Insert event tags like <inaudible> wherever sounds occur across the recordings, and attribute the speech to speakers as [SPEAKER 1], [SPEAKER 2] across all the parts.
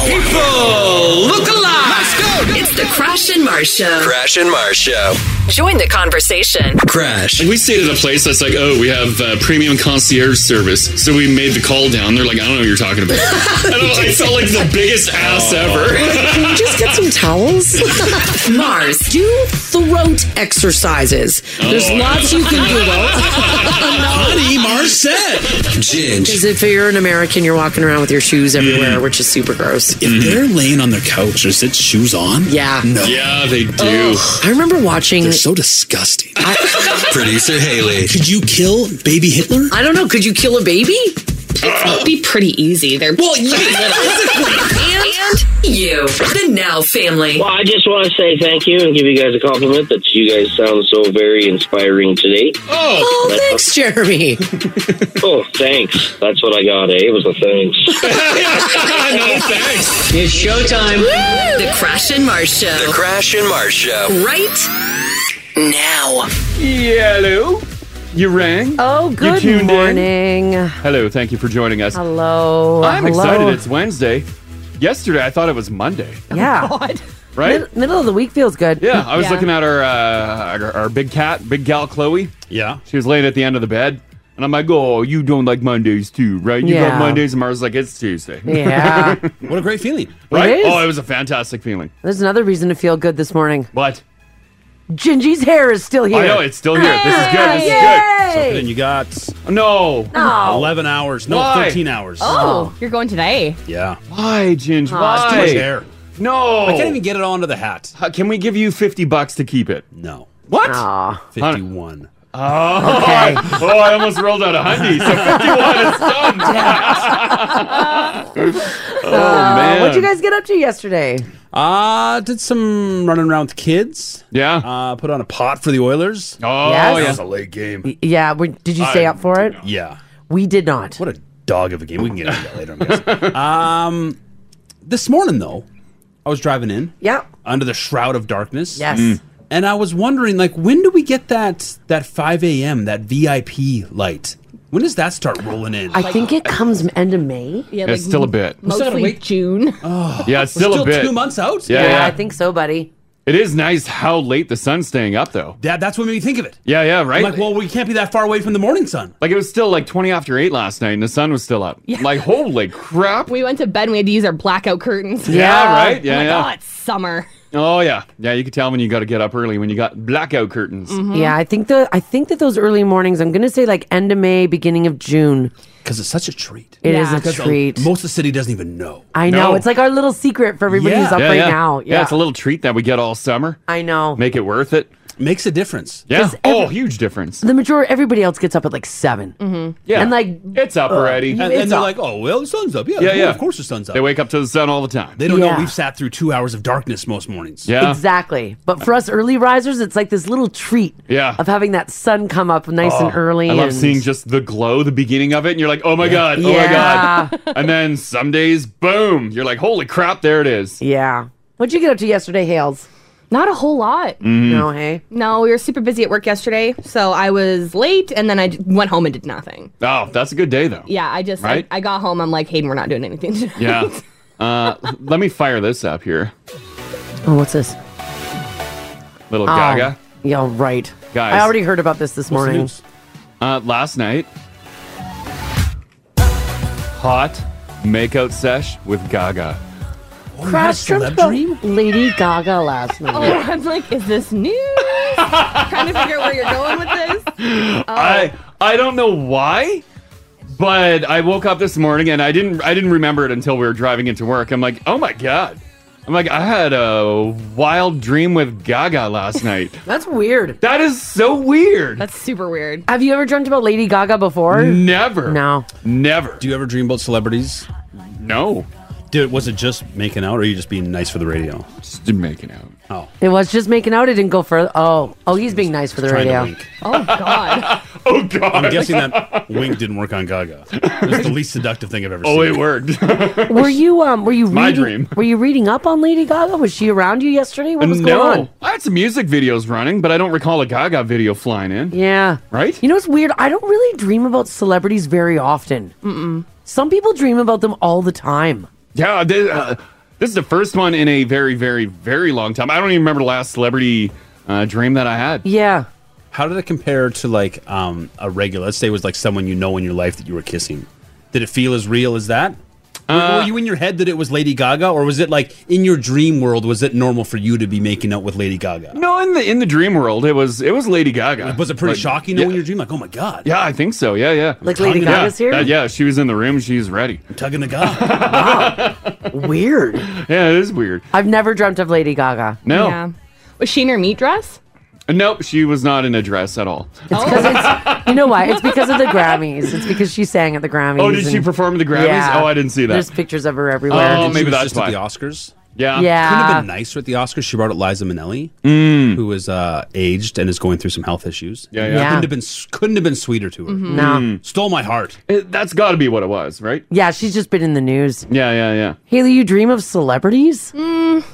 [SPEAKER 1] People look alive.
[SPEAKER 2] It's the Crash and Mars Show.
[SPEAKER 1] Crash and Mars Show.
[SPEAKER 2] Join the conversation.
[SPEAKER 1] Crash.
[SPEAKER 3] Like, we stayed at a place that's like, oh, we have uh, premium concierge service. So we made the call down. They're like, I don't know what you're talking about. <laughs> and I'm, I felt like the biggest
[SPEAKER 4] <laughs>
[SPEAKER 3] ass ever.
[SPEAKER 5] Can you just get some <laughs> towels?
[SPEAKER 2] Mars.
[SPEAKER 5] do throat exercises. There's
[SPEAKER 3] Oh.
[SPEAKER 5] lots you can do though.
[SPEAKER 1] Honey Marset. Ginge.
[SPEAKER 5] Because if you're an American, you're walking around with your shoes
[SPEAKER 3] Mm-hmm.
[SPEAKER 5] everywhere, which is super gross.
[SPEAKER 4] If they're laying on their couch, is it shoes on?
[SPEAKER 5] Yeah.
[SPEAKER 4] No.
[SPEAKER 3] yeah, they do.
[SPEAKER 5] I remember watching.
[SPEAKER 4] They're so disgusting.
[SPEAKER 5] I,
[SPEAKER 1] <laughs> Producer Haley.
[SPEAKER 4] Could you kill baby Hitler?
[SPEAKER 5] I don't know. Could you kill a baby?
[SPEAKER 6] It'd be pretty easy. They're
[SPEAKER 4] Well, yeah.
[SPEAKER 2] And, and you. The Now Family.
[SPEAKER 7] Well, I just want to say thank you and give you guys a compliment that you guys sound so very inspiring today.
[SPEAKER 1] <laughs>
[SPEAKER 3] Oh,
[SPEAKER 5] Oh, thanks, Jeremy.
[SPEAKER 7] Oh, thanks. <laughs> That's what I got, eh? It was a thanks.
[SPEAKER 3] no thanks.
[SPEAKER 7] It's showtime.
[SPEAKER 2] The Crash and Mars Show.
[SPEAKER 1] The Crash and Mars Show.
[SPEAKER 2] Right now.
[SPEAKER 3] Hello. You rang?
[SPEAKER 8] Oh, good
[SPEAKER 3] tuned in?
[SPEAKER 8] morning.
[SPEAKER 3] Hello. Thank you for joining us.
[SPEAKER 8] Hello.
[SPEAKER 3] I'm
[SPEAKER 8] Hello.
[SPEAKER 3] excited. It's Wednesday. Yesterday, I thought it was Monday,
[SPEAKER 8] yeah.
[SPEAKER 5] Oh,
[SPEAKER 3] <laughs> right?
[SPEAKER 8] Mid- middle of the week feels good.
[SPEAKER 3] Yeah, I was
[SPEAKER 6] Yeah.
[SPEAKER 3] looking at our, uh, our our big cat, big gal Chloe.
[SPEAKER 4] yeah.
[SPEAKER 3] She was laying at the end of the bed, and I'm like, "Oh, you don't like Mondays too, right? You
[SPEAKER 8] Yeah.
[SPEAKER 3] love Mondays." And Mara's like, "It's Tuesday, <laughs>
[SPEAKER 8] Yeah.
[SPEAKER 4] What a great feeling.
[SPEAKER 3] right?"
[SPEAKER 8] is.
[SPEAKER 3] Oh, it was a fantastic feeling.
[SPEAKER 8] There's another reason to feel good this morning.
[SPEAKER 3] But
[SPEAKER 8] Gingy's hair is still here.
[SPEAKER 3] I know it's still here. This is good. This
[SPEAKER 4] And
[SPEAKER 8] Yay!
[SPEAKER 4] then you got
[SPEAKER 3] is good. No,
[SPEAKER 8] Oh.
[SPEAKER 4] 11 hours. No,
[SPEAKER 3] Why?
[SPEAKER 4] 13 hours.
[SPEAKER 6] oh, you're going today.
[SPEAKER 4] Yeah.
[SPEAKER 3] why, Ginge?
[SPEAKER 8] Aw,
[SPEAKER 4] Too much
[SPEAKER 3] Why?
[SPEAKER 4] hair.
[SPEAKER 3] No.
[SPEAKER 4] I can't even get it onto the hat.
[SPEAKER 3] Uh, Can we give you fifty bucks to keep it?
[SPEAKER 4] No.
[SPEAKER 3] What?
[SPEAKER 8] Aw.
[SPEAKER 4] 51.
[SPEAKER 3] Oh, I, <laughs> oh, I almost rolled out a hundy.
[SPEAKER 8] <laughs>
[SPEAKER 3] So fifty-one is done. oh man.
[SPEAKER 8] Uh, What'd you guys get up to yesterday?
[SPEAKER 4] Uh, did some running around with kids.
[SPEAKER 3] Yeah.
[SPEAKER 4] Uh, put on a pot for the Oilers.
[SPEAKER 3] oh
[SPEAKER 8] Yes.
[SPEAKER 3] yeah.
[SPEAKER 4] late game.
[SPEAKER 8] Y- Yeah. We, did you stay
[SPEAKER 3] I
[SPEAKER 8] up for it?
[SPEAKER 4] Yeah.
[SPEAKER 8] We did not.
[SPEAKER 4] What a dog of a game. We can get into that later. I'm
[SPEAKER 3] <laughs>
[SPEAKER 4] guessing. um, this morning though, I was driving in
[SPEAKER 8] yeah.
[SPEAKER 4] under the shroud of darkness.
[SPEAKER 8] Yes.
[SPEAKER 3] Mm.
[SPEAKER 4] And I was wondering, like, when do we get that that 5 a.m. that VIP light? When does that start rolling in?
[SPEAKER 8] I think it comes end of May.
[SPEAKER 6] Yeah,
[SPEAKER 3] It's still a bit.
[SPEAKER 6] Mostly June.
[SPEAKER 3] Yeah, it's
[SPEAKER 4] Oh. We're
[SPEAKER 3] still a bit.
[SPEAKER 4] two months out.
[SPEAKER 3] Yeah, yeah.
[SPEAKER 8] I think so, buddy.
[SPEAKER 3] It is nice how late the sun's staying up, though.
[SPEAKER 4] That, that's what made me think of it.
[SPEAKER 3] Yeah, yeah,
[SPEAKER 4] I'm
[SPEAKER 3] right.
[SPEAKER 4] like, well, we can't be that far away from the morning sun.
[SPEAKER 3] Like, it was still like twenty after eight last night, and the sun was still up. Like, holy
[SPEAKER 8] <laughs>
[SPEAKER 3] crap!
[SPEAKER 6] We went to bed and we had to use our blackout curtains.
[SPEAKER 3] yeah, right.
[SPEAKER 6] Oh
[SPEAKER 3] Yeah,
[SPEAKER 6] my
[SPEAKER 3] yeah.
[SPEAKER 6] God, it's summer.
[SPEAKER 3] Oh yeah, yeah. You could tell when you got to get up early when you got blackout curtains.
[SPEAKER 6] Mm-hmm.
[SPEAKER 8] Yeah, I think the I think that those early mornings. I'm gonna say like end of May, beginning of June.
[SPEAKER 4] Because it's such a treat.
[SPEAKER 8] It is
[SPEAKER 6] Yeah.
[SPEAKER 8] a
[SPEAKER 4] Because a-
[SPEAKER 8] treat.
[SPEAKER 4] Most of the city doesn't even know.
[SPEAKER 8] I know
[SPEAKER 3] No.
[SPEAKER 8] it's like our little secret for everybody
[SPEAKER 4] Yeah.
[SPEAKER 8] who's up
[SPEAKER 3] Yeah,
[SPEAKER 8] right
[SPEAKER 3] yeah.
[SPEAKER 8] now. Yeah,
[SPEAKER 3] it's a little treat that we get all summer.
[SPEAKER 8] I know.
[SPEAKER 3] Make it worth it.
[SPEAKER 4] Makes a difference.
[SPEAKER 3] Yeah.
[SPEAKER 8] every-
[SPEAKER 3] Oh, huge difference.
[SPEAKER 8] the majority, everybody else gets up at like 7
[SPEAKER 6] Mm-hmm.
[SPEAKER 3] Yeah.
[SPEAKER 8] and like
[SPEAKER 3] it's up already.
[SPEAKER 4] And,
[SPEAKER 8] It's
[SPEAKER 4] and they're
[SPEAKER 8] Uh, up.
[SPEAKER 4] like, oh, well, the sun's up. Yeah,
[SPEAKER 3] yeah,
[SPEAKER 4] well,
[SPEAKER 3] yeah.
[SPEAKER 4] Of course the sun's up.
[SPEAKER 3] They wake up to the sun all the time.
[SPEAKER 4] They don't
[SPEAKER 8] Yeah.
[SPEAKER 4] know we've sat through two hours of darkness most mornings.
[SPEAKER 3] yeah.
[SPEAKER 8] exactly. But for us early risers, it's like this little treat.
[SPEAKER 3] Yeah.
[SPEAKER 8] of having that sun come up nice
[SPEAKER 4] Oh.
[SPEAKER 8] and early.
[SPEAKER 3] Oh, I love
[SPEAKER 8] and-
[SPEAKER 3] seeing just the glow, the beginning of it, and you're like, oh my god, oh
[SPEAKER 8] Yeah. <laughs>
[SPEAKER 3] my god. and then some days, boom, you're like, holy crap, there it is.
[SPEAKER 8] Yeah. What'd you get up to yesterday, Hales?
[SPEAKER 6] Not a whole lot.
[SPEAKER 3] Mm-hmm.
[SPEAKER 8] No, hey.
[SPEAKER 6] No, we were super busy at work yesterday, so I was late, and then I j- went home and did nothing.
[SPEAKER 3] Oh, that's a good day though.
[SPEAKER 6] Yeah, I just
[SPEAKER 3] Right?
[SPEAKER 6] I, I got home. I'm like, Hayden, we're not doing anything. Today.
[SPEAKER 3] Yeah. Uh, let me fire this up here.
[SPEAKER 8] Oh, what's this?
[SPEAKER 3] Little Gaga.
[SPEAKER 8] Oh, yeah, right.
[SPEAKER 3] Guys.
[SPEAKER 8] I already heard about this this morning.
[SPEAKER 3] Uh, last night, hot makeout sesh with Gaga.
[SPEAKER 8] Crash
[SPEAKER 4] celeb dream?
[SPEAKER 8] Lady Gaga last night.
[SPEAKER 6] <laughs> Oh, I'm like, is this
[SPEAKER 3] <laughs>
[SPEAKER 6] news? Trying to figure out where you're going with this.
[SPEAKER 3] I I don't know why, but I woke up this morning and I didn't I didn't remember it until we were driving into work. I'm like, oh my god. I'm like, I had a wild dream with Gaga last <laughs> night.
[SPEAKER 8] That's weird.
[SPEAKER 3] that is so weird.
[SPEAKER 6] That's super weird.
[SPEAKER 8] Have you ever dreamt about Lady Gaga before?
[SPEAKER 3] never.
[SPEAKER 8] No.
[SPEAKER 3] Never.
[SPEAKER 4] Do you ever dream about celebrities?
[SPEAKER 3] No.
[SPEAKER 4] Dude, was it just making out, or are you just being nice for the radio?
[SPEAKER 3] Just making out.
[SPEAKER 4] Oh,
[SPEAKER 8] It was just making out. It didn't go further. Oh, oh, he's being nice for the
[SPEAKER 4] trying to
[SPEAKER 8] radio.
[SPEAKER 4] wink.
[SPEAKER 6] Oh
[SPEAKER 3] <laughs>
[SPEAKER 6] God.
[SPEAKER 3] Oh god.
[SPEAKER 4] I'm guessing that wink didn't work on Gaga. It's the least seductive thing I've ever
[SPEAKER 3] Oh, it
[SPEAKER 4] seen.
[SPEAKER 3] worked.
[SPEAKER 8] <laughs> Were you um? Were you
[SPEAKER 3] My
[SPEAKER 8] reading,
[SPEAKER 3] dream.
[SPEAKER 8] Were you reading up on Lady Gaga? Was she around you yesterday? What was
[SPEAKER 3] no.
[SPEAKER 8] going on?
[SPEAKER 3] I had some music videos running, but I don't recall a Gaga video flying in.
[SPEAKER 8] Yeah.
[SPEAKER 3] Right?
[SPEAKER 8] You know what's weird? I don't really dream about celebrities very often. Mm-mm. Some people dream about them all the time.
[SPEAKER 3] Yeah, they, uh, This is the first one in a very, very, very long time. I don't even remember the last celebrity uh, dream that I had.
[SPEAKER 8] Yeah.
[SPEAKER 4] How did it compare to like um, a regular? Let's say it was like someone you know in your life that you were kissing. Did it feel as real as that? Were-
[SPEAKER 3] Uh,
[SPEAKER 4] were you in your head that it was Lady Gaga, or was it like in your dream world? Was it normal for you to be making out with Lady Gaga?
[SPEAKER 3] No, in the in the dream world, it was it was Lady Gaga.
[SPEAKER 4] Was it pretty
[SPEAKER 3] Like,
[SPEAKER 4] shocking
[SPEAKER 3] Yeah,
[SPEAKER 4] knowing your dream? Like, oh my god,
[SPEAKER 3] yeah, I think so. Yeah, yeah.
[SPEAKER 8] Like Lady
[SPEAKER 4] Tongue-
[SPEAKER 8] Gaga's
[SPEAKER 3] yeah,
[SPEAKER 8] here?
[SPEAKER 3] that- yeah, she was in the room. She's ready. <laughs>
[SPEAKER 4] tugging a god.
[SPEAKER 8] Weird.
[SPEAKER 3] Yeah, it is weird.
[SPEAKER 8] I've never dreamt of Lady Gaga.
[SPEAKER 3] No,
[SPEAKER 6] Yeah. Was she in her meat dress?
[SPEAKER 3] Uh, nope, she was not in a dress at all.
[SPEAKER 8] You know why? It's because of the Grammys. It's because she sang at the Grammys.
[SPEAKER 3] Oh, did she
[SPEAKER 8] and-
[SPEAKER 3] perform at the Grammys?
[SPEAKER 8] Yeah.
[SPEAKER 3] Oh, I didn't see that.
[SPEAKER 8] There's pictures of her everywhere.
[SPEAKER 3] Oh,
[SPEAKER 4] She
[SPEAKER 3] maybe
[SPEAKER 4] was
[SPEAKER 3] that's
[SPEAKER 4] just at
[SPEAKER 3] why.
[SPEAKER 4] the Oscars.
[SPEAKER 3] yeah,
[SPEAKER 4] Couldn't have
[SPEAKER 8] yeah.
[SPEAKER 4] been nicer at the Oscars. She brought up Liza Minnelli, who is uh, aged and is going through some health issues.
[SPEAKER 3] Mm. Yeah, yeah.
[SPEAKER 8] Yeah. Mm-hmm.
[SPEAKER 4] Couldn't have been couldn't have been sweeter to her.
[SPEAKER 8] No.
[SPEAKER 4] Stole my heart.
[SPEAKER 3] It- that's got to be what it was, right?
[SPEAKER 8] Yeah, she's just been in the news.
[SPEAKER 3] Yeah, yeah, yeah.
[SPEAKER 8] Haley, you dream of celebrities?
[SPEAKER 6] Mm,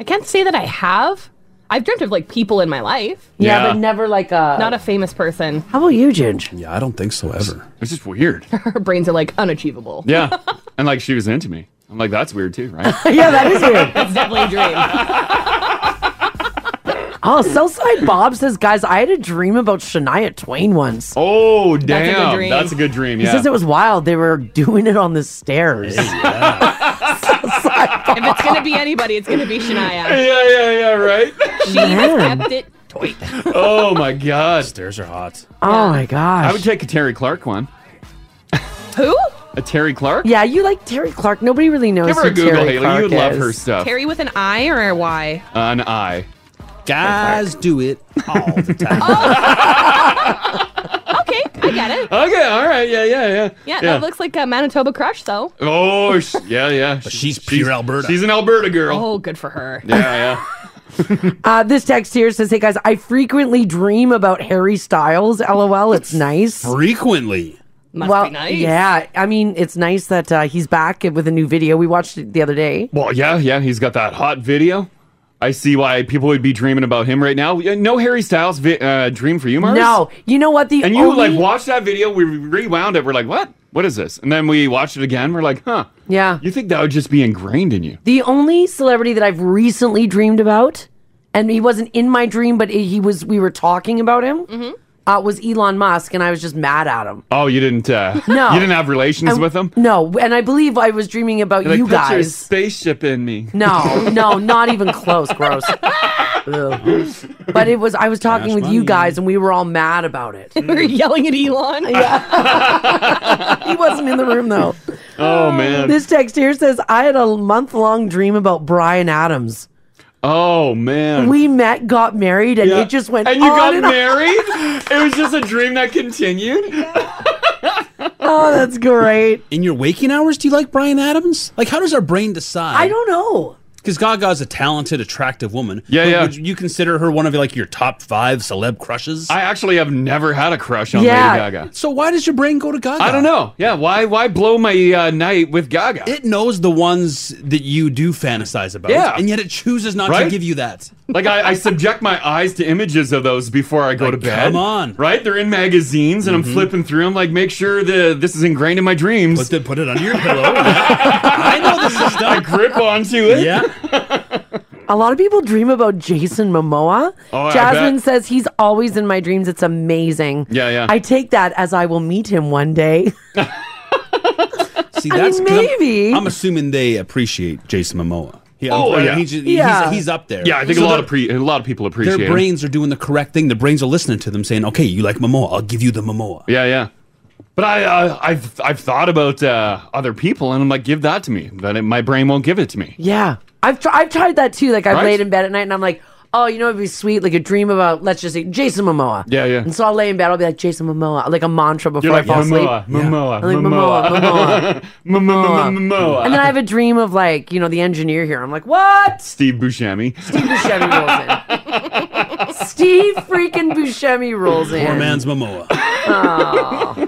[SPEAKER 6] I can't say that I have. I've dreamt of like people in my life,
[SPEAKER 8] Yeah,
[SPEAKER 3] Yeah.
[SPEAKER 8] but never like a.
[SPEAKER 6] not a famous person.
[SPEAKER 8] How about you, Ginge?
[SPEAKER 4] Yeah, I don't think so ever.
[SPEAKER 3] It's just
[SPEAKER 6] <laughs>
[SPEAKER 3] weird.
[SPEAKER 6] Her brains are like unachievable. <laughs>
[SPEAKER 8] <laughs>
[SPEAKER 3] Yeah, and like she was into me. I'm like, that's weird too, right?
[SPEAKER 8] yeah, that is
[SPEAKER 2] <laughs>
[SPEAKER 6] <laughs>
[SPEAKER 8] weird.
[SPEAKER 6] It's definitely a dream.
[SPEAKER 8] Oh, Southside Bob says, guys, I had a dream about Shania Twain once.
[SPEAKER 3] Oh,
[SPEAKER 6] a good
[SPEAKER 3] damn,
[SPEAKER 6] dream.
[SPEAKER 3] that's a good dream.
[SPEAKER 8] He
[SPEAKER 3] Yeah,
[SPEAKER 8] says it was wild. They were doing it on the stairs.
[SPEAKER 6] if it's gonna be anybody, it's gonna be Shania.
[SPEAKER 3] <laughs> yeah, yeah, yeah, right.
[SPEAKER 6] She
[SPEAKER 8] Man.
[SPEAKER 6] kept it toy.
[SPEAKER 3] oh my god,
[SPEAKER 4] Stairs are hot.
[SPEAKER 8] Oh my gosh.
[SPEAKER 3] I would take a Terry Clark one.
[SPEAKER 6] Who?
[SPEAKER 3] A Terry Clark?
[SPEAKER 8] yeah, you like Terry Clark. Nobody really knows.
[SPEAKER 3] Give her
[SPEAKER 8] who
[SPEAKER 3] a Google,
[SPEAKER 8] Terry
[SPEAKER 3] Haley.
[SPEAKER 8] Clark
[SPEAKER 3] you would love her
[SPEAKER 8] is.
[SPEAKER 3] stuff.
[SPEAKER 6] Terry with an I or a Y?
[SPEAKER 3] An eye.
[SPEAKER 4] Guys do it all the time.
[SPEAKER 6] Okay, I get it.
[SPEAKER 3] Okay, all right, yeah, yeah, yeah.
[SPEAKER 6] Yeah, that looks like a Manitoba crush, though.
[SPEAKER 3] Oh, sh- yeah, yeah.
[SPEAKER 4] she's pure Alberta.
[SPEAKER 3] She's an Alberta girl.
[SPEAKER 6] Oh, good for her. <laughs>
[SPEAKER 3] Yeah,
[SPEAKER 8] <laughs> Uh, this text here says, "Hey guys, I frequently dream about Harry Styles.
[SPEAKER 3] <laughs>
[SPEAKER 8] LOL, it's nice.
[SPEAKER 4] Frequently.
[SPEAKER 6] Must be nice.
[SPEAKER 8] yeah. I mean, it's nice that uh, he's back with a new video. We watched it the other day.
[SPEAKER 3] Well, yeah, yeah. He's got that hot video. I see why people would be dreaming about him right now. Yeah, No Harry Styles vi- uh, dream for you, Mars.
[SPEAKER 8] No, you know what? The
[SPEAKER 3] And you
[SPEAKER 8] only-
[SPEAKER 3] like watched that video. We rewound it. We're like, what? What is this? And then we watched it again. We're like, huh.
[SPEAKER 8] Yeah.
[SPEAKER 3] You think that would just be ingrained in you?
[SPEAKER 8] The only celebrity that I've recently dreamed about, and he wasn't in my dream, but he was. We were talking about him.
[SPEAKER 3] Mm-hmm.
[SPEAKER 8] Uh, was Elon Musk, and I was just mad at him.
[SPEAKER 3] Oh, you didn't. Uh,
[SPEAKER 8] <laughs> No.
[SPEAKER 3] You didn't have relations
[SPEAKER 8] I-
[SPEAKER 3] with him.
[SPEAKER 8] No, and I believe I was dreaming about
[SPEAKER 3] Like,
[SPEAKER 8] you
[SPEAKER 3] picture a
[SPEAKER 8] guys.
[SPEAKER 3] spaceship in me. <laughs>
[SPEAKER 8] No, no, not even close. Gross. Ugh. but it was. I was talking with you
[SPEAKER 4] money.
[SPEAKER 8] guys, and we were all mad about it.
[SPEAKER 6] We We're yelling at Elon. Yeah.
[SPEAKER 8] <laughs> he wasn't in the room though.
[SPEAKER 3] Oh man.
[SPEAKER 8] This text here says, "I had a month-long dream about Brian Adams.
[SPEAKER 3] Oh man.
[SPEAKER 8] We met, got married, and
[SPEAKER 3] Yeah.
[SPEAKER 8] it just went.
[SPEAKER 3] And you
[SPEAKER 8] on
[SPEAKER 3] got
[SPEAKER 8] and on."
[SPEAKER 3] married? it was just a dream that continued?
[SPEAKER 8] Oh, that's great.
[SPEAKER 4] In your waking hours, do you like Brian Adams? Like, how does our brain decide?
[SPEAKER 8] I don't know.
[SPEAKER 4] Because Gaga's a talented, attractive woman.
[SPEAKER 3] Yeah,
[SPEAKER 4] But
[SPEAKER 3] yeah.
[SPEAKER 4] Would you consider her one of like your top five celeb crushes?
[SPEAKER 3] I actually have never had a crush on
[SPEAKER 8] Yeah.
[SPEAKER 3] Lady Gaga.
[SPEAKER 4] so why does your brain go to Gaga?
[SPEAKER 3] I don't know. Yeah, why why blow my uh, night with Gaga?
[SPEAKER 4] It knows the ones that you do fantasize about.
[SPEAKER 3] Yeah.
[SPEAKER 4] And yet it chooses not
[SPEAKER 3] Right?
[SPEAKER 4] to give you
[SPEAKER 8] <laughs>
[SPEAKER 4] that.
[SPEAKER 3] like I, I subject my eyes to images of those before I go
[SPEAKER 4] Like,
[SPEAKER 3] to bed.
[SPEAKER 4] come on.
[SPEAKER 3] right? They're in magazines, and I'm flipping through them. Like, make sure the this is ingrained in my
[SPEAKER 4] But
[SPEAKER 3] dreams.
[SPEAKER 4] then put it under your pillow.
[SPEAKER 3] <laughs>
[SPEAKER 4] I know this is
[SPEAKER 3] I
[SPEAKER 4] stuff.
[SPEAKER 3] grip onto it. Oh,
[SPEAKER 4] Yeah.
[SPEAKER 8] A lot of people dream about Jason Momoa.
[SPEAKER 3] Oh, I
[SPEAKER 8] Jasmine
[SPEAKER 3] bet.
[SPEAKER 8] says he's always in my dreams. It's amazing.
[SPEAKER 3] Yeah, yeah.
[SPEAKER 8] I take that as I will meet him one day. <laughs>
[SPEAKER 4] See, that's 'cause I'm-
[SPEAKER 8] maybe.
[SPEAKER 4] I'm, assuming they appreciate Jason Momoa. Yeah,
[SPEAKER 3] Oh,
[SPEAKER 4] I mean,
[SPEAKER 3] yeah.
[SPEAKER 4] He's, just-
[SPEAKER 8] Yeah.
[SPEAKER 4] He's, he's up there.
[SPEAKER 3] yeah. I think
[SPEAKER 4] So
[SPEAKER 3] a lot
[SPEAKER 4] their-
[SPEAKER 3] of pre a lot of people appreciate.
[SPEAKER 4] Their
[SPEAKER 3] it.
[SPEAKER 4] brains are doing the correct thing. Their brains are listening to them, saying, "Okay, you like Momoa? I'll give you the Momoa."
[SPEAKER 3] Yeah, yeah. But I, uh, I've, I've thought about uh, other people, and I'm like, give that to me. But it, my brain won't give it to me.
[SPEAKER 8] Yeah, I've tr- I've tried that too. Like I've
[SPEAKER 3] Right?
[SPEAKER 8] laid in bed at night and I'm like, oh, you know, it'd be sweet, like a dream about let's just say Jason Momoa.
[SPEAKER 3] Yeah, yeah.
[SPEAKER 8] And so I'll lay in bed, I'll be like Jason Momoa, like a mantra before
[SPEAKER 3] You're like
[SPEAKER 8] I fall
[SPEAKER 3] Momoa,
[SPEAKER 8] asleep.
[SPEAKER 3] Momoa,
[SPEAKER 8] I'm like Momoa,
[SPEAKER 3] Momoa,
[SPEAKER 8] Momoa.
[SPEAKER 3] <laughs> Momoa, Momoa.
[SPEAKER 8] and then I have a dream of like you know the engineer here. I'm
[SPEAKER 3] <laughs>
[SPEAKER 8] like, what?
[SPEAKER 3] Steve Buscemi.
[SPEAKER 8] Steve Buscemi rolls in. Steve freaking Buscemi rolls in.
[SPEAKER 4] Poor man's Momoa.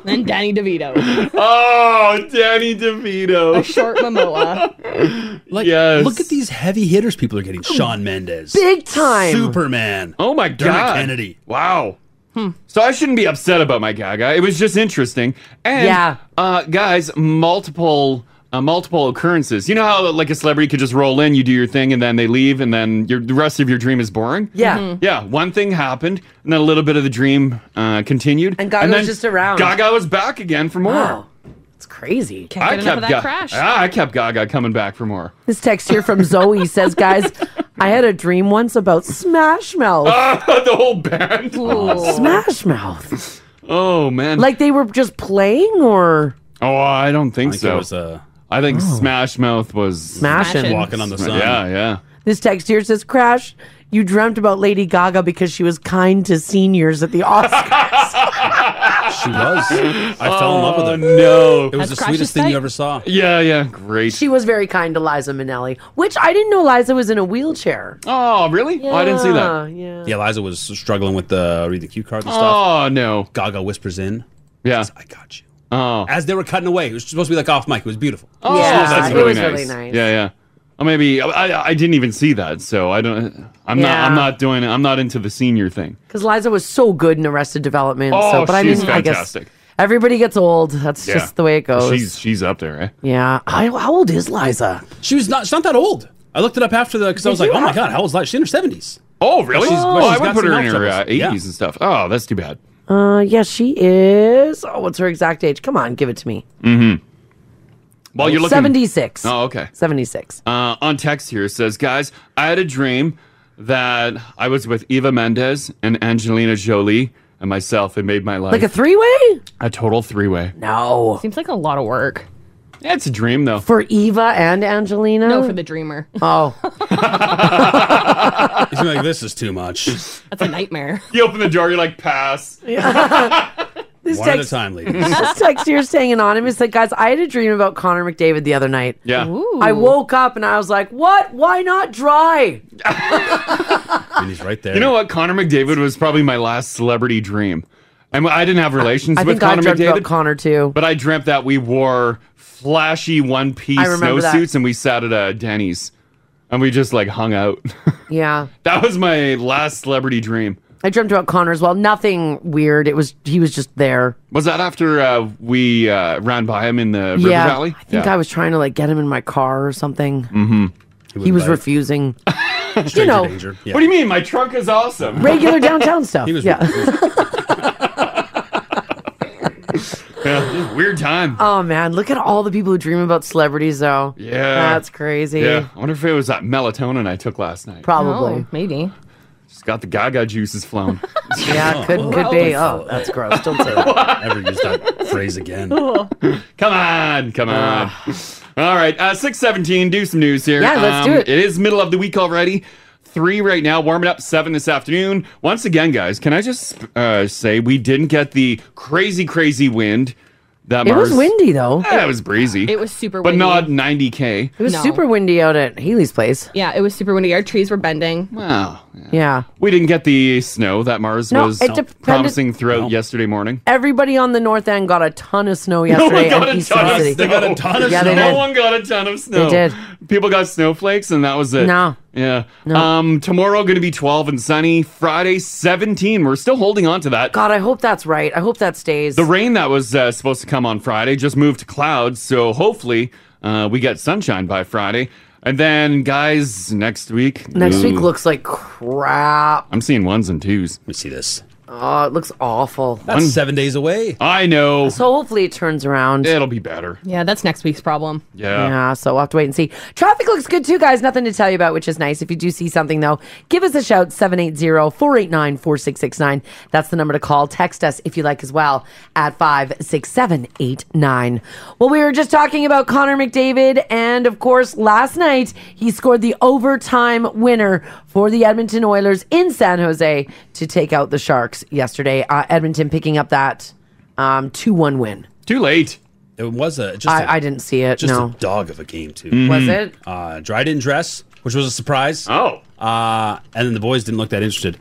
[SPEAKER 6] And Danny DeVito.
[SPEAKER 3] <laughs> Oh, Danny DeVito.
[SPEAKER 6] Short
[SPEAKER 3] <laughs>
[SPEAKER 6] Momoa.
[SPEAKER 4] Like,
[SPEAKER 3] Yes.
[SPEAKER 4] look at these heavy hitters. People are getting Sean Mendes,
[SPEAKER 8] Big time.
[SPEAKER 4] Superman.
[SPEAKER 3] Oh my
[SPEAKER 4] Dermot
[SPEAKER 3] God,
[SPEAKER 4] Kennedy.
[SPEAKER 3] Wow.
[SPEAKER 6] Hmm.
[SPEAKER 3] So I shouldn't be upset about my Gaga. It was just interesting. And
[SPEAKER 8] Yeah.
[SPEAKER 3] uh, guys, multiple uh, multiple occurrences. You know how like a celebrity could just roll in, you do your thing, and then they leave, and then your, the rest of your dream is boring.
[SPEAKER 8] Yeah. Mhm.
[SPEAKER 3] yeah. One thing happened, and then a little bit of the dream uh, continued,
[SPEAKER 8] And Gaga
[SPEAKER 3] then
[SPEAKER 8] was just around.
[SPEAKER 3] Gaga was back again for more.
[SPEAKER 8] Wow. It's crazy.
[SPEAKER 6] Can't get enough of that
[SPEAKER 3] Ga-
[SPEAKER 6] crash.
[SPEAKER 3] Ah, I kept Gaga coming back for more.
[SPEAKER 8] This text here from Zoe says, guys, I had a dream once about Smash Mouth.
[SPEAKER 3] Ah, <laughs> the whole band.
[SPEAKER 8] Oh. Smash Mouth.
[SPEAKER 3] Oh man.
[SPEAKER 8] Like they were just playing or
[SPEAKER 3] oh, I don't think,
[SPEAKER 4] think it
[SPEAKER 3] so.
[SPEAKER 4] was, uh,
[SPEAKER 3] I think
[SPEAKER 8] Oh.
[SPEAKER 3] Smash Mouth was
[SPEAKER 8] smashing.
[SPEAKER 4] walking on the sun.
[SPEAKER 3] Yeah, yeah.
[SPEAKER 8] This text here says, Crash, you dreamt about Lady Gaga because she was kind to seniors at the Oscars.
[SPEAKER 3] <laughs>
[SPEAKER 4] She was. I fell in love with her.
[SPEAKER 3] Oh, no.
[SPEAKER 4] It was
[SPEAKER 6] That's
[SPEAKER 4] the
[SPEAKER 6] Crash's
[SPEAKER 4] sweetest thing
[SPEAKER 6] type.
[SPEAKER 4] you ever saw.
[SPEAKER 3] Yeah, yeah. Great.
[SPEAKER 8] she was very kind to Liza Minnelli, which I didn't know Liza was in a wheelchair.
[SPEAKER 3] oh, really? Oh, I didn't see that.
[SPEAKER 8] Yeah.
[SPEAKER 4] Yeah, Eliza was struggling with the uh, read the cue cards and stuff.
[SPEAKER 3] Oh no.
[SPEAKER 4] Gaga whispers in,
[SPEAKER 3] Yeah.
[SPEAKER 4] "I got you."
[SPEAKER 3] Oh.
[SPEAKER 4] As they were cutting away, it was supposed to be like off mic. It was beautiful.
[SPEAKER 3] Oh,
[SPEAKER 8] Yeah,
[SPEAKER 3] that's
[SPEAKER 8] it
[SPEAKER 3] really
[SPEAKER 8] was
[SPEAKER 3] nice.
[SPEAKER 8] really nice.
[SPEAKER 3] Yeah, yeah. Or maybe I, I didn't even see that, so I don't. I'm
[SPEAKER 8] Yeah.
[SPEAKER 3] not. I'm not doing. it. I'm not into the senior thing.
[SPEAKER 8] Because Liza was so good in Arrested Development.
[SPEAKER 3] Oh,
[SPEAKER 8] so, but
[SPEAKER 3] she's
[SPEAKER 8] I mean, I
[SPEAKER 3] fantastic.
[SPEAKER 8] guess everybody gets old. That's
[SPEAKER 3] Yeah.
[SPEAKER 8] just the way it goes.
[SPEAKER 3] She's she's up there, eh?
[SPEAKER 8] yeah. I, how old is Liza?
[SPEAKER 4] She was not. She's not that old. I looked it up after the because I was like, "Oh my god, how old is Eliza?" She's in her seventies.
[SPEAKER 3] Oh, really?
[SPEAKER 4] She's-
[SPEAKER 3] oh,
[SPEAKER 4] she's
[SPEAKER 3] I would
[SPEAKER 4] got
[SPEAKER 3] put
[SPEAKER 4] some
[SPEAKER 3] her in
[SPEAKER 4] health
[SPEAKER 3] her uh,
[SPEAKER 4] troubles.
[SPEAKER 3] 80s
[SPEAKER 4] Yeah.
[SPEAKER 3] and stuff. Oh, that's too bad.
[SPEAKER 8] Uh, yeah, she is. Oh, what's her exact age? Come on, give it to me.
[SPEAKER 3] Mm-hmm. Well, you're looking.
[SPEAKER 8] 76.
[SPEAKER 3] Oh, okay.
[SPEAKER 8] 76.
[SPEAKER 3] Uh, on text here it says, guys, I had a dream that I was with Eva Mendes and Angelina Jolie and myself. It made my life
[SPEAKER 8] Like a Oh. three way?
[SPEAKER 3] a total three way.
[SPEAKER 8] No.
[SPEAKER 6] Seems like a lot of work.
[SPEAKER 3] Yeah, it's a dream though.
[SPEAKER 8] For Eva and Angelina?
[SPEAKER 6] No, for the dreamer. <laughs>
[SPEAKER 8] Oh. <laughs>
[SPEAKER 4] <laughs> He's like, "This is too much."
[SPEAKER 6] That's a nightmare.
[SPEAKER 3] <laughs> You open the door, you're like, pass. <laughs>
[SPEAKER 8] This
[SPEAKER 4] One at a
[SPEAKER 8] text-
[SPEAKER 4] time, ladies.
[SPEAKER 8] this text here is saying anonymous. Like, guys, I had a dream about Connor McDavid the other night.
[SPEAKER 3] Yeah.
[SPEAKER 6] Ooh.
[SPEAKER 8] I woke up and I was like, what? Why not dry?
[SPEAKER 4] and he's right there.
[SPEAKER 3] You know what? Connor McDavid was probably my last celebrity dream. And I didn't have relations
[SPEAKER 8] I
[SPEAKER 3] with
[SPEAKER 8] think I
[SPEAKER 3] Connor
[SPEAKER 8] dreamt
[SPEAKER 3] McDavid,
[SPEAKER 8] about Connor too.
[SPEAKER 3] but I dreamt that we wore flashy one piece
[SPEAKER 8] I remember that.
[SPEAKER 3] snowsuits and we sat at a Denny's and we just like hung out. <laughs>
[SPEAKER 8] Yeah.
[SPEAKER 3] that was my last celebrity dream.
[SPEAKER 8] I dreamt about Connor as well. Nothing weird. It was, he was just there.
[SPEAKER 3] Was that after uh, we uh, ran by him in the River
[SPEAKER 8] yeah.
[SPEAKER 3] Valley? Mm-hmm.
[SPEAKER 8] I think I was trying to like get him in my car or something. He <laughs>
[SPEAKER 4] wouldn't
[SPEAKER 8] was
[SPEAKER 4] buy it.
[SPEAKER 8] refusing.
[SPEAKER 4] Stranger
[SPEAKER 8] know.
[SPEAKER 4] danger. Yeah.
[SPEAKER 3] What do you mean? My trunk is awesome.
[SPEAKER 8] Regular
[SPEAKER 3] <laughs>
[SPEAKER 8] <laughs> downtown stuff.
[SPEAKER 4] He was
[SPEAKER 8] yeah.
[SPEAKER 3] Yeah, it was a weird time.
[SPEAKER 8] Oh man, look at all the people who dream about celebrities though.
[SPEAKER 3] Yeah.
[SPEAKER 8] That's crazy.
[SPEAKER 3] yeah. I wonder if it was that melatonin I took last night.
[SPEAKER 8] Probably.
[SPEAKER 6] Oh, maybe.
[SPEAKER 3] Just got the Gaga juices
[SPEAKER 8] <laughs>
[SPEAKER 3] flown.
[SPEAKER 8] Yeah, could could be. Oh, that's gross. Don't say that.
[SPEAKER 4] <laughs> Never use that phrase again.
[SPEAKER 3] <laughs>
[SPEAKER 4] Ah.
[SPEAKER 3] come on, come on. All right, uh, six seventeen. Do some news here. Um,
[SPEAKER 8] Yeah, let's do it.
[SPEAKER 3] It is middle of the week already. Three right now, warming up seven this afternoon. Once again, guys, can I just uh, say we didn't get the crazy, crazy wind that
[SPEAKER 8] It
[SPEAKER 3] Mars.
[SPEAKER 8] was windy though.
[SPEAKER 3] Yeah, it was breezy.
[SPEAKER 6] It was super
[SPEAKER 3] but
[SPEAKER 6] windy.
[SPEAKER 3] not ninety k.
[SPEAKER 8] It was
[SPEAKER 6] No.
[SPEAKER 8] super windy out at Healy's place.
[SPEAKER 6] Yeah, it was super windy. Our trees were bending.
[SPEAKER 3] Wow.
[SPEAKER 8] Yeah.
[SPEAKER 3] Oh, We didn't get the snow that Mars
[SPEAKER 8] No,
[SPEAKER 3] was
[SPEAKER 8] it depended-
[SPEAKER 3] promising throughout yesterday morning.
[SPEAKER 8] Everybody on the north end got a ton of
[SPEAKER 3] <laughs>
[SPEAKER 8] snow yesterday
[SPEAKER 3] got
[SPEAKER 8] in
[SPEAKER 3] a
[SPEAKER 8] East
[SPEAKER 3] ton of
[SPEAKER 8] City.
[SPEAKER 3] snow.
[SPEAKER 4] They got a ton of
[SPEAKER 8] Yeah, they
[SPEAKER 4] snow.
[SPEAKER 8] did.
[SPEAKER 3] No one got a ton of snow.
[SPEAKER 8] They did.
[SPEAKER 3] People got snowflakes, and that was it.
[SPEAKER 8] No.
[SPEAKER 3] Yeah. Um. Tomorrow going to be 12 and sunny. Friday 17. We're still holding on to that.
[SPEAKER 8] God, I hope that's right. I hope that stays.
[SPEAKER 3] The rain that was uh, supposed to come on Friday just moved to clouds, so hopefully uh, we get sunshine by Friday. And then, guys, next week.
[SPEAKER 8] Next
[SPEAKER 3] Ooh.
[SPEAKER 8] week looks like crap.
[SPEAKER 3] I'm seeing ones and twos.
[SPEAKER 4] Let me see this.
[SPEAKER 8] Oh, it looks awful.
[SPEAKER 4] That's seven days away.
[SPEAKER 3] I know.
[SPEAKER 8] So hopefully it turns around.
[SPEAKER 3] It'll be better.
[SPEAKER 6] Yeah, that's next week's problem.
[SPEAKER 3] Yeah.
[SPEAKER 8] Yeah, so we'll have to wait and see. Traffic looks good too, guys. Nothing to tell you about, which is nice. If you do see something, though, give us a shout 780 489 4669. That's the number to call. Text us if you like as well at 56789. Well, we were just talking about Connor McDavid, and of course, last night he scored the overtime winner for the Edmonton Oilers in San Jose to take out the Sharks yesterday. Uh, Edmonton picking up that 2 1 win.
[SPEAKER 3] Too late.
[SPEAKER 4] It was a just.
[SPEAKER 8] I
[SPEAKER 4] a-
[SPEAKER 8] I, I didn't see it.
[SPEAKER 4] just
[SPEAKER 8] no.
[SPEAKER 4] a dog of a game too.
[SPEAKER 3] Mm-hmm.
[SPEAKER 8] Was it?
[SPEAKER 4] Uh, Dryden dress, which was a surprise.
[SPEAKER 3] Oh.
[SPEAKER 4] Uh, and then the boys didn't look that interested.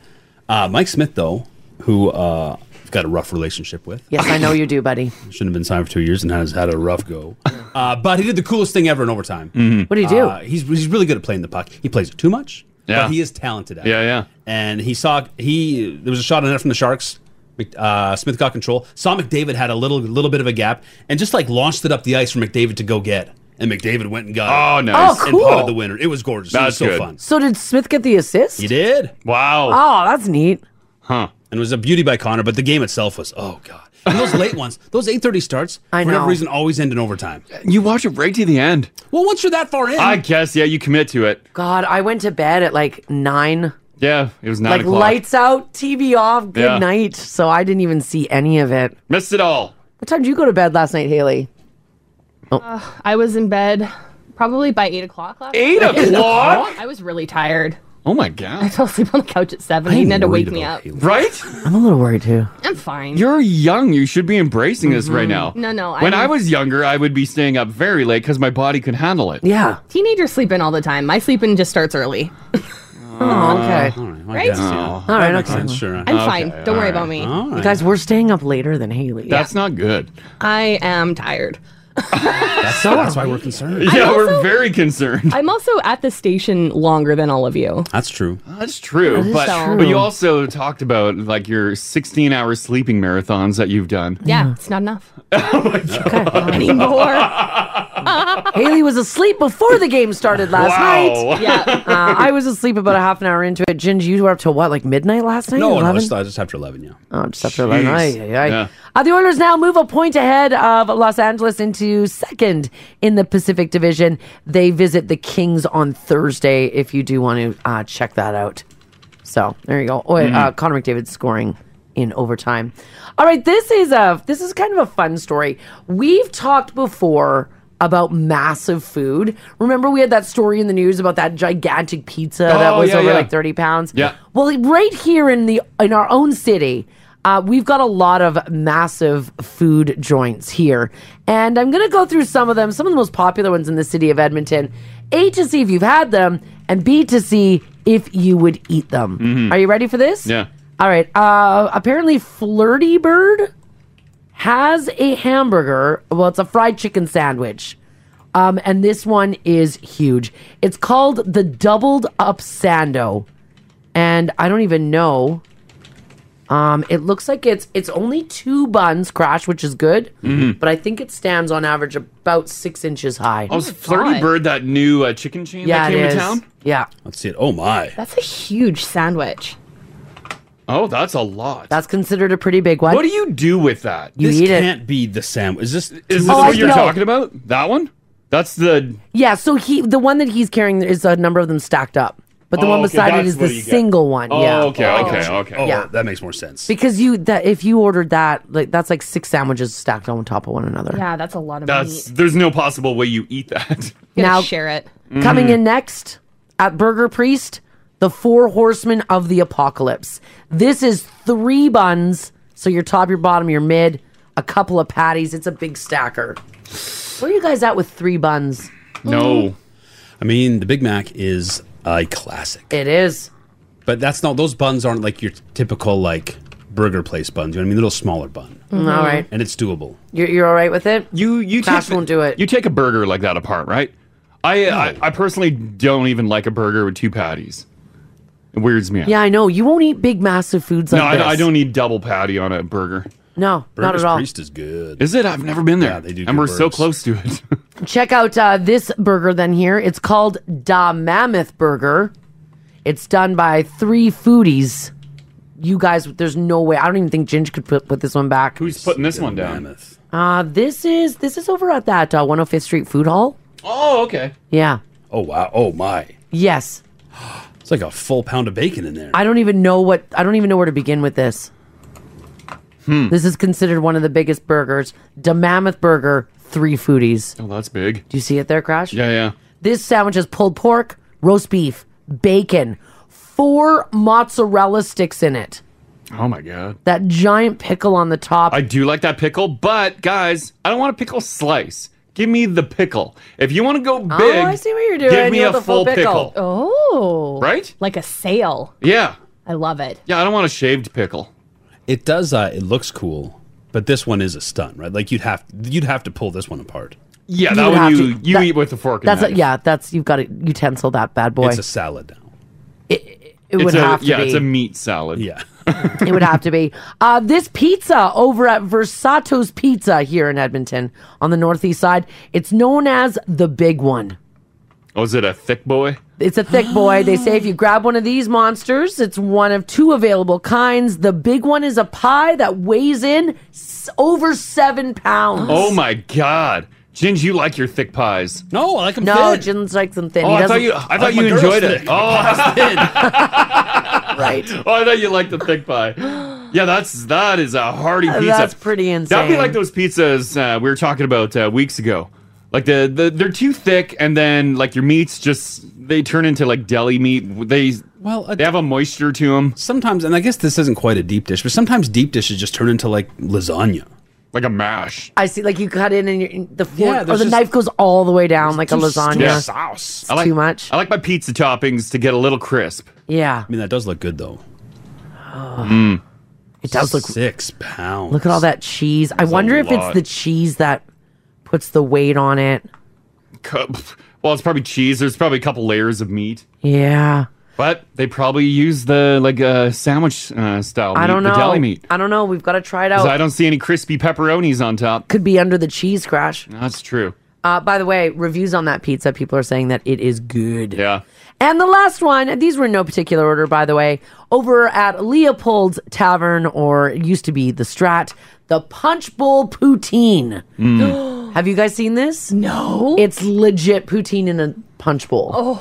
[SPEAKER 4] Uh, Mike Smith, though, who uh, I've got a rough relationship with,
[SPEAKER 8] Yes, I know you do, buddy.
[SPEAKER 4] shouldn't have been signed for two years and has had a rough go. <laughs> Uh, but he did the coolest thing ever in overtime.
[SPEAKER 3] Mm-hmm.
[SPEAKER 8] What do you do?
[SPEAKER 4] Uh, he's he's really good at playing the puck. He plays it too much,
[SPEAKER 3] Yeah.
[SPEAKER 4] but he is talented at
[SPEAKER 3] Yeah,
[SPEAKER 4] it.
[SPEAKER 3] yeah.
[SPEAKER 4] And he saw he there was a shot on net from the Sharks. Mc- Uh, Smith got control. Saw McDavid had a little little bit of a gap and just like launched it up the ice for McDavid to go get. and McDavid went and got
[SPEAKER 3] Oh,
[SPEAKER 4] it.
[SPEAKER 3] nice.
[SPEAKER 8] Oh,
[SPEAKER 4] And
[SPEAKER 8] cool.
[SPEAKER 4] potted the winner. It was gorgeous. it was
[SPEAKER 3] That's
[SPEAKER 4] so
[SPEAKER 3] good.
[SPEAKER 4] fun.
[SPEAKER 8] So did Smith get the assist?
[SPEAKER 4] He did.
[SPEAKER 3] Wow.
[SPEAKER 8] Oh, that's neat.
[SPEAKER 3] Huh.
[SPEAKER 4] And it was a beauty by Connor, but the game itself was, oh, God. And those late ones, those 8.30 starts,
[SPEAKER 8] I
[SPEAKER 4] for
[SPEAKER 8] know.
[SPEAKER 4] whatever reason, always end in overtime.
[SPEAKER 3] You watch it right to the end.
[SPEAKER 4] Well, once you're that far in,
[SPEAKER 3] I guess, yeah, you commit to it.
[SPEAKER 8] God, I went to bed at like nine.
[SPEAKER 3] Yeah, it was nine
[SPEAKER 8] like
[SPEAKER 3] o'clock.
[SPEAKER 8] lights out, TV off, good
[SPEAKER 3] Yeah.
[SPEAKER 8] night. So I didn't even see any of it.
[SPEAKER 3] Missed it all.
[SPEAKER 8] What time did you go to bed last night, Haley?
[SPEAKER 6] Uh, I was in bed probably by <laughs> eight o'clock last
[SPEAKER 3] Eight o'clock?
[SPEAKER 6] I was really tired.
[SPEAKER 3] Oh my god.
[SPEAKER 6] fell asleep on the couch at seven. He had to wake me up.
[SPEAKER 3] Right?
[SPEAKER 8] I'm a little worried too.
[SPEAKER 6] I'm fine.
[SPEAKER 3] You're young. You should be embracing this right now.
[SPEAKER 8] Mm-hmm.
[SPEAKER 6] No, no,
[SPEAKER 3] when
[SPEAKER 6] I'm-
[SPEAKER 3] I was younger, I would be staying up very late because my body could handle it.
[SPEAKER 8] Yeah.
[SPEAKER 6] Teenagers sleep in all the time. My sleeping just starts
[SPEAKER 3] <laughs>
[SPEAKER 6] early.
[SPEAKER 8] Oh, okay.
[SPEAKER 4] All right. well, I
[SPEAKER 6] Right?
[SPEAKER 4] guess,
[SPEAKER 3] Oh,
[SPEAKER 4] yeah.
[SPEAKER 8] All
[SPEAKER 4] That
[SPEAKER 8] right,
[SPEAKER 4] makes
[SPEAKER 8] okay.
[SPEAKER 4] sense, sure.
[SPEAKER 6] I'm
[SPEAKER 4] Uh,
[SPEAKER 6] fine. Don't worry
[SPEAKER 3] alright.
[SPEAKER 6] about me.
[SPEAKER 4] all right.
[SPEAKER 8] Guys, we're staying up later than Haley.
[SPEAKER 3] That's not good.
[SPEAKER 6] <laughs> I am tired.
[SPEAKER 4] that's, that's why we're concerned.
[SPEAKER 3] Yeah, we're
[SPEAKER 6] also-
[SPEAKER 3] very concerned.
[SPEAKER 6] I'm also at the station longer than all of you.
[SPEAKER 4] That's true.
[SPEAKER 3] That's true.
[SPEAKER 8] is
[SPEAKER 3] but
[SPEAKER 6] true.
[SPEAKER 3] but you also talked about like your 16 hour sleeping marathons that you've done.
[SPEAKER 6] Yeah, it's not enough.
[SPEAKER 3] <laughs>
[SPEAKER 4] <laughs>
[SPEAKER 6] Anymore.
[SPEAKER 8] <laughs> Haley was asleep before the game started last
[SPEAKER 3] <laughs>
[SPEAKER 8] night.
[SPEAKER 3] Wow.
[SPEAKER 6] Yeah.
[SPEAKER 8] Uh, I was asleep about a half an hour into it. Ginge, you were up till what, like midnight last night?
[SPEAKER 4] No, no,
[SPEAKER 8] 11?
[SPEAKER 4] just, I just after 11, yeah.
[SPEAKER 8] Oh, just after 11. Aye,
[SPEAKER 3] Jeez.
[SPEAKER 8] aye, aye.
[SPEAKER 3] Yeah.
[SPEAKER 8] Uh, the Oilers now move a point ahead of Los Angeles into second in the Pacific Division. They visit the Kings on Thursday if you do want to uh, check that out. So there you go. Oi,
[SPEAKER 3] Mm-hmm.
[SPEAKER 8] uh, Connor McDavid scoring in overtime. All right, this is a this is kind of a fun story. We've talked before about massive food. Remember, we had that story in the news about that gigantic pizza that
[SPEAKER 3] Oh,
[SPEAKER 8] was
[SPEAKER 3] yeah,
[SPEAKER 8] over
[SPEAKER 3] yeah.
[SPEAKER 8] like thirty pounds.
[SPEAKER 3] Yeah.
[SPEAKER 8] Well, right here in the in our own city, uh, we've got a lot of massive food joints here, and I'm going to go through some of them, some of the most popular ones in the city of Edmonton. A to see if you've had them, and B to see if you would eat them. Are you ready for this?
[SPEAKER 3] Yeah.
[SPEAKER 8] All right. Uh, apparently, Flirty Bird has a hamburger. Well, it's a fried chicken sandwich. Um, and this one is huge. It's called the Doubled Up Sando. And I don't even know. Um, it looks like it's it's only two buns crash, which is good.
[SPEAKER 4] Mm-hmm.
[SPEAKER 8] But I think it stands on average about six inches high.
[SPEAKER 3] I was Oh, Flirty
[SPEAKER 6] God.
[SPEAKER 3] Bird, that new uh, chicken chain
[SPEAKER 8] yeah,
[SPEAKER 3] that
[SPEAKER 8] it
[SPEAKER 3] came
[SPEAKER 8] is.
[SPEAKER 3] to town.
[SPEAKER 8] Yeah,
[SPEAKER 4] Let's see it. Oh, my.
[SPEAKER 6] That's a huge sandwich.
[SPEAKER 3] Oh, that's a lot.
[SPEAKER 8] that's considered a pretty big one.
[SPEAKER 3] what do you do with that? Is
[SPEAKER 8] You
[SPEAKER 4] this
[SPEAKER 8] eat it.
[SPEAKER 4] can't be the sandwich. Is this
[SPEAKER 3] this
[SPEAKER 4] too-
[SPEAKER 8] Oh, I
[SPEAKER 3] what you're
[SPEAKER 8] know.
[SPEAKER 3] talking about? That one? That's the
[SPEAKER 8] Yeah, so he the one that he's carrying is a number of them stacked up. But the
[SPEAKER 3] Oh,
[SPEAKER 8] one
[SPEAKER 3] okay,
[SPEAKER 8] beside it
[SPEAKER 3] that's
[SPEAKER 8] is the
[SPEAKER 3] what you get.
[SPEAKER 8] single one.
[SPEAKER 3] Oh,
[SPEAKER 8] yeah.
[SPEAKER 3] okay, okay, okay.
[SPEAKER 4] Oh,
[SPEAKER 8] Yeah.
[SPEAKER 4] that makes more sense.
[SPEAKER 8] Because you that if you ordered that, like that's like six sandwiches stacked on top of one another.
[SPEAKER 6] Yeah, that's a lot of
[SPEAKER 3] That's
[SPEAKER 6] meat.
[SPEAKER 3] there's no possible way you eat that.
[SPEAKER 6] You gotta
[SPEAKER 8] <laughs>
[SPEAKER 3] <laughs>
[SPEAKER 8] Now-
[SPEAKER 6] share it.
[SPEAKER 3] Mm.
[SPEAKER 8] Coming in next at Burger Priest, the four horsemen of the apocalypse. This is three buns, so your top, your bottom, your mid, a couple of patties. It's a big stacker. Where are you guys at with three buns? Mm-hmm.
[SPEAKER 3] no.
[SPEAKER 4] I mean, the Big Mac is a classic,
[SPEAKER 8] It is.
[SPEAKER 4] but that's not. Those buns aren't like your typical like burger place buns. You know what I mean? Little smaller bun,
[SPEAKER 8] Mm-hmm. All right.
[SPEAKER 4] and it's doable.
[SPEAKER 8] You're, you're all right with it?
[SPEAKER 3] You you
[SPEAKER 8] Crash
[SPEAKER 3] take,
[SPEAKER 8] won't do it.
[SPEAKER 3] You take a burger like that apart, right? I, I I personally don't even like a burger with two patties. It weirds me out.
[SPEAKER 8] yeah, I know. You won't eat big, massive foods
[SPEAKER 3] No,
[SPEAKER 8] like this.
[SPEAKER 3] I, I don't need double patty on a burger.
[SPEAKER 8] No, not
[SPEAKER 4] Burger's
[SPEAKER 8] at all.
[SPEAKER 4] Priest is good.
[SPEAKER 3] Is it? I've never been there.
[SPEAKER 4] Yeah, they do
[SPEAKER 3] And
[SPEAKER 4] good
[SPEAKER 3] we're so
[SPEAKER 4] burgers.
[SPEAKER 3] close to it. <laughs>
[SPEAKER 8] Check out uh, this burger then here. It's called Da Mammoth Burger. It's done by three foodies. You guys, there's no way. I don't even think Ginge could put, put this one back.
[SPEAKER 3] Who's putting this one down?
[SPEAKER 4] Mammoth.
[SPEAKER 8] Uh, this is this is over at that uh, 105th Street Food Hall.
[SPEAKER 3] Oh, okay.
[SPEAKER 8] Yeah.
[SPEAKER 4] Oh wow! Oh my!
[SPEAKER 8] Yes.
[SPEAKER 4] It's like a full pound of bacon in there.
[SPEAKER 8] I don't even know what I don't even know where to begin with this.
[SPEAKER 3] Hmm.
[SPEAKER 8] This is considered one of the biggest burgers. Da Mammoth Burger, three foodies.
[SPEAKER 3] Oh, that's big.
[SPEAKER 8] Do you see it there, Crash?
[SPEAKER 3] Yeah, yeah.
[SPEAKER 8] This sandwich has pulled pork, roast beef, bacon, four mozzarella sticks in it,
[SPEAKER 3] Oh my god.
[SPEAKER 8] that giant pickle on the top.
[SPEAKER 3] I do like that pickle, but guys, I don't want a pickle slice. Give me the pickle. If you want to go big,
[SPEAKER 8] Oh, I see what you're doing.
[SPEAKER 3] Give me
[SPEAKER 8] You
[SPEAKER 3] a
[SPEAKER 8] want the full
[SPEAKER 3] full pickle.
[SPEAKER 6] Oh.
[SPEAKER 3] Right?
[SPEAKER 6] Like a sale.
[SPEAKER 3] Yeah.
[SPEAKER 6] I love it.
[SPEAKER 3] Yeah, I don't want a shaved pickle.
[SPEAKER 4] It does. Uh, it looks cool, but this one is a stunt, right? Like you'd have you'd have to pull this one apart.
[SPEAKER 3] Yeah,
[SPEAKER 8] would
[SPEAKER 3] that one
[SPEAKER 8] have
[SPEAKER 3] you
[SPEAKER 8] to-
[SPEAKER 3] you
[SPEAKER 8] that-
[SPEAKER 3] eat with a fork.
[SPEAKER 8] that's
[SPEAKER 3] and
[SPEAKER 8] a,
[SPEAKER 3] knife.
[SPEAKER 8] yeah, that's you've got to utensil that bad boy.
[SPEAKER 4] It's a salad now.
[SPEAKER 8] It would
[SPEAKER 3] a,
[SPEAKER 8] have to
[SPEAKER 3] yeah,
[SPEAKER 8] be.
[SPEAKER 3] it's a meat salad.
[SPEAKER 4] Yeah.
[SPEAKER 8] It would have to be. Uh, this pizza over at Versato's Pizza here in Edmonton on the northeast side. It's known as the big one.
[SPEAKER 3] Oh, is it a thick boy?
[SPEAKER 8] It's a thick boy. They say if you grab one of these monsters, it's one of two available kinds. The big one is a pie that weighs in s- over seven pounds.
[SPEAKER 3] Oh my god, Ginge, you like your thick pies?
[SPEAKER 4] No, I like them
[SPEAKER 8] No, Jin's like something.
[SPEAKER 3] Oh,
[SPEAKER 8] he
[SPEAKER 3] I thought
[SPEAKER 8] doesn't-
[SPEAKER 3] you, I
[SPEAKER 4] like
[SPEAKER 3] thought you
[SPEAKER 4] my girls
[SPEAKER 3] enjoyed it.
[SPEAKER 4] thick. <laughs>
[SPEAKER 3] Oh,
[SPEAKER 8] right.
[SPEAKER 3] <laughs> oh, I thought you liked the thick
[SPEAKER 8] <gasps>
[SPEAKER 3] pie. Yeah, that's that is a hearty pizza.
[SPEAKER 8] That's pretty insane.
[SPEAKER 3] That'd be like those pizzas uh, we were talking about uh, weeks ago. Like the, the they're too thick, and then like your meats just they turn into like deli meat. They
[SPEAKER 4] Well, a-
[SPEAKER 3] they have a moisture to them,
[SPEAKER 4] sometimes, and I guess this isn't quite a deep dish, but sometimes deep dishes just turn into like lasagna.
[SPEAKER 3] like a mash.
[SPEAKER 8] I see. Like you cut in and you're, the fork
[SPEAKER 4] Yeah,
[SPEAKER 8] or the
[SPEAKER 4] there's just-
[SPEAKER 8] knife goes all the way down like a lasagna.
[SPEAKER 3] Yeah.
[SPEAKER 4] sauce.
[SPEAKER 3] I like
[SPEAKER 8] too much.
[SPEAKER 3] I like my pizza toppings to get a little crisp.
[SPEAKER 8] Yeah,
[SPEAKER 4] I mean, that does look good though.
[SPEAKER 8] Ah.
[SPEAKER 3] Mm.
[SPEAKER 8] it does look.
[SPEAKER 4] six
[SPEAKER 8] <laughs>
[SPEAKER 4] pounds.
[SPEAKER 8] Look at all that cheese. I wonder if it's
[SPEAKER 3] lot.
[SPEAKER 8] the cheese that puts the weight on it.
[SPEAKER 3] Cu- Well, it's probably cheese. There's probably a couple layers of meat,
[SPEAKER 8] Yeah,
[SPEAKER 3] but they probably use the like uh, sandwich uh, style. Meat,
[SPEAKER 8] I don't know.
[SPEAKER 3] The deli meat.
[SPEAKER 8] I don't know. We've got to try it out.
[SPEAKER 3] Because I don't see any crispy pepperonis on top.
[SPEAKER 8] Could be under the cheese crash.
[SPEAKER 3] That's true.
[SPEAKER 8] Uh, by the way, reviews on that pizza, people are saying that it is good.
[SPEAKER 3] Yeah.
[SPEAKER 8] And the last one, these were in no particular order, by the way, over at Leopold's Tavern, or it used to be the Strat, the Punch Bowl Poutine.
[SPEAKER 3] Mm.
[SPEAKER 8] <gasps> Have you guys seen this?
[SPEAKER 6] No.
[SPEAKER 8] It's legit poutine in a punch bowl. <laughs>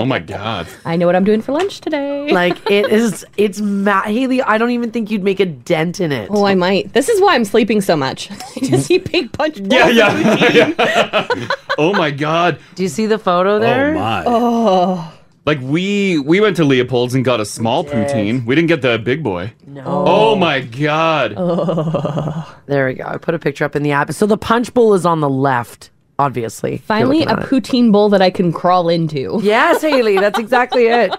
[SPEAKER 3] Oh my god.
[SPEAKER 6] I know what I'm doing for lunch today.
[SPEAKER 8] Like it is, it's ma Haley, I don't even think you'd make a dent in it.
[SPEAKER 6] Oh, I might. This is why I'm sleeping so much. <laughs> I just eat big punch.
[SPEAKER 3] <laughs> Yeah,
[SPEAKER 6] bowls.
[SPEAKER 3] yeah. yeah. oh my god.
[SPEAKER 8] Do you see the photo there?
[SPEAKER 4] Oh my!
[SPEAKER 3] Like we we went to Leopold's and got a small poutine. We didn't get the big boy. No. Oh my god.
[SPEAKER 8] <laughs> There we go. I put a picture up in the app. So the punch bowl is on the left, obviously. if you're
[SPEAKER 6] Finally,
[SPEAKER 8] looking
[SPEAKER 6] a
[SPEAKER 8] at it.
[SPEAKER 6] poutine bowl that I can crawl into. <laughs>
[SPEAKER 8] Yes, Haley, that's exactly it.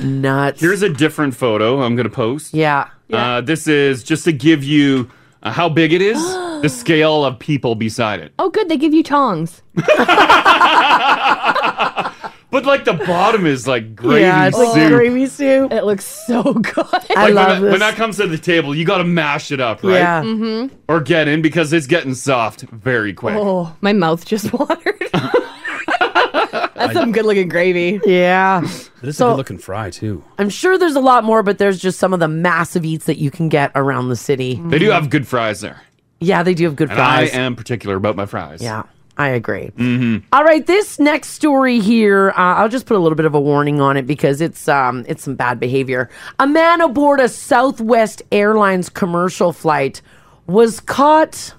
[SPEAKER 8] Nuts.
[SPEAKER 3] Here's a different photo I'm gonna post.
[SPEAKER 8] yeah.
[SPEAKER 3] Uh, this is just to give you uh, how big
[SPEAKER 8] <gasps>
[SPEAKER 3] it is, the scale of people beside it.
[SPEAKER 6] Oh, good. They give you tongs.
[SPEAKER 3] But like the bottom is like gravy
[SPEAKER 8] yeah, it's like
[SPEAKER 3] soup.
[SPEAKER 8] gravy soup.
[SPEAKER 6] It looks so <laughs> good.
[SPEAKER 8] I
[SPEAKER 3] Like,
[SPEAKER 8] love
[SPEAKER 3] when, that,
[SPEAKER 8] this.
[SPEAKER 3] when that comes to the table, you got to mash it up, right?
[SPEAKER 8] Yeah. Mm-hmm.
[SPEAKER 6] Mm-hmm.
[SPEAKER 3] Or get in because it's getting soft very quick.
[SPEAKER 6] Oh, my mouth just watered. That's some good looking gravy.
[SPEAKER 3] <laughs>
[SPEAKER 8] Yeah.
[SPEAKER 4] This is
[SPEAKER 8] So-
[SPEAKER 4] a good looking fry too.
[SPEAKER 8] I'm sure there's a lot more, but there's just some of the massive eats that you can get around the city.
[SPEAKER 3] They do have good fries there.
[SPEAKER 8] Yeah, they do have good
[SPEAKER 3] And
[SPEAKER 8] fries.
[SPEAKER 3] I am particular about my fries. Mm-hmm.
[SPEAKER 8] Yeah, I agree. All right, this next story here, uh, I'll just put a little bit of a warning on it because it's um, it's some bad behavior. A man aboard a Southwest Airlines commercial flight was caught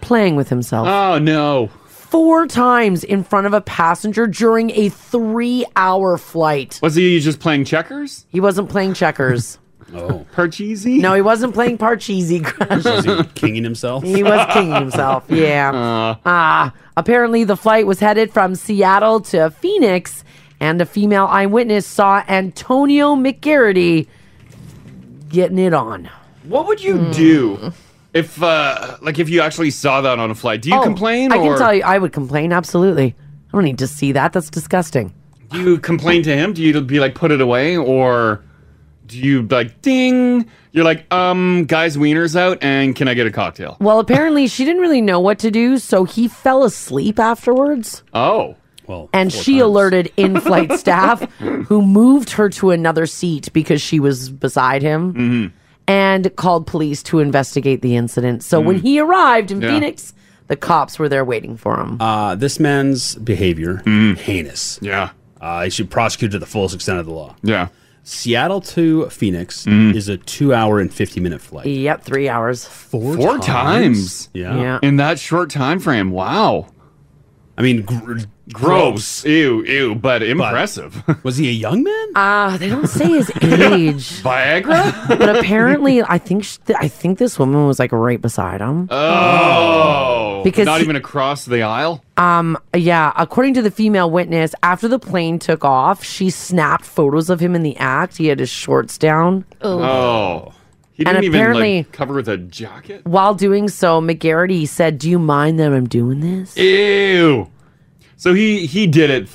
[SPEAKER 8] playing with himself
[SPEAKER 3] Oh no.
[SPEAKER 8] four times in front of a passenger during a three-hour flight.
[SPEAKER 3] Was he just playing checkers?
[SPEAKER 8] He wasn't
[SPEAKER 3] <laughs>
[SPEAKER 8] playing checkers.
[SPEAKER 4] Oh,
[SPEAKER 3] Parcheesi?
[SPEAKER 8] no, he wasn't playing Parcheesi. Crash.
[SPEAKER 4] is he kinging himself?
[SPEAKER 8] He was kinging himself.
[SPEAKER 3] <laughs>
[SPEAKER 8] Yeah.
[SPEAKER 3] Uh,
[SPEAKER 8] Ah. apparently, the flight was headed from Seattle to Phoenix, and a female eyewitness saw Antonio McGarity getting it on.
[SPEAKER 3] What would
[SPEAKER 8] Hmm.
[SPEAKER 3] you do if, uh, like, if you actually saw that on a flight? Do you complain?
[SPEAKER 8] Oh, I
[SPEAKER 3] or
[SPEAKER 8] can tell you, I would complain. Absolutely. I don't need to see that. That's disgusting.
[SPEAKER 3] Do you complain to him? Do you be like, put it away, or do you like, ding? You're like, um, guys, wieners out, and can I get a cocktail?
[SPEAKER 8] Well, apparently, she didn't really know what to do, so he fell asleep afterwards.
[SPEAKER 3] Oh,
[SPEAKER 4] Well,
[SPEAKER 8] And
[SPEAKER 4] four
[SPEAKER 8] she
[SPEAKER 4] times.
[SPEAKER 3] <laughs>
[SPEAKER 8] alerted in flight staff who moved her to another seat because she was beside him
[SPEAKER 3] Mm-hmm.
[SPEAKER 8] and called police to investigate the incident. So
[SPEAKER 3] Mm.
[SPEAKER 8] when he arrived in
[SPEAKER 3] Yeah.
[SPEAKER 8] Phoenix, the cops were there waiting for him.
[SPEAKER 4] Uh, this man's behavior heinous.
[SPEAKER 3] Mm. yeah,
[SPEAKER 4] Uh, he should be prosecuted to the fullest extent of the law.
[SPEAKER 3] yeah. Mm.
[SPEAKER 4] Seattle to Phoenix is a two-hour and fifty-minute flight.
[SPEAKER 8] yep, three hours.
[SPEAKER 4] Four,
[SPEAKER 3] Four times?
[SPEAKER 4] Yeah.
[SPEAKER 8] Yeah.
[SPEAKER 3] In that short time frame, wow.
[SPEAKER 4] I mean, gr-
[SPEAKER 3] Gross. Ew, ew, but impressive. <laughs>
[SPEAKER 4] was he a young man?
[SPEAKER 8] Uh, they don't <laughs> say his age,
[SPEAKER 3] <laughs> Viagra?
[SPEAKER 8] but apparently, I think sh I think this woman was like right beside him.
[SPEAKER 3] Oh.
[SPEAKER 8] Because
[SPEAKER 3] Not
[SPEAKER 8] he-
[SPEAKER 3] even across the aisle?
[SPEAKER 8] Um, Yeah, according to the female witness, after the plane took off, she snapped photos of him in the act. He had his shorts down.
[SPEAKER 3] Oh. He
[SPEAKER 8] And
[SPEAKER 3] didn't even
[SPEAKER 8] apparently-
[SPEAKER 3] like cover with a jacket?
[SPEAKER 8] While doing so, McGarity said, "Do you mind that I'm doing this?"
[SPEAKER 3] Ew. So he he did it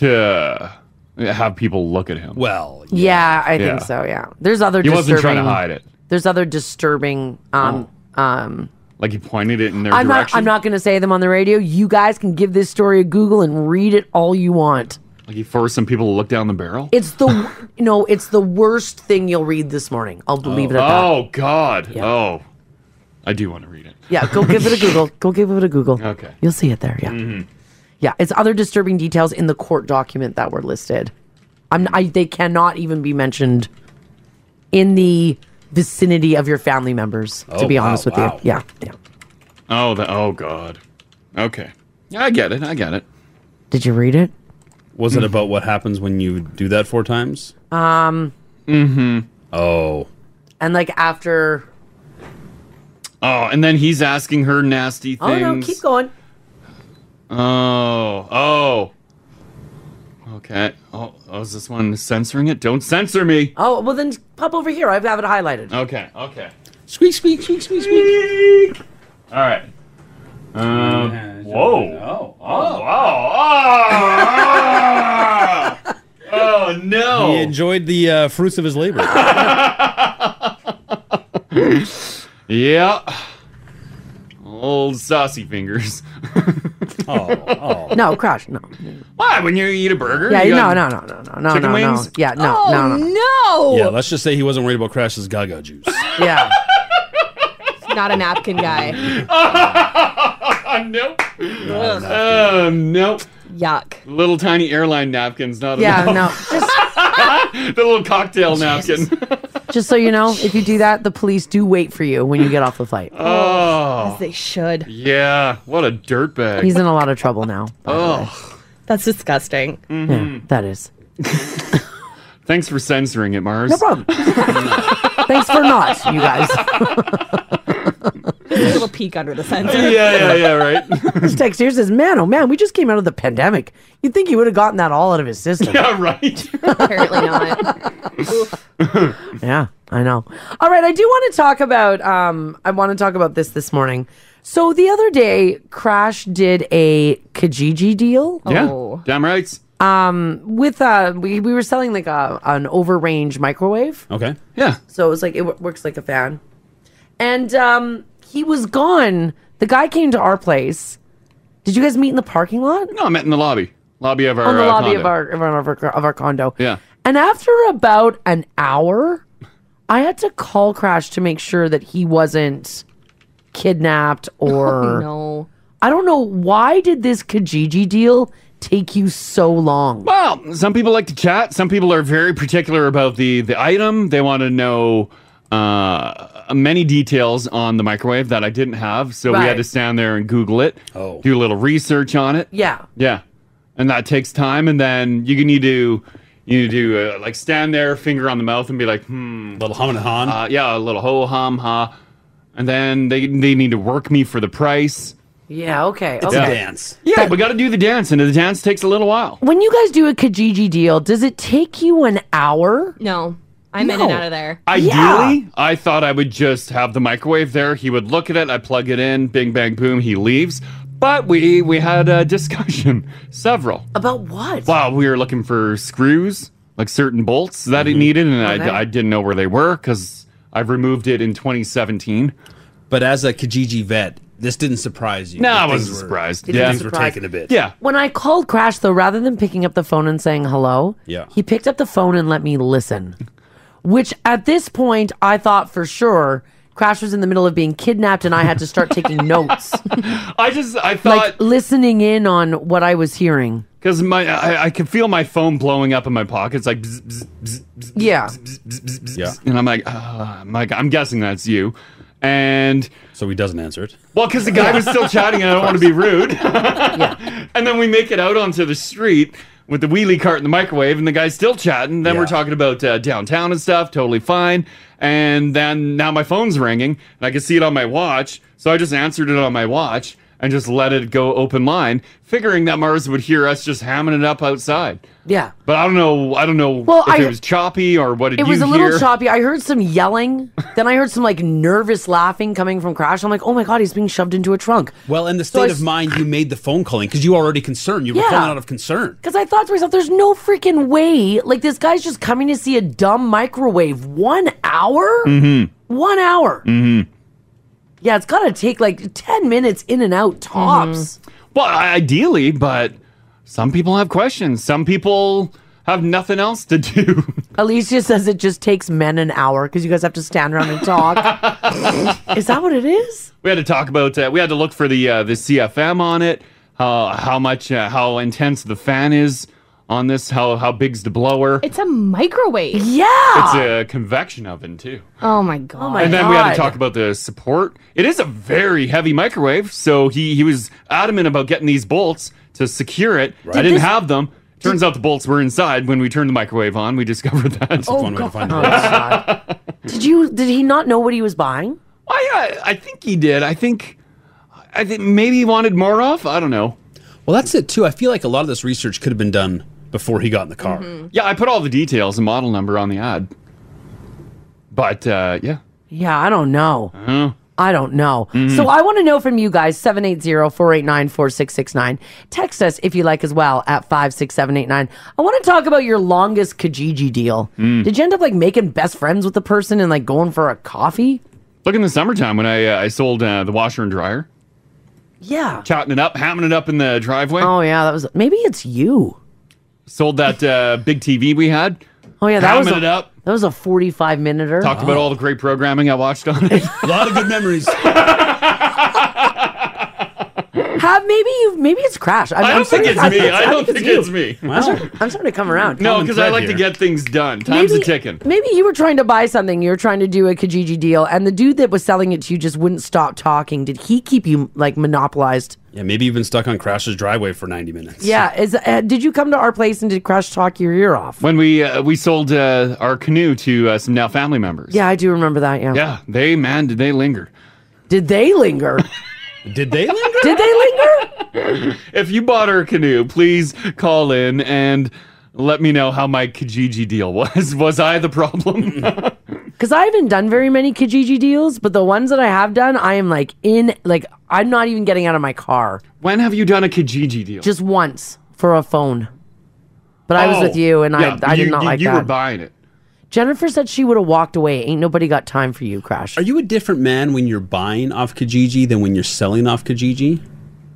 [SPEAKER 3] to have people look at him.
[SPEAKER 4] Well,
[SPEAKER 8] Yeah, I
[SPEAKER 3] Yeah.
[SPEAKER 8] think so. Yeah, there's other.
[SPEAKER 3] He
[SPEAKER 8] disturbing,
[SPEAKER 3] wasn't trying to hide it. Oh.
[SPEAKER 8] There's other disturbing. Um, um,
[SPEAKER 3] like he pointed it in their
[SPEAKER 8] I'm not.
[SPEAKER 3] direction.
[SPEAKER 8] I'm not going to say them on the radio. You guys can give this story a Google and read it all you want.
[SPEAKER 3] Like he forced some people to look down the barrel.
[SPEAKER 8] It's the no. It's the worst thing you'll read this morning. I'll believe it. At that.
[SPEAKER 3] Oh God. Oh, I do want to read it.
[SPEAKER 8] Yeah, go give it a Google. Go give it a Google.
[SPEAKER 3] Okay. Mm-hmm.
[SPEAKER 8] You'll see it there. Yeah. Yeah. It's other disturbing details in the court document that were listed. I'm, I, they cannot even be mentioned in the vicinity of your family members, to
[SPEAKER 3] Oh,
[SPEAKER 8] be
[SPEAKER 3] wow,
[SPEAKER 8] honest with
[SPEAKER 3] wow.
[SPEAKER 8] you. Yeah. Yeah.
[SPEAKER 3] <laughs> Oh, the, oh God. Okay. I get it. I get it.
[SPEAKER 8] Did you read it?
[SPEAKER 4] Was it about what happens when you do that four times?
[SPEAKER 8] Um,
[SPEAKER 3] Mm-hmm.
[SPEAKER 4] Oh.
[SPEAKER 8] and like after.
[SPEAKER 3] Oh, and then he's asking her nasty
[SPEAKER 8] Oh,
[SPEAKER 3] things.
[SPEAKER 8] no. Keep going.
[SPEAKER 3] Oh, oh. Okay. Oh, oh, is this one censoring it? Don't censor me.
[SPEAKER 8] Oh, well, then pop over here. I have it highlighted.
[SPEAKER 3] Okay. Okay.
[SPEAKER 4] Squeak, squeak, squeak, squeak, squeak.
[SPEAKER 3] All right. Um, whoa. Oh, oh, oh, <laughs> oh, oh,
[SPEAKER 4] <laughs>
[SPEAKER 3] no.
[SPEAKER 4] He enjoyed the uh, fruits of his labor.
[SPEAKER 3] Yeah. Old saucy fingers. <laughs>
[SPEAKER 4] Oh,
[SPEAKER 8] No, crash. No.
[SPEAKER 3] Why? <laughs> When you eat a burger?
[SPEAKER 8] Yeah.
[SPEAKER 3] you got
[SPEAKER 8] No, no, no, no, no, no,
[SPEAKER 3] chicken
[SPEAKER 8] no,
[SPEAKER 3] wings?
[SPEAKER 8] no. Yeah. No, no,
[SPEAKER 4] Oh,
[SPEAKER 8] no.
[SPEAKER 6] Oh, no.
[SPEAKER 4] Yeah, let's just say he wasn't worried about Crash's gaga juice.
[SPEAKER 8] Yeah.
[SPEAKER 6] Not a napkin guy.
[SPEAKER 3] nope. Uh, nope.
[SPEAKER 6] Yuck.
[SPEAKER 3] Little tiny airline napkins, not
[SPEAKER 8] Yeah.
[SPEAKER 3] enough.
[SPEAKER 8] No.
[SPEAKER 3] <laughs> the
[SPEAKER 8] Just.
[SPEAKER 3] little cocktail napkin.
[SPEAKER 8] Just so you know, if you do that, the police do wait for you when you get off the flight.
[SPEAKER 3] <laughs> Oh,
[SPEAKER 6] They should.
[SPEAKER 3] yeah. What a dirtbag.
[SPEAKER 8] He's in a lot of trouble now.
[SPEAKER 3] oh,
[SPEAKER 6] That's disgusting.
[SPEAKER 3] Mm-hmm.
[SPEAKER 8] Yeah, that is.
[SPEAKER 3] <laughs> thanks for censoring it, Mars.
[SPEAKER 8] No
[SPEAKER 3] <laughs>
[SPEAKER 8] problem. Thanks for not, you guys.
[SPEAKER 6] Just a little peek under the
[SPEAKER 3] yeah,
[SPEAKER 6] center.
[SPEAKER 3] yeah, yeah, right.
[SPEAKER 8] <laughs> This text here says, man, oh man, we just came out of the pandemic. You'd think he would have gotten that all out of his system.
[SPEAKER 3] yeah, right.
[SPEAKER 6] Apparently not.
[SPEAKER 8] Yeah, I know. All right, I do want to talk about um I want to talk about this this morning. So the other day, Crash did a Kijiji deal.
[SPEAKER 3] Yeah.
[SPEAKER 6] Oh.
[SPEAKER 3] Damn right.
[SPEAKER 8] Um with uh we, we were selling like a an overrange microwave.
[SPEAKER 4] Okay.
[SPEAKER 3] Yeah.
[SPEAKER 8] So it was like it w- works like a fan. And um he was gone. The guy came to our place. Did you guys meet in the parking lot?
[SPEAKER 3] No, I met in the lobby. <laughs> Lobby of our
[SPEAKER 8] On the
[SPEAKER 3] uh,
[SPEAKER 8] lobby
[SPEAKER 3] condo.
[SPEAKER 8] of our, of our of our of our condo.
[SPEAKER 3] Yeah.
[SPEAKER 8] And after about an hour, I had to call Crash to make sure that he wasn't
[SPEAKER 6] <laughs>
[SPEAKER 8] kidnapped or
[SPEAKER 6] Oh, No.
[SPEAKER 8] I don't know why did this Kijiji deal take you so long?
[SPEAKER 3] Well, some people like to chat. Some people are very particular about the the item. They want to know uh, many details on the microwave that I didn't have, so we had
[SPEAKER 8] Right.
[SPEAKER 3] to stand there and Google it,
[SPEAKER 4] Oh.
[SPEAKER 3] do a little research on it.
[SPEAKER 8] Yeah.
[SPEAKER 3] yeah, and that takes time. And then you need to you need to uh, like stand there, finger on the mouth, and be like, hmm,
[SPEAKER 4] Little hum and han.
[SPEAKER 3] uh, yeah, a little ho hum ha. And then they they need to work me for the price.
[SPEAKER 8] Yeah, okay.
[SPEAKER 4] it's
[SPEAKER 8] okay.
[SPEAKER 4] a dance.
[SPEAKER 3] Yeah, we got to do the dance, and the dance takes a little while.
[SPEAKER 8] When you guys do a Kijiji deal, does it take you an hour?
[SPEAKER 6] No. I'm in and
[SPEAKER 8] No.
[SPEAKER 6] out of there.
[SPEAKER 3] Ideally,
[SPEAKER 8] Yeah.
[SPEAKER 3] I thought I would just have the microwave there. He would look at it. I plug it in. Bing, bang, boom. He leaves. But we we had a <laughs> discussion, several.
[SPEAKER 8] About what?
[SPEAKER 3] Wow, we were looking for screws, like certain bolts that it needed, and
[SPEAKER 8] Okay.
[SPEAKER 3] I, I didn't know where they were because I've removed it in 2017.
[SPEAKER 4] But as a Kijiji vet, this didn't surprise you.
[SPEAKER 3] No,
[SPEAKER 4] that
[SPEAKER 3] I wasn't
[SPEAKER 4] things were-
[SPEAKER 3] surprised.
[SPEAKER 8] didn't
[SPEAKER 3] Yeah,
[SPEAKER 4] Things were
[SPEAKER 8] Surprise.
[SPEAKER 4] taking a bit.
[SPEAKER 3] yeah.
[SPEAKER 8] When I called Crash, though, rather than picking up the phone and saying hello,
[SPEAKER 4] Yeah.
[SPEAKER 8] he picked up the phone and let me listen. Which at this point, I thought for sure Crash was in the middle of being kidnapped and I had to start taking
[SPEAKER 3] <laughs>
[SPEAKER 8] notes,
[SPEAKER 3] I just I
[SPEAKER 8] like
[SPEAKER 3] thought
[SPEAKER 8] listening in on what I was hearing.
[SPEAKER 3] because my I, I could feel my phone blowing up in my pockets, like bzz, bzz, bzz, bzz,
[SPEAKER 8] Yeah.
[SPEAKER 4] Yeah.
[SPEAKER 3] and I'm like, uh, I'm like, I'm guessing that's you, and.
[SPEAKER 4] So he doesn't answer it.
[SPEAKER 3] Well, because the guy was still chatting, and I don't want
[SPEAKER 4] <laughs>
[SPEAKER 3] to be rude. And then we make it out onto the street with the wheelie cart and the microwave, and the guy's still chatting. Then we're
[SPEAKER 4] Yeah.
[SPEAKER 3] talking about uh, downtown and stuff, totally fine. And then now my phone's ringing, and I can see it on my watch, so I just answered it on my watch. and just let it go open line, figuring that Mars would hear us just hamming it up outside.
[SPEAKER 8] Yeah.
[SPEAKER 3] But I don't know. I don't know
[SPEAKER 8] Well,
[SPEAKER 3] if
[SPEAKER 8] I-
[SPEAKER 3] it was choppy or what did
[SPEAKER 8] It
[SPEAKER 3] you
[SPEAKER 8] was a
[SPEAKER 3] hear?
[SPEAKER 8] little choppy. I heard some yelling. then I heard some like nervous laughing coming from Crash. I'm like, oh my God, he's being shoved into a trunk.
[SPEAKER 4] Well, in the
[SPEAKER 8] So I
[SPEAKER 4] state
[SPEAKER 8] s-
[SPEAKER 4] of mind, you made the phone calling because you were already concerned. You were
[SPEAKER 8] Yeah.
[SPEAKER 4] calling out of concern.
[SPEAKER 8] Because I thought to myself, there's no freaking way. Like, this guy's just coming to see a dumb microwave. One hour? One hour.
[SPEAKER 3] Mm-hmm.
[SPEAKER 8] Yeah, it's got to take like 10 minutes in and out tops.
[SPEAKER 3] Well, i- ideally, but some people have questions. Some people have nothing else to <laughs> do.
[SPEAKER 8] Alicia says it just takes men an hour because you guys have to stand around and talk. is that what it is?
[SPEAKER 3] We had to talk about uh, we had to look for the uh, the CFM on it. Uh, how much uh, how intense the fan is on this? How how big's the blower?
[SPEAKER 6] It's a microwave.
[SPEAKER 3] It's a convection oven too.
[SPEAKER 6] oh my god. Oh
[SPEAKER 3] and then we had to talk about the support. It is a very heavy microwave, so he he was adamant about getting these bolts to secure it. I
[SPEAKER 8] Did
[SPEAKER 3] didn't
[SPEAKER 8] this-
[SPEAKER 3] have them. Turns out the bolts were inside when we turned the microwave on. We <laughs> discovered that.
[SPEAKER 8] Oh, Did you? Did he not know what he was buying?
[SPEAKER 3] Oh, I, uh, I I think he did. I think I think maybe he wanted more of. I don't know.
[SPEAKER 4] Well, that's it too. I feel like a lot of this research could have been done before he got in the car.
[SPEAKER 8] Mm-hmm.
[SPEAKER 3] Yeah, I put all the details and model number on the ad. But uh, yeah.
[SPEAKER 8] Yeah, I don't know.
[SPEAKER 3] Oh.
[SPEAKER 8] I don't know.
[SPEAKER 3] Mm-hmm.
[SPEAKER 8] So I want to know from you guys 780-489-4669. Text us if you like as well at 56789. I want to talk about your longest Kijiji deal.
[SPEAKER 3] Mm.
[SPEAKER 8] Did you end up like making best friends with the person and like going for a coffee?
[SPEAKER 3] Look in the summertime when I uh, I sold uh, the washer and dryer,
[SPEAKER 8] Yeah.
[SPEAKER 3] chatting it up, hamming it up in the driveway.
[SPEAKER 8] Oh yeah, that was maybe it's you.
[SPEAKER 3] Sold that uh, big TV we had.
[SPEAKER 8] Oh yeah, that was
[SPEAKER 3] Hamming
[SPEAKER 8] a,
[SPEAKER 3] it up.
[SPEAKER 8] That was a 45 minuter.
[SPEAKER 3] Talked about all the great programming I watched on it.
[SPEAKER 4] a lot of good
[SPEAKER 8] <laughs>
[SPEAKER 4] memories.
[SPEAKER 8] <gasps> Have maybe you maybe it's Crash. <laughs> I'm,
[SPEAKER 3] I
[SPEAKER 8] I'm
[SPEAKER 3] don't think
[SPEAKER 8] sorry,
[SPEAKER 3] it's me. I don't
[SPEAKER 8] think
[SPEAKER 3] think
[SPEAKER 8] you.
[SPEAKER 3] it's me.
[SPEAKER 8] I'm sorry- I'm starting to come around.
[SPEAKER 3] No,
[SPEAKER 8] Common
[SPEAKER 3] because I
[SPEAKER 8] thread
[SPEAKER 3] like
[SPEAKER 8] here.
[SPEAKER 3] to get things done. Time's a ticking.
[SPEAKER 8] Maybe you were trying to buy something. You were trying to do a Kijiji deal, and the dude that was selling it to you just wouldn't stop talking. Did he keep you like monopolized?
[SPEAKER 4] yeah, maybe you've been stuck on Crash's driveway for 90 minutes.
[SPEAKER 8] Yeah. Is uh, did you come to our place and did Crash talk your ear off?
[SPEAKER 3] When we uh, we sold uh, our canoe to uh, some now family members.
[SPEAKER 8] Yeah, I do remember that. Yeah.
[SPEAKER 3] Yeah, they man, did they linger?
[SPEAKER 8] Did they <laughs> linger?
[SPEAKER 4] did they linger?
[SPEAKER 8] <laughs> Did they linger?
[SPEAKER 3] <laughs> if you bought our canoe, please call in and let me know how my Kijiji deal was. <laughs> Was I the problem? <laughs>
[SPEAKER 8] Because I haven't done very many Kijiji deals, but the ones that I have done, I am like in like I'm not even getting out of my car.
[SPEAKER 3] when have you done a Kijiji deal?
[SPEAKER 8] Just once for a phone. But I was
[SPEAKER 3] Oh,
[SPEAKER 8] with you, and
[SPEAKER 3] yeah,
[SPEAKER 8] I I did
[SPEAKER 3] you-
[SPEAKER 8] not
[SPEAKER 3] you-
[SPEAKER 8] like
[SPEAKER 3] you
[SPEAKER 8] that.
[SPEAKER 3] were buying it.
[SPEAKER 8] Jennifer said she would have walked away. Ain't nobody got time for you, Crash.
[SPEAKER 4] Are you a different man when you're buying off Kijiji than when you're selling off Kijiji?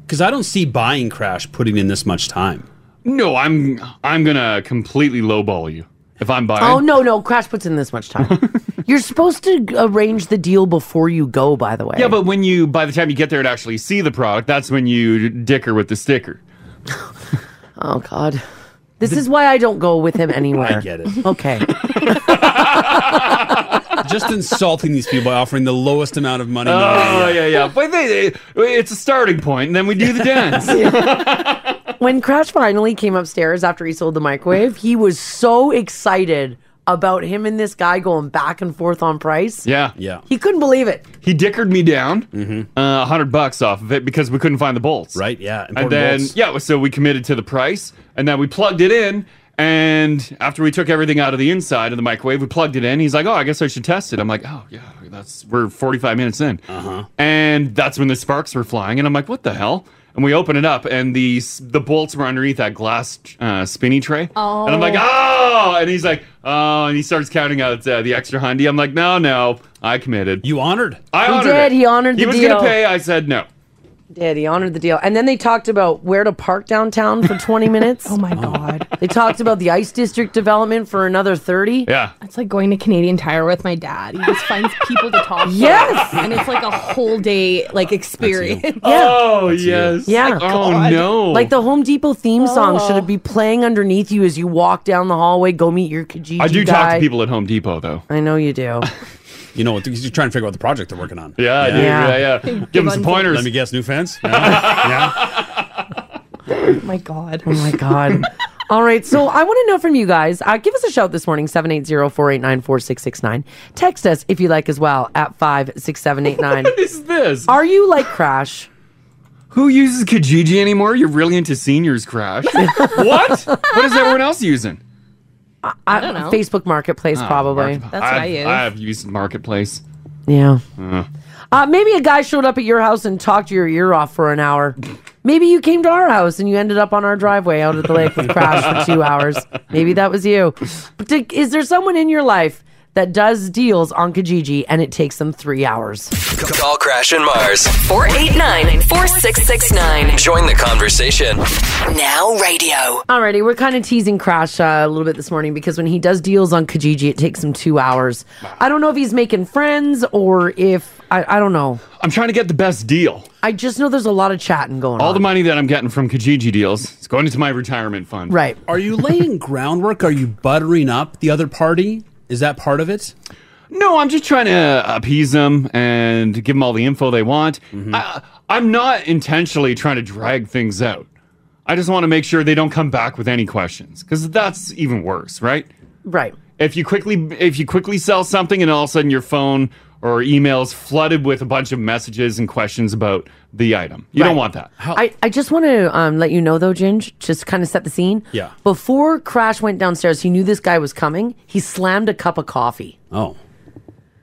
[SPEAKER 4] Because I don't see buying Crash putting in this much time.
[SPEAKER 3] No, I'm I'm gonna completely lowball you if I'm buying.
[SPEAKER 8] Oh no, no, Crash puts in this much
[SPEAKER 3] <laughs>
[SPEAKER 8] time. You're supposed to arrange the deal before you go. By the way,
[SPEAKER 3] Yeah, but when you by the time you get there and actually see the product, that's when you dicker with the sticker.
[SPEAKER 8] oh god, this is why I don't go with him
[SPEAKER 3] <laughs>
[SPEAKER 8] anywhere. I
[SPEAKER 4] get
[SPEAKER 8] it. Okay,
[SPEAKER 4] <laughs> Just insulting these people by offering the lowest amount of money.
[SPEAKER 3] Oh yeah, yeah. But they, they- it's a starting point, and then we do
[SPEAKER 8] <laughs>
[SPEAKER 3] the dance.
[SPEAKER 8] when Crash finally came upstairs after he sold the microwave, he was so excited about him and this guy going back and forth on price.
[SPEAKER 3] Yeah, yeah.
[SPEAKER 8] He couldn't believe it.
[SPEAKER 3] He dickered me down mm-hmm. uh, hundred bucks off of it because we couldn't find the bolts. Right.
[SPEAKER 4] Yeah.
[SPEAKER 3] And
[SPEAKER 4] important
[SPEAKER 3] then
[SPEAKER 4] bolts.
[SPEAKER 3] yeah, so we committed to the price, and then we plugged it in. And after we took everything out of the inside of the microwave, we plugged it in. He's like, "Oh, I guess I should test it." I'm like, "Oh yeah, that's we're 45 minutes in." Uh-huh. And that's when the sparks were flying, and I'm like, "What the hell?" And we open it up, and the s- the bolts were underneath that glass uh, spinny tray.
[SPEAKER 9] Oh.
[SPEAKER 3] And I'm like, "Oh!" And he's like, "Oh!" And he starts counting out uh, the extra hundy. I'm like, "No, no, I committed. You
[SPEAKER 4] honored.
[SPEAKER 3] I
[SPEAKER 8] He
[SPEAKER 3] honored It.
[SPEAKER 8] did. He honored
[SPEAKER 3] He
[SPEAKER 8] the
[SPEAKER 3] was
[SPEAKER 8] deal.
[SPEAKER 3] gonna pay. I said no.
[SPEAKER 8] Did he honored the deal? And then they talked about where to park downtown for
[SPEAKER 6] <laughs>
[SPEAKER 8] 20 minutes. oh my
[SPEAKER 6] god.
[SPEAKER 8] They talked about the ice district development for another 30.
[SPEAKER 3] Yeah.
[SPEAKER 6] It's like going to Canadian Tire with my dad. He just finds people to talk to.
[SPEAKER 8] Yes!
[SPEAKER 6] And it's like a whole day like experience.
[SPEAKER 3] Oh yes.
[SPEAKER 8] Yeah.
[SPEAKER 3] <laughs> Oh no.
[SPEAKER 8] Like the Home Depot theme song
[SPEAKER 6] Oh.
[SPEAKER 8] should it be playing underneath you as you walk down the hallway. Go meet your Kijiji
[SPEAKER 3] I do
[SPEAKER 8] guy.
[SPEAKER 3] talk to people at Home Depot though.
[SPEAKER 8] I know you do.
[SPEAKER 4] <laughs> You know, because you're trying to figure out the project they're working on.
[SPEAKER 3] Yeah, I do. Yeah,
[SPEAKER 8] <laughs>
[SPEAKER 3] yeah. Give 'em some pointers.
[SPEAKER 4] Let me guess, new
[SPEAKER 3] <laughs>
[SPEAKER 4] fans?
[SPEAKER 6] Oh my god.
[SPEAKER 8] Oh my <laughs> god. All right, so I want to know from you guys. Uh, give us a shout this morning, 780-489-4669. Text us <laughs> if you like as well at 56789.
[SPEAKER 3] What is this?
[SPEAKER 8] Are you like Crash?
[SPEAKER 3] Who uses Kijiji anymore? You're really into seniors,
[SPEAKER 8] <laughs>
[SPEAKER 3] Crash. what? What is everyone else using?
[SPEAKER 8] I don't know. Uh, Facebook
[SPEAKER 3] Oh,
[SPEAKER 8] Marketplace, probably.
[SPEAKER 3] I've- I've used Marketplace.
[SPEAKER 8] Yeah. Uh, maybe a guy showed up at your house and talked your ear off for an hour. Maybe you came to our house and you ended up on our driveway out at the lake with Crash for two hours. Maybe that was you. But to, is there someone in your life that does deals on Kijiji and it takes them three hours?
[SPEAKER 1] Mm-hmm. Call Crash and Mars.
[SPEAKER 2] 489 4669.
[SPEAKER 1] Join the conversation.
[SPEAKER 2] Now radio.
[SPEAKER 8] Alrighty, we're kind of teasing Crash uh, a little bit this morning because when he does deals on Kijiji, it takes him two hours. I don't know if he's making friends or if I, I don't know.
[SPEAKER 3] I'm trying to get the best deal.
[SPEAKER 8] I just know there's a lot of chatting going
[SPEAKER 3] All
[SPEAKER 8] on.
[SPEAKER 3] the money that I'm getting from Kijiji deals is going into my retirement fund.
[SPEAKER 8] right.
[SPEAKER 4] Are you
[SPEAKER 8] <laughs>
[SPEAKER 4] laying groundwork? Are you buttering up the other party? Is that part of it?
[SPEAKER 3] No, I'm just trying to appease them and give them all the info they want.
[SPEAKER 4] Mm-hmm.
[SPEAKER 3] I, I'm not intentionally trying to drag things out. I just want to make sure they don't come back with any questions because that's even worse, right?
[SPEAKER 8] Right.
[SPEAKER 3] If you quickly if you quickly sell something and all of a sudden your phone or emails flooded with a bunch of messages and questions about the item, you don't
[SPEAKER 8] Right.
[SPEAKER 3] want that.
[SPEAKER 8] I, I just want to um, let you know though, Ginge, just kind of set the scene.
[SPEAKER 4] Yeah.
[SPEAKER 8] Before Crash went downstairs, he knew this guy was coming. He slammed a cup of coffee.
[SPEAKER 4] Oh.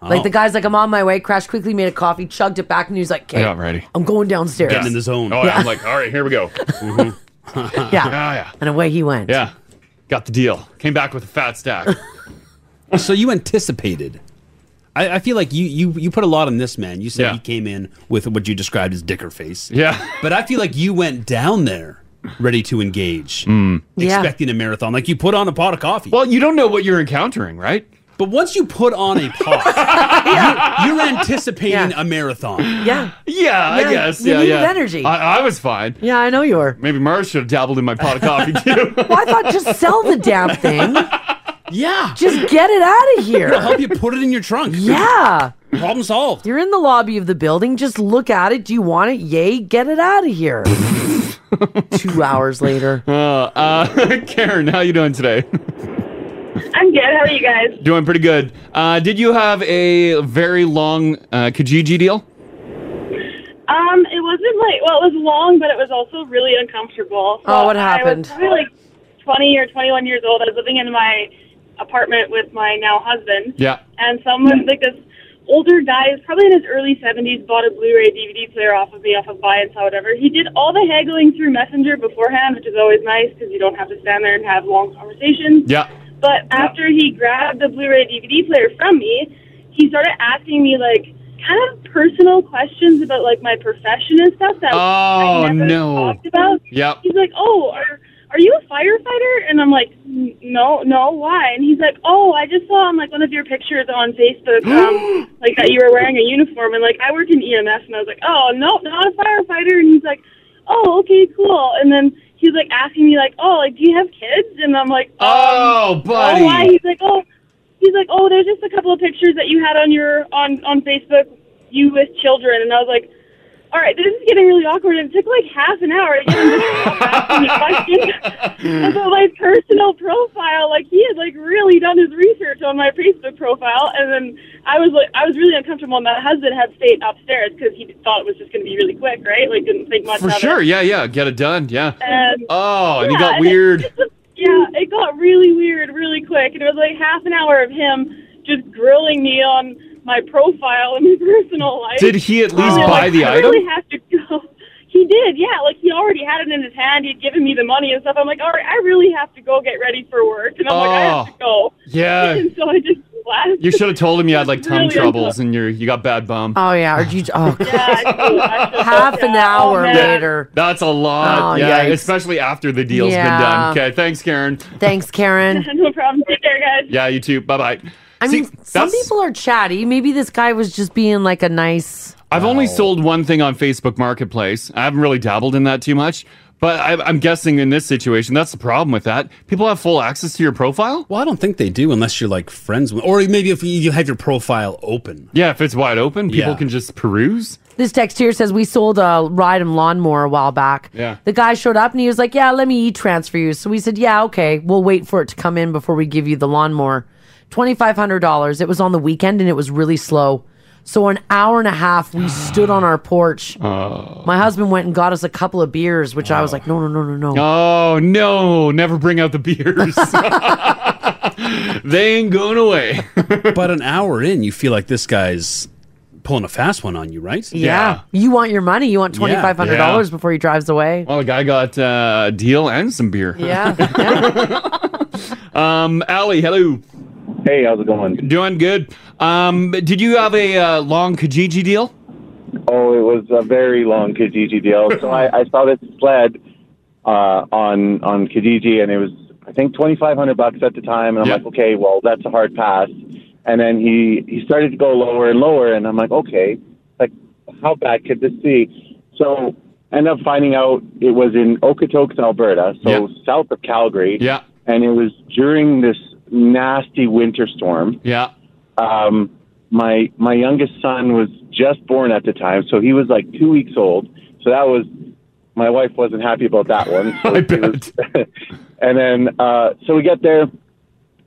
[SPEAKER 3] Oh.
[SPEAKER 8] Like the guy's like, I'm on my way. Crash quickly made a coffee, chugged it back, and he was like,
[SPEAKER 3] I
[SPEAKER 8] okay,
[SPEAKER 3] got ready.
[SPEAKER 8] I'm going downstairs.
[SPEAKER 4] Getting in the zone.
[SPEAKER 3] Oh, I'm like, all right, here we
[SPEAKER 8] <laughs>
[SPEAKER 3] go.
[SPEAKER 4] Mm-hmm.
[SPEAKER 8] yeah.
[SPEAKER 3] Oh yeah,
[SPEAKER 8] And away he went.
[SPEAKER 3] yeah, got the deal. Came back with a fat stack.
[SPEAKER 4] <laughs> So you anticipated. I, I feel like you, you you put a lot on this man. You said
[SPEAKER 3] Yeah.
[SPEAKER 4] he came in with what you described as dicker face.
[SPEAKER 3] yeah.
[SPEAKER 4] But I feel like you went down there ready to engage,
[SPEAKER 3] Hmm.
[SPEAKER 8] Yeah.
[SPEAKER 4] expecting a marathon. Like you put on a pot of coffee.
[SPEAKER 3] Well, you don't know what you're encountering, right?
[SPEAKER 4] but once you put on a
[SPEAKER 8] <laughs>
[SPEAKER 4] pot, you, are anticipating
[SPEAKER 8] Yeah.
[SPEAKER 4] a marathon.
[SPEAKER 8] Yeah.
[SPEAKER 3] Yeah,
[SPEAKER 8] Yeah,
[SPEAKER 3] I guess.
[SPEAKER 8] you
[SPEAKER 3] yeah,
[SPEAKER 8] needed
[SPEAKER 3] yeah.
[SPEAKER 8] energy.
[SPEAKER 3] I, I was fine.
[SPEAKER 8] Yeah, I know you were.
[SPEAKER 3] Maybe Mars should have dabbled in my pot of
[SPEAKER 8] <laughs>
[SPEAKER 3] coffee too.
[SPEAKER 8] Well, I thought just sell the damn thing.
[SPEAKER 4] Yeah.
[SPEAKER 8] Just get it out of
[SPEAKER 4] It'll
[SPEAKER 8] here.
[SPEAKER 4] help you put it in your trunk.
[SPEAKER 8] Yeah.
[SPEAKER 4] Problem solved.
[SPEAKER 8] You're in the lobby of the building. Just look at it. Do you want it? Yay, get it out of here. Two
[SPEAKER 3] <laughs>
[SPEAKER 8] hours later.
[SPEAKER 3] uh, <laughs> Karen, how you doing today?
[SPEAKER 9] I'm good. How are you guys?
[SPEAKER 3] doing pretty good. Uh, did you have a very long uh, Kijiji deal?
[SPEAKER 9] Um, it wasn't like well, it was long, but it was also really uncomfortable. So
[SPEAKER 8] Oh, what
[SPEAKER 9] I was
[SPEAKER 8] happened?
[SPEAKER 9] probably like 20 or 21 years old. I was living in my apartment with my now husband.
[SPEAKER 3] Yeah.
[SPEAKER 9] And someone like this older guy, who's probably in his early 70s, bought a Blu-ray DVD player off of me off of buy and sell whatever. He did all the haggling through Messenger beforehand, which is always nice because you don't have to stand there and have long conversations.
[SPEAKER 3] Yeah.
[SPEAKER 9] But after he grabbed the Blu-ray DVD player from me, he started asking me like kind of personal questions about like my profession and stuff that
[SPEAKER 3] Oh,
[SPEAKER 9] I never
[SPEAKER 3] no.
[SPEAKER 9] talked about.
[SPEAKER 3] Yep.
[SPEAKER 9] He's like, "Oh, are, are you a firefighter?" And I'm like, "N- "No, no, why?" And he's like, "Oh, I just saw on like one of your pictures on
[SPEAKER 3] <gasps>
[SPEAKER 9] Facebook, um, like that you were wearing a uniform." And like, I work in EMS, and I was like, "Oh, no, not a firefighter." And he's like, "Oh, okay, cool." And then he's like asking me like, "Oh, like, do you have kids?" And I'm like, um,
[SPEAKER 3] Oh, buddy.
[SPEAKER 9] Oh, why? He's like, oh, he's like, oh, there's just a couple of pictures that you had on your on on Facebook, you with children, and I was like, all right, this is getting really awkward. And it took like half an hour to get him to stop asking me questions about my personal profile. Like he had like really done his research on my Facebook profile, and then I was like, I was really uncomfortable. And my husband had stayed upstairs because he thought it was just going to be really quick, right? Like didn't think much
[SPEAKER 3] For
[SPEAKER 9] of
[SPEAKER 3] sure.
[SPEAKER 9] it.
[SPEAKER 3] Yeah, yeah. Get it done. Yeah.
[SPEAKER 9] And
[SPEAKER 3] Oh, and you
[SPEAKER 9] Um, yeah,
[SPEAKER 3] got
[SPEAKER 9] and it-
[SPEAKER 3] weird.
[SPEAKER 9] <laughs> yeah, it got really weird really quick, and it was like half an hour of him just grilling me on my profile and <laughs> my personal life.
[SPEAKER 3] Did he at least
[SPEAKER 9] And I'm
[SPEAKER 3] buy
[SPEAKER 9] like,
[SPEAKER 3] the
[SPEAKER 9] I
[SPEAKER 3] item?
[SPEAKER 9] Really have to go. <laughs> He did, yeah. Like he already had it in his hand. He'd given me the money and stuff. I'm like, all right, I really have to go get ready for work, and I'm like, I have
[SPEAKER 3] Oh.
[SPEAKER 9] to go.
[SPEAKER 3] Yeah.
[SPEAKER 9] <laughs> And so I just <laughs> left.
[SPEAKER 3] You should have told him you had like tummy
[SPEAKER 9] Really
[SPEAKER 3] troubles and you're you got bad bum.
[SPEAKER 8] Oh yeah, or you? Oh,
[SPEAKER 9] Yeah, I just left.
[SPEAKER 8] half an
[SPEAKER 9] Yeah, oh,
[SPEAKER 8] hour
[SPEAKER 9] man.
[SPEAKER 8] later.
[SPEAKER 3] That's a lot.
[SPEAKER 8] Oh,
[SPEAKER 3] yeah,
[SPEAKER 8] yikes.
[SPEAKER 3] especially after the deal's
[SPEAKER 8] Yeah.
[SPEAKER 3] been done. Okay, thanks, Karen.
[SPEAKER 8] Thanks, Karen.
[SPEAKER 9] <laughs> No problem. Take care, guys.
[SPEAKER 3] Yeah, you too. Bye bye.
[SPEAKER 8] I mean, some people are chatty. Maybe this guy was just being like a nice.
[SPEAKER 3] I've only sold one thing on Facebook Marketplace. I haven't really dabbled in that too much, but I, I'm guessing in this situation, that's the problem with that. People have full access to your profile.
[SPEAKER 4] Well, I don't think they do unless you're like friends with, or maybe if you- you have your profile open.
[SPEAKER 3] Yeah, if it's wide open, people
[SPEAKER 4] Yeah.
[SPEAKER 3] can just peruse.
[SPEAKER 8] This text here says we sold a ride and lawnmower a while back.
[SPEAKER 3] Yeah.
[SPEAKER 8] The guy showed up and he was like, "Yeah, let me e-transfer you." So we said, "Yeah, okay. We'll wait for it to come in before we give you the lawnmower." Twenty five hundred dollars. It was on the weekend and it was really slow. So an hour and a half, we stood on our porch. My husband went and got us a couple of beers, which I was like, no, no, no, no, no.
[SPEAKER 3] Oh no! Never bring out the
[SPEAKER 8] <laughs>
[SPEAKER 3] beers. <laughs> they ain't going away.
[SPEAKER 4] but an hour in, you feel like this guy's pulling a fast one on you, right?
[SPEAKER 8] Yeah. You want your money. You want
[SPEAKER 4] Yeah.
[SPEAKER 8] twenty five hundred dollars before he drives <laughs> away.
[SPEAKER 3] Well, the guy got uh, a deal and some beer.
[SPEAKER 8] Yeah.
[SPEAKER 3] Um, Allie, hello.
[SPEAKER 10] Hey, how's it going?
[SPEAKER 3] Doing good. Um, did you have a uh, long Kijiji deal?
[SPEAKER 10] Oh, it was a very long Kijiji
[SPEAKER 7] <laughs>
[SPEAKER 10] deal. So I, I saw this sled uh, on on Kijiji, and it was I think twenty five hundred bucks at the time, and I'm
[SPEAKER 3] Yeah.
[SPEAKER 10] like, okay, well that's a hard pass. And then he he started to go lower and lower, and I'm like, okay, like how bad could this be? So end up finding out it was in Okotoks, Alberta, so
[SPEAKER 3] Yeah.
[SPEAKER 10] south of Calgary,
[SPEAKER 3] Yeah.
[SPEAKER 10] and it was during this nasty winter storm
[SPEAKER 3] Yeah.
[SPEAKER 10] um, my my youngest son was just born at the time, so he was like two weeks old. So that was my wife wasn't happy about that
[SPEAKER 3] <laughs>
[SPEAKER 10] one. So
[SPEAKER 3] I
[SPEAKER 10] she was-
[SPEAKER 3] bet.
[SPEAKER 10] <laughs> and then uh, so we get there,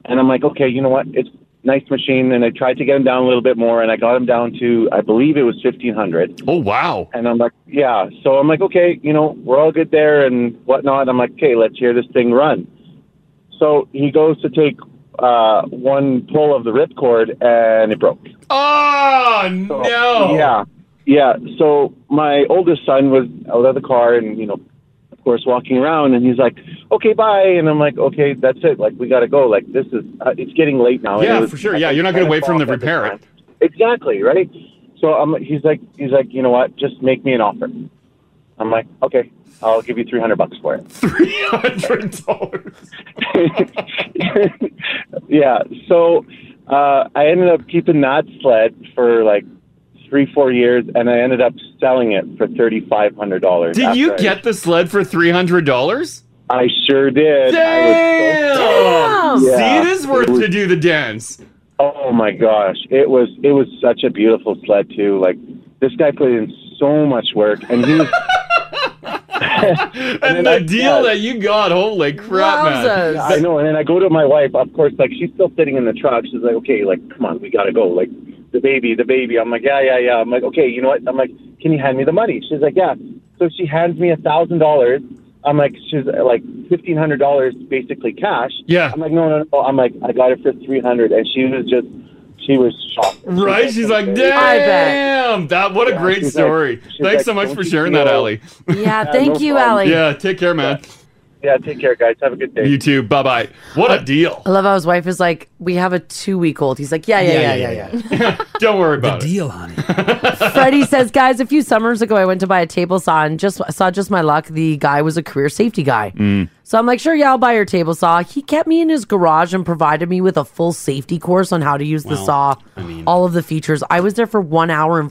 [SPEAKER 10] and I'm like, okay, you know what? It's a nice machine. And I tried to get him down a little bit more, and I got him down to I believe it was fifteen hundred.
[SPEAKER 3] Oh wow.
[SPEAKER 10] And I'm like, yeah. So I'm like, okay, you know, we're all good there and whatnot. I'm like, okay, let's hear this thing run. So he goes to take uh, one pull of the ripcord and it broke.
[SPEAKER 3] Oh
[SPEAKER 10] So,
[SPEAKER 3] no. <laughs>
[SPEAKER 10] Yeah. Yeah. So my oldest son was out of the car and, you know, of course, walking around and he's like, okay, bye. And I'm like, okay, that's it. Like, we got to go. Like, this is, uh, it's getting late now. And
[SPEAKER 3] Yeah,
[SPEAKER 10] it was-
[SPEAKER 3] for sure.
[SPEAKER 10] I
[SPEAKER 3] Yeah,
[SPEAKER 10] think
[SPEAKER 3] you're not gonna
[SPEAKER 10] 10
[SPEAKER 3] wait for him to
[SPEAKER 10] o'clock at the
[SPEAKER 3] repair it.
[SPEAKER 10] time. Exactly. Right. So I'm, he's like, he's like, you know what? Just make me an offer. I'm like, okay, I'll give you 300 bucks for it.
[SPEAKER 3] <laughs> Three hundred dollars.
[SPEAKER 10] <laughs> yeah. So uh, I ended up keeping that sled for like three, four years, and I ended up selling it for thirty five hundred dollars.
[SPEAKER 3] Did you get the sled for three hundred dollars?
[SPEAKER 10] I sure did. I was so-
[SPEAKER 3] Damn.
[SPEAKER 10] Yeah.
[SPEAKER 3] See, it is worth
[SPEAKER 10] It was-
[SPEAKER 3] to do the dance.
[SPEAKER 10] oh my gosh, it was it was such a beautiful sled too. Like this guy put in so much work, and he
[SPEAKER 3] <laughs>
[SPEAKER 10] was. <laughs>
[SPEAKER 3] And,
[SPEAKER 10] then
[SPEAKER 3] the
[SPEAKER 10] I-
[SPEAKER 3] deal
[SPEAKER 10] yeah.
[SPEAKER 3] that you got, holy crap, man.
[SPEAKER 8] Wowzas.
[SPEAKER 10] I know, and then I go to my wife. Of course, like she's still sitting in the truck. She's like, "Okay, like come on, we gotta go." Like the baby, the baby. I'm like, "Yeah, yeah, yeah." I'm like, "Okay, you know what?" I'm like, "Can you hand me the money?" She's like, "Yeah." So she hands me a thousand dollars. I'm like, she's uh, like fifteen hundred dollars, basically cash.
[SPEAKER 3] Yeah.
[SPEAKER 10] I'm like, no, no, no. I'm like, I got it for three hundred, and she was just, she was shocked.
[SPEAKER 3] Right? She's like,
[SPEAKER 10] "Okay."
[SPEAKER 8] I bet.
[SPEAKER 3] damn, that what a
[SPEAKER 10] Yeah,
[SPEAKER 3] great
[SPEAKER 10] she's like-
[SPEAKER 3] story.
[SPEAKER 10] she's
[SPEAKER 3] Thanks
[SPEAKER 10] like,
[SPEAKER 3] so much
[SPEAKER 10] "Don't
[SPEAKER 3] for
[SPEAKER 10] you
[SPEAKER 3] sharing that,
[SPEAKER 10] feel-
[SPEAKER 3] Allie.
[SPEAKER 8] Yeah,
[SPEAKER 3] <laughs>
[SPEAKER 8] thank
[SPEAKER 10] no
[SPEAKER 8] you,
[SPEAKER 10] problem.
[SPEAKER 8] Allie.
[SPEAKER 3] Yeah, take care, man.
[SPEAKER 10] Yeah, take care, guys. Have a good day.
[SPEAKER 3] You too. Bye bye. What
[SPEAKER 8] Uh,
[SPEAKER 3] a deal.
[SPEAKER 8] I love how his wife is like, we have a two week old. He's like, yeah, yeah, yeah, yeah. yeah,
[SPEAKER 3] <laughs> Don't worry about it.
[SPEAKER 4] Deal, honey.
[SPEAKER 8] Freddie says, guys, a few summers ago, I went to buy a table saw and just saw just my luck. The guy was a career safety guy.
[SPEAKER 3] Mm.
[SPEAKER 8] So I'm like, sure, yeah, I'll buy your table saw. He kept me in his garage and provided me with a full safety course on how to use the
[SPEAKER 4] Wow.
[SPEAKER 8] saw,
[SPEAKER 4] I mean-
[SPEAKER 8] all of the features. I was there for one hour and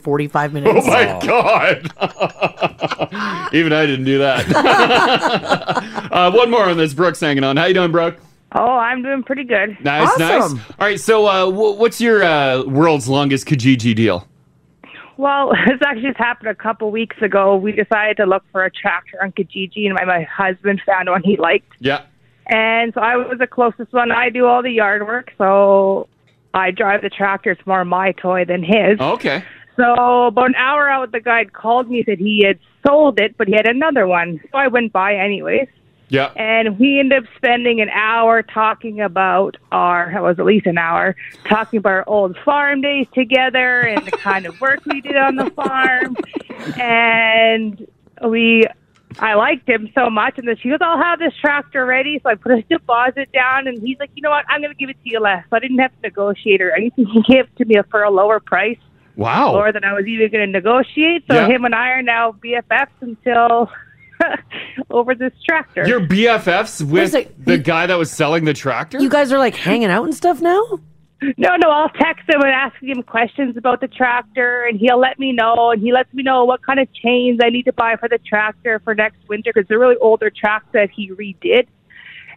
[SPEAKER 3] <laughs>
[SPEAKER 8] 45
[SPEAKER 3] Oh
[SPEAKER 8] minutes.
[SPEAKER 3] my God. <laughs> Even I didn't do that. <laughs> uh, one more on this. Brooke's hanging on. How you doing, Brooke?
[SPEAKER 11] Oh, I'm doing pretty good.
[SPEAKER 3] Nice, nice.
[SPEAKER 8] Awesome.
[SPEAKER 3] All right, so uh, w- what's your uh, world's longest Kijiji deal?
[SPEAKER 11] Well, <laughs> this actually just happened a couple weeks ago. We decided to look for a tractor on Kijiji, and my, my husband found one he liked.
[SPEAKER 3] Yeah.
[SPEAKER 11] And so I was the closest one. I do all the yard work, so I drive the tractor. It's more my toy than his.
[SPEAKER 3] Oh, Okay.
[SPEAKER 11] So about an hour out, the guy had called me said he had sold it, but he had another one. So I went by anyways.
[SPEAKER 3] Yeah.
[SPEAKER 11] And we ended up spending an hour talking about our, it was at least an hour, talking about our old farm days together and the kind of work we did on
[SPEAKER 3] <laughs>
[SPEAKER 11] the farm. And we, I liked him so much. And then she goes, I'll have this tractor ready. So I put a deposit down. And he's like, you know what? I'm going to give it to you less. So I didn't have to negotiate or anything. <laughs> He gave it to me for a lower price,
[SPEAKER 3] Wow.
[SPEAKER 11] lower than I was even going to negotiate. So
[SPEAKER 3] Yeah.
[SPEAKER 11] him and I are now BFFs until <laughs> over this tractor.
[SPEAKER 3] Your BFFs with
[SPEAKER 8] Wait a sec.
[SPEAKER 3] the guy that was selling the tractor?
[SPEAKER 8] You guys are like hanging out and stuff now?
[SPEAKER 11] No, no, I'll text him and ask him questions about the tractor, and he'll let me know. And he lets me know what kind of chains I need to buy for the tractor for next winter because they're really older tracks that he redid.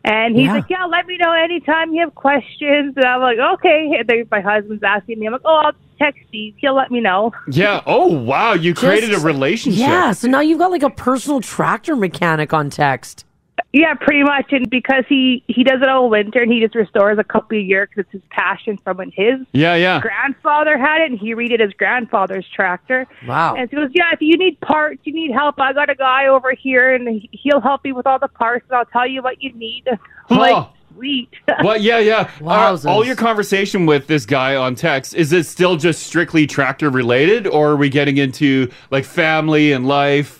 [SPEAKER 11] And he's
[SPEAKER 8] Yeah.
[SPEAKER 11] like, "Yeah, let me know anytime you have questions." And I'm like, "Okay." And then my husband's asking me. I'm like, "Oh, I'll text Steve. He'll let me know."
[SPEAKER 3] yeah. Oh, wow. You created a relationship.
[SPEAKER 8] Yeah, so now you've got like a personal tractor mechanic on text.
[SPEAKER 11] Yeah, pretty much. And because he he does it all winter and he just restores a couple a year because it's his passion from when his
[SPEAKER 3] Yeah, yeah.
[SPEAKER 11] grandfather had it and he redid his grandfather's tractor.
[SPEAKER 3] Wow.
[SPEAKER 11] And so he goes, yeah, if you need parts, you need help. I got a guy over here and he- he'll help you with all the parts and I'll tell you what you need. I'm Like, sweet. <laughs>
[SPEAKER 3] Well, yeah, yeah. Uh,
[SPEAKER 11] Wowzers.
[SPEAKER 3] all your conversation with this guy on text is it still just strictly tractor related, or are we getting into like family and life?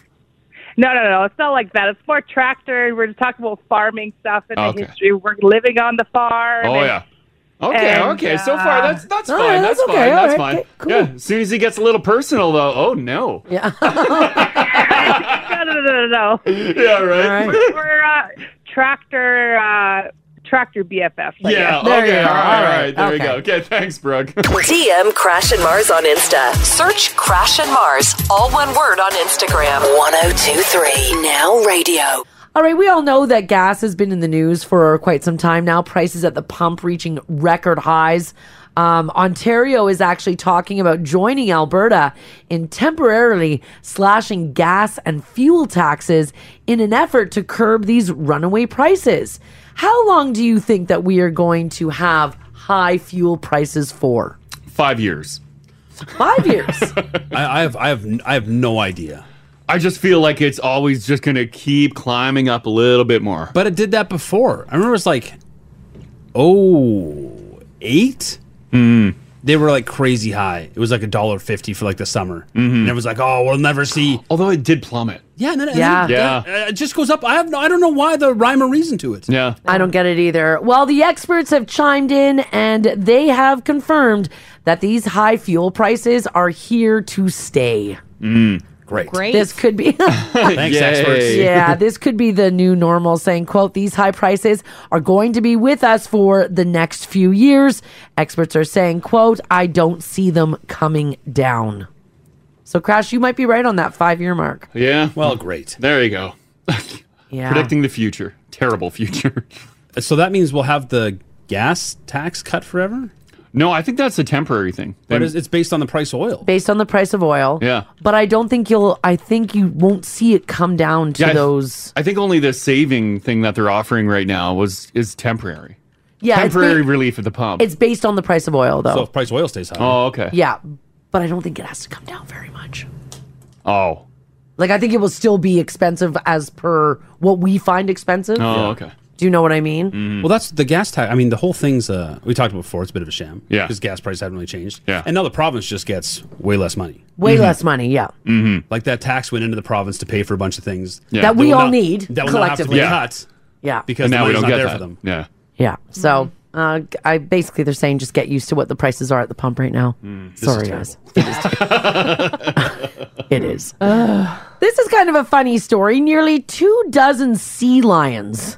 [SPEAKER 11] No, no, no. It's not like that. It's more tractor. We're just talking about farming stuff and
[SPEAKER 3] Okay.
[SPEAKER 11] the history. We're living on the farm.
[SPEAKER 3] Oh
[SPEAKER 11] and-
[SPEAKER 3] yeah. Okay,
[SPEAKER 11] and,
[SPEAKER 3] okay. so
[SPEAKER 11] uh,
[SPEAKER 3] far, that's that's
[SPEAKER 11] all
[SPEAKER 3] fine.
[SPEAKER 11] right,
[SPEAKER 3] that's
[SPEAKER 11] that's
[SPEAKER 3] fine.
[SPEAKER 11] okay, all right,
[SPEAKER 3] that's fine.
[SPEAKER 11] okay, cool.
[SPEAKER 3] Yeah. As soon as he gets a little personal, though, oh no.
[SPEAKER 8] Yeah.
[SPEAKER 11] <laughs> no, no, no, no, no.
[SPEAKER 3] <laughs> Yeah, right.
[SPEAKER 11] We're, we're uh, tractor, uh, tractor BFF.
[SPEAKER 3] Yeah. okay. All right. All right. There we go. Okay. Thanks, Brooke.
[SPEAKER 2] DM Crash and Mars on Insta. Search Crash and Mars, all one word on Instagram. 1023 Now Radio.
[SPEAKER 8] All right, we all know that gas has been in the news for quite some time now. Prices at the pump reaching record highs. Um, Ontario is actually talking about joining Alberta in temporarily slashing gas and fuel taxes in an effort to curb these runaway prices. How long do you think that we are going to have high fuel prices for?
[SPEAKER 3] <laughs> Five years.
[SPEAKER 8] Five years.
[SPEAKER 3] <laughs> I, I have I have I have no idea. I just feel like it's always just going to keep climbing up a little bit more.
[SPEAKER 4] But it did that before. I remember it's like, oh, eight.
[SPEAKER 3] Hmm.
[SPEAKER 4] They were like crazy high. It was like a dollar fifty for like the summer, and it was like, oh, we'll never see.
[SPEAKER 3] Mm-hmm. Although it did plummet.
[SPEAKER 4] Yeah, no, no,
[SPEAKER 8] Yeah.
[SPEAKER 4] yeah. It just goes up. I have no, I don't know why the rhyme or reason to it.
[SPEAKER 3] Yeah.
[SPEAKER 8] I don't get it either. Well, the experts have chimed in and they have confirmed that these high fuel prices are here to stay.
[SPEAKER 3] Mm.
[SPEAKER 4] Great.
[SPEAKER 8] This could be
[SPEAKER 4] Thanks, Yay. experts.
[SPEAKER 8] Yeah, this could be the new normal saying, quote, these high prices are going to be with us for the next few years. Experts are saying, quote, I don't see them coming down. So Crash, you might be right on that five year mark.
[SPEAKER 3] Yeah. Well, great. There you go.
[SPEAKER 8] <laughs> Yeah.
[SPEAKER 3] Predicting the future. Terrible future.
[SPEAKER 4] <laughs> so that means we'll have the gas tax cut forever?
[SPEAKER 3] No, I think that's a temporary thing.
[SPEAKER 4] But it's, it's based on the price of oil.
[SPEAKER 8] Based on the price of oil.
[SPEAKER 3] Yeah.
[SPEAKER 8] But I don't think you'll I think you won't see it come down to
[SPEAKER 3] Yeah, I-
[SPEAKER 8] those
[SPEAKER 3] I think only the saving thing that they're offering right now was is temporary.
[SPEAKER 8] Yeah, it's
[SPEAKER 3] Temporary
[SPEAKER 8] ba-
[SPEAKER 3] relief at the pump.
[SPEAKER 8] It's based on the price of oil, though.
[SPEAKER 4] So if price of oil stays high.
[SPEAKER 3] oh, okay.
[SPEAKER 8] yeah, but I don't think it has to come down very much.
[SPEAKER 3] Oh.
[SPEAKER 8] Like I think it will still be expensive as per what we find expensive.
[SPEAKER 4] Oh, Yeah. okay.
[SPEAKER 8] Do you know what I mean?
[SPEAKER 3] Mm-hmm.
[SPEAKER 4] Well, that's the gas tax. I mean, the whole thing's uh, we talked about before. It's a bit of a sham. Yeah, because gas prices haven't really changed. Yeah, and now the province just gets way less money.
[SPEAKER 8] Way
[SPEAKER 3] Mm-hmm.
[SPEAKER 8] less money. Yeah.
[SPEAKER 4] Mm-hmm. Like that tax went into the province to pay for a bunch of things
[SPEAKER 8] That we
[SPEAKER 4] will
[SPEAKER 8] all
[SPEAKER 4] not-
[SPEAKER 8] need
[SPEAKER 4] That will not have to be
[SPEAKER 8] collectively. Yeah.
[SPEAKER 4] cut.
[SPEAKER 8] Yeah.
[SPEAKER 4] because
[SPEAKER 3] And
[SPEAKER 4] the
[SPEAKER 3] now we
[SPEAKER 4] money's
[SPEAKER 3] don't
[SPEAKER 4] not
[SPEAKER 3] get
[SPEAKER 4] there
[SPEAKER 3] that.
[SPEAKER 4] for them.
[SPEAKER 3] Yeah.
[SPEAKER 8] Yeah. So uh, I basically they're saying just get used to what the prices are at the pump right now.
[SPEAKER 4] Mm. This is
[SPEAKER 8] Sorry,
[SPEAKER 4] terrible.
[SPEAKER 8] guys. <laughs> <laughs>
[SPEAKER 4] <laughs>
[SPEAKER 8] It is. this is kind of a funny story. Nearly two dozen sea lions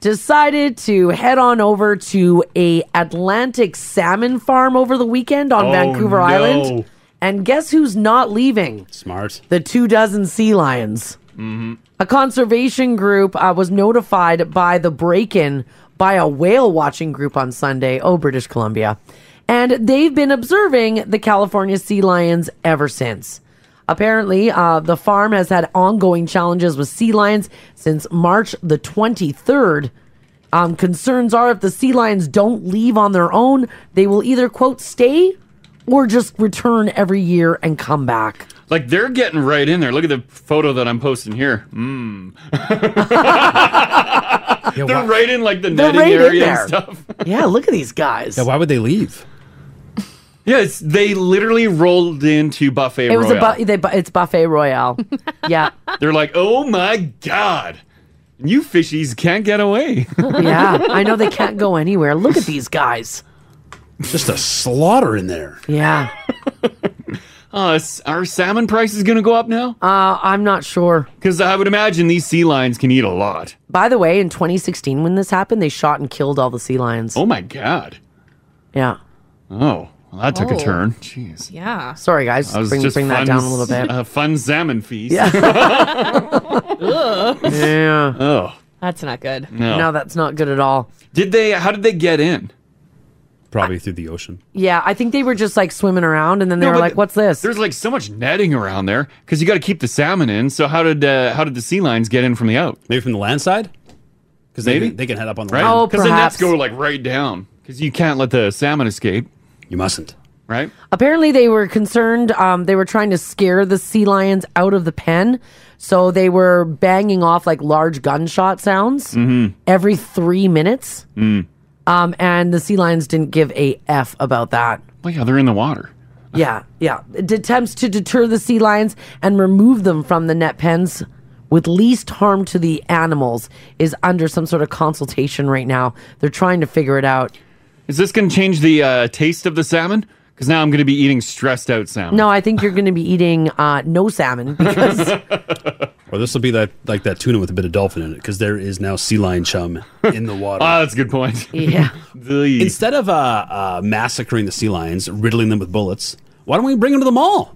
[SPEAKER 8] decided to head on over to a Atlantic salmon farm over the weekend on
[SPEAKER 4] Oh,
[SPEAKER 8] Vancouver
[SPEAKER 4] no.
[SPEAKER 8] Island. And guess who's not leaving?
[SPEAKER 4] Smart.
[SPEAKER 8] The two dozen sea lions.
[SPEAKER 3] Mm-hmm.
[SPEAKER 8] A conservation group uh, was notified by the break in by a whale watching group on Sunday, oh, British Columbia. And they've been observing the California sea lions ever since. Apparently, uh, the farm has had ongoing challenges with sea lions since March the 23rd. Um, concerns are if the sea lions don't leave on their own, they will either, quote, stay or just return every year and come back.
[SPEAKER 3] Like they're getting right in there. Look at the photo that I'm posting here. <laughs> Mm. they're right in like the
[SPEAKER 8] They're
[SPEAKER 3] netting
[SPEAKER 8] right in
[SPEAKER 3] area
[SPEAKER 8] there.
[SPEAKER 3] and stuff.
[SPEAKER 8] yeah, look at these guys.
[SPEAKER 4] Yeah, why would they leave?
[SPEAKER 3] Yes, they literally rolled into Buffet
[SPEAKER 8] it was
[SPEAKER 3] Royale.
[SPEAKER 8] a bu- they, bu- it's
[SPEAKER 6] <laughs>
[SPEAKER 8] buffet royale. yeah,
[SPEAKER 3] they're like, oh my god, you fishies can't get away.
[SPEAKER 8] <laughs> yeah. I know they can't go anywhere. Look at these guys.
[SPEAKER 4] <laughs> Just a slaughter in there.
[SPEAKER 8] Yeah.
[SPEAKER 3] <laughs> Uh, s- our salmon price is going to go up now?
[SPEAKER 8] Uh, I'm not sure.
[SPEAKER 3] Because I would imagine these sea lions can eat a lot.
[SPEAKER 8] By the way, in 2016, when this happened, they shot and killed all the sea lions.
[SPEAKER 3] Oh my god.
[SPEAKER 8] Yeah.
[SPEAKER 3] Oh, well, that took
[SPEAKER 8] Oh.
[SPEAKER 3] a turn. Jeez.
[SPEAKER 8] Yeah. Sorry, guys.
[SPEAKER 3] I was
[SPEAKER 8] Bring,
[SPEAKER 3] just
[SPEAKER 8] bring
[SPEAKER 3] fun
[SPEAKER 8] that down a little
[SPEAKER 3] s- <laughs>
[SPEAKER 8] bit.
[SPEAKER 3] Uh, fun salmon feast. <laughs>
[SPEAKER 8] yeah.
[SPEAKER 3] Oh.
[SPEAKER 6] That's not good.
[SPEAKER 3] No.
[SPEAKER 8] No, that's not good at all.
[SPEAKER 3] Did they? How did they get in?
[SPEAKER 4] Probably through the ocean.
[SPEAKER 8] Yeah, I think they were just like swimming around, and then they
[SPEAKER 3] No,
[SPEAKER 8] were
[SPEAKER 3] but
[SPEAKER 8] like, "What's this?"
[SPEAKER 3] There's like so much netting around there because you got to keep the salmon in. So how did uh, how did the sea lions get in from the out?
[SPEAKER 4] Maybe from the land side. because they, can- they can head up on the
[SPEAKER 3] right?
[SPEAKER 8] Oh,
[SPEAKER 4] line.
[SPEAKER 3] Because the nets go like right down because you can't let the salmon escape.
[SPEAKER 4] You mustn't.
[SPEAKER 3] Right?
[SPEAKER 8] Apparently, they were concerned. Um, they were trying to scare the sea lions out of the pen, so they were banging off like large gunshot sounds
[SPEAKER 3] Mm-hmm.
[SPEAKER 12] Mhm.
[SPEAKER 8] every three minutes.
[SPEAKER 3] Mm.
[SPEAKER 8] Um, and the sea lions didn't give a f about that.
[SPEAKER 3] Well, yeah, they're in the water.
[SPEAKER 8] Yeah, yeah. It attempts to deter the sea lions and remove them from the net pens with least harm to the animals is under some sort of consultation right now. They're trying to figure it out.
[SPEAKER 3] Is this going to change the uh, taste of the salmon? Because now I'm going to be eating stressed out salmon.
[SPEAKER 8] No, I think you're going to be eating uh,
[SPEAKER 3] <laughs>
[SPEAKER 8] no salmon because
[SPEAKER 4] Or this will be that like that tuna with a bit of dolphin in it because there is now sea lion chum in the water.
[SPEAKER 3] Ah, that's a good <laughs> point. <laughs>
[SPEAKER 8] Yeah.
[SPEAKER 4] Instead of uh, uh, massacring the sea lions, riddling them with bullets, why don't we bring them to the mall?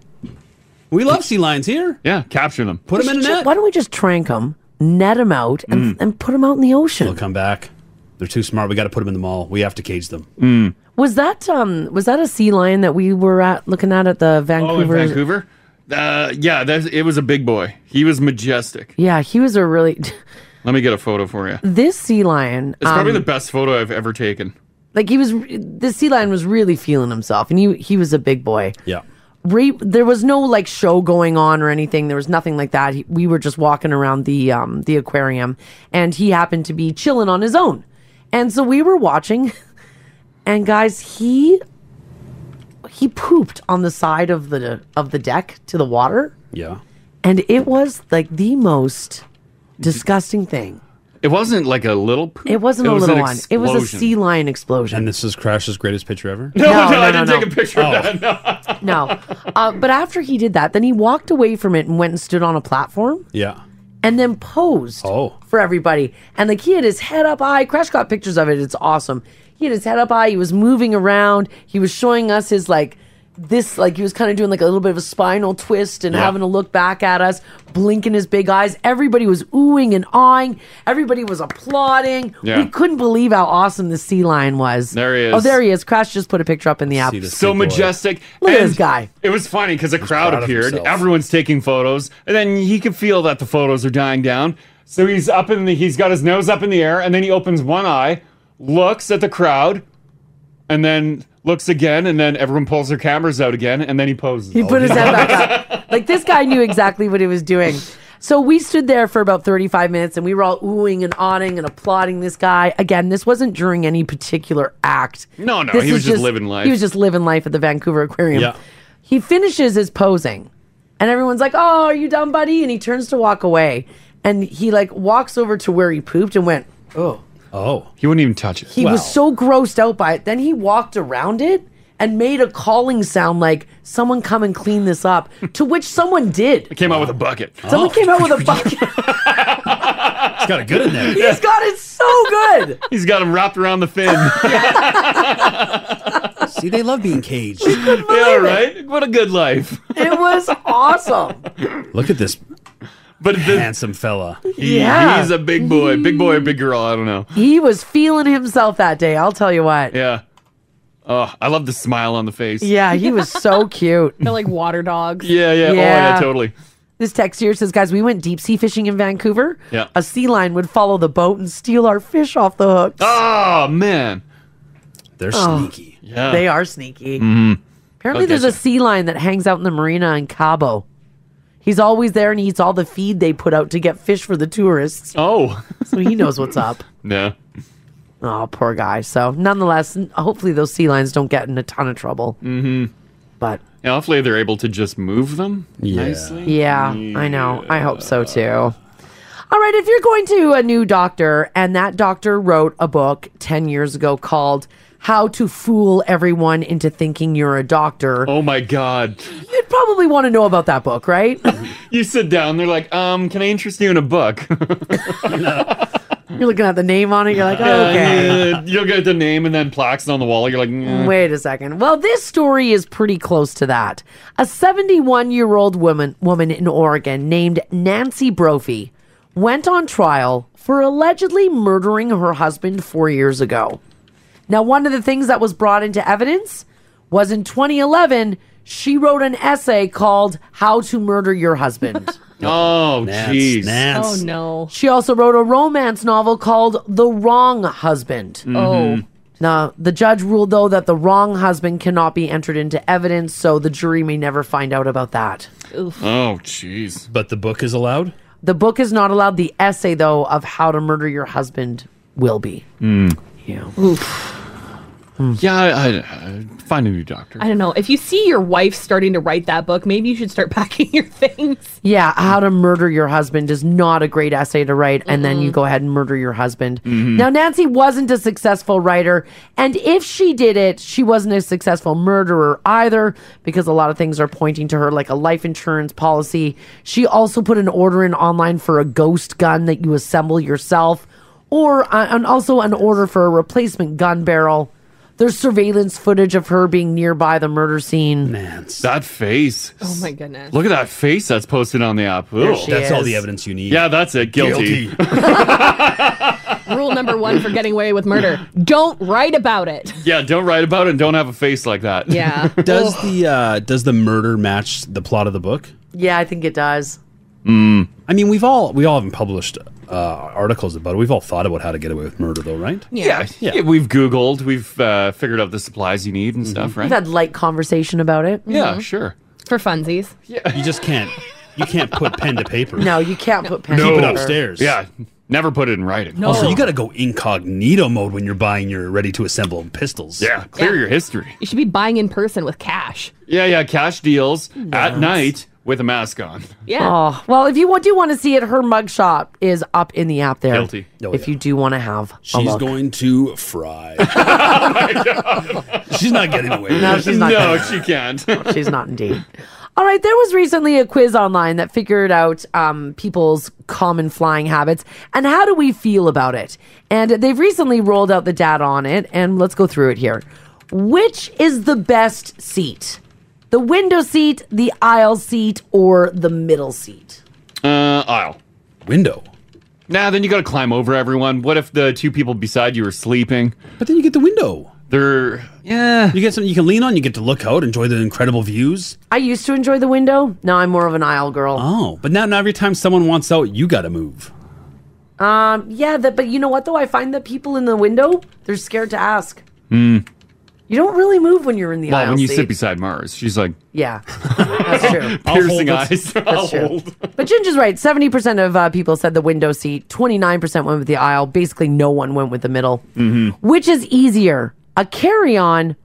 [SPEAKER 4] We love sea lions here.
[SPEAKER 3] Yeah, capture them.
[SPEAKER 4] Put them in a
[SPEAKER 8] We should ju-
[SPEAKER 4] net.
[SPEAKER 8] Why don't we just trank them, net them out,
[SPEAKER 3] Mm.
[SPEAKER 8] and, and put them out in the ocean?
[SPEAKER 4] They'll come back. They're too smart. We got to put them in the mall. We have to cage them.
[SPEAKER 3] Mm.
[SPEAKER 8] Was that um was that a sea lion that we were at looking at at the
[SPEAKER 3] Oh, in
[SPEAKER 8] Vancouver?
[SPEAKER 3] Vancouver? Uh, yeah, that's, it was a big boy. He was majestic.
[SPEAKER 8] Yeah, he was a really <laughs>
[SPEAKER 3] Let me get a photo for you.
[SPEAKER 8] this sea lion.
[SPEAKER 3] It's probably
[SPEAKER 8] um,
[SPEAKER 3] the best photo I've ever taken.
[SPEAKER 8] like he was the sea lion was really feeling himself, and he he was a big boy.
[SPEAKER 4] Yeah.
[SPEAKER 8] Re- there was no like show going on or anything. There was nothing like that. He, we were just walking around the um the aquarium, and he happened to be chilling on his own, and so we were watching. <laughs> And guys, he he pooped on the side of the of the deck to the water,
[SPEAKER 4] Yeah.
[SPEAKER 8] and it was like the most disgusting thing.
[SPEAKER 3] It wasn't like a little poop.
[SPEAKER 8] It wasn't a
[SPEAKER 4] was
[SPEAKER 8] little
[SPEAKER 4] an
[SPEAKER 8] one. It was a
[SPEAKER 4] explosion.
[SPEAKER 8] sea lion explosion.
[SPEAKER 4] And this is Crash's greatest picture ever.
[SPEAKER 3] <laughs>
[SPEAKER 8] No, No, no, Oh, no, I didn't no, no.
[SPEAKER 3] take a picture of <laughs> that.
[SPEAKER 8] No. Uh, but after he did that, then he walked away from it and went and stood on a platform
[SPEAKER 4] Yeah.
[SPEAKER 8] and then posed
[SPEAKER 3] Oh.
[SPEAKER 8] for everybody. And like he had his head up high. Crash got pictures of it. It's awesome. He had his head up high. He was moving around. He was showing us his like this, like he was kind of doing like a little bit of a spinal twist and
[SPEAKER 13] Yeah.
[SPEAKER 8] having a look back at us, blinking his big eyes. Everybody was oohing and awing. Everybody was applauding.
[SPEAKER 3] Yeah.
[SPEAKER 8] We couldn't believe how awesome the sea lion was.
[SPEAKER 3] There he is.
[SPEAKER 8] Oh, there he is. Crash just put a picture up in the app.
[SPEAKER 3] so majestic.
[SPEAKER 8] Look at
[SPEAKER 3] And
[SPEAKER 8] this guy.
[SPEAKER 3] It was funny because a crowd
[SPEAKER 8] proud of
[SPEAKER 3] appeared.
[SPEAKER 8] himself.
[SPEAKER 3] Everyone's taking photos, and then he could feel that the photos are dying down. So he's up in the. He's got his nose up in the air, and then he opens one eye, looks at the crowd, and then looks again, and then everyone pulls their cameras out again, and then he poses. Oh.
[SPEAKER 8] He put his head back up. Like this guy knew exactly what he was doing. So we stood there for about 35 minutes and we were all oohing and awing and applauding this guy. Again, this wasn't during any particular act.
[SPEAKER 3] No, no,
[SPEAKER 8] This
[SPEAKER 3] he was
[SPEAKER 8] is
[SPEAKER 3] just living life.
[SPEAKER 8] He was just living life at the Vancouver Aquarium.
[SPEAKER 3] Yeah.
[SPEAKER 8] He finishes his posing and everyone's like, Oh, are you done, buddy? And he turns to walk away. And he like walks over to where he pooped and went, Oh.
[SPEAKER 4] Oh,
[SPEAKER 3] he wouldn't even touch it.
[SPEAKER 8] He was so grossed out by it. Then he walked around it and made a calling sound like, someone come and clean this up, <laughs> to which someone did.
[SPEAKER 3] came out with a bucket.
[SPEAKER 8] Someone came out with
[SPEAKER 3] <laughs>
[SPEAKER 8] a bucket.
[SPEAKER 4] He's Oh, got it good in there.
[SPEAKER 8] <laughs> He's got it so good.
[SPEAKER 3] <laughs> He's got him wrapped around the
[SPEAKER 8] <laughs>
[SPEAKER 3] fin.
[SPEAKER 4] See, they love being caged.
[SPEAKER 3] yeah, right. <laughs> What a good life.
[SPEAKER 8] It was awesome.
[SPEAKER 4] Look at this
[SPEAKER 3] <laughs> but
[SPEAKER 4] handsome fella.
[SPEAKER 3] He-
[SPEAKER 8] Yeah.
[SPEAKER 3] he's a big boy, big boy, or big girl. I don't know.
[SPEAKER 8] He was feeling himself that day, I'll tell you what.
[SPEAKER 3] Yeah. Oh, I love the smile on the face.
[SPEAKER 8] Yeah, he was so cute.
[SPEAKER 6] They're like water dogs.
[SPEAKER 3] <laughs> Yeah, yeah. Oh, yeah, totally.
[SPEAKER 8] This text here says, guys, we went deep sea fishing in Vancouver.
[SPEAKER 3] Yeah.
[SPEAKER 8] A sea lion would follow the boat and steal our fish off the hook.
[SPEAKER 3] Oh man,
[SPEAKER 4] they're
[SPEAKER 8] Oh.
[SPEAKER 4] sneaky.
[SPEAKER 3] Yeah,
[SPEAKER 8] They are sneaky.
[SPEAKER 3] Mhm.
[SPEAKER 8] Apparently,
[SPEAKER 3] They'll
[SPEAKER 8] there's
[SPEAKER 3] get
[SPEAKER 8] a sea lion that hangs out in the marina in Cabo. He's always there and eats all the feed they put out to get fish for the tourists.
[SPEAKER 3] Oh.
[SPEAKER 8] <laughs> so he knows what's up.
[SPEAKER 3] Yeah.
[SPEAKER 8] Oh, poor guy. So, nonetheless, n- hopefully those sea lions don't get in a ton of trouble.
[SPEAKER 3] Mm-hmm.
[SPEAKER 8] But
[SPEAKER 3] yeah, hopefully they're able to just move them nicely. Mm,
[SPEAKER 8] Yeah, I know. I hope so too. All right, if you're going to a new doctor and that doctor wrote a book 10 years ago called How to Fool Everyone into Thinking You're a Doctor.
[SPEAKER 3] Oh my God.
[SPEAKER 8] You'd probably want to know about that book, right? <laughs>
[SPEAKER 3] You sit down. They're like, um, can I interest you in a book? <laughs>
[SPEAKER 8] you're looking at the name on it, you're like,
[SPEAKER 3] Yeah,
[SPEAKER 8] okay.
[SPEAKER 3] yeah, you'll get the name and then plaques on the wall. You're like, mm.
[SPEAKER 8] Wait a second. Well, this story is pretty close to that. A 71 year old woman, woman in Oregon named Nancy Brophy went on trial for allegedly murdering her husband four years ago. Now, one of the things that was brought into evidence was in 2011, She wrote an essay called How to Murder Your Husband. <laughs>
[SPEAKER 3] Oh, jeez. Oh,
[SPEAKER 8] Oh,
[SPEAKER 6] no.
[SPEAKER 8] She also wrote a romance novel called The Wrong Husband.
[SPEAKER 3] Mhm. Oh.
[SPEAKER 8] Now, the judge ruled, though, that the wrong husband cannot be entered into evidence, so the jury may never find out about that.
[SPEAKER 3] Oh, jeez.
[SPEAKER 4] But the book is allowed?
[SPEAKER 8] The book is not allowed. The essay, though, of How to Murder Your Husband will be. Yeah.
[SPEAKER 3] Mm. Yeah, I, I, I- find a new doctor.
[SPEAKER 6] I don't know. If you see your wife starting to write that book, maybe you should start <laughs> packing your things.
[SPEAKER 8] Yeah, how to murder your husband is not a great essay to write, and then you go ahead and murder your husband.
[SPEAKER 3] Mm-hmm. Hmm.
[SPEAKER 8] Now, Nancy wasn't a successful writer, and if she did it, she wasn't a successful murderer either, because a lot of things are pointing to her, like a life insurance policy. She also put an order in online for a ghost gun that you assemble yourself, or uh, and also an order for a replacement gun barrel. There's surveillance footage of her being nearby the murder scene.
[SPEAKER 3] That face.
[SPEAKER 6] Oh my goodness.
[SPEAKER 3] Look at that face that's posted on the app.
[SPEAKER 6] There
[SPEAKER 3] Ugh.
[SPEAKER 6] she That's all is. the evidence
[SPEAKER 4] you need.
[SPEAKER 3] Yeah, that's it. Guilty.
[SPEAKER 6] Rule number one for getting away with murder don't write about it.
[SPEAKER 3] yeah, don't write about it and don't have a face like that. <laughs>
[SPEAKER 6] Yeah.
[SPEAKER 4] does the uh, does the murder match the plot of the book?
[SPEAKER 8] Yeah, I think it does.
[SPEAKER 4] Mm. I mean, we've all we all haven't published uh, articles about it. We've all thought about how to get away with murder, though, right?
[SPEAKER 3] Yeah. yeah. We've Googled, we've uh, figured out the supplies you need
[SPEAKER 6] Mm-hmm.
[SPEAKER 3] and stuff, right?
[SPEAKER 8] We've had light conversation about it.
[SPEAKER 3] Yeah, sure.
[SPEAKER 6] For funsies.
[SPEAKER 4] You just can't. You can't put pen to paper.
[SPEAKER 8] No, you
[SPEAKER 3] <laughs>
[SPEAKER 8] can't put pen.
[SPEAKER 4] Keep
[SPEAKER 8] to
[SPEAKER 4] it
[SPEAKER 8] paper.
[SPEAKER 4] upstairs.
[SPEAKER 3] Yeah. Never put it in writing.
[SPEAKER 8] No.
[SPEAKER 4] Also, you got to go incognito mode when you're buying your ready to assemble pistols.
[SPEAKER 3] Yeah, clear
[SPEAKER 6] Yeah.
[SPEAKER 3] your history.
[SPEAKER 6] You should be buying in person with cash.
[SPEAKER 3] Yeah, yeah, cash deals at night with a mask on. <laughs>
[SPEAKER 6] Yeah.
[SPEAKER 8] Oh, well, if you wa- do want to see it, her mugshot is up in the app there.
[SPEAKER 3] Guilty.
[SPEAKER 8] if you do want to have a
[SPEAKER 4] Oh, She's
[SPEAKER 8] look.
[SPEAKER 4] going to
[SPEAKER 3] <laughs>
[SPEAKER 4] fry. <laughs>
[SPEAKER 3] Oh
[SPEAKER 4] She's not getting away. with
[SPEAKER 8] No,
[SPEAKER 4] it.
[SPEAKER 8] she's not No, getting
[SPEAKER 3] she can't.
[SPEAKER 8] she's not indeed. All right, there was recently a quiz online that figured out um, people's common flying habits and how do we feel about it. And they've recently rolled out the data on it, and let's go through it here. Which is the best seat? The window seat, the aisle seat, or the middle seat?
[SPEAKER 3] <laughs> Uh, aisle.
[SPEAKER 4] Window.
[SPEAKER 3] Nah, then you gotta climb over everyone. What if the two people beside you are sleeping?
[SPEAKER 4] But then you get the window.
[SPEAKER 3] They're
[SPEAKER 4] Yeah. Eh. You get something you can lean on. You get to look out, enjoy the incredible views.
[SPEAKER 8] I used to enjoy the window. Now I'm more of an aisle girl.
[SPEAKER 4] Oh, but now, now every time someone wants out, you got to move.
[SPEAKER 8] Um, yeah, that, but you know what though? I find that people in the window, they're scared to ask.
[SPEAKER 3] Hmm.
[SPEAKER 8] You don't really move when you're in the
[SPEAKER 3] Well,
[SPEAKER 8] aisle
[SPEAKER 3] when you
[SPEAKER 8] seat.
[SPEAKER 3] sit beside Mars, she's like <laughs>
[SPEAKER 8] yeah, that's true.
[SPEAKER 4] <laughs>
[SPEAKER 3] piercing
[SPEAKER 4] I'll hold
[SPEAKER 3] eyes.
[SPEAKER 4] it.
[SPEAKER 8] That's true. But Ginger's right. Seventy percent of uh, people said the window seat. Twenty-nine percent went with the aisle. Basically, no one went with the middle.
[SPEAKER 12] Mm-hmm.
[SPEAKER 8] Which is easier, a carry-on,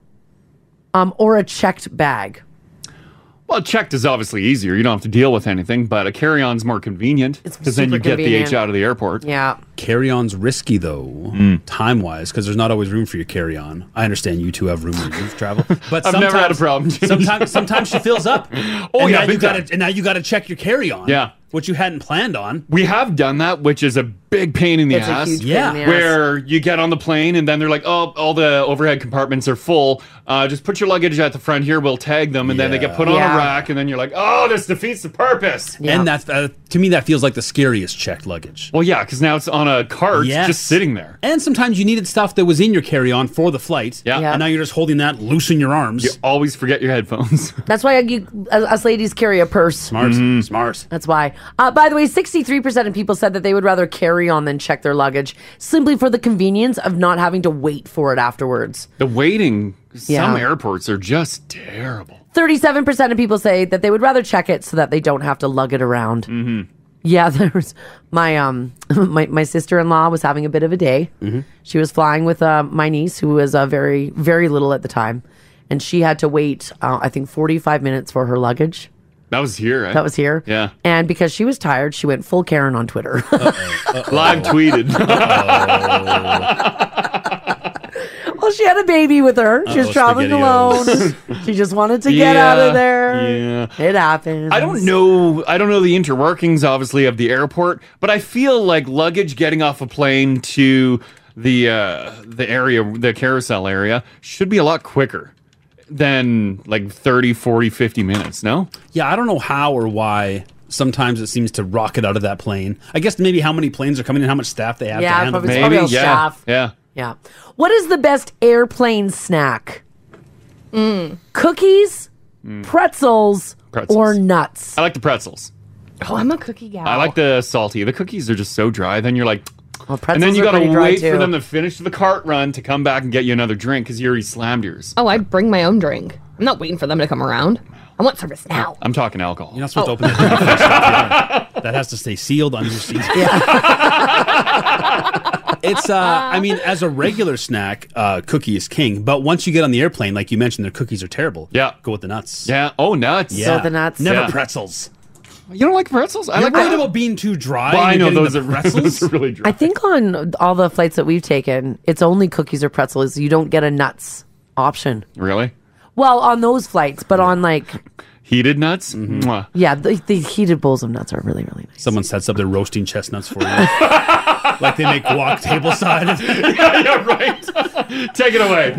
[SPEAKER 8] um, or a checked bag?
[SPEAKER 3] Well, checked is obviously easier. You don't have to deal with anything, but a carry-on's more convenient because then
[SPEAKER 4] super
[SPEAKER 3] you get
[SPEAKER 4] convenient.
[SPEAKER 3] the H out of the airport.
[SPEAKER 8] Yeah.
[SPEAKER 4] Carry on's risky though,
[SPEAKER 3] Hmm.
[SPEAKER 4] time wise, because there's not always room for your carry on. I understand you two have room when you
[SPEAKER 3] <laughs>
[SPEAKER 4] travel, but
[SPEAKER 3] I've never had a
[SPEAKER 4] sometimes-
[SPEAKER 3] problem, James.
[SPEAKER 4] Sometimes, sometimes she fills up.
[SPEAKER 3] <laughs> Oh,
[SPEAKER 4] and
[SPEAKER 3] yeah,
[SPEAKER 4] now you
[SPEAKER 3] big
[SPEAKER 4] got to and now you got to check your carry on.
[SPEAKER 3] Yeah.
[SPEAKER 4] which you hadn't planned on.
[SPEAKER 3] We have done that, which is a big pain in the
[SPEAKER 4] It's a
[SPEAKER 3] ass.
[SPEAKER 4] huge pain in the ass.
[SPEAKER 3] Where you get on the plane and then they're like, oh, all the overhead compartments are full. Uh, just put your luggage at the front here. We'll tag them. And then they get put on
[SPEAKER 4] Yeah.
[SPEAKER 3] a rack. And then you're like, oh, this defeats the purpose.
[SPEAKER 4] And that's uh, to me that feels like the scariest checked luggage.
[SPEAKER 3] Well, yeah, because now it's on a cart
[SPEAKER 4] Yes.
[SPEAKER 3] just sitting there.
[SPEAKER 4] And sometimes you needed stuff that was in your carry on for the flight. Yeah. And now you're just holding that loose in your arms. You
[SPEAKER 3] always forget your headphones. <laughs>
[SPEAKER 8] That's why you, us ladies carry a purse.
[SPEAKER 4] Smart. Smart.
[SPEAKER 8] That's why. Uh, by the way, 63% of people said that they would rather carry on than check their luggage simply for the convenience of not having to wait for it afterwards.
[SPEAKER 3] The waiting, some
[SPEAKER 8] Yeah.
[SPEAKER 3] airports are just terrible.
[SPEAKER 8] 37% of people say that they would rather check it so that they don't have to lug it around. Mm-hmm. Yeah, <laughs> there was my um <laughs> my, my sister-in-law was having a bit of a day.
[SPEAKER 3] Mm-hmm.
[SPEAKER 8] She was flying with uh, my niece who was uh, very very little at the time and she had to wait uh, I think 45 minutes for her luggage.
[SPEAKER 3] That was here, right?
[SPEAKER 8] That was here.
[SPEAKER 3] Yeah.
[SPEAKER 8] And because she was tired, she went full Karen on Twitter. <laughs>
[SPEAKER 4] <laughs>
[SPEAKER 3] Live tweeted.
[SPEAKER 8] Well, she had a baby with her. She was
[SPEAKER 3] Uh-oh,
[SPEAKER 8] traveling alone.
[SPEAKER 3] Oh, SpaghettiOs.
[SPEAKER 8] she just wanted to get out
[SPEAKER 3] Yeah,
[SPEAKER 8] of there.
[SPEAKER 3] yeah.
[SPEAKER 8] It happens.
[SPEAKER 3] I don't know. I don't know the interworkings, obviously, of the airport, but I feel like luggage getting off a plane to the uh, the area, the carousel area, should be a lot quicker than like 30, 40, 50 minutes. No,
[SPEAKER 4] Yeah, I don't know how or why sometimes it seems to rocket out of that plane. I guess maybe how many planes are coming in, how much staff they have
[SPEAKER 8] Yeah,
[SPEAKER 4] to handle.
[SPEAKER 8] probably- it's probably all staff.
[SPEAKER 3] Yeah.
[SPEAKER 8] Yeah.
[SPEAKER 6] Mm.
[SPEAKER 8] What is the best airplane snack? Cookies,
[SPEAKER 3] Mm.
[SPEAKER 8] pretzels,
[SPEAKER 3] Pretzels.
[SPEAKER 8] or nuts.
[SPEAKER 3] I like the pretzels.
[SPEAKER 6] Oh, I'm a cookie gal.
[SPEAKER 3] I like the salty. The cookies are just so dry. Then you're like, and then
[SPEAKER 6] pretzels
[SPEAKER 3] you
[SPEAKER 6] are
[SPEAKER 3] gotta
[SPEAKER 6] pretty dry,
[SPEAKER 3] wait
[SPEAKER 6] too.
[SPEAKER 3] for them to finish the cart run to come back and get you another drink because you already slammed yours.
[SPEAKER 6] Oh, I bring my own drink. I'm not waiting for them to come around. I want service now.
[SPEAKER 3] I'm talking alcohol. You're not
[SPEAKER 4] supposed to open it.
[SPEAKER 3] <laughs>
[SPEAKER 4] that has to stay sealed under season. <laughs> it's uh I mean, as a regular snack, uh cookie is king. But once you get on the airplane, like you mentioned, their cookies are terrible. Yeah. Go with the nuts.
[SPEAKER 3] Yeah. Oh nuts.
[SPEAKER 4] Yeah.
[SPEAKER 3] So the nuts.
[SPEAKER 4] Never
[SPEAKER 3] Yeah.
[SPEAKER 4] pretzels.
[SPEAKER 3] You don't like pretzels? I
[SPEAKER 4] You're
[SPEAKER 3] like
[SPEAKER 4] worried about being too dry.
[SPEAKER 3] Well, I
[SPEAKER 4] and you're
[SPEAKER 3] know
[SPEAKER 4] getting
[SPEAKER 3] those
[SPEAKER 4] the
[SPEAKER 3] are <laughs> those are really dry.
[SPEAKER 8] I think on all the flights that we've taken, it's only cookies or pretzels. You don't get a nuts option.
[SPEAKER 3] Really?
[SPEAKER 8] Well, on those flights, but on like
[SPEAKER 3] Heated nuts?
[SPEAKER 6] Mm-hmm.
[SPEAKER 3] Mwah.
[SPEAKER 8] yeah, the, the heated bowls of nuts are really really nice.
[SPEAKER 4] Hmm. Someone sets up their roasting chestnuts
[SPEAKER 3] <laughs>
[SPEAKER 4] for you. like they make guac table side.
[SPEAKER 3] <laughs> Take it away.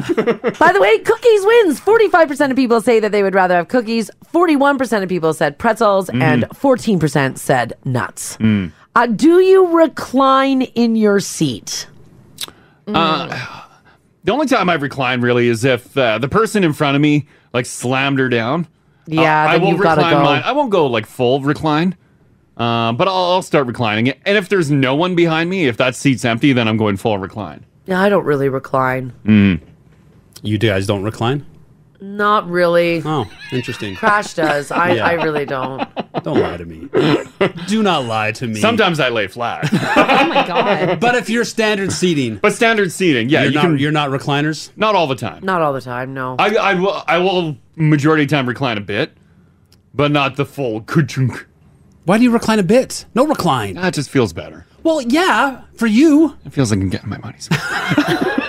[SPEAKER 8] By the way, cookies wins. Forty five percent of people say that they would rather have cookies. Forty one percent of people said pretzels,
[SPEAKER 3] Mm-hmm.
[SPEAKER 12] Mhm.
[SPEAKER 8] and fourteen percent said nuts.
[SPEAKER 4] Mm.
[SPEAKER 8] Uh, do you recline in your seat?
[SPEAKER 3] Uh, the only time I've reclined really is if uh, the person in front of me like slammed her down.
[SPEAKER 8] Yeah,
[SPEAKER 3] Uh, I
[SPEAKER 8] then
[SPEAKER 3] will
[SPEAKER 8] you've gotta
[SPEAKER 3] recline
[SPEAKER 8] go.
[SPEAKER 3] mine. I won't go like full recline, uh, but I'll, I'll start reclining it. And if there's no one behind me, if that seat's empty, then I'm going full recline.
[SPEAKER 8] No, I don't really recline.
[SPEAKER 3] Hmm.
[SPEAKER 4] You guys don't recline?
[SPEAKER 8] Not really.
[SPEAKER 4] Oh, interesting.
[SPEAKER 8] Crash does. I,
[SPEAKER 4] Yeah.
[SPEAKER 8] I really don't.
[SPEAKER 4] Don't lie to me. Do not lie to me.
[SPEAKER 3] Sometimes I lay
[SPEAKER 8] <laughs>
[SPEAKER 3] flat.
[SPEAKER 8] Oh
[SPEAKER 4] but if you're standard seating,
[SPEAKER 3] but standard seating, yeah,
[SPEAKER 4] you're
[SPEAKER 3] you
[SPEAKER 4] not,
[SPEAKER 3] can-
[SPEAKER 4] you're not recliners.
[SPEAKER 3] Not all the time.
[SPEAKER 8] Not all the time. No.
[SPEAKER 3] I, I will. I will majority of the time recline a bit, but not the full. ka-chunk.
[SPEAKER 4] Why do you recline a bit? No recline.
[SPEAKER 3] That just feels better.
[SPEAKER 4] Well, yeah, for you.
[SPEAKER 3] It feels like I'm getting my money's worth.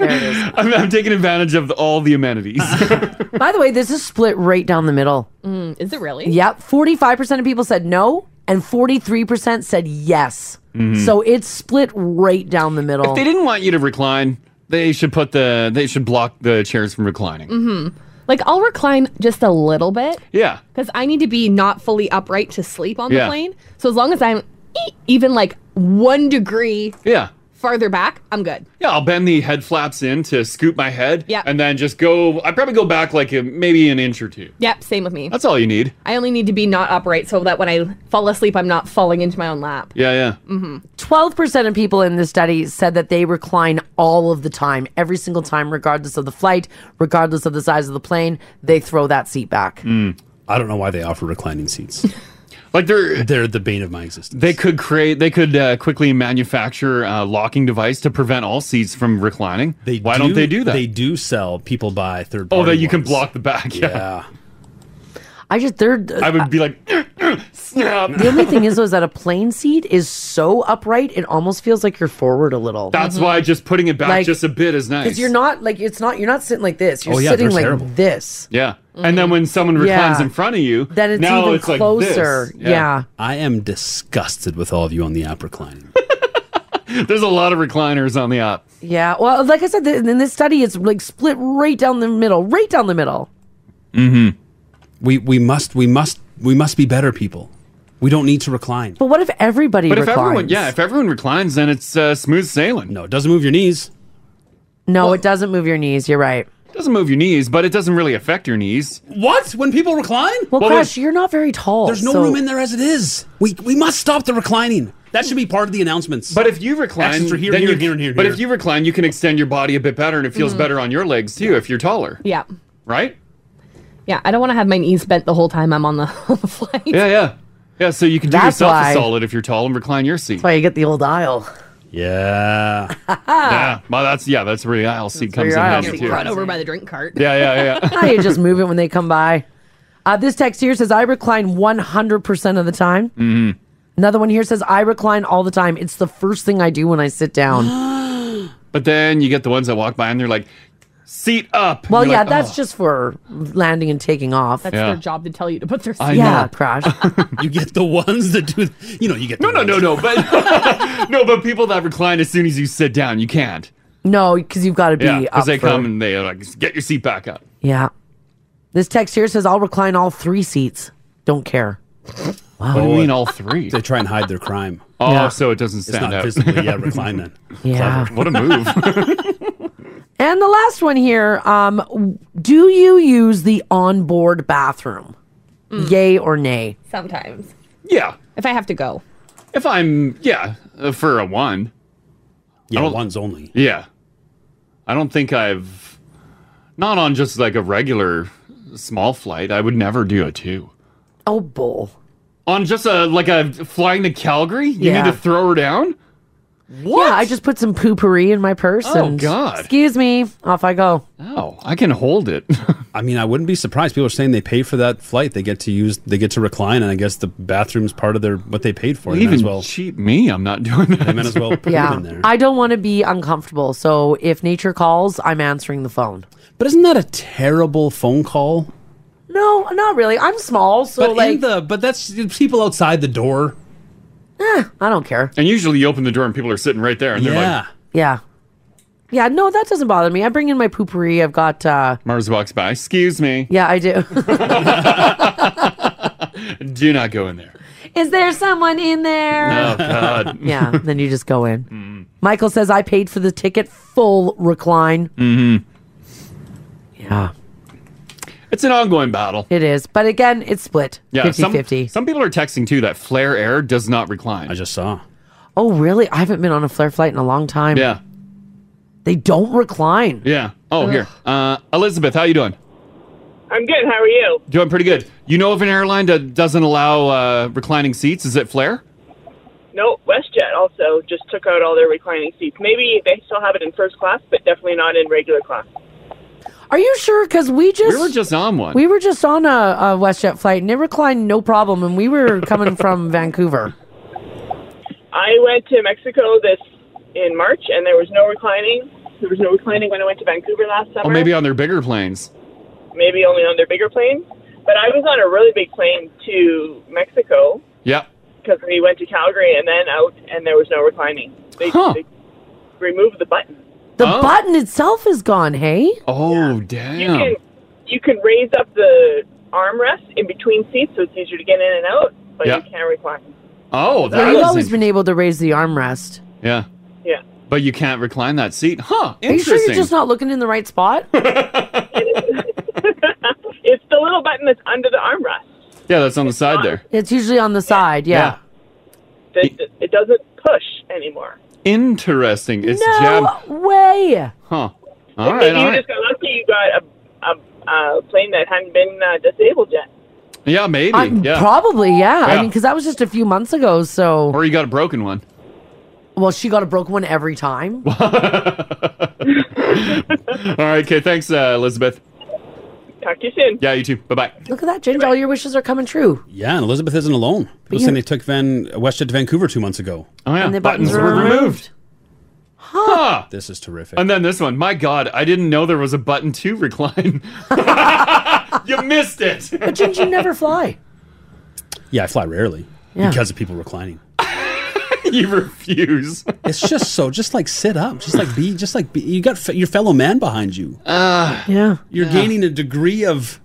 [SPEAKER 3] I'm, I'm taking advantage of the- all the amenities.
[SPEAKER 8] By the way, this is split right down the middle.
[SPEAKER 6] Mm, is it really?
[SPEAKER 8] Yep. 45% of people said no, and 43% said yes.
[SPEAKER 3] Mhm.
[SPEAKER 8] So it's split right down the middle.
[SPEAKER 3] If they didn't want you to recline, they should put the they should block the chairs from reclining.
[SPEAKER 6] Mm-hmm. Like I'll recline just a little bit
[SPEAKER 3] Yeah.
[SPEAKER 6] because I need to be not fully upright to sleep on the
[SPEAKER 3] Yeah.
[SPEAKER 6] plane. So as long as I'm e- even like one degree
[SPEAKER 3] Yeah.
[SPEAKER 6] farther back, I'm good.
[SPEAKER 3] Yeah, I'll bend the head flaps in to scoop my head.
[SPEAKER 6] Yeah.
[SPEAKER 3] And then just go I probably go back like a, maybe an inch or two.
[SPEAKER 6] Yep, same with me.
[SPEAKER 3] That's all you need.
[SPEAKER 6] I only need to be not upright so that when I fall asleep, I'm not falling into my own lap.
[SPEAKER 3] Yeah, yeah.
[SPEAKER 6] Mm-hmm.
[SPEAKER 8] 12% of people in the study said that they recline all of the time, every single time, regardless of the flight, regardless of the size of the plane, they throw that seat back.
[SPEAKER 3] Hmm.
[SPEAKER 4] I don't know why they offer reclining seats. <laughs>
[SPEAKER 3] like they're
[SPEAKER 4] they're the bane of my existence.
[SPEAKER 3] They could create they could uh, quickly manufacture a locking device to prevent all seats from reclining.
[SPEAKER 4] They
[SPEAKER 3] Why don't they do that?
[SPEAKER 4] They do sell people buy third.
[SPEAKER 3] oh,
[SPEAKER 4] party
[SPEAKER 3] that you can
[SPEAKER 4] ones.
[SPEAKER 3] block the back. Yeah.
[SPEAKER 8] I just, they're.
[SPEAKER 3] I would be like snap.
[SPEAKER 8] <laughs> the only thing is, though, is that a plane seat is so upright, it almost feels like you're forward a little.
[SPEAKER 3] That's why just putting it back
[SPEAKER 8] Mm-hmm. Like-
[SPEAKER 3] just a bit is
[SPEAKER 8] Because
[SPEAKER 3] nice.
[SPEAKER 8] you're not like it's not you're not sitting like this. You're
[SPEAKER 3] Oh, yeah,
[SPEAKER 8] sitting
[SPEAKER 3] they're
[SPEAKER 8] like
[SPEAKER 3] terrible.
[SPEAKER 8] this.
[SPEAKER 3] yeah. And then when someone reclines
[SPEAKER 8] Mm-hmm. Yeah.
[SPEAKER 3] in front of you,
[SPEAKER 8] Then it's
[SPEAKER 3] now
[SPEAKER 8] even
[SPEAKER 3] it's like this.
[SPEAKER 8] closer. Yeah.
[SPEAKER 4] I am disgusted with all of you on the app reclining.
[SPEAKER 3] <laughs> There's a lot of recliners on the app.
[SPEAKER 8] Yeah. Well, like I said, th- in this study, it's like split right down the middle, right down the middle.
[SPEAKER 4] Mm-hmm. We we must we must we must be better people. We don't need to recline.
[SPEAKER 8] But what if everybody
[SPEAKER 3] But if
[SPEAKER 8] reclines?
[SPEAKER 3] everyone, yeah, if everyone reclines, then it's uh, smooth sailing.
[SPEAKER 4] No, it doesn't move your knees.
[SPEAKER 8] No, it doesn't move your knees. You're right.
[SPEAKER 3] Doesn't move your knees, but it doesn't really affect your knees.
[SPEAKER 4] What? When people recline?
[SPEAKER 8] Well,
[SPEAKER 3] Well,
[SPEAKER 8] Crash, you're not very tall.
[SPEAKER 4] There's no
[SPEAKER 8] so-
[SPEAKER 4] room in there as it is. We we must stop the reclining. That should be part of the announcements.
[SPEAKER 3] But if you recline,
[SPEAKER 4] Actions for here,
[SPEAKER 3] then
[SPEAKER 4] here,
[SPEAKER 3] you-
[SPEAKER 4] here, and here,
[SPEAKER 3] But
[SPEAKER 4] here.
[SPEAKER 3] if you recline, you can extend your body a bit better, and it
[SPEAKER 8] Mm-hmm.
[SPEAKER 3] feels
[SPEAKER 6] Mhm.
[SPEAKER 3] better on your legs too if you're taller,
[SPEAKER 6] Yeah.
[SPEAKER 3] right?
[SPEAKER 6] Yeah. I don't want to have my knees bent the whole time I'm on the, on the <laughs> flight.
[SPEAKER 3] Yeah, yeah, yeah. So you can do
[SPEAKER 6] That's
[SPEAKER 3] yourself
[SPEAKER 6] why-
[SPEAKER 3] a solid if you're tall and recline your seat. That's
[SPEAKER 8] why you get the old aisle. <laughs>
[SPEAKER 4] Yeah.
[SPEAKER 3] yeah. Well, that's yeah. That's where the aisle seat comes
[SPEAKER 8] where
[SPEAKER 3] in
[SPEAKER 8] your aisle
[SPEAKER 3] handy
[SPEAKER 8] seat
[SPEAKER 3] too.
[SPEAKER 6] Run over by the drink cart.
[SPEAKER 3] Yeah, yeah, yeah.
[SPEAKER 8] <laughs> How you just move it when they come by? Uh, this text here says I recline 100 percent of the time.
[SPEAKER 3] hmm
[SPEAKER 8] Another one here says I recline all the time. It's the first thing I do when I sit down.
[SPEAKER 6] <gasps>
[SPEAKER 8] <gasps>
[SPEAKER 3] But then you get the ones that walk by and they're like, "Seat up." And
[SPEAKER 8] well,
[SPEAKER 3] you're
[SPEAKER 8] yeah,
[SPEAKER 3] like,
[SPEAKER 8] that's
[SPEAKER 3] "Oh."
[SPEAKER 8] just for landing and taking off.
[SPEAKER 6] That's
[SPEAKER 3] Yeah.
[SPEAKER 6] their job to tell you to put their seat
[SPEAKER 3] I
[SPEAKER 8] yeah,
[SPEAKER 3] know. <laughs>
[SPEAKER 8] Crash.
[SPEAKER 4] you get the ones that do, you know, you get.
[SPEAKER 3] No, no, no, no. But
[SPEAKER 4] <laughs>
[SPEAKER 3] no, but <laughs> people that recline as soon as you sit down, you can't.
[SPEAKER 8] No, because you've got to be
[SPEAKER 3] Yeah,
[SPEAKER 8] up
[SPEAKER 3] because they
[SPEAKER 8] for-
[SPEAKER 3] come and they are like get your seat back up.
[SPEAKER 8] Yeah. This text here says I'll recline all three seats. Don't care.
[SPEAKER 3] What
[SPEAKER 8] Wow.
[SPEAKER 3] do you mean all three?
[SPEAKER 4] They try and hide their crime.
[SPEAKER 3] Oh,
[SPEAKER 8] Yeah.
[SPEAKER 3] so it doesn't
[SPEAKER 4] It's
[SPEAKER 3] stand <laughs>
[SPEAKER 4] not
[SPEAKER 3] out.
[SPEAKER 4] visible. Yeah, recline then.
[SPEAKER 8] Yeah.
[SPEAKER 3] Clever. What a move.
[SPEAKER 8] And the last one here um, w- do you use the onboard bathroom? Yay or nay?
[SPEAKER 6] Sometimes.
[SPEAKER 3] Yeah.
[SPEAKER 6] If I have to go.
[SPEAKER 3] If I'm, yeah, uh, for a one. Yeah,
[SPEAKER 4] ones only.
[SPEAKER 3] Yeah. I don't think I've, not on just like a regular small flight, I would never do a two.
[SPEAKER 8] Oh, bull.
[SPEAKER 3] On just a, like a flying to Calgary? You
[SPEAKER 8] Yeah.
[SPEAKER 3] need to throw her down? What?
[SPEAKER 8] Yeah, I just put some poopery in my purse.
[SPEAKER 3] Oh,
[SPEAKER 8] and,
[SPEAKER 3] God.
[SPEAKER 8] Excuse me. Off I go.
[SPEAKER 3] Oh, I can hold it. <laughs>
[SPEAKER 4] I mean, I wouldn't be surprised. People are saying they pay for that flight. They get to use, they get to recline, and I guess the bathroom's part of their what they paid for. They might
[SPEAKER 3] Even
[SPEAKER 4] as well
[SPEAKER 3] cheat me. I'm not doing that.
[SPEAKER 4] They might as
[SPEAKER 8] <laughs>
[SPEAKER 4] well put it in there.
[SPEAKER 8] I don't want to be uncomfortable. So if nature calls, I'm answering the phone.
[SPEAKER 4] But isn't that a terrible phone call?
[SPEAKER 8] No, not really. I'm small, so
[SPEAKER 4] but
[SPEAKER 8] like
[SPEAKER 4] in the but that's people outside the door.
[SPEAKER 8] Eh, I don't care.
[SPEAKER 3] And usually you open the door and people are sitting right there and they're like,
[SPEAKER 8] Yeah. Yeah, no, that doesn't bother me. I bring in my poopery. I've got uh
[SPEAKER 3] Mars walks by. Excuse me.
[SPEAKER 8] yeah, I do.
[SPEAKER 3] Do not go in
[SPEAKER 8] <laughs>
[SPEAKER 3] there.
[SPEAKER 8] <laughs> Is there someone in there?
[SPEAKER 3] Oh, God.
[SPEAKER 8] yeah, then you just go in.
[SPEAKER 3] Mm-hmm.
[SPEAKER 8] Michael says I paid for the ticket full recline.
[SPEAKER 3] Mm-hmm.
[SPEAKER 8] Yeah.
[SPEAKER 3] It's an ongoing battle.
[SPEAKER 8] It is. But again, it's split.
[SPEAKER 3] Yeah,
[SPEAKER 8] 50
[SPEAKER 3] some,
[SPEAKER 8] 50.
[SPEAKER 3] some people are texting too that Flair Air does not recline. I
[SPEAKER 4] just saw.
[SPEAKER 8] Oh, really? I haven't been on a flare flight in a long time.
[SPEAKER 3] Yeah.
[SPEAKER 8] They don't recline.
[SPEAKER 3] Yeah. Oh,
[SPEAKER 8] Ugh.
[SPEAKER 3] here. Uh, Elizabeth, how you doing?
[SPEAKER 12] I'm good. How are you?
[SPEAKER 3] Doing pretty good. You know of an airline that doesn't allow uh, reclining seats? Is it Flair?
[SPEAKER 12] No, WestJet also just took out all their reclining seats. Maybe they still have it in first class, but definitely not in regular class.
[SPEAKER 8] Are you sure? Because we just
[SPEAKER 3] we were just on one.
[SPEAKER 8] we were just on a, a WestJet flight and it reclined no problem, and we were coming from <laughs> Vancouver.
[SPEAKER 12] I went to Mexico this in March, and there was no reclining. There was no reclining when I went to Vancouver last summer.
[SPEAKER 3] or maybe on their bigger planes.
[SPEAKER 12] maybe only on their bigger plane. But I was on a really big plane to Mexico
[SPEAKER 3] Yeah.
[SPEAKER 12] because we went to Calgary and then out, and there was no reclining. They, they removed the button.
[SPEAKER 8] The button itself is gone. Hey.
[SPEAKER 3] Oh
[SPEAKER 12] You can you can raise up the armrest in between seats, so it's easier to get in and out. But
[SPEAKER 3] Yeah.
[SPEAKER 12] you can't recline.
[SPEAKER 3] Oh,
[SPEAKER 8] Yeah,
[SPEAKER 3] that
[SPEAKER 8] you've
[SPEAKER 3] was
[SPEAKER 8] always
[SPEAKER 3] in-
[SPEAKER 8] been able to raise the armrest.
[SPEAKER 3] yeah.
[SPEAKER 12] Yeah.
[SPEAKER 3] But you can't recline that seat. Huh.
[SPEAKER 8] Are you
[SPEAKER 3] Interesting.
[SPEAKER 8] sure you're just not looking in the
[SPEAKER 12] <laughs>
[SPEAKER 3] <laughs>
[SPEAKER 8] right spot?
[SPEAKER 12] It's the little button that's under the armrest.
[SPEAKER 3] yeah, that's on the side there.
[SPEAKER 8] It's usually on the side. Yeah.
[SPEAKER 12] That that- it doesn't push anymore.
[SPEAKER 3] Interesting. It's
[SPEAKER 8] no
[SPEAKER 3] jab.
[SPEAKER 8] way.
[SPEAKER 3] Huh. All
[SPEAKER 12] Maybe
[SPEAKER 3] right.
[SPEAKER 12] you
[SPEAKER 3] All right.
[SPEAKER 12] just got lucky. You got a, a, a plane that hadn't been uh, disabled yet.
[SPEAKER 3] Yeah, maybe.
[SPEAKER 8] I-
[SPEAKER 3] yeah.
[SPEAKER 8] Probably. Yeah. I
[SPEAKER 3] Yeah.
[SPEAKER 8] mean, because that was just a few months ago. So.
[SPEAKER 3] Or you got a broken one.
[SPEAKER 8] Well, she got a broke one every time.
[SPEAKER 3] All right. Okay. Thanks, uh, Elizabeth.
[SPEAKER 12] Talk to you soon.
[SPEAKER 3] Yeah, you too. Bye bye.
[SPEAKER 8] Look at that, Ginger. All your wishes are coming true.
[SPEAKER 4] Yeah, and Elizabeth isn't alone. People
[SPEAKER 8] you-
[SPEAKER 4] saying they took Van WestJet to Vancouver two months ago.
[SPEAKER 3] Oh yeah,
[SPEAKER 8] And the buttons were removed.
[SPEAKER 3] Huh.
[SPEAKER 4] This is terrific.
[SPEAKER 3] And then this one. My God, I didn't know there was a button to recline. <laughs> you missed it.
[SPEAKER 8] But Ginger, you never fly.
[SPEAKER 4] Yeah, I fly rarely
[SPEAKER 8] Yeah.
[SPEAKER 4] because of people reclining.
[SPEAKER 3] <laughs> you refuse.
[SPEAKER 4] <laughs> it's just so, just like sit up, just like be, just like be. You got fe- your fellow man behind you.
[SPEAKER 3] Uh,
[SPEAKER 8] yeah.
[SPEAKER 4] You're
[SPEAKER 3] Yeah.
[SPEAKER 4] gaining a degree of.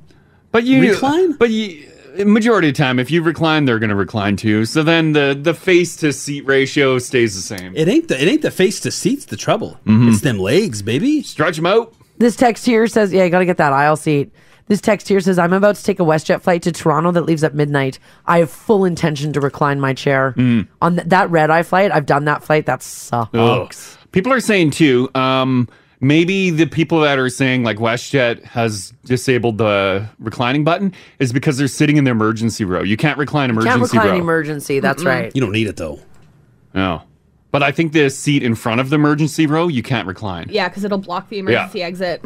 [SPEAKER 3] But you
[SPEAKER 4] Recline?
[SPEAKER 3] But you. Majority of the time, if you recline, they're going to recline too. So then the the face to seat ratio stays the same.
[SPEAKER 4] It ain't the it ain't the face to seat's the trouble. It's them legs, baby.
[SPEAKER 3] Stretch them out.
[SPEAKER 8] This text here says, yeah, you got to get that aisle seat. This text here says, I'm about to take a WestJet flight to Toronto that leaves at midnight. I have full intention to recline my chair.
[SPEAKER 3] Hmm.
[SPEAKER 8] On th- that red eye flight, I've done that flight. That sucks.
[SPEAKER 3] Ugh. People are saying too. Um, maybe the people that are saying like WestJet has disabled the reclining button is because they're sitting in the emergency row. You can't recline emergency
[SPEAKER 8] Can't recline
[SPEAKER 3] row.
[SPEAKER 8] emergency. That's
[SPEAKER 3] Mm-mm.
[SPEAKER 8] right.
[SPEAKER 4] You don't need it though.
[SPEAKER 3] no, but I think the seat in front of the emergency row you can't recline.
[SPEAKER 6] Yeah, because it'll block the emergency exit.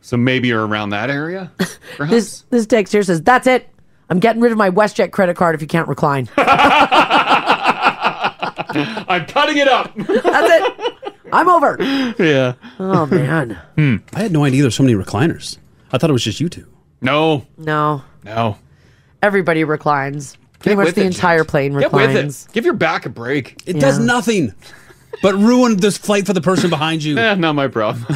[SPEAKER 3] So maybe you're around that area. <laughs>
[SPEAKER 8] This this text here says, that's it. I'm getting rid of my WestJet credit card if you can't recline.
[SPEAKER 3] I'm cutting it up. <laughs>
[SPEAKER 8] that's it. I'm over.
[SPEAKER 3] <gasps> Yeah.
[SPEAKER 8] Oh man.
[SPEAKER 4] I had no idea there's so many recliners. I thought it was just you two.
[SPEAKER 3] <laughs> No.
[SPEAKER 8] No.
[SPEAKER 3] No.
[SPEAKER 8] Everybody reclines. Pretty
[SPEAKER 3] Get
[SPEAKER 8] much
[SPEAKER 3] with
[SPEAKER 8] the
[SPEAKER 3] it,
[SPEAKER 8] entire plane
[SPEAKER 3] Get with
[SPEAKER 8] reclines.
[SPEAKER 3] it. Give your back a break.
[SPEAKER 4] It does nothing but ruin this flight for the person behind you.
[SPEAKER 3] <laughs> Eh, not my
[SPEAKER 4] <laughs>
[SPEAKER 8] <laughs>
[SPEAKER 3] problem.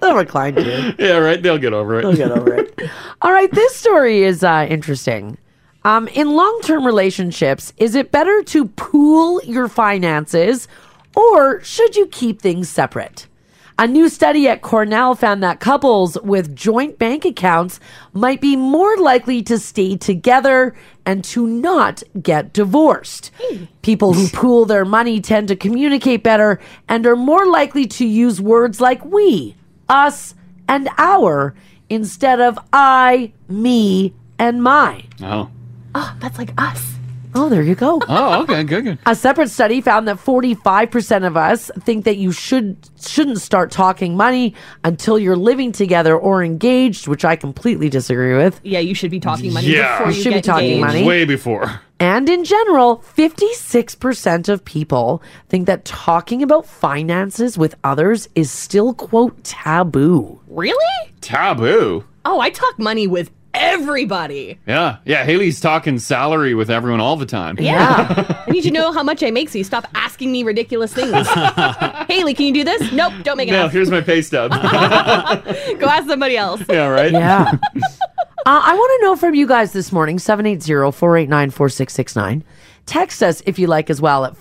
[SPEAKER 8] They'll recline too.
[SPEAKER 3] yeah, right. They'll get over it. They'll
[SPEAKER 8] get over it. All right, this story is uh, interesting. Um, in long term relationships, is it better to pool your finances or should you keep things separate? A new study at Cornell found that couples with joint bank accounts might be more likely to stay together and to not get divorced. People who pool their money tend to communicate better and are more likely to use words like we, us, and our instead of I, me, and my.
[SPEAKER 3] <laughs> Oh.
[SPEAKER 8] Oh, that's like us. Oh, there you go.
[SPEAKER 3] Oh, okay, good, good.
[SPEAKER 8] A separate study found that 45% of us think that you should shouldn't start talking money until you're living together or engaged, which I completely disagree with.
[SPEAKER 6] Yeah, you should be talking money before you,
[SPEAKER 8] should
[SPEAKER 6] get
[SPEAKER 8] be talking
[SPEAKER 6] engaged.
[SPEAKER 8] money.
[SPEAKER 3] Way before.
[SPEAKER 8] And in general, 56% of people think that talking about finances with others is still quote taboo.
[SPEAKER 6] Really?
[SPEAKER 3] Taboo.
[SPEAKER 6] Oh, I talk money with everybody.
[SPEAKER 3] Yeah, yeah. Haley's talking salary with everyone all the time.
[SPEAKER 6] I need to know how much I make so you stop asking me ridiculous
[SPEAKER 3] <laughs>
[SPEAKER 6] things. Haley, can you do this? Nope, don't make it
[SPEAKER 3] no,
[SPEAKER 6] up.
[SPEAKER 3] here's my
[SPEAKER 6] <laughs>
[SPEAKER 3] pay stub.
[SPEAKER 6] Go ask somebody else.
[SPEAKER 3] yeah, right? <laughs>
[SPEAKER 8] Yeah. Uh, I want to know from you guys this morning 780 489 4669. Text us if you like as well at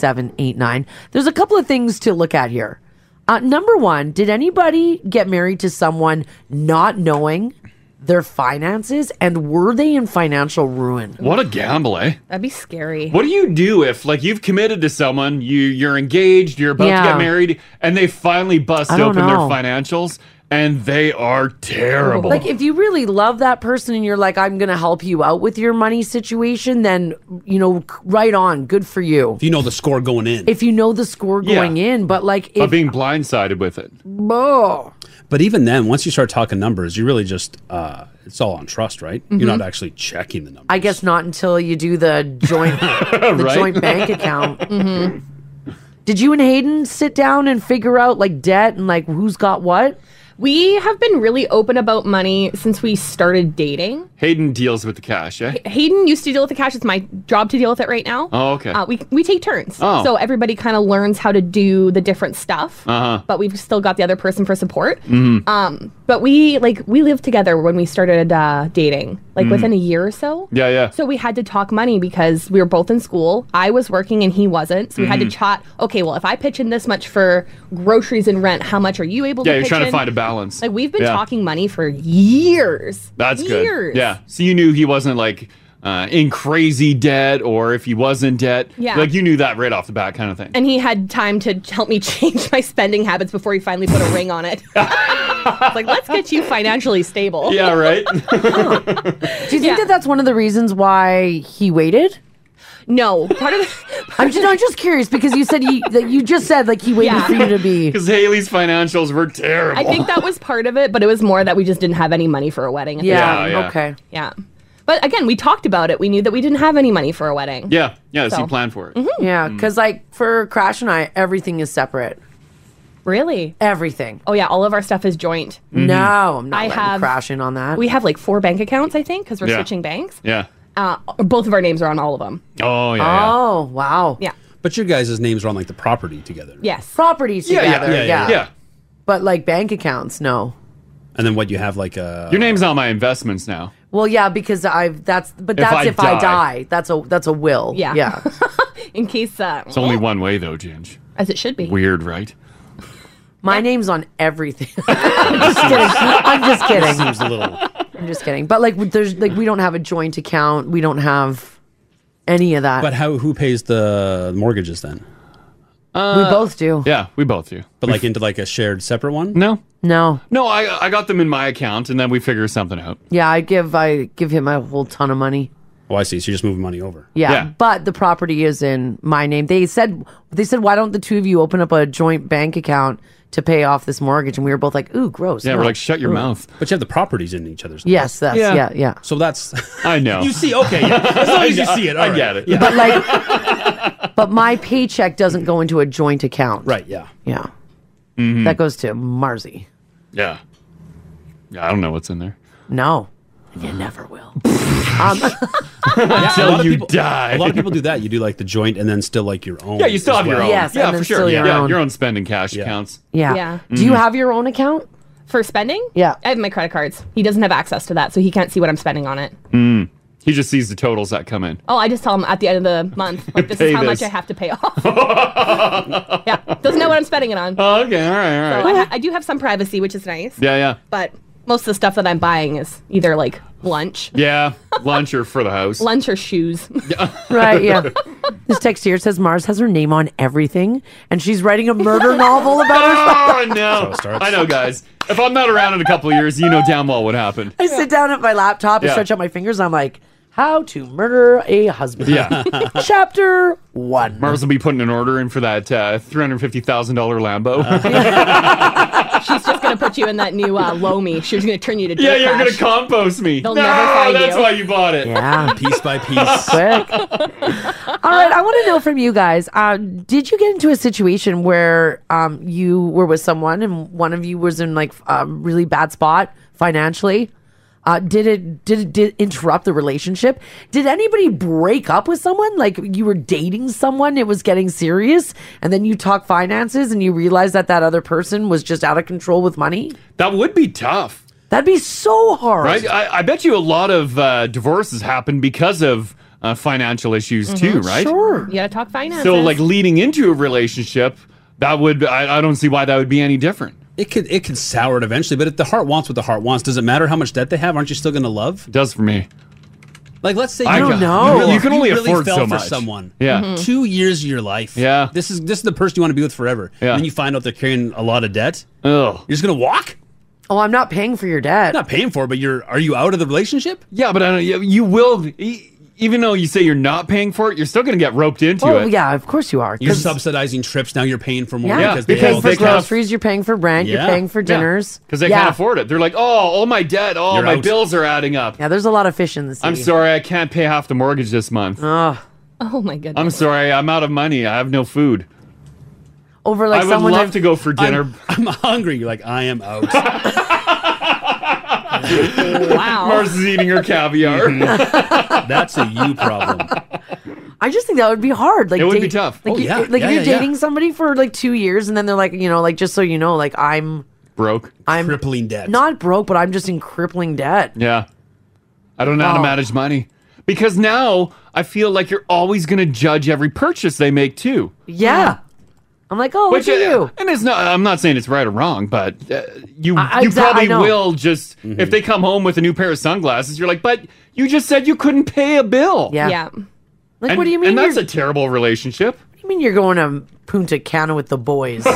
[SPEAKER 8] 56789. There's a couple of things to look at here. Uh, number one, did anybody get married to someone not knowing their finances and were they in financial ruin?
[SPEAKER 3] What a gamble, eh?
[SPEAKER 6] That'd be scary.
[SPEAKER 3] What do you do if, like, you've committed to someone, you you're engaged, you're about to
[SPEAKER 6] Yeah.
[SPEAKER 3] get married, and they finally bust
[SPEAKER 8] I don't
[SPEAKER 3] open
[SPEAKER 8] know.
[SPEAKER 3] their financials, and they are terrible.
[SPEAKER 8] Like, if you really love that person and you're like, I'm going to help you out with your money situation, then, you know, right on. Good for you.
[SPEAKER 4] If you know the score going in.
[SPEAKER 8] If you know the score
[SPEAKER 4] Yeah.
[SPEAKER 8] going in, but like, if.
[SPEAKER 3] being blindsided with it.
[SPEAKER 8] Bull.
[SPEAKER 4] But even then, once you start talking numbers, you really just uh, it's all on trust, right? You're
[SPEAKER 8] Mm-hmm.
[SPEAKER 4] not actually checking the numbers.
[SPEAKER 8] I guess not until you do the
[SPEAKER 4] <laughs>
[SPEAKER 8] joint the
[SPEAKER 4] Right?
[SPEAKER 8] joint bank account. Mm-hmm. Did you and Hayden sit down and figure out like debt and like who's got what?
[SPEAKER 6] We have been really open about money since we started dating.
[SPEAKER 3] Hayden deals with the cash, eh?
[SPEAKER 6] Hayden used to deal with the cash. It's my job to deal with it right now.
[SPEAKER 3] Oh, okay.
[SPEAKER 6] Uh, we, we take turns.
[SPEAKER 3] Oh.
[SPEAKER 6] So everybody kind of learns how to do the different stuff,
[SPEAKER 3] Uh huh.
[SPEAKER 6] but we've still got the other person for support.
[SPEAKER 14] Uh,
[SPEAKER 3] Mhm.
[SPEAKER 6] Um, but we like we lived together when we started uh, dating, like
[SPEAKER 3] Mhm.
[SPEAKER 6] within a year or so.
[SPEAKER 3] Yeah, yeah.
[SPEAKER 6] So we had to talk money because we were both in school. I was working and he wasn't. So we had to
[SPEAKER 3] Mhm.
[SPEAKER 6] chat. Okay, well, if I pitch in this much for groceries and rent, how much are you able
[SPEAKER 3] Yeah,
[SPEAKER 6] to
[SPEAKER 3] you're
[SPEAKER 6] pitch
[SPEAKER 3] trying to
[SPEAKER 6] in?
[SPEAKER 3] find a balance.
[SPEAKER 6] Like we've been
[SPEAKER 3] Yeah.
[SPEAKER 6] talking money for years.
[SPEAKER 3] That's
[SPEAKER 6] years.
[SPEAKER 3] good. Yeah. So you knew he wasn't like uh, in crazy debt, or if he was in debt,
[SPEAKER 6] Yeah.
[SPEAKER 3] like you knew that right off the bat, kind of thing.
[SPEAKER 6] And he had time to help me <laughs> change my spending habits before he finally put a ring on it. It's like, let's get you financially stable.
[SPEAKER 3] Yeah, right.
[SPEAKER 8] Do you think that that's one of the reasons why he waited?
[SPEAKER 6] No, part of. <laughs>
[SPEAKER 8] I'm just I'm just curious because you said he that you just said like he waited
[SPEAKER 6] Yeah.
[SPEAKER 8] for you
[SPEAKER 3] <laughs>
[SPEAKER 8] to be.
[SPEAKER 3] Because Haley's financials were terrible.
[SPEAKER 6] I think that was part of it, but it was more that we just didn't have any money for a wedding. at the
[SPEAKER 3] Yeah,
[SPEAKER 6] time.
[SPEAKER 3] yeah. Okay.
[SPEAKER 6] Yeah. But again, we talked about it. We knew that we didn't have any money for a wedding.
[SPEAKER 3] Yeah, yeah.
[SPEAKER 6] So-
[SPEAKER 3] So,
[SPEAKER 6] Mm-hmm.
[SPEAKER 3] you planned for it. Mm.
[SPEAKER 8] Yeah, because like for Crash and I, everything is separate.
[SPEAKER 6] Really?
[SPEAKER 8] Everything.
[SPEAKER 6] Oh yeah, all of our stuff is joint.
[SPEAKER 3] Mm-hmm.
[SPEAKER 8] No, I'm not
[SPEAKER 6] I
[SPEAKER 8] I
[SPEAKER 6] have-
[SPEAKER 8] Crash in on that.
[SPEAKER 6] We have like four bank accounts, I think, because we're
[SPEAKER 4] Yeah.
[SPEAKER 6] switching banks.
[SPEAKER 3] Yeah.
[SPEAKER 6] Uh, both of our names are on all of them.
[SPEAKER 3] Oh
[SPEAKER 8] Oh wow.
[SPEAKER 6] Yeah.
[SPEAKER 4] But your guys' names are on like the property together,
[SPEAKER 6] Yes.
[SPEAKER 8] Properties
[SPEAKER 4] Yeah,
[SPEAKER 8] together.
[SPEAKER 4] yeah,
[SPEAKER 8] Yeah,
[SPEAKER 4] yeah, yeah, yeah.
[SPEAKER 8] But like bank accounts, no.
[SPEAKER 4] and then what you have like a
[SPEAKER 3] Your name's on my investments now.
[SPEAKER 8] Well, yeah, because I've that's but
[SPEAKER 3] If
[SPEAKER 8] that's
[SPEAKER 3] I
[SPEAKER 8] if I die.
[SPEAKER 3] die.
[SPEAKER 8] That's a that's a will.
[SPEAKER 6] Yeah.
[SPEAKER 8] yeah.
[SPEAKER 6] <laughs> In case, uh,
[SPEAKER 3] It's only one way though, Ginge.
[SPEAKER 6] as it should be.
[SPEAKER 3] Weird, right?
[SPEAKER 8] My name's on everything. <laughs> I'm
[SPEAKER 4] <laughs>
[SPEAKER 8] just kidding. I'm just kidding.
[SPEAKER 4] Seems a little.
[SPEAKER 8] I'm just kidding. But like, there's like we don't have a joint account. We don't have any of that.
[SPEAKER 4] But how who pays the mortgages then?
[SPEAKER 8] we both do.
[SPEAKER 3] Uh, Yeah, we both do.
[SPEAKER 4] But like into like a shared separate one?
[SPEAKER 3] No.
[SPEAKER 8] No.
[SPEAKER 3] No, I I got them in my account, and then we figure something out.
[SPEAKER 8] Yeah, I give I give him a whole ton of money.
[SPEAKER 4] Oh, I see. So you're just moving money over.
[SPEAKER 8] Yeah,
[SPEAKER 4] Yeah.
[SPEAKER 8] but the property is in my name. They said they said why don't the two of you open up a joint bank account to pay off this mortgage? And we were both like, ooh, gross.
[SPEAKER 4] Yeah, we're
[SPEAKER 8] no.
[SPEAKER 4] like, shut your
[SPEAKER 8] Ooh.
[SPEAKER 4] mouth. But you have the properties in each other's.
[SPEAKER 8] Yes, that's yeah, yeah.
[SPEAKER 4] So that's.
[SPEAKER 3] I know.
[SPEAKER 4] <laughs> You see, okay.
[SPEAKER 3] <laughs>
[SPEAKER 4] Yeah. As long as you see it,
[SPEAKER 3] I
[SPEAKER 4] all right.
[SPEAKER 3] get it.
[SPEAKER 4] Yeah.
[SPEAKER 8] But like, but my paycheck doesn't go into a joint account.
[SPEAKER 4] Right. Yeah. Mm-hmm.
[SPEAKER 8] Yeah. That goes to Marzi.
[SPEAKER 3] Yeah. Yeah, I don't know what's in there.
[SPEAKER 8] No. And you never will. um, <laughs>
[SPEAKER 3] <laughs> Until you die.
[SPEAKER 4] A lot of people do that. You do like the joint and then still like your own.
[SPEAKER 3] Yeah, you still
[SPEAKER 4] as
[SPEAKER 3] have your
[SPEAKER 4] well.
[SPEAKER 3] own.
[SPEAKER 8] Yes,
[SPEAKER 3] yeah,
[SPEAKER 8] and
[SPEAKER 3] for
[SPEAKER 8] then
[SPEAKER 3] sure.
[SPEAKER 8] still
[SPEAKER 3] yeah,
[SPEAKER 8] your
[SPEAKER 3] yeah,
[SPEAKER 8] own.
[SPEAKER 3] your own spending cash accounts.
[SPEAKER 8] yeah.
[SPEAKER 6] Yeah.
[SPEAKER 8] Do you
[SPEAKER 3] Mhm.
[SPEAKER 8] have your own account?
[SPEAKER 6] For spending?
[SPEAKER 8] Yeah.
[SPEAKER 6] I have my credit cards. He doesn't have access to that, so he can't see what I'm spending on it.
[SPEAKER 3] Mm. He just sees the totals that come in.
[SPEAKER 6] Oh, I just tell them at the end of the
[SPEAKER 3] <laughs>
[SPEAKER 6] month. Like, this
[SPEAKER 3] Pay
[SPEAKER 6] is how
[SPEAKER 3] this.
[SPEAKER 6] much I have to pay
[SPEAKER 3] <laughs>
[SPEAKER 6] off. yeah, doesn't know what I'm spending it on.
[SPEAKER 3] Oh, okay, all right, all right.
[SPEAKER 6] So I, ha- I do have some privacy, which is nice.
[SPEAKER 3] yeah, yeah,
[SPEAKER 6] But most of the stuff that I'm buying is either like lunch,
[SPEAKER 3] yeah. Lunch or for the house.
[SPEAKER 6] lunch or
[SPEAKER 3] <laughs>
[SPEAKER 6] shoes.
[SPEAKER 8] <laughs> Right, yeah. this text here says Mars has her name on everything, and she's writing a murder novel
[SPEAKER 3] <laughs>
[SPEAKER 8] about herself.
[SPEAKER 3] Oh no! I know, guys. If I'm not around in a couple of years, you know damn well what happened.
[SPEAKER 8] I sit down at my laptop and
[SPEAKER 3] Yeah.
[SPEAKER 8] stretch out my fingers, and I'm like, how to murder a husband.
[SPEAKER 3] Yeah.
[SPEAKER 8] <laughs> Chapter one.
[SPEAKER 3] Mars will be putting an order in for that uh, three hundred fifty thousand dollar Lambo.
[SPEAKER 6] <laughs>
[SPEAKER 3] <laughs>
[SPEAKER 6] She's just gonna put you in that new uh, Lomi. She's gonna turn you to
[SPEAKER 3] yeah,
[SPEAKER 6] dirt
[SPEAKER 3] you're gonna
[SPEAKER 6] trash.
[SPEAKER 3] compost me.
[SPEAKER 6] They'll
[SPEAKER 3] no,
[SPEAKER 6] never find
[SPEAKER 3] that's
[SPEAKER 6] you.
[SPEAKER 3] why you bought it. <laughs>
[SPEAKER 8] Yeah.
[SPEAKER 4] piece by piece.
[SPEAKER 8] Quick. All right, I want to know from you guys. Uh, did you get into a situation where um, you were with someone and one of you was in like a really bad spot financially? Uh, did it did it did it interrupt the relationship? Did anybody break up with someone? Like you were dating someone, it was getting serious, and then you talk finances and you realize that that other person was just out of control with money.
[SPEAKER 3] That would be tough.
[SPEAKER 8] That'd be so hard,
[SPEAKER 3] Right? I, I bet you a lot of uh, divorces happen because of uh, financial issues
[SPEAKER 6] Mm-hmm.
[SPEAKER 3] too, right?
[SPEAKER 6] You gotta talk finances.
[SPEAKER 3] So, like leading into a relationship, that would I, I don't see why that would be any different.
[SPEAKER 4] It could it could sour it eventually, but if the heart wants what the heart wants, does it matter how much debt they have? Aren't you still going to love?
[SPEAKER 3] does for me.
[SPEAKER 4] Like let's say
[SPEAKER 3] I
[SPEAKER 4] you-
[SPEAKER 3] don't know.
[SPEAKER 4] You, really,
[SPEAKER 3] You can only
[SPEAKER 4] really
[SPEAKER 3] afford
[SPEAKER 4] fell
[SPEAKER 3] so
[SPEAKER 4] for
[SPEAKER 3] much.
[SPEAKER 4] Someone,
[SPEAKER 3] Yeah. Mhm.
[SPEAKER 4] two years of your life. Yeah, this is this is the person you want to be with forever. Yeah, and then you find out they're carrying a lot of debt.
[SPEAKER 3] Oh,
[SPEAKER 4] you're just gonna walk.
[SPEAKER 8] Oh, I'm not paying for your debt.
[SPEAKER 4] Not paying for, it, but you're are you out of the relationship?
[SPEAKER 3] Yeah, but I don't, you, you will, e- even though you say you're not paying for it, you're still going to get roped into
[SPEAKER 8] Oh
[SPEAKER 3] it.
[SPEAKER 8] yeah, of course you are.
[SPEAKER 4] You're
[SPEAKER 8] 'cause-
[SPEAKER 4] subsidizing trips now. You're paying for more
[SPEAKER 8] yeah,
[SPEAKER 4] because,
[SPEAKER 8] you're paying
[SPEAKER 4] they,
[SPEAKER 8] for
[SPEAKER 4] all- they
[SPEAKER 8] groceries, you're paying for rent,
[SPEAKER 3] Yeah.
[SPEAKER 8] you're paying for
[SPEAKER 3] Yeah.
[SPEAKER 8] dinners.
[SPEAKER 3] Because they
[SPEAKER 8] Yeah.
[SPEAKER 3] can't afford it. They're like, oh, all my debt, all
[SPEAKER 8] You're
[SPEAKER 3] Oh, my
[SPEAKER 8] out.
[SPEAKER 3] bills are adding up.
[SPEAKER 8] Yeah, there's a lot of fish in the sea.
[SPEAKER 3] I'm sorry, I can't pay half the mortgage this month.
[SPEAKER 6] oh my goodness.
[SPEAKER 3] I'm sorry, I'm out of money. I have no food.
[SPEAKER 8] Over
[SPEAKER 3] I would love to go for dinner.
[SPEAKER 4] I'm, hungry. You're like, I am out.
[SPEAKER 3] <laughs>
[SPEAKER 6] wow.
[SPEAKER 3] Mars is eating
[SPEAKER 4] <laughs>
[SPEAKER 3] her caviar.
[SPEAKER 4] Mm-hmm. That's a you problem.
[SPEAKER 8] I just think that would be hard. Like
[SPEAKER 3] It would
[SPEAKER 8] date-
[SPEAKER 3] be tough.
[SPEAKER 8] Like,
[SPEAKER 3] Oh,
[SPEAKER 8] you-
[SPEAKER 3] yeah.
[SPEAKER 8] like
[SPEAKER 3] Yeah,
[SPEAKER 8] you're
[SPEAKER 3] yeah, yeah.
[SPEAKER 8] dating somebody for like two years, and then they're like, you know, like just so you know, like I'm
[SPEAKER 3] broke.
[SPEAKER 8] I'm
[SPEAKER 4] crippling debt.
[SPEAKER 8] not broke, but I'm just in crippling debt.
[SPEAKER 3] Yeah. I don't know how to
[SPEAKER 8] Wow.
[SPEAKER 3] manage money. Because now I feel like you're always going to judge every purchase they make, too.
[SPEAKER 8] Yeah. I'm like, oh,
[SPEAKER 3] Which,
[SPEAKER 8] look at
[SPEAKER 3] uh,
[SPEAKER 8] you.
[SPEAKER 3] And it's not. I'm not saying it's right or wrong, but uh, you
[SPEAKER 8] I-
[SPEAKER 3] you
[SPEAKER 8] exa- I
[SPEAKER 3] probably
[SPEAKER 8] know.
[SPEAKER 3] will just if they come home with a new pair of sunglasses, you're like, but you just said you couldn't pay a bill.
[SPEAKER 6] yeah.
[SPEAKER 8] Like,
[SPEAKER 3] And-
[SPEAKER 8] what do you mean?
[SPEAKER 3] And that's
[SPEAKER 8] you're-
[SPEAKER 3] a terrible relationship.
[SPEAKER 8] what do you mean you're going to Punta Cana with the boys?
[SPEAKER 4] <laughs>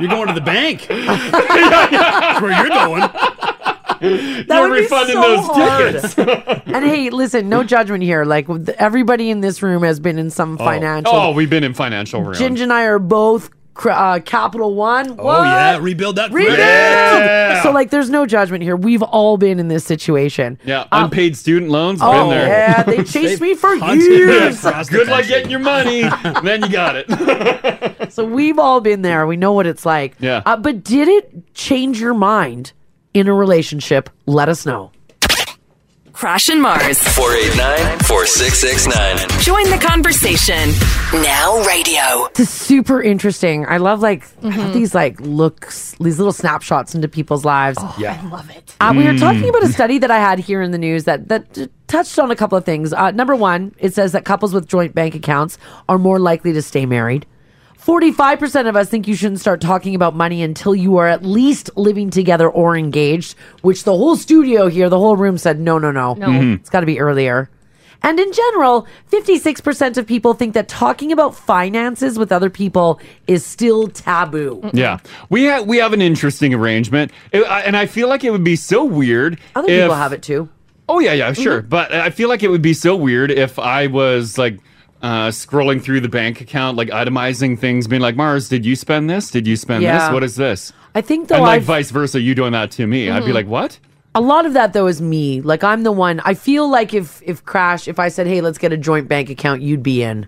[SPEAKER 4] You're going to the bank. <laughs> That's where you're going.
[SPEAKER 8] That
[SPEAKER 3] You're
[SPEAKER 8] would be
[SPEAKER 3] refunding
[SPEAKER 8] so
[SPEAKER 3] those
[SPEAKER 8] hard.
[SPEAKER 3] tickets.
[SPEAKER 8] <laughs> and hey, listen, no judgment here. Like with- everybody in this room has been in some
[SPEAKER 3] Oh.
[SPEAKER 8] financial.
[SPEAKER 3] Oh, we've been in financial ruin.
[SPEAKER 8] Ginger and I are both cr- uh, Capital One. Oh
[SPEAKER 4] yeah, <laughs> rebuild that.
[SPEAKER 8] rebuild.
[SPEAKER 3] Yeah.
[SPEAKER 8] So like, there's no judgment here. We've all been in this situation.
[SPEAKER 3] yeah, unpaid student loans.
[SPEAKER 8] oh,
[SPEAKER 3] been there. <laughs>
[SPEAKER 8] yeah, <laughs> they chased me for
[SPEAKER 3] Hunted me
[SPEAKER 8] years.
[SPEAKER 3] across the Good luck getting your money.
[SPEAKER 4] <laughs>
[SPEAKER 3] then you got it.
[SPEAKER 8] <laughs> So we've all been there. We know what it's like.
[SPEAKER 3] Yeah.
[SPEAKER 8] Uh, but did it change your mind in a relationship? Let us know.
[SPEAKER 2] Crash and Mars.
[SPEAKER 1] 489 4669.
[SPEAKER 2] Join the conversation. Now radio.
[SPEAKER 8] It's super interesting. I love like I love these like looks, these little snapshots into people's lives.
[SPEAKER 4] yeah.
[SPEAKER 8] <laughs>
[SPEAKER 4] I
[SPEAKER 6] love it.
[SPEAKER 8] Uh,
[SPEAKER 3] Hmm.
[SPEAKER 8] we were talking
[SPEAKER 13] Mm.
[SPEAKER 8] about a study that I had here in the news that that uh, touched on a couple of things. Uh, number one, it says that couples with joint bank accounts are more likely to stay married. Forty-five percent of us think you shouldn't start talking about money until you are at least living together or engaged. Which the whole studio here, the whole room said, no, no, no,
[SPEAKER 13] No. Mhm.
[SPEAKER 8] it's got to be earlier. And in general, 56% of people think that talking about finances with other people is still taboo.
[SPEAKER 3] Yeah, we have we have an interesting arrangement, It- I- and I feel like it would be so weird.
[SPEAKER 8] Other
[SPEAKER 3] if-
[SPEAKER 8] people have it Mm-hmm. too.
[SPEAKER 3] Oh yeah, yeah, sure. But I feel like it would be so weird if I was like uh, scrolling through the bank account, like itemizing things, being like, "Mars, did you spend this? Did you spend
[SPEAKER 8] Yeah.
[SPEAKER 3] this? What is this?"
[SPEAKER 8] I think though
[SPEAKER 3] and like
[SPEAKER 8] I've-
[SPEAKER 3] vice versa, you doing that to me, I'd be
[SPEAKER 8] Mhm.
[SPEAKER 3] like, "What?"
[SPEAKER 8] A lot of that though is me. Like I'm the one. I feel like if if Crash, if I said, "Hey, let's get a joint bank account," you'd be in.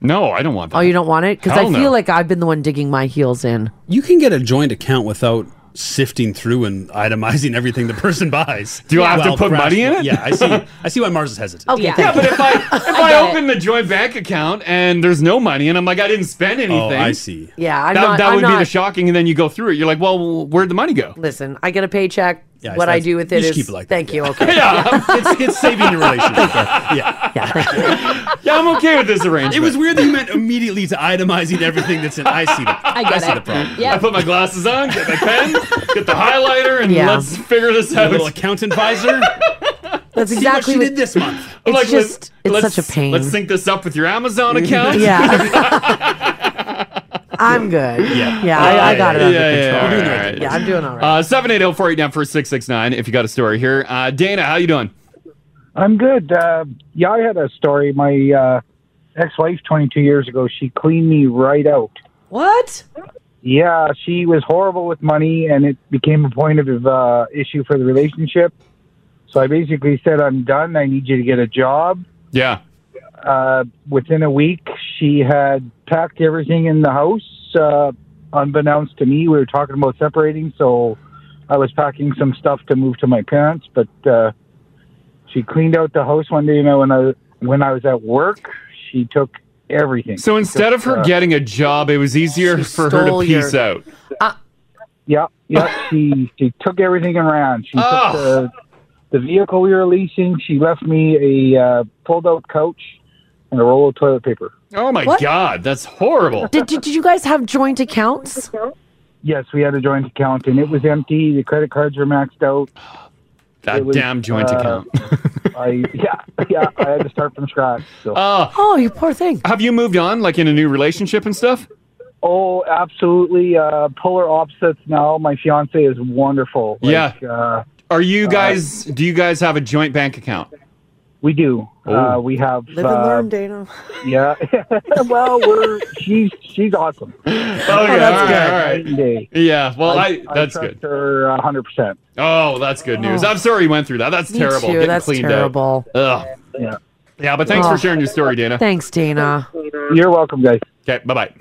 [SPEAKER 3] No, I don't want that.
[SPEAKER 8] Oh, you don't want it because I
[SPEAKER 4] Hell no.
[SPEAKER 8] feel like I've been the one digging my heels in.
[SPEAKER 4] You can get a joint account without sifting through and itemizing everything the person buys.
[SPEAKER 3] Do I have to
[SPEAKER 4] Well,
[SPEAKER 3] put
[SPEAKER 4] crash-
[SPEAKER 3] money in it?
[SPEAKER 4] Yeah, I see. I see why Mars is hesitant.
[SPEAKER 8] Okay,
[SPEAKER 3] yeah, but if I if I, open the joint bank account and there's no money, and I'm like, "I didn't spend anything,"
[SPEAKER 4] Oh, I see.
[SPEAKER 8] Yeah, I'm
[SPEAKER 3] that
[SPEAKER 8] not-
[SPEAKER 3] that
[SPEAKER 8] I'm
[SPEAKER 3] would be the <laughs>
[SPEAKER 8] not-
[SPEAKER 3] shocking, and then you go through it, you're like, "Well, where'd the money go?"
[SPEAKER 8] Listen, <laughs> I get a paycheck.
[SPEAKER 4] Yeah, so
[SPEAKER 8] what I
[SPEAKER 4] that's-
[SPEAKER 8] do with
[SPEAKER 4] you
[SPEAKER 8] it
[SPEAKER 4] should
[SPEAKER 8] is
[SPEAKER 4] keep it like
[SPEAKER 8] thank you. Okay.
[SPEAKER 3] yeah,
[SPEAKER 4] it's, it's saving your relationship.
[SPEAKER 8] <laughs>
[SPEAKER 3] Yeah, I'm okay with this arrangement.
[SPEAKER 4] It was weird that you meant immediately to itemizing everything that's in. I see the.
[SPEAKER 3] I get
[SPEAKER 4] see
[SPEAKER 3] it.
[SPEAKER 4] the problem.
[SPEAKER 3] I put my glasses on, get my pen, get the highlighter, and
[SPEAKER 4] Yeah.
[SPEAKER 3] let's figure this
[SPEAKER 4] Your
[SPEAKER 3] out.
[SPEAKER 4] little
[SPEAKER 3] <laughs>
[SPEAKER 4] accountant visor.
[SPEAKER 8] That's
[SPEAKER 4] See what
[SPEAKER 8] exactly
[SPEAKER 4] she
[SPEAKER 8] what
[SPEAKER 4] did this month.
[SPEAKER 8] It's
[SPEAKER 3] Like, let's-
[SPEAKER 8] just it's
[SPEAKER 3] let's-
[SPEAKER 8] such a pain.
[SPEAKER 3] Let's sync this up with your
[SPEAKER 8] <laughs>
[SPEAKER 3] Amazon account.
[SPEAKER 8] Yeah. <laughs> I'm good. Yeah. Yeah. I, I got it
[SPEAKER 3] <laughs> Yeah,
[SPEAKER 8] under
[SPEAKER 3] yeah,
[SPEAKER 8] control.
[SPEAKER 3] yeah, all right.
[SPEAKER 8] Yeah, I'm doing all right.
[SPEAKER 3] Uh, 780-489-4669 if you got a story here. Uh, Dana, how you doing?
[SPEAKER 13] <laughs> I'm good. Uh, yeah, I had a story. My uh, ex-wife, 22 years ago, she cleaned me right out.
[SPEAKER 8] What?
[SPEAKER 13] Yeah, she was horrible with money, and it became a point of uh, issue for the relationship. So I basically said, "I'm done. I need you to get a job."
[SPEAKER 3] Yeah.
[SPEAKER 13] Uh, within a week, she had packed everything in the house. Uh, unbeknownst to me, we were talking about separating, so I was packing some stuff to move to my parents. But uh, she cleaned out the house one day. You know, when I when I was at work, she took everything. uh,
[SPEAKER 3] So instead of her getting a job, it was easier for her to
[SPEAKER 13] stole
[SPEAKER 3] piece
[SPEAKER 13] your-
[SPEAKER 3] out.
[SPEAKER 13] Yeah, yeah. she she took everything and ran. She
[SPEAKER 3] Ah.
[SPEAKER 13] took the, the vehicle we were leasing. She left me a uh, pulled out couch and a roll of toilet paper.
[SPEAKER 3] Oh my
[SPEAKER 8] What?
[SPEAKER 3] God, that's horrible.
[SPEAKER 8] Did, did did you guys have joint accounts?
[SPEAKER 13] Yes, we had a joint account and it was empty. The credit cards were maxed out.
[SPEAKER 3] <gasps> That
[SPEAKER 13] It was,
[SPEAKER 3] damn joint
[SPEAKER 13] uh,
[SPEAKER 3] account.
[SPEAKER 13] <laughs> I yeah yeah. I had to start from scratch. So.
[SPEAKER 3] Uh,
[SPEAKER 8] oh, you poor thing.
[SPEAKER 3] Have you moved on, like in a new relationship and stuff?
[SPEAKER 13] Oh, absolutely. Uh, polar opposites now. My fiance is wonderful. Like,
[SPEAKER 3] Yeah.
[SPEAKER 13] Uh,
[SPEAKER 3] Are you guys? do you guys have a joint bank account?
[SPEAKER 13] We do. Uh,
[SPEAKER 3] Oh.
[SPEAKER 13] we have.
[SPEAKER 3] Live and
[SPEAKER 13] uh,
[SPEAKER 3] learn,
[SPEAKER 8] Dana.
[SPEAKER 13] Yeah. <laughs> well, we're she's she's
[SPEAKER 3] <laughs>
[SPEAKER 13] awesome.
[SPEAKER 3] that's all right, good.
[SPEAKER 13] all right.
[SPEAKER 3] Yeah. Well, I, that's
[SPEAKER 13] trust
[SPEAKER 3] good.
[SPEAKER 13] Her hundred percent.
[SPEAKER 3] Oh, that's good news. I'm sorry you went through that. That's
[SPEAKER 13] Me
[SPEAKER 3] terrible.
[SPEAKER 13] too,
[SPEAKER 3] Getting
[SPEAKER 13] that's
[SPEAKER 3] cleaned
[SPEAKER 8] terrible.
[SPEAKER 3] out. Ugh.
[SPEAKER 13] Yeah.
[SPEAKER 3] Yeah, but thanks
[SPEAKER 8] Oh.
[SPEAKER 3] for sharing your story, Dana.
[SPEAKER 8] Thanks, Dana.
[SPEAKER 13] You're welcome, guys.
[SPEAKER 3] Okay. Bye bye.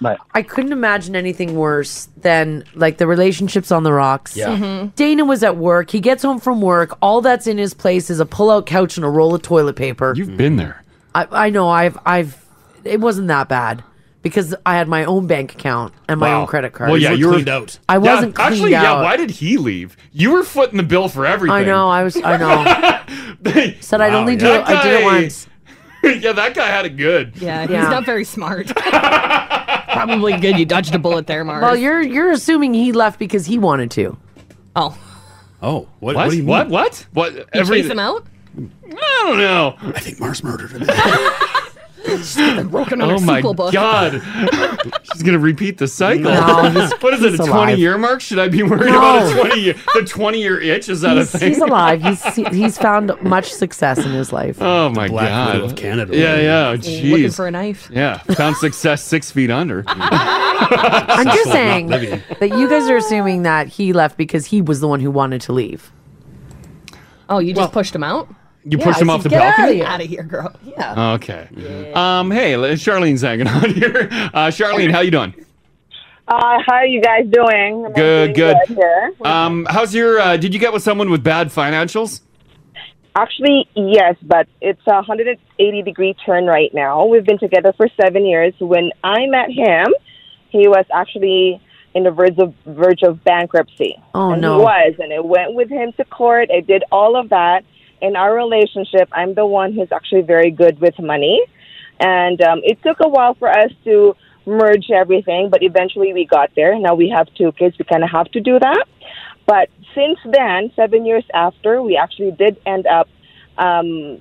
[SPEAKER 13] Bye.
[SPEAKER 8] I couldn't imagine anything worse than like the relationships on the rocks.
[SPEAKER 3] Yeah. Mhm.
[SPEAKER 8] Dana was at work. He gets home from work. All that's in his place is a pull-out couch and a roll of toilet paper.
[SPEAKER 3] You've been there.
[SPEAKER 8] I, I know. I've I've. It wasn't that bad because I had my own bank account and my
[SPEAKER 3] Wow.
[SPEAKER 8] own credit card.
[SPEAKER 3] Well, yeah, you were
[SPEAKER 8] I
[SPEAKER 3] Yeah,
[SPEAKER 8] wasn't cleaned
[SPEAKER 3] actually. Yeah.
[SPEAKER 8] out.
[SPEAKER 3] Why did he leave? You were footing the bill for everything.
[SPEAKER 8] I know. I was.
[SPEAKER 3] <laughs>
[SPEAKER 8] I know. <laughs> Said I'd
[SPEAKER 3] Wow,
[SPEAKER 8] only
[SPEAKER 3] yeah.
[SPEAKER 8] do it. I did it
[SPEAKER 3] That guy-
[SPEAKER 8] once.
[SPEAKER 3] <laughs> yeah, that guy had it good.
[SPEAKER 6] Yeah, he's
[SPEAKER 8] Yeah.
[SPEAKER 6] not very
[SPEAKER 3] <laughs>
[SPEAKER 6] smart. Probably good. You dodged a bullet there, Mars.
[SPEAKER 8] Well, you're you're assuming he left because he wanted to.
[SPEAKER 6] Oh.
[SPEAKER 4] Oh, what?
[SPEAKER 3] What?
[SPEAKER 4] What? do you mean?
[SPEAKER 3] What? Uh, What? What?
[SPEAKER 6] You
[SPEAKER 3] Every-
[SPEAKER 6] chase him out?
[SPEAKER 3] I don't know. I
[SPEAKER 4] think Mars murdered him.
[SPEAKER 6] She's got them broken on
[SPEAKER 3] oh
[SPEAKER 6] her
[SPEAKER 3] my
[SPEAKER 6] sequel book.
[SPEAKER 3] god. <laughs> She's gonna repeat the cycle.
[SPEAKER 4] No, he's-
[SPEAKER 3] <laughs> what is it?
[SPEAKER 4] he's
[SPEAKER 3] A
[SPEAKER 4] alive.
[SPEAKER 3] twenty year mark? Should I be worried
[SPEAKER 8] No.
[SPEAKER 3] about a twenty year the twenty year itch? Is that
[SPEAKER 8] He's,
[SPEAKER 3] a thing?
[SPEAKER 8] he's alive. He's he's found much success in his life.
[SPEAKER 3] <laughs> Oh my
[SPEAKER 4] Black
[SPEAKER 3] god.
[SPEAKER 4] Widow of Canada.
[SPEAKER 3] Yeah, yeah.
[SPEAKER 8] Looking
[SPEAKER 3] Jeez.
[SPEAKER 8] for a knife.
[SPEAKER 3] Yeah.
[SPEAKER 8] <laughs>
[SPEAKER 3] Found success six feet under.
[SPEAKER 8] I'm just saying
[SPEAKER 3] Not living.
[SPEAKER 8] that you guys are assuming that he left because he was the one who wanted to leave.
[SPEAKER 6] Oh, you just pushed him out?
[SPEAKER 3] You pushed him off the balcony?
[SPEAKER 6] Out of here, girl. Yeah.
[SPEAKER 3] Okay. Um, hey, Charlene's hanging on <laughs> here. Uh, Charlene, how you doing?
[SPEAKER 15] Uh, how are you guys doing? Am I
[SPEAKER 3] Good,
[SPEAKER 15] doing
[SPEAKER 3] good.
[SPEAKER 15] here?
[SPEAKER 3] Um, how's your uh, did you get with someone with bad financials?
[SPEAKER 15] Actually, yes, but it's a 180 degree turn right now. We've been together for seven years. When I met him, he was actually in the verge of verge of bankruptcy.
[SPEAKER 8] Oh,
[SPEAKER 15] and
[SPEAKER 8] no.
[SPEAKER 15] He was, and I went with him to court. I did all of that. In our relationship, I'm the one who's actually very good with money, and um, it took a while for us to merge everything, but eventually we got there. Now we have two kids. We kind of have to do that. But since then, seven years after, we actually did end up um,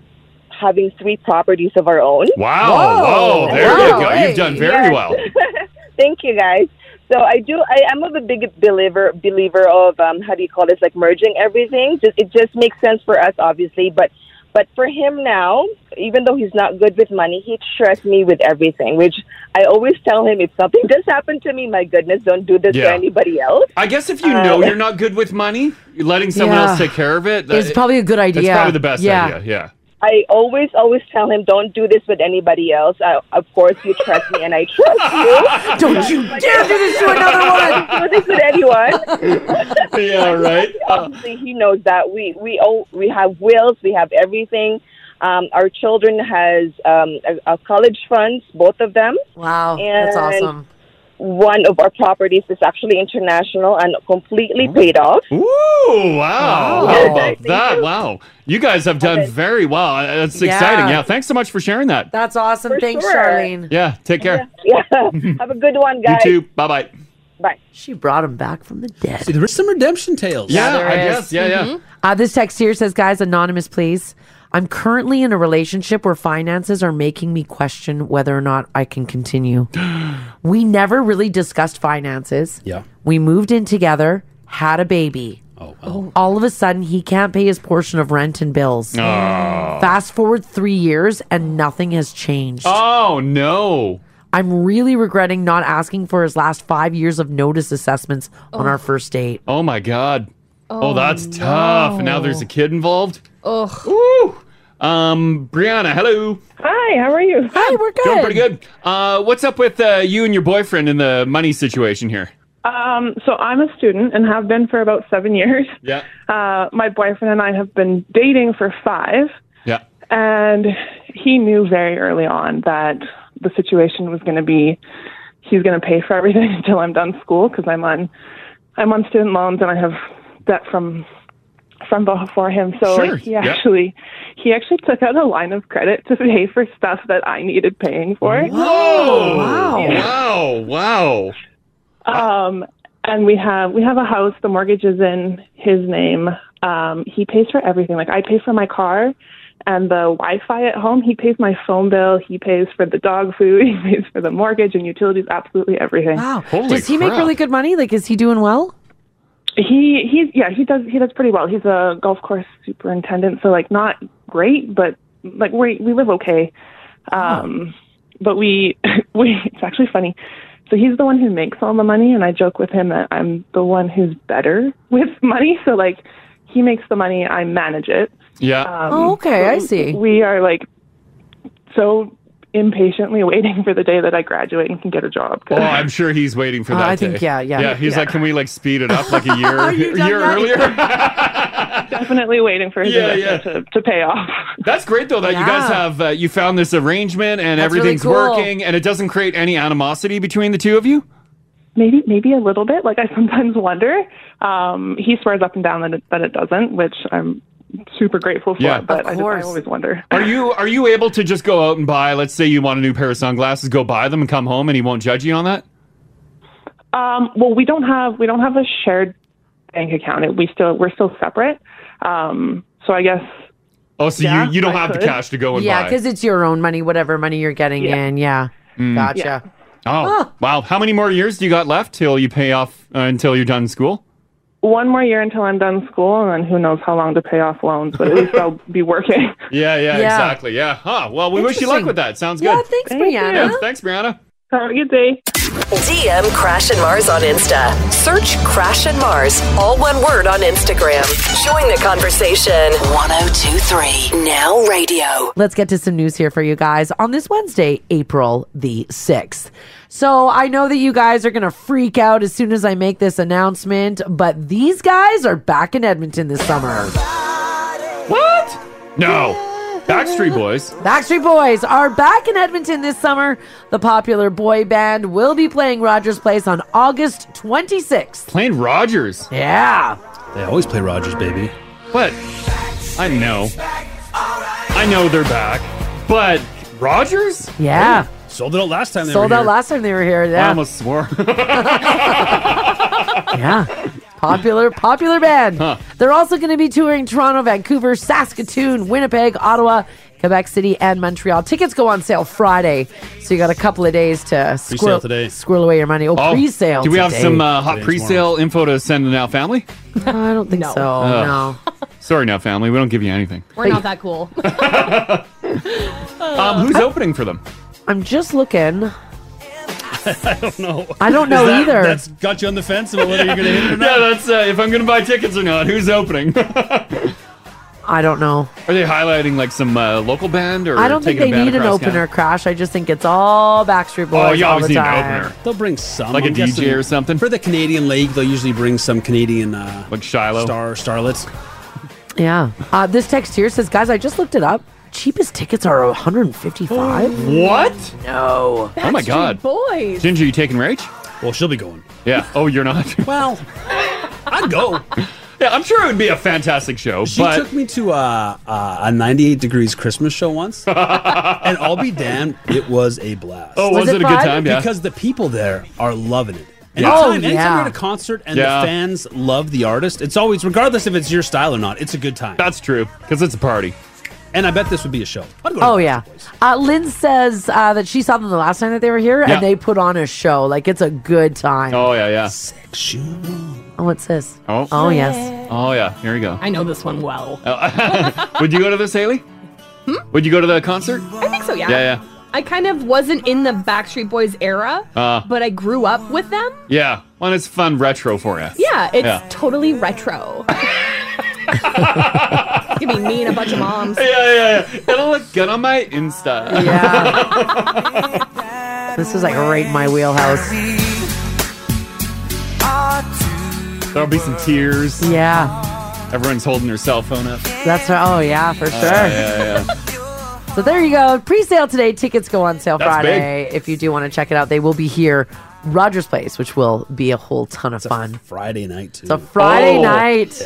[SPEAKER 15] having three properties of our own.
[SPEAKER 3] Wow, Whoa. whoa, there you Wow, go. You've hey. done very well.
[SPEAKER 15] <laughs> Thank you, guys. So I do. I, I'm a big believer believer of um, how do you call this? Like merging everything. Just, it just makes sense for us, obviously. But but for him now, even though he's not good with money, he trusts me with everything. Which I always tell him, if something <laughs> does happen to me, my goodness, don't do this
[SPEAKER 3] Yeah.
[SPEAKER 15] to anybody else.
[SPEAKER 3] I guess if you
[SPEAKER 15] Uh,
[SPEAKER 3] know you're not good with money, letting someone
[SPEAKER 15] Yeah.
[SPEAKER 3] else take care of it
[SPEAKER 15] It's probably a good
[SPEAKER 3] It's
[SPEAKER 15] idea.
[SPEAKER 3] probably the best
[SPEAKER 15] Yeah.
[SPEAKER 3] idea. Yeah.
[SPEAKER 15] I always, always tell him, don't do this with anybody else. I, of course, you trust me and I <laughs> trust you.
[SPEAKER 8] don't you
[SPEAKER 15] dare do this to another one. Don't do this with anyone.
[SPEAKER 3] <laughs> yeah, right.
[SPEAKER 15] Obviously, he knows that we we owe, we have wills, we have everything. Um, our children has um, a, a college funds, both of them.
[SPEAKER 8] Wow,
[SPEAKER 15] and
[SPEAKER 8] Oh, that's awesome.
[SPEAKER 15] one of our properties is actually international and completely paid off.
[SPEAKER 3] Ooh, wow. Oh, How about that? Wow. You guys have done very well. Uh, That's
[SPEAKER 15] Yeah.
[SPEAKER 3] exciting. Yeah. Thanks so much for sharing that.
[SPEAKER 8] That's awesome. Thanks,
[SPEAKER 15] sure.
[SPEAKER 8] Charlene.
[SPEAKER 3] Yeah. Take care.
[SPEAKER 15] <laughs> Yeah. Have a good one,
[SPEAKER 3] You
[SPEAKER 15] guys.
[SPEAKER 3] too. Bye bye.
[SPEAKER 15] Bye.
[SPEAKER 8] She brought him back from the dead.
[SPEAKER 4] See, there is some redemption tales.
[SPEAKER 3] Yeah, I guess. Yeah, yeah.
[SPEAKER 8] Uh, this text here says, guys, anonymous, please. I'm currently in a relationship where finances are making me question whether or not I
[SPEAKER 3] <gasps>
[SPEAKER 8] can continue. <gasps> we never really discussed finances.
[SPEAKER 4] Yeah.
[SPEAKER 8] We moved in together, had a baby.
[SPEAKER 4] Oh,
[SPEAKER 8] All of a sudden, he can't pay his portion of rent and bills.
[SPEAKER 3] Oh.
[SPEAKER 8] Fast forward three years, and nothing has changed.
[SPEAKER 3] Oh, no.
[SPEAKER 8] I'm really regretting not asking for his last five years of notice assessments on our first date.
[SPEAKER 3] Oh, my God. Oh,
[SPEAKER 8] Oh,
[SPEAKER 3] that's tough. Now there's a kid involved. Oh. Um, Brianna, hello.
[SPEAKER 16] Hi, how are you?
[SPEAKER 8] Hi, we're
[SPEAKER 3] Doing pretty good. Uh, what's up with uh, you and your boyfriend in the money situation here?
[SPEAKER 16] Um, so I'm a student and have been for about seven years.
[SPEAKER 3] Yeah.
[SPEAKER 16] Uh, my boyfriend and I have been dating for five,
[SPEAKER 3] Yeah.
[SPEAKER 16] and he knew very early on that the situation was going to be he's going to pay for everything <laughs> until I'm done school because I'm on I'm on student loans and I have debt from from before him. So
[SPEAKER 17] Sure,
[SPEAKER 16] like, he
[SPEAKER 17] yeah.
[SPEAKER 16] actually he actually took out a line of credit to pay for stuff that I needed paying for.
[SPEAKER 3] Whoa!
[SPEAKER 16] Wow.
[SPEAKER 3] Oh, Wow! Wow!
[SPEAKER 16] Um, and we have we have a house. The mortgage is in his name. Um, he pays for everything. Like I pay for my car and the Wi-Fi at home. He pays my phone bill. He pays for the dog food. <laughs> He pays for the mortgage and utilities. Absolutely everything.
[SPEAKER 8] Wow. Does he make really good money? Like, is he doing well?
[SPEAKER 16] He he's yeah he does he does pretty well. He's a golf course superintendent, so like not great, but like we we live okay. Um, but we <laughs> we it's actually funny. So he's the one who makes all the money, and I joke with him that I'm the one who's better <laughs> with money. So like he makes the money, I manage it.
[SPEAKER 3] Yeah.
[SPEAKER 16] Um,
[SPEAKER 8] Oh, okay, I
[SPEAKER 16] so
[SPEAKER 8] see.
[SPEAKER 16] We are like so impatiently waiting <laughs> for the day that I graduate and can get a job. 'cause-
[SPEAKER 3] Oh, I'm sure he's waiting for
[SPEAKER 16] Uh,
[SPEAKER 3] that.
[SPEAKER 16] I think,
[SPEAKER 3] day.
[SPEAKER 16] yeah, yeah.
[SPEAKER 3] Yeah, he's
[SPEAKER 16] Yeah.
[SPEAKER 3] like, can we like speed it
[SPEAKER 16] <laughs>
[SPEAKER 3] up like a year, a
[SPEAKER 16] You've done
[SPEAKER 3] year
[SPEAKER 16] that?
[SPEAKER 3] earlier?
[SPEAKER 16] <laughs> Definitely waiting for his
[SPEAKER 3] Yeah,
[SPEAKER 16] investment To, to pay off.
[SPEAKER 3] That's great though that you guys have uh, you found this arrangement and
[SPEAKER 16] That's really
[SPEAKER 3] everything's
[SPEAKER 16] cool.
[SPEAKER 3] working and it doesn't create any animosity between the two of you.
[SPEAKER 16] Maybe maybe a little bit. Like I sometimes wonder. Um, he swears up and down that it, that it doesn't, which I'm super grateful for.
[SPEAKER 3] Yeah.
[SPEAKER 16] but
[SPEAKER 3] Of
[SPEAKER 16] I, just, I
[SPEAKER 3] course.
[SPEAKER 16] always wonder.
[SPEAKER 3] Are you are you able to just go out and buy? Let's say you want a new pair of sunglasses, go buy them and come home, and he won't judge you on that.
[SPEAKER 16] Um, well, we don't have we don't have a shared bank account. It- We still we're still separate. Um, so I guess.
[SPEAKER 3] Oh, so
[SPEAKER 8] Yeah,
[SPEAKER 3] you you don't
[SPEAKER 8] I
[SPEAKER 3] have
[SPEAKER 8] could.
[SPEAKER 3] the cash to go and
[SPEAKER 8] yeah,
[SPEAKER 3] buy.
[SPEAKER 8] because it's your own money, whatever money you're getting
[SPEAKER 3] Yeah.
[SPEAKER 8] in. Yeah.
[SPEAKER 3] Mm.
[SPEAKER 8] Gotcha.
[SPEAKER 3] Oh, wow! How many more years do you got left till you pay off uh, until you're done school?
[SPEAKER 16] One more year until I'm done school, and then who knows how long to pay off loans. But at least I'll be working.
[SPEAKER 3] Yeah, yeah,
[SPEAKER 16] Yeah.
[SPEAKER 3] exactly. Yeah. Huh. Well, we wish you luck with that. Sounds good.
[SPEAKER 16] Yeah, thanks, Thank Brianna. you.
[SPEAKER 3] Yeah, thanks, Brianna.
[SPEAKER 16] Have a good day.
[SPEAKER 2] DM Crash and Mars on Insta. Search Crash and Mars, all one word on Instagram. Join the conversation. 1023 Now Radio.
[SPEAKER 8] Let's get to some news here for you guys on this Wednesday, April the 6th. So I know that you guys are going to freak out as soon as I make this announcement, but these guys are back in Edmonton this summer.
[SPEAKER 3] What? No. Backstreet Boys.
[SPEAKER 8] Backstreet Boys are back in Edmonton this summer. The popular boy band will be playing Rogers Place on August 26th.
[SPEAKER 3] Playing Rogers.
[SPEAKER 8] Yeah.
[SPEAKER 4] They always play Rogers, baby.
[SPEAKER 3] But I know. I know they're back. But Rogers?
[SPEAKER 8] Yeah.
[SPEAKER 4] Sold it out last time. They
[SPEAKER 8] Sold
[SPEAKER 4] were
[SPEAKER 8] out
[SPEAKER 4] here.
[SPEAKER 8] last time they were here.
[SPEAKER 4] I
[SPEAKER 8] Yeah.
[SPEAKER 4] almost
[SPEAKER 3] swore.
[SPEAKER 8] yeah. Popular, popular band. They're also going to be touring Toronto, Vancouver, Saskatoon, Winnipeg, Ottawa, Quebec City, and Montreal. Tickets go on sale Friday, so you got a couple of days to squirrel,
[SPEAKER 3] today.
[SPEAKER 8] squirrel away your money. Oh, pre-sale.
[SPEAKER 3] Do we have
[SPEAKER 8] today.
[SPEAKER 3] some uh, hot pre-sale info to send to Now Family?
[SPEAKER 8] <laughs> I don't think so. No.
[SPEAKER 3] no. <laughs> Sorry, Now Family. We don't give you anything.
[SPEAKER 6] We're not that cool.
[SPEAKER 8] Uh,
[SPEAKER 3] Um, who's opening for them?
[SPEAKER 8] I'm just looking.
[SPEAKER 4] <laughs> I don't know.
[SPEAKER 8] I don't know
[SPEAKER 4] Is that-
[SPEAKER 8] either.
[SPEAKER 4] That's got you on the fence about whether you're going to hit it or not.
[SPEAKER 3] <laughs> Yeah, that's uh, if I'm going to buy tickets or not. Who's opening? <laughs>
[SPEAKER 8] I don't know.
[SPEAKER 3] Are they highlighting like some uh, local band or?
[SPEAKER 8] I don't think
[SPEAKER 3] taking a
[SPEAKER 8] they
[SPEAKER 3] band
[SPEAKER 8] need an
[SPEAKER 3] across town?
[SPEAKER 8] opener crash. I just think it's all Backstreet Boys
[SPEAKER 3] Oh, you
[SPEAKER 8] all
[SPEAKER 3] always
[SPEAKER 8] the
[SPEAKER 3] need
[SPEAKER 8] time.
[SPEAKER 3] an opener.
[SPEAKER 4] They'll bring some,
[SPEAKER 3] Like a DJ or
[SPEAKER 4] something. For the Canadian League, they'll usually bring some Canadian, uh, like Shiloh, star starlets.
[SPEAKER 8] Yeah. Uh, this text here says, guys, I just looked it up. Cheapest tickets are 155.
[SPEAKER 3] What?
[SPEAKER 8] No.
[SPEAKER 3] Oh my God.
[SPEAKER 6] Boys.
[SPEAKER 3] Ginger, you taking Rach?
[SPEAKER 4] Well, she'll be going.
[SPEAKER 3] Yeah. Oh, you're not.
[SPEAKER 4] <laughs>
[SPEAKER 3] <laughs>
[SPEAKER 4] Well, I'd go.
[SPEAKER 3] yeah, I'm sure it would be a fantastic show.
[SPEAKER 4] She
[SPEAKER 3] but <laughs>
[SPEAKER 4] took me to uh, uh, a 98 Degrees Christmas show
[SPEAKER 3] <laughs>
[SPEAKER 4] once, and I'll be damned, it was a blast.
[SPEAKER 3] Oh, Was was it it a good fun? time? Yeah.
[SPEAKER 4] Because the people there are loving it. And
[SPEAKER 3] Yeah. Oh,
[SPEAKER 4] anytime, anytime
[SPEAKER 3] yeah.
[SPEAKER 4] you're at a concert and
[SPEAKER 3] Yeah.
[SPEAKER 4] the fans love the artist, it's always, regardless if it's your style or not, it's a good time.
[SPEAKER 3] That's true, because it's a party.
[SPEAKER 4] And I bet this would be a show.
[SPEAKER 8] Oh yeah, uh, Lynn says uh, that she saw them the last time that they were here,
[SPEAKER 4] Yeah.
[SPEAKER 8] and they put on a show. Like it's a good time.
[SPEAKER 3] Oh yeah, yeah.
[SPEAKER 8] Oh, what's this?
[SPEAKER 3] Oh.
[SPEAKER 8] Oh, yes.
[SPEAKER 3] Oh yeah. Here we go.
[SPEAKER 6] I know this one well.
[SPEAKER 3] Oh, <laughs> would you go to this, Haley? Would you go to the concert?
[SPEAKER 6] I think so, yeah.
[SPEAKER 3] Yeah, yeah.
[SPEAKER 6] I kind of wasn't in the Backstreet Boys era,
[SPEAKER 3] Uh,
[SPEAKER 6] but I grew up with them.
[SPEAKER 3] yeah. Well, it's fun retro for you.
[SPEAKER 6] Yeah, it's
[SPEAKER 3] Yeah.
[SPEAKER 6] totally
[SPEAKER 3] <laughs>
[SPEAKER 6] retro. it's gonna be me and a bunch of moms.
[SPEAKER 3] Yeah, yeah, yeah. It'll look good on my Insta.
[SPEAKER 8] This is like right in my wheelhouse.
[SPEAKER 3] There'll be some tears.
[SPEAKER 8] Yeah.
[SPEAKER 3] Everyone's holding their cell phone up.
[SPEAKER 8] That's right. Oh yeah, for
[SPEAKER 3] Uh,
[SPEAKER 8] sure.
[SPEAKER 3] yeah, yeah.
[SPEAKER 8] So there you go. Pre-sale today. Tickets go on sale
[SPEAKER 3] That's
[SPEAKER 8] Friday. If you do want to check it out, they will be here, Rogers Place, which will be a whole ton of fun.
[SPEAKER 4] <laughs> Friday night, too. Uh,
[SPEAKER 8] It's a Friday
[SPEAKER 3] Oh.
[SPEAKER 8] night.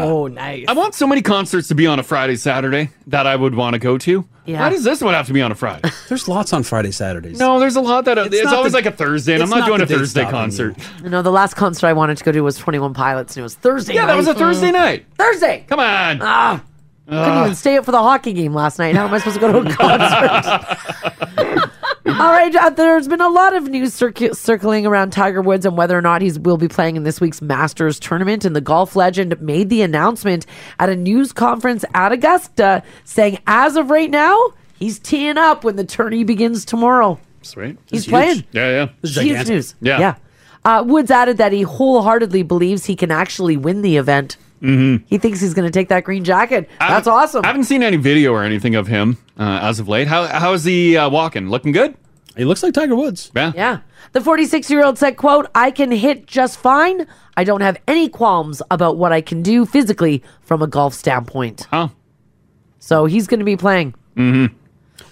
[SPEAKER 3] Oh,
[SPEAKER 6] nice.
[SPEAKER 3] I want so many concerts to be on a Friday, Saturday that I would want to go to.
[SPEAKER 4] Yeah.
[SPEAKER 3] Why does this one have to be on a Friday?
[SPEAKER 4] <laughs> There's lots on Friday, Saturdays.
[SPEAKER 3] No, there's a lot that it's,
[SPEAKER 4] not
[SPEAKER 3] always
[SPEAKER 4] the-
[SPEAKER 3] like a Thursday, and I'm
[SPEAKER 4] it's
[SPEAKER 3] not,
[SPEAKER 4] not
[SPEAKER 3] doing
[SPEAKER 4] the
[SPEAKER 3] a
[SPEAKER 4] big
[SPEAKER 3] Thursday
[SPEAKER 4] stop anymore.
[SPEAKER 3] concert.
[SPEAKER 8] No, the last concert I wanted to go to was Twenty One Pilots, and it was Thursday. Mm.
[SPEAKER 3] Yeah, that was a Thursday night.
[SPEAKER 8] Thursday.
[SPEAKER 3] Come on.
[SPEAKER 8] Ah. Couldn't
[SPEAKER 3] Ugh.
[SPEAKER 8] even stay up for the hockey game last night. How am I supposed to go to a <laughs> concert? <laughs> All right, uh, there's been a lot of news circu- circling around Tiger Woods and whether or not he's will be playing in this week's Masters tournament. And the golf legend made the announcement at a news conference at Augusta, saying, "As of right now, he's teeing up when the tourney begins tomorrow."
[SPEAKER 3] Sweet.
[SPEAKER 8] He's It's huge. playing.
[SPEAKER 3] Yeah, yeah.
[SPEAKER 8] It's Huge gigantic. news.
[SPEAKER 3] Yeah.
[SPEAKER 8] Yeah. Uh, Woods added that he wholeheartedly believes he can actually win the event. Mm-hmm. He thinks he's going to take that green jacket. That's awesome.
[SPEAKER 3] I haven't seen any video or anything of him uh, as of late. How how is he uh, walking? Looking good?
[SPEAKER 4] He looks like Tiger Woods.
[SPEAKER 3] Yeah.
[SPEAKER 8] Yeah. The 46 year old said, quote, I can hit just fine. I don't have any qualms about what I can do physically from a golf standpoint.
[SPEAKER 3] Huh.
[SPEAKER 8] So he's going to be playing.
[SPEAKER 3] Mm-hmm.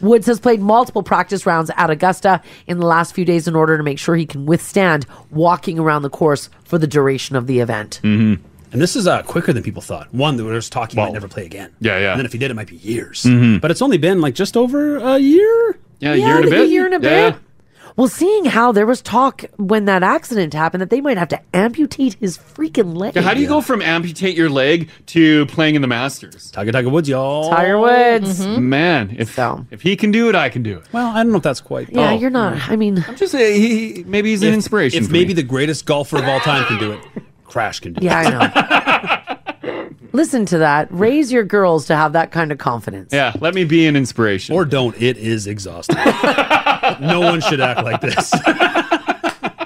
[SPEAKER 8] Woods has played multiple practice rounds at Augusta in the last few days in order to make sure he can withstand walking around the course for the duration of the event.
[SPEAKER 4] Mm-hmm. And this is uh, quicker than people thought. One, there was talk he might never play again.
[SPEAKER 3] Yeah, yeah.
[SPEAKER 4] And then if he did, it might be years.
[SPEAKER 3] Mhm.
[SPEAKER 4] But it's only been like just over a year.
[SPEAKER 3] Yeah,
[SPEAKER 8] it'll be A year and a bit. Well, seeing how there was talk when that accident happened that they might have to amputate his freaking leg.
[SPEAKER 3] Yeah, how do you go from amputate your leg to playing in the Masters?
[SPEAKER 4] Tiger Tiger Woods, y'all. Mm-hmm.
[SPEAKER 8] Tiger Woods. Mhm.
[SPEAKER 3] Man, if if he can do it, I can do it.
[SPEAKER 4] Well, I don't know if that's quite.
[SPEAKER 8] Yeah, you're not. I mean, I'm
[SPEAKER 3] Oh. just saying he maybe he's
[SPEAKER 4] If-
[SPEAKER 3] an inspiration.
[SPEAKER 4] If
[SPEAKER 3] for
[SPEAKER 4] maybe
[SPEAKER 3] me.
[SPEAKER 4] the greatest golfer of all time can do it, Crash can do
[SPEAKER 8] Yeah,
[SPEAKER 4] it.
[SPEAKER 8] I know. <laughs> Listen to that. Raise your girls to have that kind of
[SPEAKER 3] <laughs>
[SPEAKER 8] confidence.
[SPEAKER 3] yeah, let me be an inspiration.
[SPEAKER 4] Or don't. It is exhausting. no one should act like this. <laughs>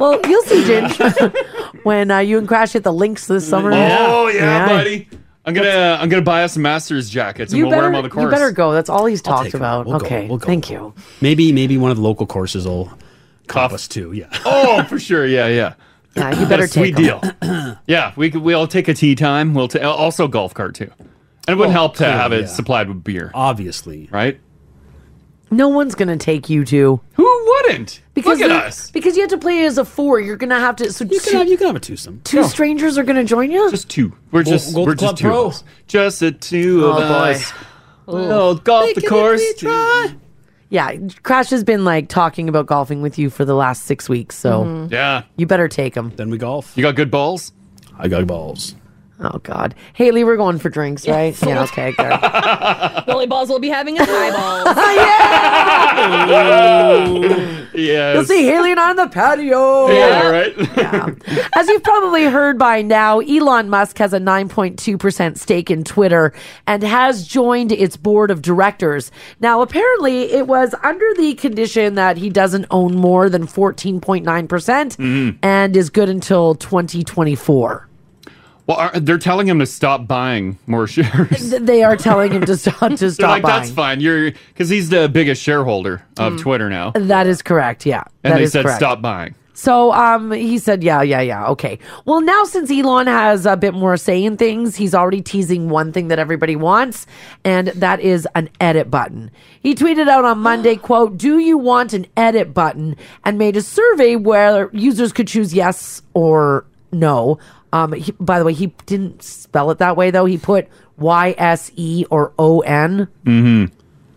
[SPEAKER 8] Well, you'll see, Ginge, <laughs> when uh, you and Crash hit the links this summer.
[SPEAKER 3] Oh yeah, buddy. I'm gonna I'm gonna buy us some Masters jackets and
[SPEAKER 8] You
[SPEAKER 3] we'll
[SPEAKER 8] better,
[SPEAKER 3] wear them on the
[SPEAKER 8] you
[SPEAKER 3] course.
[SPEAKER 8] better go. That's all he's talked about. okay, thank you.
[SPEAKER 4] Maybe maybe one of the local courses will cop us too. Yeah.
[SPEAKER 3] Oh, for sure. Yeah, yeah.
[SPEAKER 8] Yeah, you
[SPEAKER 3] Got a
[SPEAKER 8] better
[SPEAKER 3] <laughs> sweet
[SPEAKER 8] take 'em.
[SPEAKER 3] deal. yeah, we could, we'll take a tea time. We'll ta- also golf cart too, and it wouldn't help to
[SPEAKER 4] clearly,
[SPEAKER 3] have it
[SPEAKER 4] yeah.
[SPEAKER 3] supplied with beer.
[SPEAKER 4] Obviously,
[SPEAKER 3] right?
[SPEAKER 8] No one's gonna take you to.
[SPEAKER 3] Who wouldn't?
[SPEAKER 8] Because
[SPEAKER 3] Look at
[SPEAKER 8] they're-
[SPEAKER 3] us.
[SPEAKER 8] Because you have to play as a four. You're gonna have to. So
[SPEAKER 4] You can
[SPEAKER 8] two,
[SPEAKER 4] have you can have a twosome.
[SPEAKER 8] two strangers are gonna join you.
[SPEAKER 3] Just two. We're
[SPEAKER 4] Go-
[SPEAKER 3] just
[SPEAKER 4] go to
[SPEAKER 3] we're
[SPEAKER 4] Club
[SPEAKER 3] just two.
[SPEAKER 4] Pro.
[SPEAKER 3] Of us. Just the two
[SPEAKER 8] Oh,
[SPEAKER 3] of
[SPEAKER 8] boy.
[SPEAKER 3] us.
[SPEAKER 8] Oh.
[SPEAKER 4] Oh,
[SPEAKER 3] We'll golf the course.
[SPEAKER 8] Yeah, Crash has been like talking about golfing with you for the last six weeks. So
[SPEAKER 3] Mhm. yeah,
[SPEAKER 8] you better take him.
[SPEAKER 4] Then we golf.
[SPEAKER 3] You got good balls.
[SPEAKER 4] I got balls.
[SPEAKER 8] Oh God, Haley, we're going for drinks, right? Yeah. okay. Good.
[SPEAKER 6] Billy Balls will be having his eyeballs.
[SPEAKER 3] yes.
[SPEAKER 8] You'll see Haley and I on the patio.
[SPEAKER 3] Yeah, right.
[SPEAKER 8] As you've probably heard by now, Elon Musk has a 9.2% stake in Twitter and has joined its board of directors. Now, apparently, it was under the condition that he doesn't own more than 14.9% percent
[SPEAKER 3] Mm-hmm.
[SPEAKER 8] and is good until 2024.
[SPEAKER 3] Well, are, they're telling him to stop buying more shares.
[SPEAKER 8] Th- They are telling him to stop <laughs>
[SPEAKER 3] <laughs>
[SPEAKER 8] to
[SPEAKER 3] They're
[SPEAKER 8] stop
[SPEAKER 3] like, that's
[SPEAKER 8] buying.
[SPEAKER 3] fine.
[SPEAKER 8] Mm.
[SPEAKER 3] You're because he's the biggest shareholder of Twitter now,
[SPEAKER 8] That is correct. Yeah.
[SPEAKER 3] and
[SPEAKER 8] that
[SPEAKER 3] they
[SPEAKER 8] is
[SPEAKER 3] said
[SPEAKER 8] correct.
[SPEAKER 3] stop buying.
[SPEAKER 8] So um, he said, yeah, yeah, yeah, okay. Well, now since Elon has a bit more say in things, he's already teasing one thing that everybody wants, and that is an edit button. He tweeted out on
[SPEAKER 4] <gasps>
[SPEAKER 8] Monday, quote, do you want an edit button? And made a survey where users could choose yes or no. Um, he, by the way, he didn't spell it that way, though. He put Y-S-E or O-N.
[SPEAKER 4] Mm-hmm.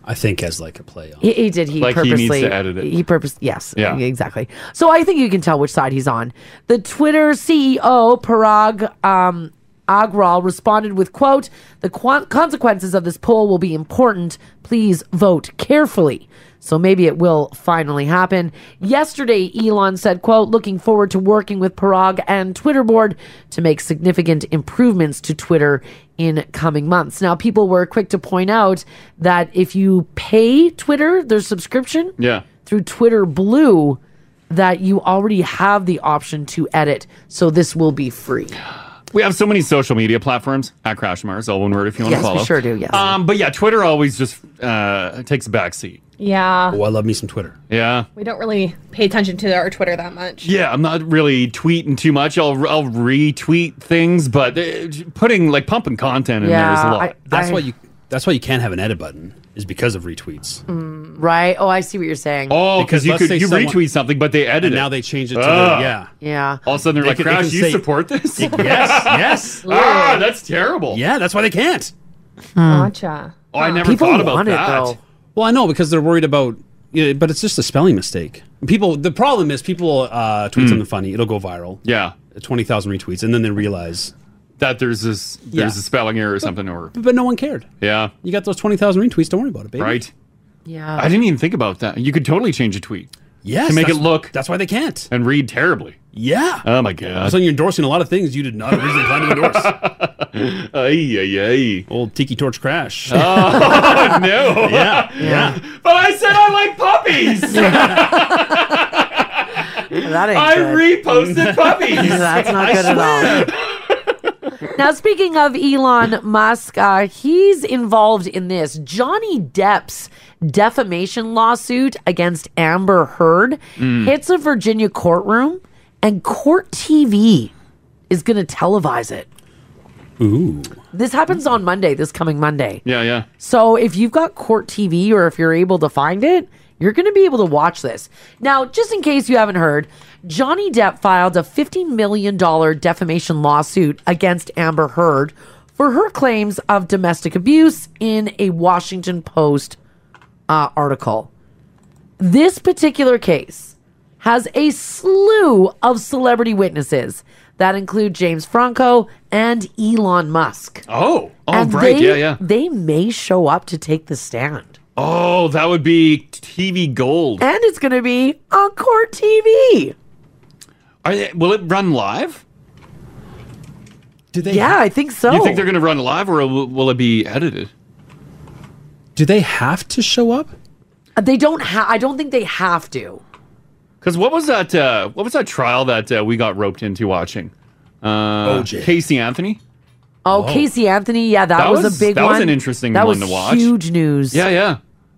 [SPEAKER 4] I think as like a play on.
[SPEAKER 8] He, he did. He
[SPEAKER 4] Like he
[SPEAKER 8] purposely
[SPEAKER 4] needs to edit it.
[SPEAKER 8] He purpose. Yes.
[SPEAKER 4] Yeah.
[SPEAKER 8] Exactly. So I think you can tell which side he's on. The Twitter CEO Parag um, Agrawal responded with quote: "The qu- consequences of this poll will be important. Please vote carefully." So maybe it will finally happen. Yesterday, Elon said, quote, looking forward to working with Parag and Twitter board to make significant improvements to Twitter in coming months. Now, people were quick to point out that if you pay Twitter their subscription
[SPEAKER 3] Yeah.
[SPEAKER 8] through Twitter Blue, that you already have the option to edit. So this will be free.
[SPEAKER 3] We have so many social media platforms at Crash Mars, all one word if you want
[SPEAKER 8] Yes,
[SPEAKER 3] to
[SPEAKER 8] we
[SPEAKER 3] follow.
[SPEAKER 8] sure do, yes.
[SPEAKER 3] Um, but yeah, Twitter always just uh, takes a back seat.
[SPEAKER 8] Uh.
[SPEAKER 6] Yeah.
[SPEAKER 4] Oh,
[SPEAKER 3] I love me some Twitter. Yeah.
[SPEAKER 6] We don't really pay attention to our Twitter that much.
[SPEAKER 3] Yeah, I'm not really tweeting too much. I'll I'll retweet things, but uh, putting like pumping content in there is a lot.
[SPEAKER 4] that's why you. That's why you can't have an edit button is because of retweets.
[SPEAKER 8] Right? Oh, I see what you're saying.
[SPEAKER 3] Oh, because you
[SPEAKER 4] let's
[SPEAKER 3] could
[SPEAKER 4] say
[SPEAKER 3] you
[SPEAKER 4] someone- <laughs>
[SPEAKER 3] retweet something, but they edit
[SPEAKER 4] And
[SPEAKER 3] it.
[SPEAKER 4] now they changed it to the-
[SPEAKER 3] Ugh.
[SPEAKER 4] yeah.
[SPEAKER 8] Yeah.
[SPEAKER 3] All of a sudden they're
[SPEAKER 4] They
[SPEAKER 3] like,
[SPEAKER 4] can- they
[SPEAKER 3] "Crash,
[SPEAKER 4] can
[SPEAKER 3] you
[SPEAKER 4] say-
[SPEAKER 3] support this?" yes,
[SPEAKER 4] yes.
[SPEAKER 3] ah, that's <laughs> terrible.
[SPEAKER 4] Yeah, that's why they can't.
[SPEAKER 8] Hmm.
[SPEAKER 6] Gotcha.
[SPEAKER 3] Oh, I never thought about that.
[SPEAKER 4] Well, I know because they're worried about. Yeah, but it's just a spelling mistake. People. The problem is people uh, tweet something funny. It'll go viral.
[SPEAKER 3] Yeah,
[SPEAKER 4] twenty thousand retweets, and then they realize
[SPEAKER 3] that there's this There's a spelling error or something, or
[SPEAKER 4] But no one cared.
[SPEAKER 3] yeah,
[SPEAKER 4] You got those twenty thousand retweets. Don't worry about it, baby.
[SPEAKER 3] right.
[SPEAKER 8] Yeah.
[SPEAKER 3] I didn't even think about that. You could totally change a tweet.
[SPEAKER 4] Uh, Yes,
[SPEAKER 3] to make it
[SPEAKER 4] that's-
[SPEAKER 3] look.
[SPEAKER 4] That's why they can't
[SPEAKER 3] and read terribly.
[SPEAKER 4] Yeah.
[SPEAKER 3] Oh my god.
[SPEAKER 4] So you're endorsing a lot of things you did not originally plan to endorse.
[SPEAKER 3] <laughs> ay, ay,
[SPEAKER 4] ay. Old Tiki Torch
[SPEAKER 3] <laughs>
[SPEAKER 4] Crash.
[SPEAKER 3] Oh, no.
[SPEAKER 4] <laughs> Yeah,
[SPEAKER 3] yeah. But I said I
[SPEAKER 4] <laughs>
[SPEAKER 3] like puppies.
[SPEAKER 8] That ain't
[SPEAKER 3] I
[SPEAKER 8] good. <laughs>
[SPEAKER 3] reposted puppies.
[SPEAKER 8] That's not
[SPEAKER 3] I
[SPEAKER 8] good at all. Now, speaking of Elon Musk, uh, he's involved in this Johnny Depp's defamation lawsuit against Amber Heard
[SPEAKER 17] Mm.
[SPEAKER 8] hits a Virginia courtroom, and court TV is going to televise it.
[SPEAKER 4] Ooh.
[SPEAKER 8] This happens on Monday, this coming Monday.
[SPEAKER 3] Yeah, yeah.
[SPEAKER 8] So if you've got court TV or if you're able to find it, you're going to be able to watch this. Now, just in case you haven't heard, Johnny Depp filed a $50 million defamation lawsuit against Amber Heard for her claims of domestic abuse in a Washington Post uh, article. This particular case has a slew of celebrity witnesses that include James Franco and Elon Musk.
[SPEAKER 3] Oh, oh,
[SPEAKER 8] And
[SPEAKER 3] right,
[SPEAKER 8] they-
[SPEAKER 3] yeah, yeah.
[SPEAKER 8] They may show up to take the stand,
[SPEAKER 3] Oh, that would be TV gold.
[SPEAKER 8] and it's going to be on court TV.
[SPEAKER 3] Are they, will it run live?
[SPEAKER 4] Do they?
[SPEAKER 8] Yeah, I think so.
[SPEAKER 3] You think they're going to run live, or will will it be edited?
[SPEAKER 4] Do they have to show up?
[SPEAKER 8] Uh, They don't have. I don't think they have to.
[SPEAKER 3] Because what was that? Uh, what was that trial that uh, we got roped into watching? Uh,
[SPEAKER 8] OJ.
[SPEAKER 3] Casey Anthony.
[SPEAKER 8] Oh,
[SPEAKER 3] Whoa.
[SPEAKER 8] Casey Anthony. Yeah, that, was, a big
[SPEAKER 3] that
[SPEAKER 8] one.
[SPEAKER 3] was an interesting
[SPEAKER 8] That
[SPEAKER 3] one
[SPEAKER 8] was
[SPEAKER 3] to watch.
[SPEAKER 8] Huge news.
[SPEAKER 3] Yeah, yeah.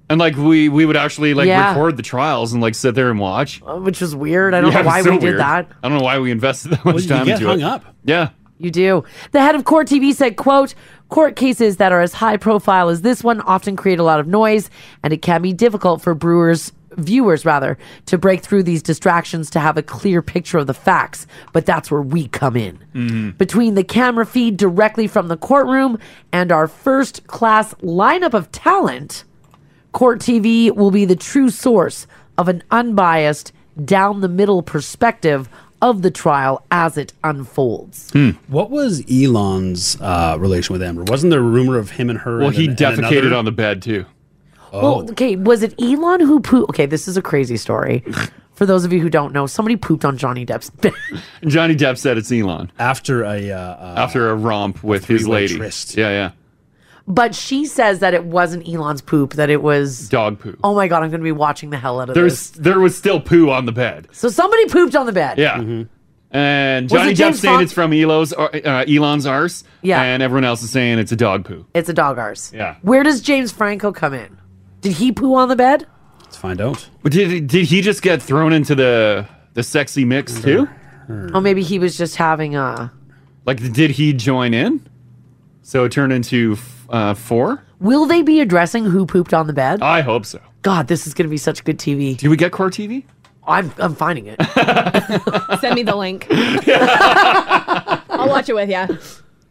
[SPEAKER 3] And like we we would actually like
[SPEAKER 8] Yeah.
[SPEAKER 3] record the trials and like sit there and watch.
[SPEAKER 8] which was weird. I don't
[SPEAKER 3] Yeah,
[SPEAKER 8] know
[SPEAKER 3] it was
[SPEAKER 8] why
[SPEAKER 3] so
[SPEAKER 8] we did
[SPEAKER 3] weird.
[SPEAKER 8] that.
[SPEAKER 3] I don't know why we invested that much
[SPEAKER 4] you
[SPEAKER 3] time
[SPEAKER 4] get
[SPEAKER 3] into
[SPEAKER 4] hung
[SPEAKER 3] it.
[SPEAKER 4] up.
[SPEAKER 3] Yeah.
[SPEAKER 8] You do. The head of Court TV said, quote, court cases that are as high profile as this one often create a lot of noise, and it can be difficult for brewers viewers rather to break through these distractions to have a clear picture of the facts but that's where we come in between the camera feed directly from the courtroom and our first class lineup of talent Court TV will be the true source of an unbiased, down the middle perspective of the trial as it unfolds.
[SPEAKER 3] Hmm.
[SPEAKER 4] What was Elon's uh, relation with Amber? Wasn't there a rumor of him and her?
[SPEAKER 3] Well,
[SPEAKER 4] and
[SPEAKER 3] he
[SPEAKER 4] an- and
[SPEAKER 3] defecated
[SPEAKER 4] another?
[SPEAKER 3] on the bed too.
[SPEAKER 8] Well,
[SPEAKER 3] Oh.
[SPEAKER 8] okay, was it Elon who pooped? Okay, this is a
[SPEAKER 3] <laughs>
[SPEAKER 8] crazy story. For those of you who don't know, somebody pooped on Johnny Depp's <laughs> bed.
[SPEAKER 3] Johnny Depp said it's Elon
[SPEAKER 4] after a uh, uh,
[SPEAKER 3] after a romp with his
[SPEAKER 4] three-way
[SPEAKER 3] lady. Yeah, yeah.
[SPEAKER 8] But she says that it wasn't Elon's poop, that it was.
[SPEAKER 3] Dog poo.
[SPEAKER 8] Oh my God, I'm going to be watching the hell out of
[SPEAKER 3] There's
[SPEAKER 8] this.
[SPEAKER 3] there was still poo on the bed.
[SPEAKER 8] So somebody pooped on the bed.
[SPEAKER 3] Yeah. And
[SPEAKER 4] Mm-hmm.
[SPEAKER 8] Was
[SPEAKER 3] Johnny
[SPEAKER 8] it
[SPEAKER 3] Depp
[SPEAKER 8] James
[SPEAKER 3] saying
[SPEAKER 8] Bond?
[SPEAKER 3] it's from Elo's uh, Elon's arse.
[SPEAKER 8] Yeah.
[SPEAKER 3] And everyone else is saying it's a dog poo.
[SPEAKER 8] It's a dog arse.
[SPEAKER 3] Yeah.
[SPEAKER 8] Where does James Franco come in? Did he poo on the bed?
[SPEAKER 4] Let's find out.
[SPEAKER 3] But did did he just get thrown into the the The sexy mix too? Hmm.
[SPEAKER 8] Oh, maybe he was just having a.
[SPEAKER 3] Like, did he join in? So it turned into f- uh, four.
[SPEAKER 8] Will they be addressing who pooped on the bed?
[SPEAKER 3] I hope so.
[SPEAKER 8] God, this is going to be such good TV.
[SPEAKER 3] Oh. Do we get core TV?
[SPEAKER 8] I'm I'm finding it.
[SPEAKER 6] Send me the
[SPEAKER 3] <laughs>
[SPEAKER 6] link. I'll watch it with you.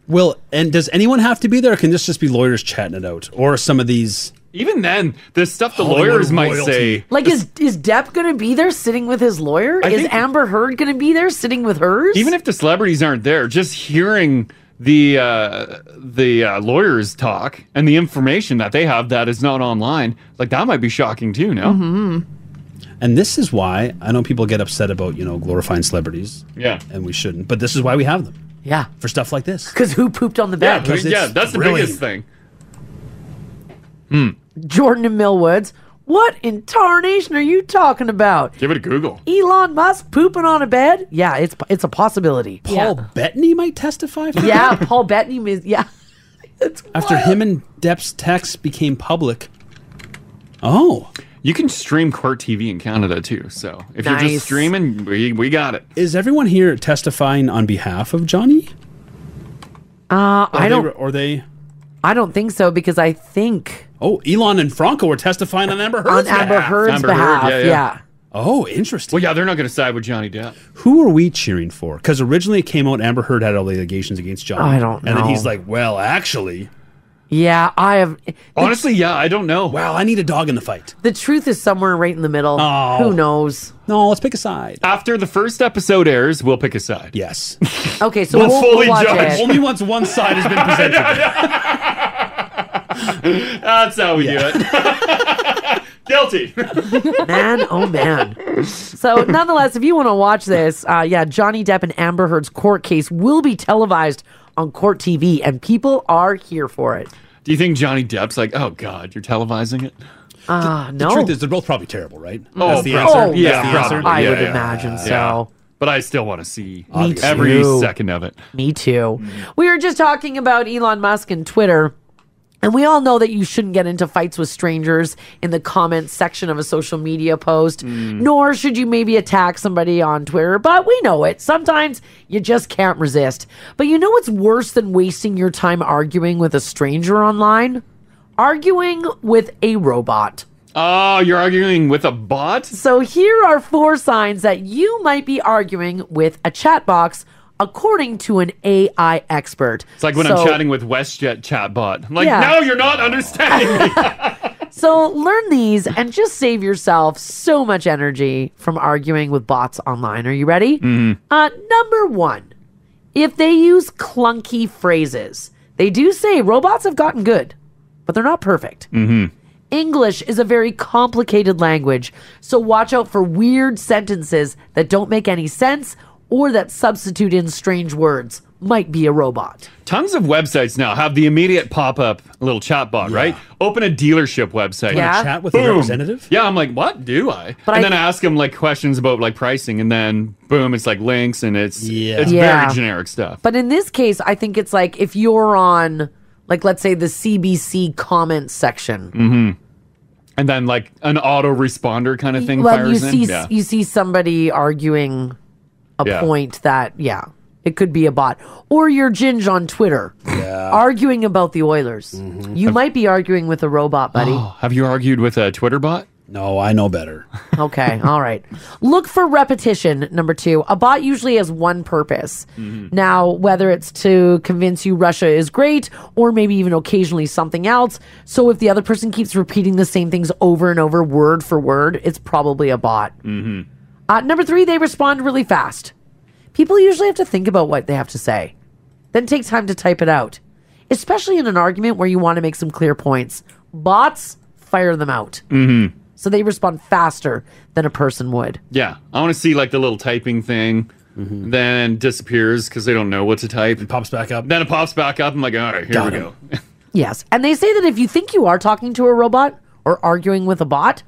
[SPEAKER 4] Well, and does anyone have to be there? Or can this just be lawyers chatting it out, or some of these?
[SPEAKER 3] Even then, the stuff the
[SPEAKER 4] Hollywood
[SPEAKER 3] lawyers might
[SPEAKER 4] royalty.
[SPEAKER 3] say.
[SPEAKER 8] Like, is is Depp going to be there sitting with his lawyer? is Amber Heard going to be there sitting with hers?
[SPEAKER 3] Even if the celebrities aren't there, just hearing the uh, the uh, lawyers talk and the information that they have that is not online, like that might be shocking too. No,
[SPEAKER 4] Mm-hmm.
[SPEAKER 8] Hmm.
[SPEAKER 4] And this is why I know people get upset about you know glorifying celebrities.
[SPEAKER 3] Yeah,
[SPEAKER 4] and we shouldn't. But this is why we have them.
[SPEAKER 8] Yeah,
[SPEAKER 4] for stuff like this.
[SPEAKER 8] Because who pooped on the
[SPEAKER 4] Yeah,
[SPEAKER 8] bed?
[SPEAKER 4] 'cause it's
[SPEAKER 3] yeah, that's the
[SPEAKER 4] thrilling.
[SPEAKER 3] biggest thing.
[SPEAKER 8] Jordan and Millwoods. What in tarnation are you talking about?
[SPEAKER 3] Give it a Google.
[SPEAKER 8] Elon Musk pooping on a bed? Yeah, it's it's a possibility.
[SPEAKER 4] Paul Bettany might testify. For
[SPEAKER 8] yeah, Paul Bettany is yeah.
[SPEAKER 4] After him and Depp's text became public. Oh,
[SPEAKER 3] you can stream court TV in Canada too. So if you're
[SPEAKER 4] Nice.
[SPEAKER 3] just streaming, we, we got it.
[SPEAKER 4] Is everyone here testifying on behalf of Johnny?
[SPEAKER 8] Uh,
[SPEAKER 4] Or
[SPEAKER 8] I
[SPEAKER 4] they
[SPEAKER 8] don't.
[SPEAKER 4] were- or they?
[SPEAKER 8] I don't think so because I think.
[SPEAKER 4] Oh, Elon and Franco were testifying on Amber Heard's
[SPEAKER 8] Amber
[SPEAKER 4] behalf.
[SPEAKER 8] Heard's Amber Heard, behalf, yeah, yeah. yeah.
[SPEAKER 4] Oh, interesting.
[SPEAKER 3] Well, yeah, they're not going to side with Johnny Depp.
[SPEAKER 4] Who are we cheering for? Because originally it came out Amber Heard had all the allegations against Johnny.
[SPEAKER 8] I don't
[SPEAKER 4] And then
[SPEAKER 8] know.
[SPEAKER 4] he's like, well, actually.
[SPEAKER 8] Yeah, I have.
[SPEAKER 3] Honestly, yeah, I don't know.
[SPEAKER 4] Wow, I need a dog in the fight.
[SPEAKER 8] The truth is somewhere right in the middle.
[SPEAKER 3] Oh.
[SPEAKER 8] Who knows?
[SPEAKER 4] No, let's pick a side.
[SPEAKER 3] After the first episode airs, we'll pick a side.
[SPEAKER 4] Yes.
[SPEAKER 8] Okay, so
[SPEAKER 3] We'll
[SPEAKER 8] we'll,
[SPEAKER 3] fully
[SPEAKER 8] we'll watch
[SPEAKER 3] judge.
[SPEAKER 8] it.
[SPEAKER 4] Only once one side has
[SPEAKER 8] <laughs>
[SPEAKER 4] been presented.
[SPEAKER 3] <laughs> That's how we do it. <laughs> Guilty.
[SPEAKER 8] man, oh man. So, nonetheless, if you want to watch this, uh, yeah, Johnny Depp and Amber Heard's court case will be televised on court TV, and people are here for it.
[SPEAKER 3] Do you think Johnny Depp's like, oh God, you're televising it?
[SPEAKER 8] Uh,
[SPEAKER 4] The
[SPEAKER 8] no.
[SPEAKER 4] truth is, they're both probably terrible, right?
[SPEAKER 3] Oh,
[SPEAKER 4] That's the
[SPEAKER 3] prob-
[SPEAKER 4] answer.
[SPEAKER 3] oh,
[SPEAKER 4] That's
[SPEAKER 3] yeah,
[SPEAKER 4] the
[SPEAKER 3] probably.
[SPEAKER 4] answer?
[SPEAKER 8] I
[SPEAKER 3] Yeah,
[SPEAKER 8] would
[SPEAKER 3] yeah.
[SPEAKER 8] imagine
[SPEAKER 3] Yeah.
[SPEAKER 8] so.
[SPEAKER 3] But I still want to see
[SPEAKER 8] Me
[SPEAKER 3] every
[SPEAKER 8] too.
[SPEAKER 3] second of it.
[SPEAKER 8] Me too. We were just talking about Elon Musk and Twitter. And we all know that you shouldn't get into fights with strangers in the comments section of a social media post,
[SPEAKER 3] Mm.
[SPEAKER 8] nor should you maybe attack somebody on Twitter. But we know it. Sometimes you just can't resist. But you know what's worse than wasting your time arguing with a stranger online? Arguing with a robot.
[SPEAKER 3] Oh, you're arguing with a bot?
[SPEAKER 8] So here are four signs that you might be arguing with a chat box, according to an AI expert.
[SPEAKER 3] It's like when
[SPEAKER 8] So-
[SPEAKER 3] I'm chatting with WestJet chatbot. I'm like,
[SPEAKER 8] Yeah.
[SPEAKER 3] no, you're not understanding me.
[SPEAKER 8] So learn these and just save yourself so much energy from arguing with bots online. Are you ready? Uh, number one, if they use clunky phrases, they do say robots have gotten good, but they're not perfect.
[SPEAKER 17] Mm-hmm.
[SPEAKER 8] English is a very complicated language, so watch out for weird sentences that don't make any sense or that substitute in strange words. Might be a robot.
[SPEAKER 3] Tons of websites now have the immediate pop up little chat bot, right? Open a dealership website.
[SPEAKER 8] Wanna Yeah. chat with a
[SPEAKER 3] boom.
[SPEAKER 4] representative?
[SPEAKER 3] Yeah, I'm like, what do I?
[SPEAKER 8] But
[SPEAKER 3] and
[SPEAKER 8] I-
[SPEAKER 3] then I ask them like questions about like pricing, and then boom, it's like links, and it's yeah. it's
[SPEAKER 8] Yeah.
[SPEAKER 3] very generic stuff.
[SPEAKER 8] But in this case, I think it's like if you're on, like, let's say the CBC comments section.
[SPEAKER 3] hmm And then like an auto responder kind of thing
[SPEAKER 8] Well, you
[SPEAKER 3] fires
[SPEAKER 8] see,
[SPEAKER 3] in. Yeah.
[SPEAKER 8] you see somebody arguing a
[SPEAKER 3] Yeah.
[SPEAKER 8] point that, yeah, it could be a bot, or your Ginge on Twitter arguing about the Oilers.
[SPEAKER 3] Mm-hmm.
[SPEAKER 8] You might be arguing with a robot, buddy.
[SPEAKER 3] Oh, have you argued with a Twitter bot?
[SPEAKER 4] No, I know better.
[SPEAKER 8] okay, all right. Look for repetition. Number two, a bot usually has one purpose. Now, whether it's to convince you Russia is great, or maybe even occasionally something else. So, if the other person keeps repeating the same things over and over, word for word, it's probably a bot.
[SPEAKER 17] Mm-hmm.
[SPEAKER 8] Uh, number three, they respond really fast. People usually have to think about what they have to say, then take time to type it out, especially in an argument where you want to make some clear points. Bots fire them out.
[SPEAKER 3] Mm-hmm.
[SPEAKER 8] So they respond faster than a person would.
[SPEAKER 3] Yeah, I want to see like the little typing thing, then disappears because they don't know what to type. It
[SPEAKER 4] pops back up.
[SPEAKER 3] Then it pops back up. I'm like, all right, here we go.
[SPEAKER 8] Yes. And they say that if you think you are talking to a robot or arguing with a bot,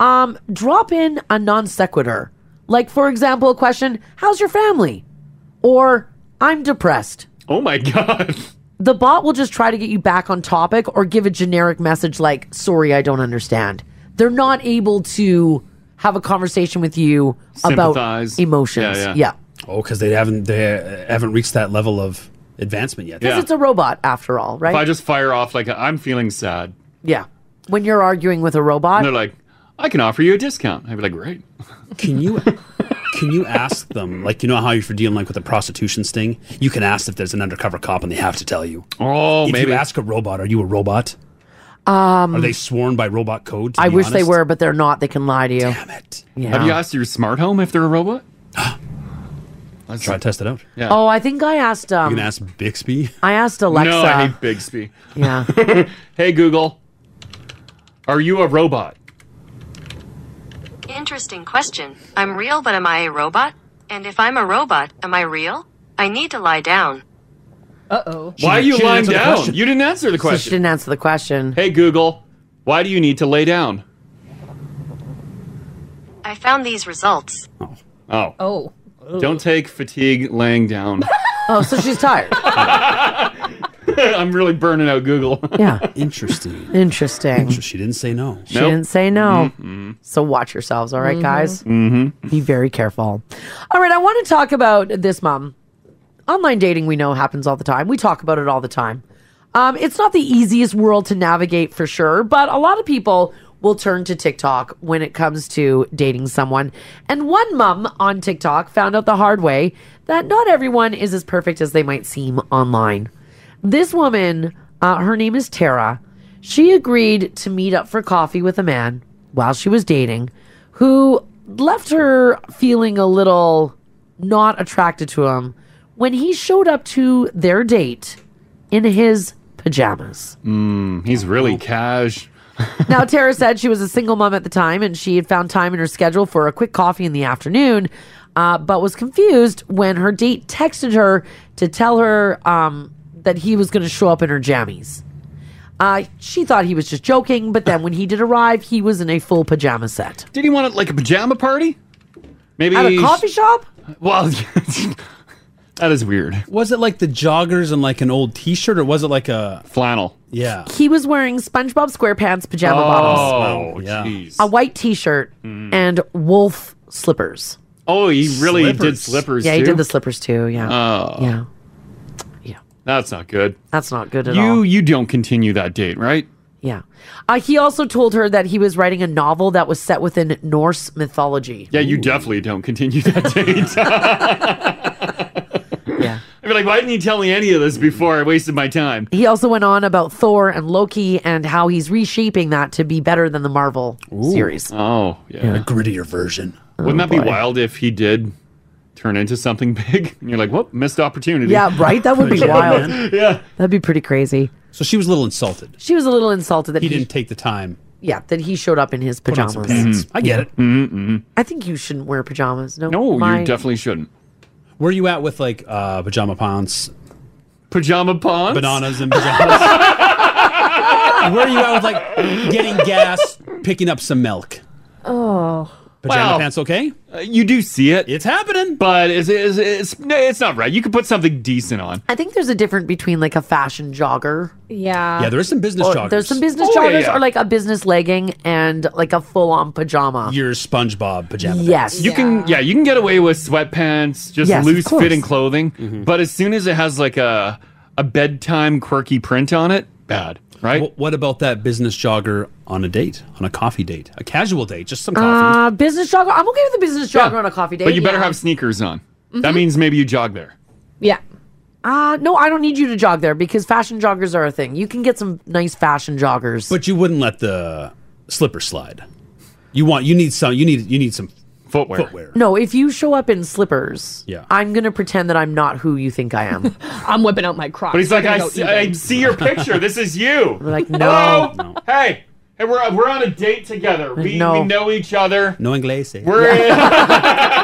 [SPEAKER 8] um, drop in a non sequitur. Like, for example, a question, How's your family? Or, I'm depressed.
[SPEAKER 3] Oh my <laughs> God.
[SPEAKER 8] <laughs> The bot will just try to get you back on topic or give a generic message like, Sorry, I don't understand. They're not able to have a conversation with you about
[SPEAKER 4] Sympathize.
[SPEAKER 8] emotions. Yeah.
[SPEAKER 4] Oh, because they haven't they haven't reached that level of advancement yet.
[SPEAKER 8] Because it's a robot after all, right?
[SPEAKER 3] If I just fire off like I'm feeling sad,
[SPEAKER 8] yeah. When you're arguing with a robot,
[SPEAKER 3] and they're like, I can offer you a discount. I'd be like, great.
[SPEAKER 4] Can you can you ask them like you know how you're dealing like with the prostitution sting? You can ask if there's an undercover cop and they have to tell you.
[SPEAKER 3] Oh,
[SPEAKER 4] if
[SPEAKER 3] maybe.
[SPEAKER 4] you ask a robot, are you a robot?
[SPEAKER 8] <laughs> um,
[SPEAKER 4] are they sworn by robot code? to
[SPEAKER 8] I
[SPEAKER 4] be
[SPEAKER 8] wish they
[SPEAKER 4] honest?
[SPEAKER 8] were, but they're not. They can lie to you. Damn it. Yeah.
[SPEAKER 3] Have you asked your smart home if they're
[SPEAKER 4] <gasps>
[SPEAKER 3] a robot?
[SPEAKER 4] Let's try to test it out.
[SPEAKER 3] Yeah.
[SPEAKER 8] Oh, I think I asked. Um,
[SPEAKER 4] you can ask Bixby.
[SPEAKER 8] I asked Alexa.
[SPEAKER 3] No, I hate Bixby.
[SPEAKER 8] Yeah.
[SPEAKER 3] <laughs> hey Google, are you a robot?
[SPEAKER 17] Interesting question. I'm real, but am I a robot? And if I'm a robot, am I real? I need to lie down. Uh oh.
[SPEAKER 3] why are you
[SPEAKER 8] she didn't
[SPEAKER 3] lying
[SPEAKER 8] answer the
[SPEAKER 3] down?
[SPEAKER 8] question.
[SPEAKER 3] You didn't answer the
[SPEAKER 8] So She
[SPEAKER 3] question.
[SPEAKER 8] didn't answer the question.
[SPEAKER 3] Hey Google, why do you need to lay down?
[SPEAKER 17] I found these results.
[SPEAKER 3] Oh,
[SPEAKER 17] Oh.
[SPEAKER 3] don't take fatigue laying down. <laughs>
[SPEAKER 8] Oh, so she's tired.
[SPEAKER 3] I'm really burning out Google. <laughs>
[SPEAKER 8] Yeah.
[SPEAKER 4] <laughs> Interesting.
[SPEAKER 8] Interesting.
[SPEAKER 4] She didn't say no.
[SPEAKER 8] She didn't say no.
[SPEAKER 4] Mm-mm.
[SPEAKER 8] Mm-hmm. So watch yourselves, all right,
[SPEAKER 4] Mhm.
[SPEAKER 8] guys? Mm-hmm. Be very careful. All right, I want to talk about this, Mom. Online dating, we know, happens all the time. We talk about it all the time. Um, it's not the easiest world to navigate for sure, but a lot of people will turn to TikTok when it comes to dating someone. And one mom on TikTok found out the hard way that not everyone is as perfect as they might seem online. This woman, uh, her name is Tara. She agreed to meet up for coffee with a man while she was dating who left her feeling a little not attracted to him when he showed up to their date in his pajamas.
[SPEAKER 3] Mm, he's really
[SPEAKER 8] Oh.
[SPEAKER 3] cash.
[SPEAKER 8] now, Tara said she was a single mom at the time and she had found time in her schedule for a quick coffee in the afternoon, uh, but was confused when her date texted her to tell her um, that he was going to show up in her jammies. Uh, she thought he was just joking, but then when he did arrive, he was in a full pajama set.
[SPEAKER 3] Did he want like a pajama party? Maybe
[SPEAKER 8] At a coffee shop?
[SPEAKER 3] Well, that is weird.
[SPEAKER 4] Was it like the joggers and like an old T-shirt, or was it like a
[SPEAKER 3] flannel?
[SPEAKER 4] Yeah.
[SPEAKER 8] He was wearing SpongeBob SquarePants pajama bottoms,
[SPEAKER 4] Oh, yeah.
[SPEAKER 8] a white t shirt, and wolf slippers.
[SPEAKER 3] Oh, he really did
[SPEAKER 8] Slippers.
[SPEAKER 3] slippers.
[SPEAKER 8] Yeah, he
[SPEAKER 3] too?
[SPEAKER 8] did the slippers too. Yeah.
[SPEAKER 3] Oh,
[SPEAKER 8] yeah,
[SPEAKER 3] That's not good.
[SPEAKER 8] That's not good at
[SPEAKER 3] you,
[SPEAKER 8] all.
[SPEAKER 3] You don't continue that date, right?
[SPEAKER 8] Yeah. Uh, he also told her that he was writing a novel that was set within Norse mythology.
[SPEAKER 3] Yeah, you definitely don't continue
[SPEAKER 8] <laughs>
[SPEAKER 3] that date.
[SPEAKER 8] yeah.
[SPEAKER 3] I'd be like, why didn't you tell me any of this before I wasted my time?
[SPEAKER 8] He also went on about Thor and Loki and how he's reshaping that to be better than the Marvel
[SPEAKER 4] <laughs>
[SPEAKER 8] series.
[SPEAKER 3] Oh, yeah.
[SPEAKER 4] A grittier version.
[SPEAKER 3] Wouldn't
[SPEAKER 8] Oh,
[SPEAKER 3] that be wild if he did turn into something <laughs> big? And you're like, whoop, missed opportunity.
[SPEAKER 8] Yeah, right?
[SPEAKER 4] <laughs>
[SPEAKER 8] That
[SPEAKER 3] <laughs>
[SPEAKER 8] would be wild.
[SPEAKER 3] yeah.
[SPEAKER 8] That'd be pretty crazy.
[SPEAKER 4] So she was a little insulted.
[SPEAKER 8] She was a little insulted that
[SPEAKER 4] he,
[SPEAKER 8] he,
[SPEAKER 4] didn't take the time.
[SPEAKER 8] yeah, that he showed up in his
[SPEAKER 4] Put on
[SPEAKER 8] pajamas.
[SPEAKER 4] some pants.
[SPEAKER 8] Mm-hmm.
[SPEAKER 4] I get it.
[SPEAKER 3] Mm-mm.
[SPEAKER 8] I think you shouldn't wear pajamas. No,
[SPEAKER 4] No, you
[SPEAKER 8] my-
[SPEAKER 3] Oh, definitely shouldn't.
[SPEAKER 4] Where are you at with like uh, pajama pants?
[SPEAKER 3] Pajama pants?
[SPEAKER 4] Bananas and pajamas. <laughs> Where are you at with like getting gas, picking up some milk?
[SPEAKER 6] Oh.
[SPEAKER 4] Pajama
[SPEAKER 3] Well,
[SPEAKER 4] pants okay?
[SPEAKER 3] Uh, you do see it.
[SPEAKER 4] It's happening.
[SPEAKER 3] But it's, it's, it's, no, it's not right. You could put something decent on.
[SPEAKER 8] I think there's a difference between like a fashion jogger.
[SPEAKER 6] Yeah.
[SPEAKER 4] Yeah, there is some business
[SPEAKER 8] or
[SPEAKER 4] joggers.
[SPEAKER 8] There's some business
[SPEAKER 4] Oh,
[SPEAKER 8] joggers
[SPEAKER 4] yeah, yeah.
[SPEAKER 8] or like a business legging and like a full on pajama.
[SPEAKER 4] Your SpongeBob pajama.
[SPEAKER 8] Yes.
[SPEAKER 3] You can, yeah, you can get away with sweatpants, just
[SPEAKER 8] Yes, of
[SPEAKER 3] loose
[SPEAKER 8] course.
[SPEAKER 3] fitting clothing.
[SPEAKER 6] Mm-hmm.
[SPEAKER 3] But as soon as it has like a, a bedtime quirky print on it, bad, right?
[SPEAKER 4] what about that business jogger on a date, on a coffee date, a casual date, just some coffee?
[SPEAKER 8] Uh, business jogger. I'm okay with a business jogger on a coffee date.
[SPEAKER 3] But you better have sneakers on. That
[SPEAKER 6] Mm-hmm.
[SPEAKER 8] Mhm.
[SPEAKER 3] means maybe you jog there.
[SPEAKER 8] Yeah. Uh, no, I don't need you to jog there because fashion joggers are a thing. You can get some nice fashion joggers.
[SPEAKER 4] But you wouldn't let the slipper slide. You want you need some you need you need some
[SPEAKER 3] footwear.
[SPEAKER 8] No, if you show up in slippers,
[SPEAKER 4] Yeah.
[SPEAKER 8] I'm going to pretend that I'm not who you think
[SPEAKER 4] <laughs>
[SPEAKER 8] I am.
[SPEAKER 6] I'm whipping out my Crocs.
[SPEAKER 3] But he's like,
[SPEAKER 6] We're
[SPEAKER 3] I
[SPEAKER 6] gonna go
[SPEAKER 3] see,
[SPEAKER 6] even.
[SPEAKER 3] I see your
[SPEAKER 6] <laughs>
[SPEAKER 3] picture. This is <laughs> you.
[SPEAKER 8] We're like,
[SPEAKER 3] Hello? Hey, hey, we're we're on a date together. We,
[SPEAKER 8] No.
[SPEAKER 3] we know each other.
[SPEAKER 4] No inglés.
[SPEAKER 3] We're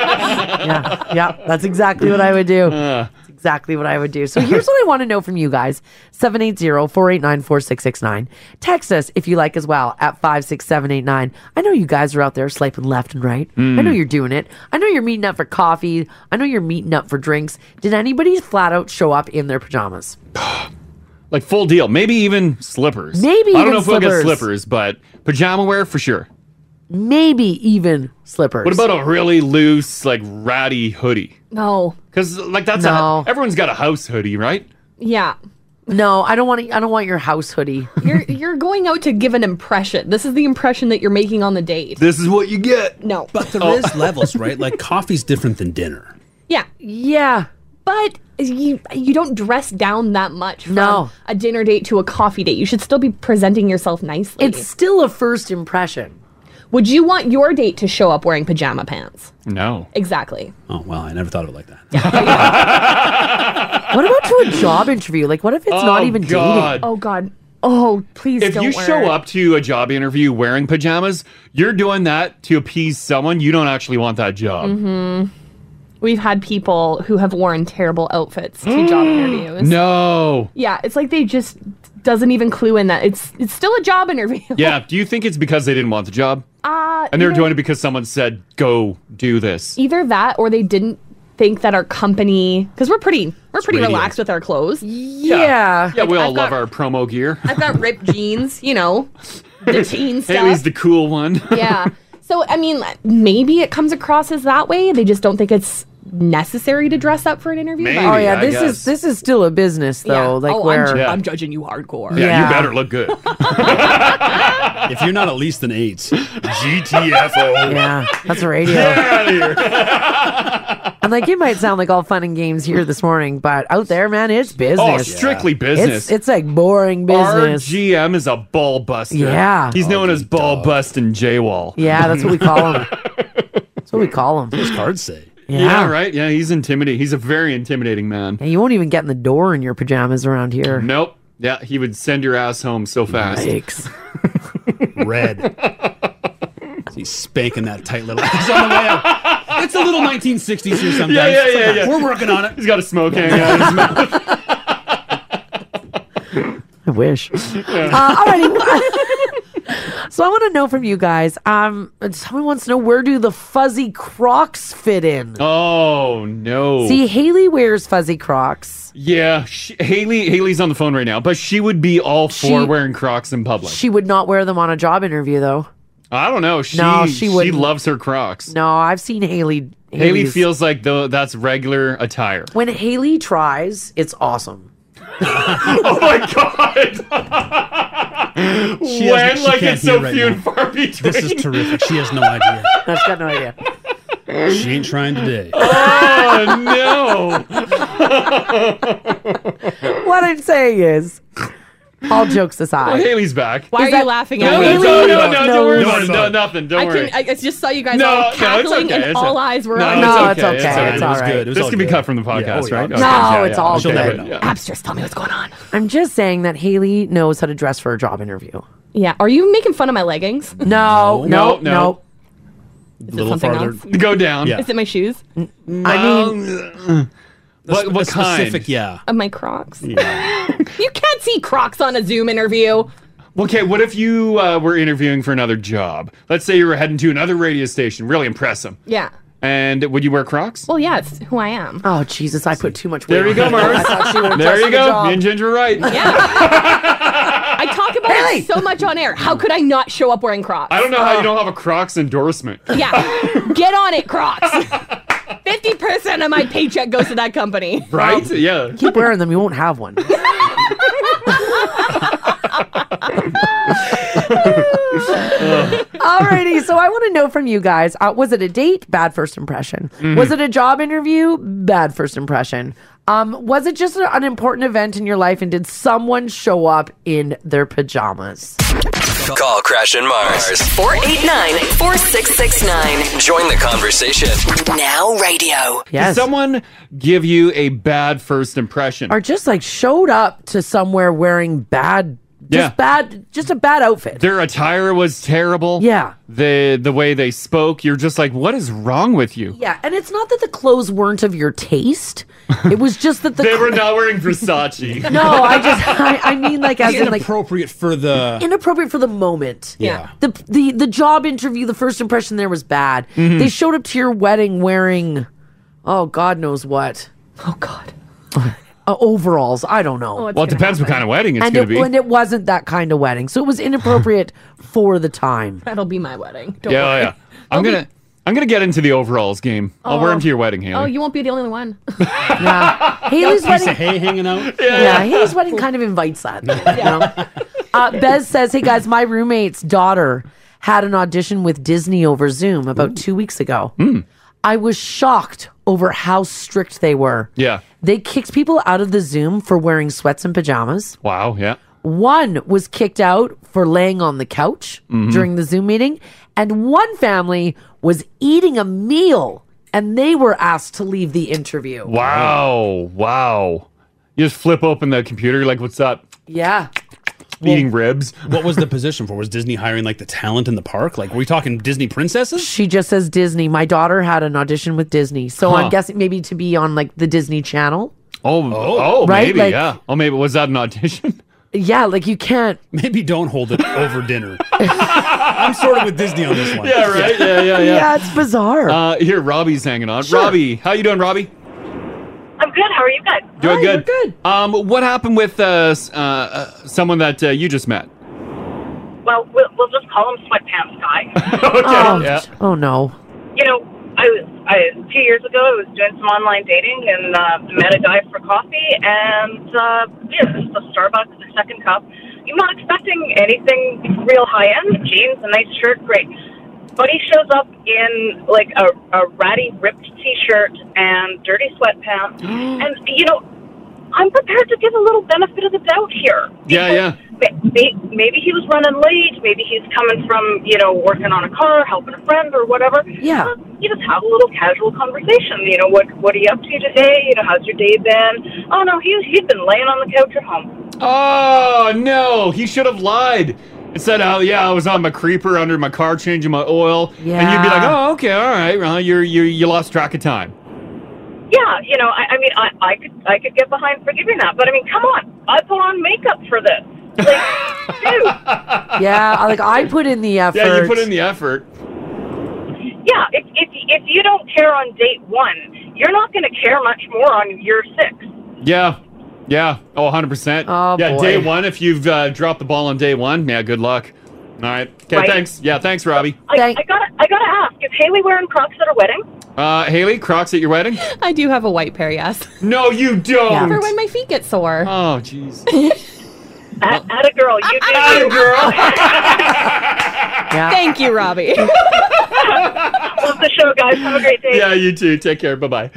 [SPEAKER 8] yeah, that's exactly what I would
[SPEAKER 3] <laughs>
[SPEAKER 8] do. That's exactly what I would do. So here's what I want to know from you guys 780 489 4669. Text us if you like as well at 56789. I know you guys are out there slaping left and right. I know
[SPEAKER 14] Mm.
[SPEAKER 8] you're doing it. I know you're meeting up for coffee. I know you're meeting up for drinks. Did anybody flat out show up in their pajamas?
[SPEAKER 3] like full deal. Maybe even slippers. I
[SPEAKER 8] Maybe
[SPEAKER 3] don't
[SPEAKER 8] even
[SPEAKER 3] know if we'll get
[SPEAKER 8] slippers.
[SPEAKER 3] slippers, but pajama wear for sure.
[SPEAKER 8] maybe even slippers.
[SPEAKER 3] What about a really loose, like ratty hoodie?
[SPEAKER 6] No.
[SPEAKER 3] Because like that's
[SPEAKER 8] No.
[SPEAKER 3] a, everyone's got a house hoodie, right?
[SPEAKER 6] Yeah.
[SPEAKER 8] No, I don't want to. I don't want your house hoodie. <laughs>
[SPEAKER 6] You're you're going out to give an impression. This is the impression that you're making on the date.
[SPEAKER 3] This Oh. is what you get.
[SPEAKER 6] No.
[SPEAKER 4] But there is
[SPEAKER 3] <laughs>
[SPEAKER 4] levels, right? Like coffee's different than dinner.
[SPEAKER 6] <laughs> Yeah.
[SPEAKER 8] Yeah.
[SPEAKER 6] But you you don't dress down that much from
[SPEAKER 8] No.
[SPEAKER 6] a dinner date to a coffee date. You should still be presenting yourself nicely. It's
[SPEAKER 8] still a first impression.
[SPEAKER 6] Would you want your date to show up wearing pajama pants?
[SPEAKER 3] No.
[SPEAKER 6] Exactly.
[SPEAKER 4] Oh wow, I never thought of it like that.
[SPEAKER 8] What about to a job interview? Like, what if it's not
[SPEAKER 3] Oh,
[SPEAKER 8] even
[SPEAKER 3] God.
[SPEAKER 8] dating?
[SPEAKER 6] Oh God. Oh please.
[SPEAKER 3] if
[SPEAKER 6] don't
[SPEAKER 3] you
[SPEAKER 6] wear
[SPEAKER 3] show
[SPEAKER 6] it.
[SPEAKER 3] up to a job interview wearing pajamas, you're doing that to appease someone you don't actually want that job.
[SPEAKER 6] hmm We've had people who have worn terrible outfits to
[SPEAKER 3] <gasps>
[SPEAKER 6] job interviews.
[SPEAKER 3] No.
[SPEAKER 6] <laughs> Yeah, it's like they just doesn't even clue in that it's it's still a job interview.
[SPEAKER 3] Yeah. Do you think it's because they didn't want the job?
[SPEAKER 6] <laughs> Uh,
[SPEAKER 3] And they're
[SPEAKER 6] either-
[SPEAKER 3] doing it because someone said, go do this.
[SPEAKER 6] either that or they didn't think that our company because we're pretty we're pretty
[SPEAKER 3] radiant.
[SPEAKER 6] relaxed with our clothes.
[SPEAKER 3] Yeah. Yeah, we all
[SPEAKER 6] I've
[SPEAKER 3] love
[SPEAKER 6] got,
[SPEAKER 3] our promo gear.
[SPEAKER 6] I've got ripped jeans, you know,
[SPEAKER 3] <laughs>
[SPEAKER 6] the teen stuff.
[SPEAKER 3] Haley's the cool one.
[SPEAKER 6] <laughs>
[SPEAKER 3] <laughs>
[SPEAKER 6] yeah. So I mean, maybe it comes across as that way. They just don't think it's necessary to dress up for an interview. but-
[SPEAKER 8] oh yeah, this is this is still a business though.
[SPEAKER 6] Yeah.
[SPEAKER 8] Like
[SPEAKER 6] oh, I'm
[SPEAKER 8] where
[SPEAKER 6] ju- I'm, judging you hardcore.
[SPEAKER 8] <laughs>
[SPEAKER 3] look good.
[SPEAKER 4] <laughs> if you're not at least an eight,
[SPEAKER 3] GTFO.
[SPEAKER 8] Yeah, that's a radio.
[SPEAKER 6] <laughs>
[SPEAKER 8] I'm like, it might sound like all fun and games here this morning, but out there, man, it's business.
[SPEAKER 3] strictly
[SPEAKER 8] It's-
[SPEAKER 3] business.
[SPEAKER 8] It's, like boring business.
[SPEAKER 3] Our GM is a ball buster.
[SPEAKER 8] Yeah.
[SPEAKER 3] He's known as ball bust and J-Wall.
[SPEAKER 8] Yeah, that's what we
[SPEAKER 3] <laughs>
[SPEAKER 8] call him. that's what we call him.
[SPEAKER 4] Those cards say.
[SPEAKER 3] Yeah.
[SPEAKER 8] Yeah.
[SPEAKER 3] right. Yeah, he's intimidating. He's a very intimidating man.
[SPEAKER 8] And you won't even get in the door in your pajamas around here.
[SPEAKER 3] Nope. Yeah, he would send your ass home so fast.
[SPEAKER 8] Yikes.
[SPEAKER 4] <laughs> Red. He's spanking that tight little. <laughs> He's on the way out. It's a little 1960s here sometimes.
[SPEAKER 3] Yeah, yeah,
[SPEAKER 4] It's like,
[SPEAKER 3] yeah, yeah.
[SPEAKER 4] We're working on it.
[SPEAKER 3] He's got a smoke hanging out of his mouth. <laughs>
[SPEAKER 2] <laughs>
[SPEAKER 8] I wish. Uh, all <laughs> so I want to know from you guys. Um, someone wants to know where do the fuzzy Crocs fit in?
[SPEAKER 3] Oh no.
[SPEAKER 8] See, Haley wears fuzzy Crocs.
[SPEAKER 3] yeah, she, Haley. Haley's on the phone right now, but she would be all for
[SPEAKER 8] She-
[SPEAKER 3] wearing Crocs in public.
[SPEAKER 8] She would not wear them on a job interview, though.
[SPEAKER 3] I don't know. She
[SPEAKER 8] No, she
[SPEAKER 3] she,
[SPEAKER 8] wouldn't.
[SPEAKER 3] loves her Crocs.
[SPEAKER 8] No, I've seen Haley.
[SPEAKER 3] Haley
[SPEAKER 8] Haley's-
[SPEAKER 3] feels like though that's regular attire.
[SPEAKER 8] when Haley tries, it's awesome.
[SPEAKER 3] oh my god!
[SPEAKER 8] She
[SPEAKER 3] when
[SPEAKER 8] has- she
[SPEAKER 3] like
[SPEAKER 8] can't
[SPEAKER 3] it's so
[SPEAKER 8] hear right
[SPEAKER 3] few
[SPEAKER 8] now.
[SPEAKER 3] and far between.
[SPEAKER 4] This is terrific. She has no idea.
[SPEAKER 8] I've got no idea.
[SPEAKER 4] She ain't trying today.
[SPEAKER 3] <laughs> oh
[SPEAKER 8] <laughs> what I'm saying is, all jokes aside,
[SPEAKER 3] Well, Haley's back.
[SPEAKER 6] Why
[SPEAKER 8] Is
[SPEAKER 6] are
[SPEAKER 8] that-
[SPEAKER 6] you laughing
[SPEAKER 3] No,
[SPEAKER 6] at me?
[SPEAKER 3] no, no, no, no, don't worry about it. No, nothing. Don't
[SPEAKER 6] I
[SPEAKER 3] worry.
[SPEAKER 6] Can, I, I just saw you guys
[SPEAKER 3] No,
[SPEAKER 6] all
[SPEAKER 3] no, it's
[SPEAKER 6] cackling
[SPEAKER 3] okay,
[SPEAKER 6] and
[SPEAKER 3] it's
[SPEAKER 6] all
[SPEAKER 3] okay.
[SPEAKER 6] eyes were
[SPEAKER 3] No,
[SPEAKER 6] on
[SPEAKER 3] it's
[SPEAKER 6] me.
[SPEAKER 3] okay, it's okay, it's all right. This can be cut from the podcast, right? Okay, yeah,
[SPEAKER 8] no, it's
[SPEAKER 3] yeah,
[SPEAKER 8] all
[SPEAKER 3] she'll never
[SPEAKER 8] good.
[SPEAKER 3] know.
[SPEAKER 6] Abstrus, tell me what's going on.
[SPEAKER 8] I'm just saying that Haley knows how to dress for a job interview.
[SPEAKER 6] Yeah, are you making fun of my leggings?
[SPEAKER 3] Oh,
[SPEAKER 8] No, no, no.
[SPEAKER 6] Is it something else?
[SPEAKER 3] Go down. <laughs>
[SPEAKER 6] Is it my shoes?
[SPEAKER 8] I
[SPEAKER 3] mean, what, what kind?
[SPEAKER 4] specific, yeah.
[SPEAKER 6] of Uh, my Crocs. <laughs> you can't see Crocs on a Zoom interview.
[SPEAKER 3] Okay, what if you uh, were interviewing for another job? Let's say you were heading to another radio station, really impress them.
[SPEAKER 6] Yeah.
[SPEAKER 3] And would you wear Crocs?
[SPEAKER 6] Well, yeah, it's who I am.
[SPEAKER 8] Oh Jesus, I put too much weight.
[SPEAKER 3] There you
[SPEAKER 8] on
[SPEAKER 3] go,
[SPEAKER 8] it.
[SPEAKER 3] Mars.
[SPEAKER 8] <laughs> I thought she would've
[SPEAKER 3] there
[SPEAKER 8] dressed
[SPEAKER 3] you
[SPEAKER 8] for
[SPEAKER 3] go.
[SPEAKER 8] the job.
[SPEAKER 3] Me and Ginger are right.
[SPEAKER 6] I talk about it so much on air. How could I not show up wearing Crocs?
[SPEAKER 3] I don't know
[SPEAKER 8] Oh.
[SPEAKER 3] how you don't have a Crocs endorsement. <laughs>
[SPEAKER 6] Yeah. Get on it, Crocs. 50% of my paycheck goes to that company.
[SPEAKER 3] Right? Yeah.
[SPEAKER 8] Um, Keep wearing them. You won't
[SPEAKER 3] <laughs>
[SPEAKER 8] have one.
[SPEAKER 3] Uh.
[SPEAKER 8] Alrighty, so I want to know from you guys: uh, Was it a date? Bad first impression.
[SPEAKER 3] Mm-hmm.
[SPEAKER 14] Mhm.
[SPEAKER 8] Was it a job interview? Bad first impression. Um, was it just an important event in your life, and did someone show up in their pajamas?
[SPEAKER 1] Call Crash and Mars.
[SPEAKER 2] 489 4669.
[SPEAKER 1] Join the conversation.
[SPEAKER 2] Now radio.
[SPEAKER 3] Did someone give you a bad first impression?
[SPEAKER 8] Or just like showed up to somewhere wearing bad, just
[SPEAKER 3] Yeah.
[SPEAKER 8] bad, just a bad outfit.
[SPEAKER 3] Their attire was terrible.
[SPEAKER 8] Yeah.
[SPEAKER 3] The the way they spoke, you're just like, what is wrong with you?
[SPEAKER 8] Yeah, and it's not that the clothes weren't of your taste. It was just that
[SPEAKER 3] <laughs>
[SPEAKER 8] the
[SPEAKER 3] they were not wearing Versace.
[SPEAKER 8] <laughs> No, I
[SPEAKER 3] <laughs>
[SPEAKER 8] just I, I mean like as in like
[SPEAKER 4] inappropriate for the.
[SPEAKER 8] inappropriate for the moment.
[SPEAKER 4] Yeah.
[SPEAKER 8] The the the job interview, the first impression there was bad.
[SPEAKER 3] Mm-hmm.
[SPEAKER 4] Mhm.
[SPEAKER 8] They showed up to your wedding wearing oh god knows what. Oh god. <laughs> uh, overalls. I don't know.
[SPEAKER 3] Oh, it's Well, it gonna depends what happen. kind of wedding it's
[SPEAKER 8] And
[SPEAKER 3] gonna
[SPEAKER 8] it-
[SPEAKER 3] be.
[SPEAKER 8] And it wasn't that kind of wedding, so it
[SPEAKER 3] <laughs>
[SPEAKER 8] was inappropriate for the time.
[SPEAKER 6] That'll be my wedding. Don't
[SPEAKER 3] yeah,
[SPEAKER 6] worry.
[SPEAKER 3] yeah. I'm gonna I'm gonna get into the overalls game. I'll wear them to your wedding, Haley.
[SPEAKER 6] Oh, you won't be the only one.
[SPEAKER 4] <laughs>
[SPEAKER 8] Haley's
[SPEAKER 4] Piece of
[SPEAKER 8] wedding.
[SPEAKER 4] hay hanging out.
[SPEAKER 8] <laughs> Yeah. Haley's wedding kind of invites that. though, you know? uh, Bez says, "Hey guys, my roommate's daughter had an audition with Disney over Zoom about two weeks ago.
[SPEAKER 3] Hmm.
[SPEAKER 8] I was shocked over how strict they were.
[SPEAKER 3] Yeah.
[SPEAKER 8] They kicked people out of the Zoom for wearing sweats and pajamas.
[SPEAKER 3] Wow. Yeah.
[SPEAKER 8] One was kicked out for laying on the couch
[SPEAKER 3] Mhm.
[SPEAKER 8] during the Zoom meeting, and one family was eating a meal and they were asked to leave the interview.
[SPEAKER 3] Wow. Wow. You just flip open the <laughs> computer. You're like, what's up?
[SPEAKER 8] Yeah.
[SPEAKER 3] Eating ribs.
[SPEAKER 4] What was the position for? Was Disney hiring like the talent in the park? Like, were we talking Disney princesses?
[SPEAKER 8] She just says Disney. My daughter had an audition with Disney, so
[SPEAKER 3] Huh.
[SPEAKER 8] I'm guessing maybe to be on like the Disney Channel.
[SPEAKER 3] Oh, oh,
[SPEAKER 8] Right,
[SPEAKER 3] maybe,
[SPEAKER 8] like-
[SPEAKER 3] yeah. Oh, maybe was that an audition?
[SPEAKER 8] Yeah, like you can't.
[SPEAKER 4] <laughs> Maybe don't hold it over
[SPEAKER 8] <laughs>
[SPEAKER 4] dinner. I'm sort of with Disney on this one.
[SPEAKER 3] yeah, right. Yeah, yeah, yeah.
[SPEAKER 8] Yeah, it's bizarre.
[SPEAKER 3] Uh, here, Robbie's hanging on.
[SPEAKER 8] Sure.
[SPEAKER 3] Robbie, how you doing, Robbie?
[SPEAKER 14] I'm good. How are you guys?
[SPEAKER 3] Doing good. Good. Um, what happened with uh, s- uh, uh someone that uh, you just met?
[SPEAKER 14] Well, we'll, we'll just call him Sweatpants
[SPEAKER 3] <laughs>
[SPEAKER 14] Guy.
[SPEAKER 8] Oh,
[SPEAKER 3] Um,
[SPEAKER 8] oh no.
[SPEAKER 14] You know, I was I, two years ago. I was doing some online dating and uh, met a guy for coffee, and uh, yeah, this is a Starbucks, the second cup. I'm not expecting anything real high end. Jeans, a nice shirt, great. But he shows up in like a, a ratty ripped t-shirt and dirty sweatpants, and you know, I'm prepared to give a little benefit of the doubt here.
[SPEAKER 3] Yeah, yeah.
[SPEAKER 14] Ma- may- maybe he was running late. Maybe he's coming from, you know, working on a car, helping a friend or whatever.
[SPEAKER 8] Yeah.
[SPEAKER 14] Uh, You just have a little casual conversation. You know, what what are you up to today? You know, how's your day been? Oh no, he he's been laying on the couch at home.
[SPEAKER 3] Oh no, he should have lied. It said, "Oh yeah, I was on my creeper under my car changing my oil," and you'd be like,
[SPEAKER 14] Yeah.
[SPEAKER 3] "Oh okay, all right, uh, you're you you lost track of time."
[SPEAKER 14] Yeah, you know, I, I mean, I, I could I could get behind forgiving that, but I mean, come on, I put on makeup for this.
[SPEAKER 8] Yeah, I- like I put in the
[SPEAKER 3] <laughs>
[SPEAKER 8] effort.
[SPEAKER 3] Yeah, you put in the effort.
[SPEAKER 14] Yeah, if if if you don't care on date one, you're not going to care much more on year six.
[SPEAKER 3] Yeah, yeah, oh 100 percent. Oh yeah,
[SPEAKER 14] boy.
[SPEAKER 3] day one. If you've uh, dropped the ball on day one, yeah, good luck. All right, okay,
[SPEAKER 14] Right.
[SPEAKER 3] thanks. Yeah, thanks, Robbie.
[SPEAKER 14] I, I gotta I gotta ask: Is Haley wearing Crocs at her wedding?
[SPEAKER 3] Uh, Haley, Crocs at your wedding?
[SPEAKER 6] <laughs> I do have a white pair, yes.
[SPEAKER 3] No, you don't.
[SPEAKER 6] For when my feet get sore.
[SPEAKER 3] <laughs> Oh, jeez.
[SPEAKER 14] At, a girl, you do.
[SPEAKER 6] Atta
[SPEAKER 14] girl.
[SPEAKER 6] <laughs> Thank you,
[SPEAKER 3] <laughs>
[SPEAKER 6] Robbie.
[SPEAKER 14] Love the show, guys. Have a great day.
[SPEAKER 3] yeah, you too. Take care. Bye bye.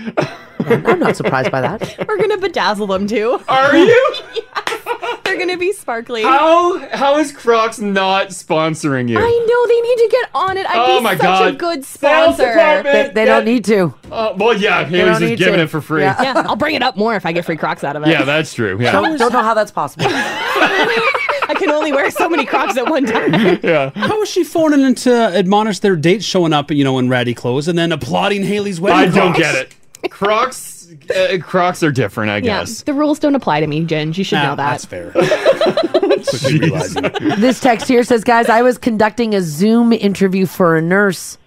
[SPEAKER 8] I'm not surprised by that.
[SPEAKER 6] We're gonna bedazzle them too.
[SPEAKER 3] Are you?
[SPEAKER 6] <laughs> yes. They're gonna be sparkly.
[SPEAKER 3] How how is Crocs not sponsoring you?
[SPEAKER 6] I know they need to get on it. I'd
[SPEAKER 3] Oh
[SPEAKER 6] be
[SPEAKER 3] my
[SPEAKER 6] such a
[SPEAKER 3] God.
[SPEAKER 6] good
[SPEAKER 3] Sales
[SPEAKER 6] sponsor.
[SPEAKER 3] department, They- they don't yeah.
[SPEAKER 8] need to.
[SPEAKER 3] Uh, well, yeah,
[SPEAKER 6] They
[SPEAKER 3] Haley's
[SPEAKER 6] don't need
[SPEAKER 3] just giving
[SPEAKER 6] to.
[SPEAKER 3] it for free.
[SPEAKER 6] Yeah.
[SPEAKER 8] <laughs>
[SPEAKER 6] Yeah, I'll bring it up more if I get free Crocs out of it.
[SPEAKER 3] Yeah, that's true. Yeah.
[SPEAKER 8] Don't, don't know how that's possible.
[SPEAKER 6] <laughs> I can only wear so
[SPEAKER 3] <laughs>
[SPEAKER 6] many Crocs at one time.
[SPEAKER 3] <laughs> yeah.
[SPEAKER 4] How was she phoning in to admonish their date showing up, you know, in ratty clothes and then applauding Haley's wedding?
[SPEAKER 3] I don't
[SPEAKER 4] Crocs?
[SPEAKER 3] get it. Crocs uh, Crocs are different, I
[SPEAKER 6] Yeah,
[SPEAKER 3] guess.
[SPEAKER 6] the rules don't apply to me, Ginge. You should know
[SPEAKER 3] Nah,
[SPEAKER 6] that.
[SPEAKER 4] that's fair.
[SPEAKER 8] <laughs> this text here says, guys, I was conducting a Zoom interview for a nurse.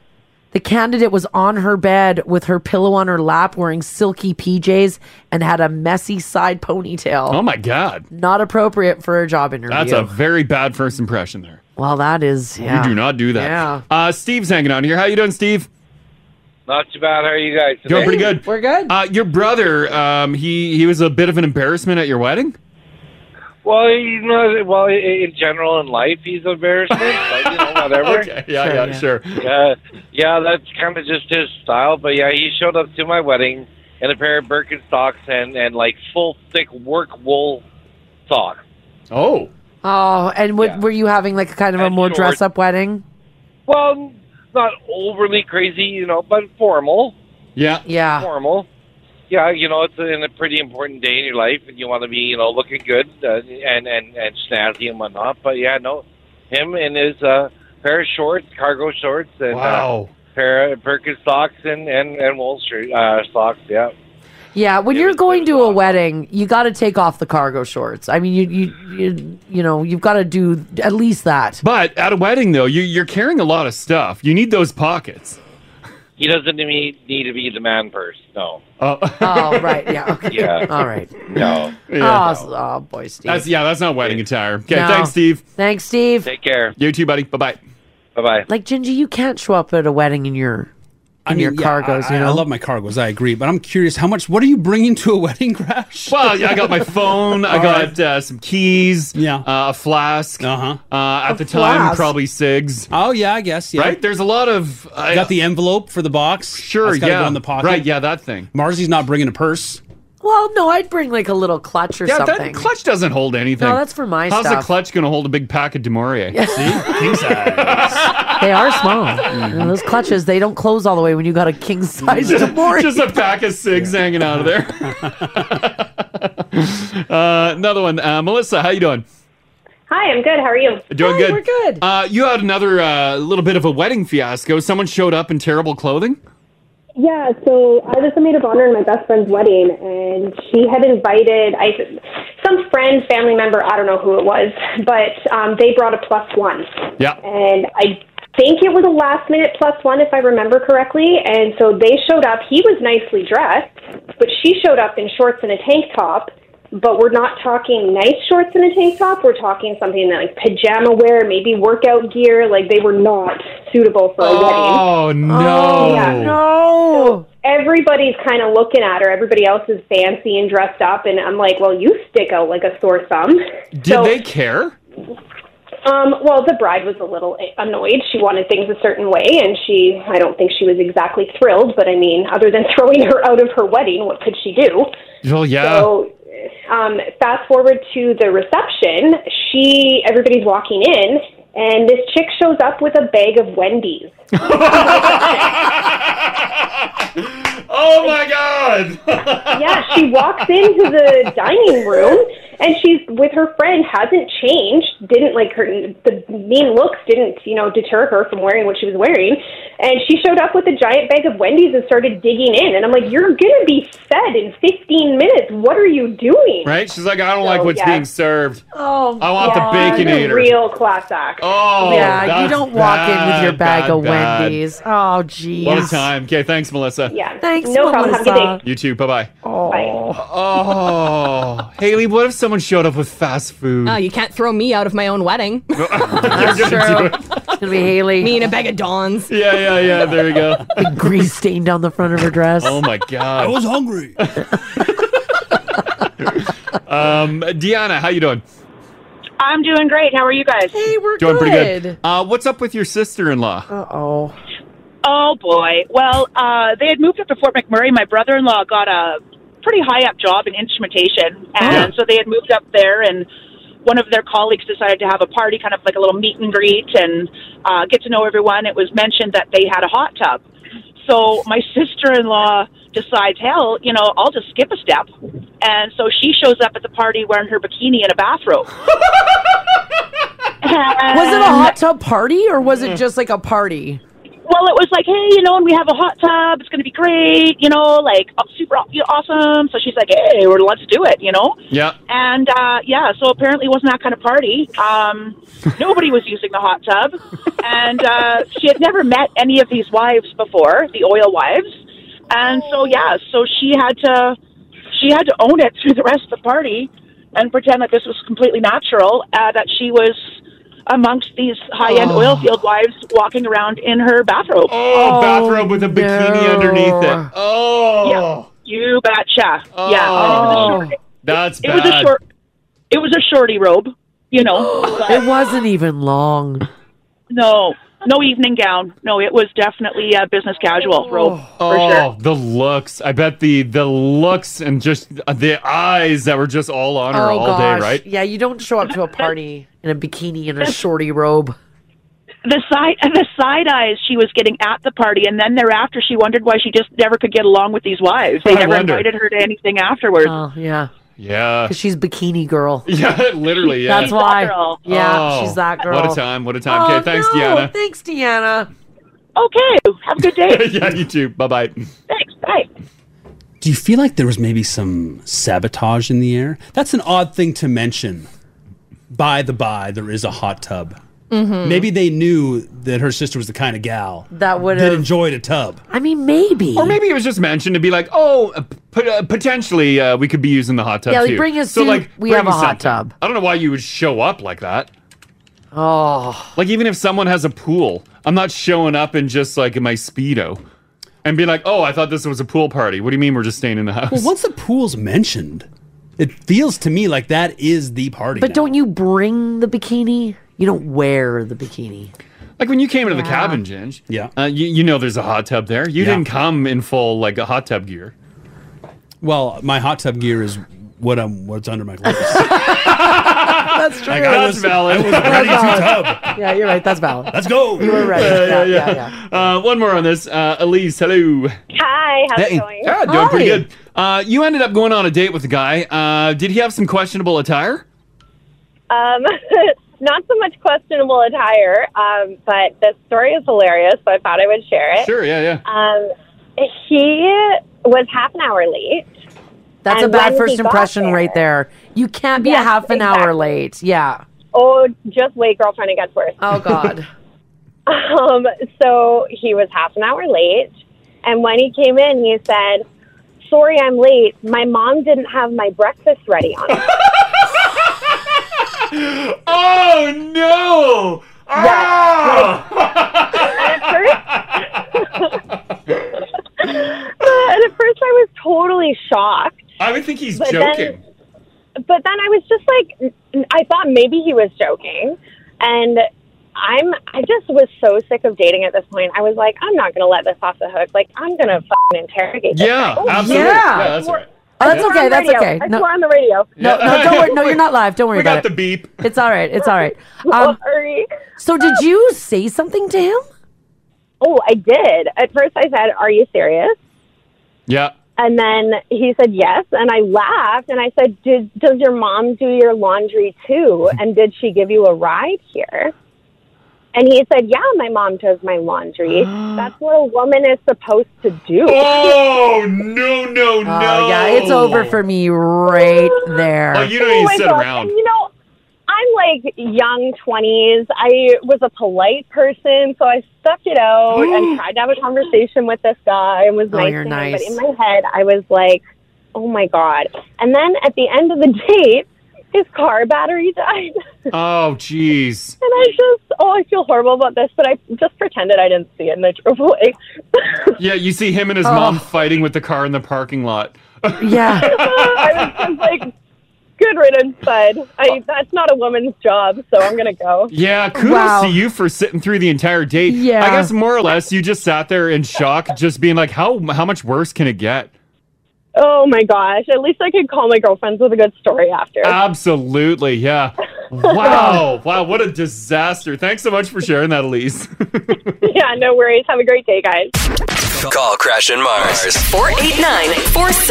[SPEAKER 8] The candidate was on her bed with her pillow on her lap, wearing silky PJs, and had a messy side ponytail.
[SPEAKER 3] Oh my god.
[SPEAKER 8] Not appropriate for a job interview.
[SPEAKER 3] That's a very bad first impression there.
[SPEAKER 8] Well, that is. Yeah.
[SPEAKER 3] You do not do that.
[SPEAKER 8] Yeah.
[SPEAKER 3] Uh, Steve's hanging on here. How you doing, Steve?
[SPEAKER 18] Not too bad. How are you guys?
[SPEAKER 3] Doing
[SPEAKER 18] today?
[SPEAKER 3] pretty good.
[SPEAKER 8] We're good.
[SPEAKER 3] Uh, your brother, um, he he was a bit of an embarrassment at your wedding.
[SPEAKER 18] Well, you know, well, i- in general in life, he's an embarrassment, but you
[SPEAKER 3] <laughs>
[SPEAKER 18] know, whatever.
[SPEAKER 3] Okay, yeah, Sure, yeah, yeah. sure.
[SPEAKER 18] Yeah, yeah, that's kind of just his style. But yeah, he showed up to my wedding in a pair of Birkenstocks and and like full thick work wool socks.
[SPEAKER 3] Oh.
[SPEAKER 8] Oh, and what, were you having like a kind of a more
[SPEAKER 18] short.
[SPEAKER 8] dress up wedding?
[SPEAKER 18] Well, not overly crazy, you know, but formal.
[SPEAKER 3] Yeah.
[SPEAKER 8] Yeah.
[SPEAKER 18] Formal. Yeah, you know, it's a, a pretty important day in your life, and you want to be, you know, looking good uh, and and and snazzy and whatnot. But yeah, no, him in his uh, pair of shorts, cargo shorts, and
[SPEAKER 3] Wow.
[SPEAKER 18] uh, pair of Birkenstocks and and and Wall Street uh, socks. Yeah.
[SPEAKER 8] Yeah, when you're going to a wedding, you got to take off the cargo shorts. I mean, you you you, you know, you've got to do at least that.
[SPEAKER 3] But at a wedding, though, you, you're carrying a lot of stuff. You need those pockets.
[SPEAKER 18] he doesn't need, need to be the man first. No.
[SPEAKER 3] <laughs> Oh.
[SPEAKER 8] oh, right. <laughs> Yeah. Okay.
[SPEAKER 18] Yeah.
[SPEAKER 8] All right.
[SPEAKER 18] No.
[SPEAKER 8] Yeah. Oh, oh, boy, Steve.
[SPEAKER 3] That's, yeah, that's not wedding attire. Okay,
[SPEAKER 8] No.
[SPEAKER 3] thanks, Steve.
[SPEAKER 8] Thanks, Steve.
[SPEAKER 18] Take care.
[SPEAKER 3] You too, buddy. Bye bye.
[SPEAKER 18] Bye bye.
[SPEAKER 8] Like Gingy, you can't show up at a wedding in your in your
[SPEAKER 4] yeah,
[SPEAKER 8] cargos.
[SPEAKER 4] I,
[SPEAKER 8] you know,
[SPEAKER 4] I love my cargos. I agree, but I'm curious how much. What are you bringing to a <laughs> wedding, Crash?
[SPEAKER 3] <laughs> Well, yeah, I got my phone.
[SPEAKER 4] <laughs>
[SPEAKER 3] I
[SPEAKER 4] All
[SPEAKER 3] got
[SPEAKER 4] right.
[SPEAKER 3] uh, some keys. Yeah. Uh, a flask. Uh-huh. Uh At
[SPEAKER 4] A
[SPEAKER 3] the time,
[SPEAKER 4] flask?
[SPEAKER 3] probably cigs.
[SPEAKER 4] Oh yeah, I guess. Yeah.
[SPEAKER 3] Right? There's a lot of. I
[SPEAKER 4] got the envelope for the box.
[SPEAKER 3] Sure.
[SPEAKER 4] That's gotta
[SPEAKER 3] yeah.
[SPEAKER 4] Go in the pocket.
[SPEAKER 3] Right. Yeah. That thing.
[SPEAKER 4] Marzi's not bringing a purse.
[SPEAKER 8] Well, no, I'd bring like a little clutch or
[SPEAKER 3] yeah.
[SPEAKER 8] something.
[SPEAKER 3] That <laughs> clutch doesn't hold anything.
[SPEAKER 8] No, that's for my
[SPEAKER 3] How's
[SPEAKER 8] stuff.
[SPEAKER 3] a clutch going to hold a big pack of
[SPEAKER 4] <laughs>
[SPEAKER 3] Demorier? See, king size.
[SPEAKER 8] they are small. You know, those clutches, they don't close all the way when you got a
[SPEAKER 3] <laughs>
[SPEAKER 8] king size Demore.
[SPEAKER 3] Just a pack of cigs hanging out of
[SPEAKER 19] <laughs>
[SPEAKER 3] there. uh, another one, uh, Melissa. How you doing?
[SPEAKER 19] Hi, I'm good. How are you?
[SPEAKER 3] Doing good. We're good. Uh, you had another uh, little bit of a wedding fiasco. Someone showed up in terrible clothing.
[SPEAKER 19] Yeah, so I was the maid of honor in my best friend's wedding, and she had invited I some friend, family member, I don't know who it was, but um, they brought a plus one,
[SPEAKER 3] Yeah.
[SPEAKER 19] and I think it was a last minute plus one, if I remember correctly. And so they showed up. He was nicely dressed, but she showed up in shorts and a tank top. But we're not talking nice shorts and a tank top. We're talking something like pajama wear, maybe workout gear. Like they were not suitable for a wedding.
[SPEAKER 3] Oh no!
[SPEAKER 19] yeah.
[SPEAKER 8] No.
[SPEAKER 19] Everybody's kind of looking at her. Everybody else is fancy and dressed up, and I'm like, "Well, you stick out like a sore thumb."
[SPEAKER 3] Did they care?
[SPEAKER 19] Um, well, the bride was a little annoyed. She wanted things a certain way, and she, I don't think she was exactly thrilled, but I mean, other than <laughs> throwing her out of her wedding, what could she do?
[SPEAKER 3] Well, yeah.
[SPEAKER 19] So, um, fast forward to the reception, she, everybody's walking in, and this chick shows up with a bag of Wendy's.
[SPEAKER 3] oh my god!
[SPEAKER 19] yeah, she walks into the dining room and she's with her friend, hasn't changed, didn't like her, the mean looks didn't, you know, deter her from wearing what she was wearing. And she showed up with a giant bag of Wendy's and started digging in. And I'm like, you're going to be fed in 15 minutes. What are you doing?
[SPEAKER 3] Right? She's like, I don't like
[SPEAKER 19] So,
[SPEAKER 3] what's
[SPEAKER 19] yeah.
[SPEAKER 3] being served.
[SPEAKER 19] Oh,
[SPEAKER 3] I want the
[SPEAKER 19] God.
[SPEAKER 3] Baconator.
[SPEAKER 19] Real class act.
[SPEAKER 3] Oh,
[SPEAKER 8] <laughs> yeah, you
[SPEAKER 3] that's
[SPEAKER 8] don't walk in with your
[SPEAKER 3] bad,
[SPEAKER 8] bag
[SPEAKER 3] bad,
[SPEAKER 8] of
[SPEAKER 3] bad.
[SPEAKER 8] Wendy's. Oh, geez.
[SPEAKER 3] What a time. Okay, thanks, Melissa.
[SPEAKER 19] Yeah.
[SPEAKER 8] Thanks,
[SPEAKER 19] No problem. Have a good
[SPEAKER 8] Melissa.
[SPEAKER 3] You too. Bye bye.
[SPEAKER 8] Oh.
[SPEAKER 3] Oh, Haley, what if someone showed up with fast food?
[SPEAKER 19] Uh,
[SPEAKER 6] Oh, you can't throw me out of my own
[SPEAKER 3] <laughs>
[SPEAKER 6] wedding.
[SPEAKER 3] That's true.
[SPEAKER 8] It's gonna be Haley.
[SPEAKER 6] Me and a bag of Dons.
[SPEAKER 3] Yeah, yeah, yeah. There you go.
[SPEAKER 8] Big grease stained on the front of her dress.
[SPEAKER 3] Oh my god.
[SPEAKER 4] hungry.
[SPEAKER 3] Um, Deanna, how you doing?
[SPEAKER 20] I'm doing great. How are you guys?
[SPEAKER 8] Hey, we're
[SPEAKER 3] Doing pretty good. Uh, what's up with your sister-in-law?
[SPEAKER 8] Uh oh.
[SPEAKER 20] Oh boy. Well, uh, they had moved up to Fort McMurray. My brother-in-law got a pretty high-up job in instrumentation, and so they had moved up there. And one of their colleagues decided to have a party, kind of like a little meet and greet, and uh, get to know everyone. It was mentioned that they had a hot tub. So my <laughs> sister-in-law decides, hell, you know, I'll just skip a step, and so she shows up at the party wearing her bikini and a bathrobe.
[SPEAKER 8] Was it a
[SPEAKER 20] Um,
[SPEAKER 8] hot tub party or was it just like a party?
[SPEAKER 20] well, it was like, hey, you know, and we have a hot tub. It's going to be great, you know, like oh, super aw- awesome. So she's like, hey, well, let's do it, you know.
[SPEAKER 3] Yeah.
[SPEAKER 20] And uh, yeah, so apparently it wasn't that kind of party.
[SPEAKER 3] <laughs>
[SPEAKER 20] Um, nobody was using the hot tub, and uh, she had never met any of these wives before, the oil wives, and so yeah, so she had to she had to own it <laughs> through the rest of the party and pretend that this was completely natural, uh, that she was amongst these high end oil field wives walking around in her bathrobe.
[SPEAKER 3] Oh, bathrobe with a bikini underneath it. Oh,
[SPEAKER 20] yeah, you betcha. Yeah, and it was a short,
[SPEAKER 3] That's
[SPEAKER 20] it
[SPEAKER 3] bad.
[SPEAKER 20] was a short. It was a shorty robe, you
[SPEAKER 8] <gasps>
[SPEAKER 20] know. but-
[SPEAKER 8] It wasn't even long.
[SPEAKER 20] No, no evening gown. No, it was definitely a business casual robe for
[SPEAKER 3] oh,
[SPEAKER 20] sure.
[SPEAKER 3] the looks! I bet the the looks and just uh, the eyes that were just all on her
[SPEAKER 8] oh,
[SPEAKER 3] all
[SPEAKER 8] gosh.
[SPEAKER 3] day, right? <laughs>
[SPEAKER 8] Yeah, you don't show up to a party in a bikini and a shorty robe.
[SPEAKER 20] The side, the side eyes she was getting at the party, and then thereafter she wondered why she just never could get along with these wives. They
[SPEAKER 3] I
[SPEAKER 20] never
[SPEAKER 3] wonder.
[SPEAKER 20] invited her to anything afterwards.
[SPEAKER 8] Oh, yeah.
[SPEAKER 3] Yeah,
[SPEAKER 8] 'Cause she's bikini girl.
[SPEAKER 3] yeah, literally. Yeah,
[SPEAKER 8] That's why. Yeah,
[SPEAKER 3] Oh,
[SPEAKER 8] she's that girl.
[SPEAKER 3] What a time! What a time!
[SPEAKER 8] Oh,
[SPEAKER 3] okay, thanks,
[SPEAKER 8] no,
[SPEAKER 3] Deanna.
[SPEAKER 8] Thanks, Deanna.
[SPEAKER 20] Okay, have a good day.
[SPEAKER 3] <laughs> yeah, you too. Bye bye.
[SPEAKER 4] Do you feel like there was maybe some sabotage in the air? That's an odd thing to mention. By the by, there is a hot tub.
[SPEAKER 8] Mhm.
[SPEAKER 4] Maybe they knew that her sister was the kind of gal
[SPEAKER 8] That would
[SPEAKER 4] that
[SPEAKER 8] have.
[SPEAKER 4] enjoyed a tub.
[SPEAKER 8] I mean, maybe.
[SPEAKER 3] Or maybe it was just mentioned to be like, oh, uh, p- uh, potentially uh, we could be using the hot tub
[SPEAKER 8] Yeah, like,
[SPEAKER 3] too.
[SPEAKER 8] bring a suit, we
[SPEAKER 3] bring
[SPEAKER 8] have a hot
[SPEAKER 3] something. I don't know why you would show up like that.
[SPEAKER 8] Oh,
[SPEAKER 3] like even if someone has a pool, I'm not showing up in just like in my speedo, and be like, oh, I thought this was a pool party. What do you mean we're just staying in the house?
[SPEAKER 4] Well, once the pool's mentioned, it feels to me like that is the party.
[SPEAKER 8] But don't you bring the bikini? You don't wear the bikini.
[SPEAKER 3] Like when you came into the cabin, Ginge.
[SPEAKER 4] Yeah.
[SPEAKER 3] Uh, you, you know there's a hot tub there. You
[SPEAKER 4] Yeah.
[SPEAKER 3] didn't come in full like a hot tub gear.
[SPEAKER 4] Well, my hot tub gear is what I'm what's under my clothes.
[SPEAKER 8] That's true.
[SPEAKER 4] Like, I was- I was ready to tub.
[SPEAKER 8] Yeah, you're right. That's valid.
[SPEAKER 4] Let's go.
[SPEAKER 8] You were right.
[SPEAKER 3] <laughs> Yeah, yeah,
[SPEAKER 8] yeah,
[SPEAKER 3] yeah. Uh, one more on this. Uh, Elise, hello.
[SPEAKER 21] Hi, how's
[SPEAKER 3] Hey.
[SPEAKER 21] it going?
[SPEAKER 3] Yeah, Ah, doing pretty good. Uh, you ended up going on a date with a guy. Uh, did he have some questionable attire?
[SPEAKER 21] Um, <laughs> not so much questionable attire, um, but the story is hilarious, so I thought I would share it.
[SPEAKER 3] Sure, yeah, yeah.
[SPEAKER 21] Um, he was half an hour late.
[SPEAKER 8] That's a
[SPEAKER 21] And
[SPEAKER 8] bad
[SPEAKER 21] when
[SPEAKER 8] first
[SPEAKER 21] he got
[SPEAKER 8] impression
[SPEAKER 21] there-
[SPEAKER 8] right there. You can't be a
[SPEAKER 21] Yes,
[SPEAKER 8] half an hour
[SPEAKER 21] exactly.
[SPEAKER 8] late. Yeah.
[SPEAKER 21] Oh, just wait, girlfriend, it gets worse.
[SPEAKER 8] Oh God.
[SPEAKER 21] <laughs> Um, so he was half an hour late, and when he came in, he said, "Sorry, I'm late. My mom didn't have my breakfast ready on."
[SPEAKER 3] <laughs> oh no! Ah!
[SPEAKER 21] and <laughs> at first, I was totally shocked.
[SPEAKER 3] I would think he's
[SPEAKER 21] But then-
[SPEAKER 3] joking.
[SPEAKER 21] but then I was just like, n- n- I thought maybe he was joking, and I'm, I just was so sick of dating at this point. I was like, I'm not gonna let this off the hook. Like, I'm gonna f***ing interrogate. this
[SPEAKER 3] Yeah,
[SPEAKER 21] guy.
[SPEAKER 3] absolutely. Yeah. Yeah, that's right.
[SPEAKER 8] Oh, that's
[SPEAKER 21] I swore
[SPEAKER 8] okay,
[SPEAKER 21] on
[SPEAKER 8] that's
[SPEAKER 21] radio.
[SPEAKER 8] okay.
[SPEAKER 21] I
[SPEAKER 8] No-
[SPEAKER 21] swore on the radio.
[SPEAKER 8] No, no, don't worry. No, you're not live. Don't worry
[SPEAKER 21] We
[SPEAKER 8] about
[SPEAKER 21] got
[SPEAKER 8] it.
[SPEAKER 21] the
[SPEAKER 3] beep.
[SPEAKER 8] It's all right. It's
[SPEAKER 21] <laughs>
[SPEAKER 8] all right. Um,
[SPEAKER 21] Sorry.
[SPEAKER 8] so, did you say something to him?
[SPEAKER 21] Oh, I did. At first, I said, "Are you serious?"
[SPEAKER 3] Yeah.
[SPEAKER 21] And then he said yes, and I laughed, and I said, did, "Does your mom do your laundry
[SPEAKER 3] <laughs>
[SPEAKER 21] too? And did she give you a ride here?" And he said, "Yeah, my mom does my
[SPEAKER 3] <gasps>
[SPEAKER 21] laundry. That's what a woman is supposed to do." <laughs>
[SPEAKER 3] Oh no no
[SPEAKER 8] Oh, yeah, it's over for me right there.
[SPEAKER 3] Oh, you don't even
[SPEAKER 21] my
[SPEAKER 3] sit
[SPEAKER 21] gosh,
[SPEAKER 3] around.
[SPEAKER 21] and you know, I'm like young 20s. I was a polite person, so I stuck it
[SPEAKER 3] <gasps>
[SPEAKER 21] out and tried to have a conversation with this guy and was
[SPEAKER 8] Oh,
[SPEAKER 21] nice.
[SPEAKER 8] you're
[SPEAKER 21] to him,
[SPEAKER 8] nice.
[SPEAKER 21] But in my head, I was like, oh my God. And then at the end of the <laughs> date, his car battery died. <laughs> and
[SPEAKER 3] Oh jeez.
[SPEAKER 21] I just, oh, I feel horrible about this, but I just pretended I didn't see it and I drove away.
[SPEAKER 3] Yeah, you see him and his
[SPEAKER 21] Oh.
[SPEAKER 3] mom fighting with the car in the parking lot.
[SPEAKER 8] Yeah.
[SPEAKER 21] <laughs> I was just like, good riddance, bud. I, that's not a woman's job, so I'm going to go.
[SPEAKER 3] Yeah, kudos
[SPEAKER 21] Wow.
[SPEAKER 3] to you for sitting through the entire date.
[SPEAKER 21] Yeah.
[SPEAKER 3] I guess more or less you just sat there in shock, just being like, how how much worse can it get?
[SPEAKER 21] Oh my gosh. At least I could call my girlfriends with a good story after.
[SPEAKER 3] Uh, Absolutely, yeah. Wow, wow, what a disaster! Thanks so much for sharing that, Elise.
[SPEAKER 21] <laughs> yeah, no worries. Have a great day, guys.
[SPEAKER 1] Call Crash and Mars.
[SPEAKER 2] 489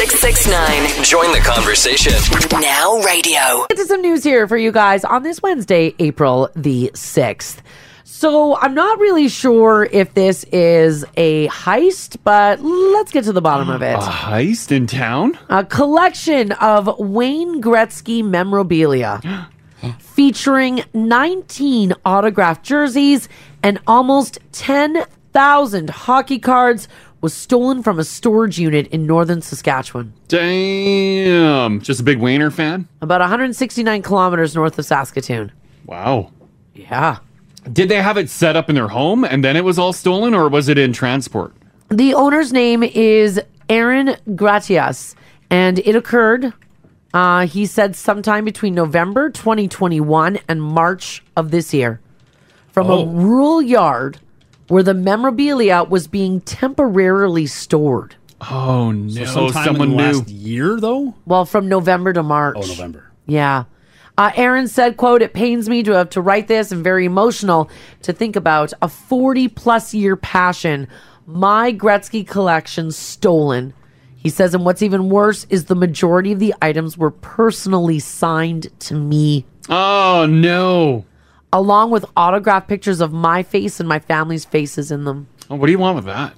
[SPEAKER 2] 4669.
[SPEAKER 1] Join the conversation.
[SPEAKER 2] Now radio.
[SPEAKER 8] Get to some news here for you guys on this Wednesday, April the 6th. So, I'm not really sure if this is a heist, but let's get to the bottom of it.
[SPEAKER 3] A heist in town?
[SPEAKER 8] A collection of Wayne Gretzky memorabilia featuring 19 autographed jerseys and almost 10,000 hockey cards was stolen from a storage unit in northern Saskatchewan.
[SPEAKER 3] Damn, just a big Wiener fan.
[SPEAKER 8] About 169 kilometers north of Saskatoon.
[SPEAKER 3] Wow.
[SPEAKER 8] Yeah.
[SPEAKER 3] Did they have it set up in their home and then it was all stolen, or was it in transport?
[SPEAKER 8] The owner's name is Aaron Gratias, and it occurred, uh, he said, sometime between November 2021 and March of this year from
[SPEAKER 2] Oh.
[SPEAKER 8] a rural yard where the memorabilia was being temporarily stored.
[SPEAKER 3] Oh no!
[SPEAKER 4] So sometime in the last year, though?
[SPEAKER 8] Well, from November to March.
[SPEAKER 4] Oh, November.
[SPEAKER 8] Yeah. Uh, Aaron said, quote, it pains me to have to write this and very emotional to think about a 40 plus year passion, my Gretzky collection stolen. He says, and what's even worse is the majority of the items were personally signed to me.
[SPEAKER 3] Oh, no.
[SPEAKER 8] Along with autographed pictures of my face and my family's faces in them.
[SPEAKER 3] Oh, what do you want with that?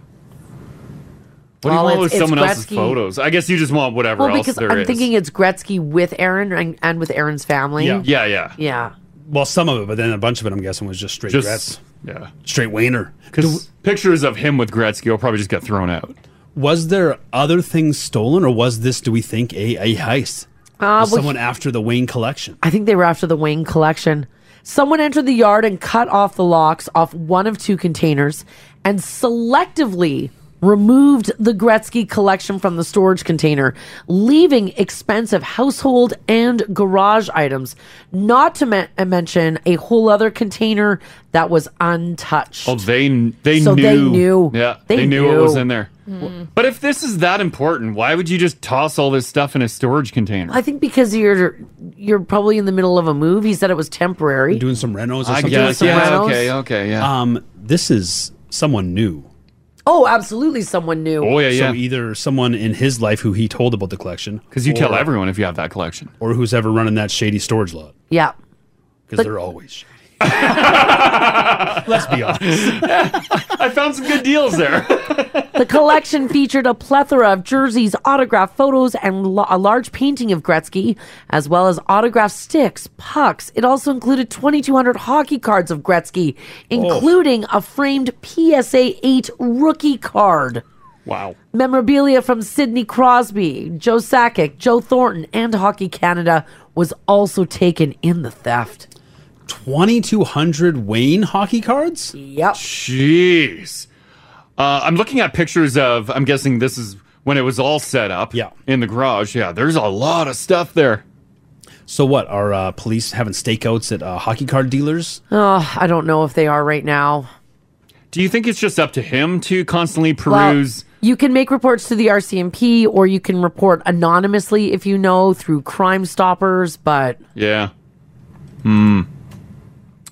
[SPEAKER 3] What
[SPEAKER 8] Well,
[SPEAKER 3] do you want
[SPEAKER 8] it's-
[SPEAKER 3] with
[SPEAKER 8] it's
[SPEAKER 3] someone else's
[SPEAKER 8] Gretzky.
[SPEAKER 3] photos? I guess you just want whatever
[SPEAKER 8] well,
[SPEAKER 3] else
[SPEAKER 8] because
[SPEAKER 3] there
[SPEAKER 8] I'm
[SPEAKER 3] is.
[SPEAKER 8] thinking it's Gretzky with Aaron and, and with Aaron's family.
[SPEAKER 3] yeah, yeah, yeah.
[SPEAKER 8] Yeah.
[SPEAKER 4] Well, some of it, but then a bunch of it, I'm guessing, was just straight
[SPEAKER 3] Just-
[SPEAKER 4] dress.
[SPEAKER 3] Yeah.
[SPEAKER 4] Straight Wayner.
[SPEAKER 3] Because pictures of him with Gretzky will probably just get thrown out.
[SPEAKER 4] Was there other things stolen, or was this, do we think, a, a heist?
[SPEAKER 8] Uh,
[SPEAKER 4] was
[SPEAKER 8] well,
[SPEAKER 4] someone
[SPEAKER 8] he-
[SPEAKER 4] after the Wayne collection?
[SPEAKER 8] I think they were after the Wayne collection. Someone entered the yard and cut off the locks off one of two containers and selectively removed the Gretzky collection from the storage container, leaving expensive household and garage items, not to men- mention a whole other container that was untouched.
[SPEAKER 3] Oh, they they
[SPEAKER 8] So
[SPEAKER 3] knew.
[SPEAKER 8] they knew.
[SPEAKER 3] Yeah,
[SPEAKER 8] They
[SPEAKER 3] they, knew, it was
[SPEAKER 8] knew.
[SPEAKER 3] in there. But if this is that important, why would you just toss all this stuff in a storage container?
[SPEAKER 8] I think because you're you're probably in the middle of a move. He said it was temporary.
[SPEAKER 4] Doing some renos or
[SPEAKER 3] I
[SPEAKER 4] something
[SPEAKER 3] guess,
[SPEAKER 4] like
[SPEAKER 3] yeah,
[SPEAKER 4] that?
[SPEAKER 3] okay, okay, yeah.
[SPEAKER 4] Um, this is someone new.
[SPEAKER 8] Oh, absolutely, someone new.
[SPEAKER 3] Oh,
[SPEAKER 4] So either someone in his life who he told about the collection. Because
[SPEAKER 3] you tell
[SPEAKER 4] everyone
[SPEAKER 3] if you have that collection.
[SPEAKER 4] Or who's ever running that shady storage lot.
[SPEAKER 8] Yeah.
[SPEAKER 4] Because
[SPEAKER 8] But-
[SPEAKER 4] they're always
[SPEAKER 3] <laughs>
[SPEAKER 4] shady. Let's be honest.
[SPEAKER 3] I found some good deals there.
[SPEAKER 8] the collection featured a plethora of jerseys, autograph photos, and lo- a large painting of Gretzky, as well as autograph sticks, pucks. It also included 2,200 hockey cards of Gretzky, including a framed PSA 8 rookie card.
[SPEAKER 3] Wow.
[SPEAKER 8] Memorabilia from Sidney Crosby, Joe Sakic, Joe Thornton, and Hockey Canada was also taken in the theft.
[SPEAKER 4] 2,200 Wayne hockey cards?
[SPEAKER 8] Yep.
[SPEAKER 3] Jeez. Uh, I'm looking at pictures of, I'm guessing this is when it was all set up yeah. in the garage. Yeah, there's a lot of stuff there.
[SPEAKER 4] So what? Are uh, police having stakeouts at uh, hockey card dealers?
[SPEAKER 8] Oh, I don't know if they are right now.
[SPEAKER 3] Do you think it's just up to him to constantly
[SPEAKER 8] Well,
[SPEAKER 3] peruse?
[SPEAKER 8] you can make reports to the RCMP or you can report anonymously if you know through Crime Stoppers, but
[SPEAKER 3] yeah. Hmm.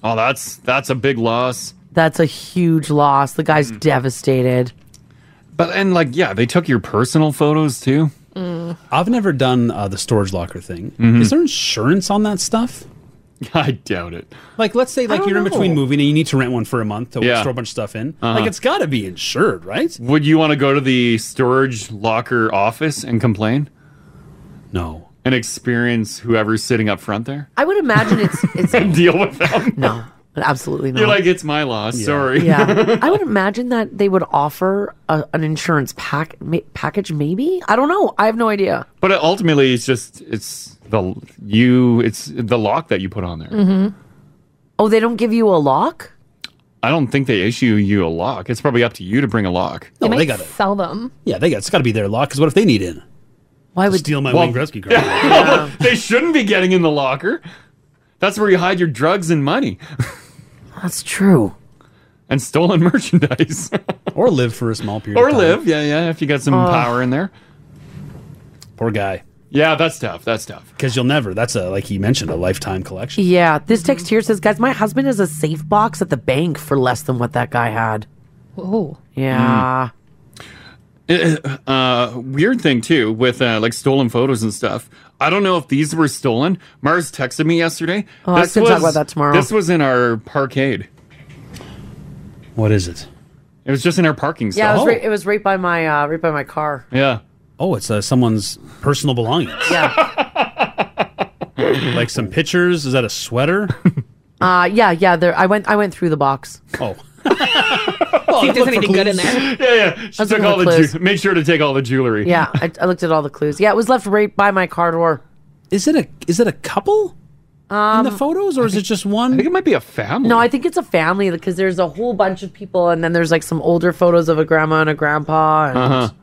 [SPEAKER 3] Oh, that's that's a big loss.
[SPEAKER 8] that's a huge loss. The guy's devastated.
[SPEAKER 3] But and like yeah, they took your personal photos too.
[SPEAKER 4] Mm. I've never done uh, the storage locker thing. Is there insurance on that stuff?
[SPEAKER 3] Mm-hmm. <laughs> I doubt it.
[SPEAKER 4] Like, let's say like
[SPEAKER 3] don't
[SPEAKER 4] you're in between
[SPEAKER 3] know.
[SPEAKER 4] moving and you need to rent one for a month to
[SPEAKER 3] Yeah.
[SPEAKER 4] store a bunch of stuff in.
[SPEAKER 3] Uh-huh.
[SPEAKER 4] Like, it's got to be insured, right?
[SPEAKER 3] Would you want to go to the storage locker office and complain?
[SPEAKER 4] No.
[SPEAKER 3] And experience whoever's sitting up front there
[SPEAKER 8] I would imagine <laughs> it's it's
[SPEAKER 3] and <laughs> deal with them.
[SPEAKER 8] No, absolutely not.
[SPEAKER 3] You're like, it's my loss. Sorry.
[SPEAKER 8] <laughs> yeah. I would imagine that they would offer a, an insurance pack ma- package maybe. I don't know. I have no idea.
[SPEAKER 3] <laughs> but ultimately, it's just it's the you it's the lock that you put on there.
[SPEAKER 8] Mhm. Oh, they don't give you a lock?
[SPEAKER 3] I don't think they issue you a lock. It's probably up to you to bring a lock.
[SPEAKER 6] They
[SPEAKER 4] No,
[SPEAKER 6] might
[SPEAKER 4] they got it.
[SPEAKER 6] sell them.
[SPEAKER 4] Yeah, they got it's got to be their lock. Because what if they need in?
[SPEAKER 8] Why
[SPEAKER 4] would steal my
[SPEAKER 3] Well-
[SPEAKER 4] Wayne Gretzky card?
[SPEAKER 3] <laughs> they shouldn't be getting in the locker. That's where you hide your drugs and money.
[SPEAKER 8] That's true.
[SPEAKER 3] And stolen <laughs> merchandise.
[SPEAKER 4] <laughs> or live for a small period.
[SPEAKER 3] or
[SPEAKER 4] of time.
[SPEAKER 3] live, yeah, yeah. If you got some
[SPEAKER 8] Oh.
[SPEAKER 4] Ugh.
[SPEAKER 3] power in there.
[SPEAKER 4] Poor guy.
[SPEAKER 3] Yeah, that's tough. That's tough.
[SPEAKER 4] Because you'll never. That's a like he mentioned a lifetime collection.
[SPEAKER 8] Yeah, this text here says, guys, my husband has a safe box at the bank for less than what that guy had.
[SPEAKER 6] Oh.
[SPEAKER 8] Yeah.
[SPEAKER 3] Uh, weird thing too with uh, like stolen photos and stuff. I don't know if these were stolen. Mars texted me yesterday.
[SPEAKER 8] Oh, I can talk about that tomorrow.
[SPEAKER 3] This was in our parkade.
[SPEAKER 4] What is it?
[SPEAKER 3] It was just in our parking
[SPEAKER 8] Yeah, it was,
[SPEAKER 3] stall.
[SPEAKER 8] right, it was right by my uh, right by my car.
[SPEAKER 3] yeah.
[SPEAKER 4] Oh, it's uh, someone's personal belongings. Yeah. <laughs> like some pictures. Is that a sweater?
[SPEAKER 8] Uh, yeah, yeah. There, I went I went through the box.
[SPEAKER 4] Oh,
[SPEAKER 6] See if there's anything good in there.
[SPEAKER 3] <laughs> yeah, yeah. She
[SPEAKER 8] That's
[SPEAKER 3] took
[SPEAKER 8] one of
[SPEAKER 3] all
[SPEAKER 8] the
[SPEAKER 3] the
[SPEAKER 8] clues.
[SPEAKER 3] ju- made sure to take all the jewelry.
[SPEAKER 8] yeah, I, I looked at all the clues. Yeah, it was left right by my car door.
[SPEAKER 4] Is it a is it a couple?
[SPEAKER 8] Um,
[SPEAKER 4] in the photos, or is it just one? I think
[SPEAKER 3] it might be a family.
[SPEAKER 8] No, I think it's a family because there's a whole bunch of people, and then there's like some older photos of a grandma and a grandpa. And
[SPEAKER 4] Uh-huh.
[SPEAKER 3] Uh huh.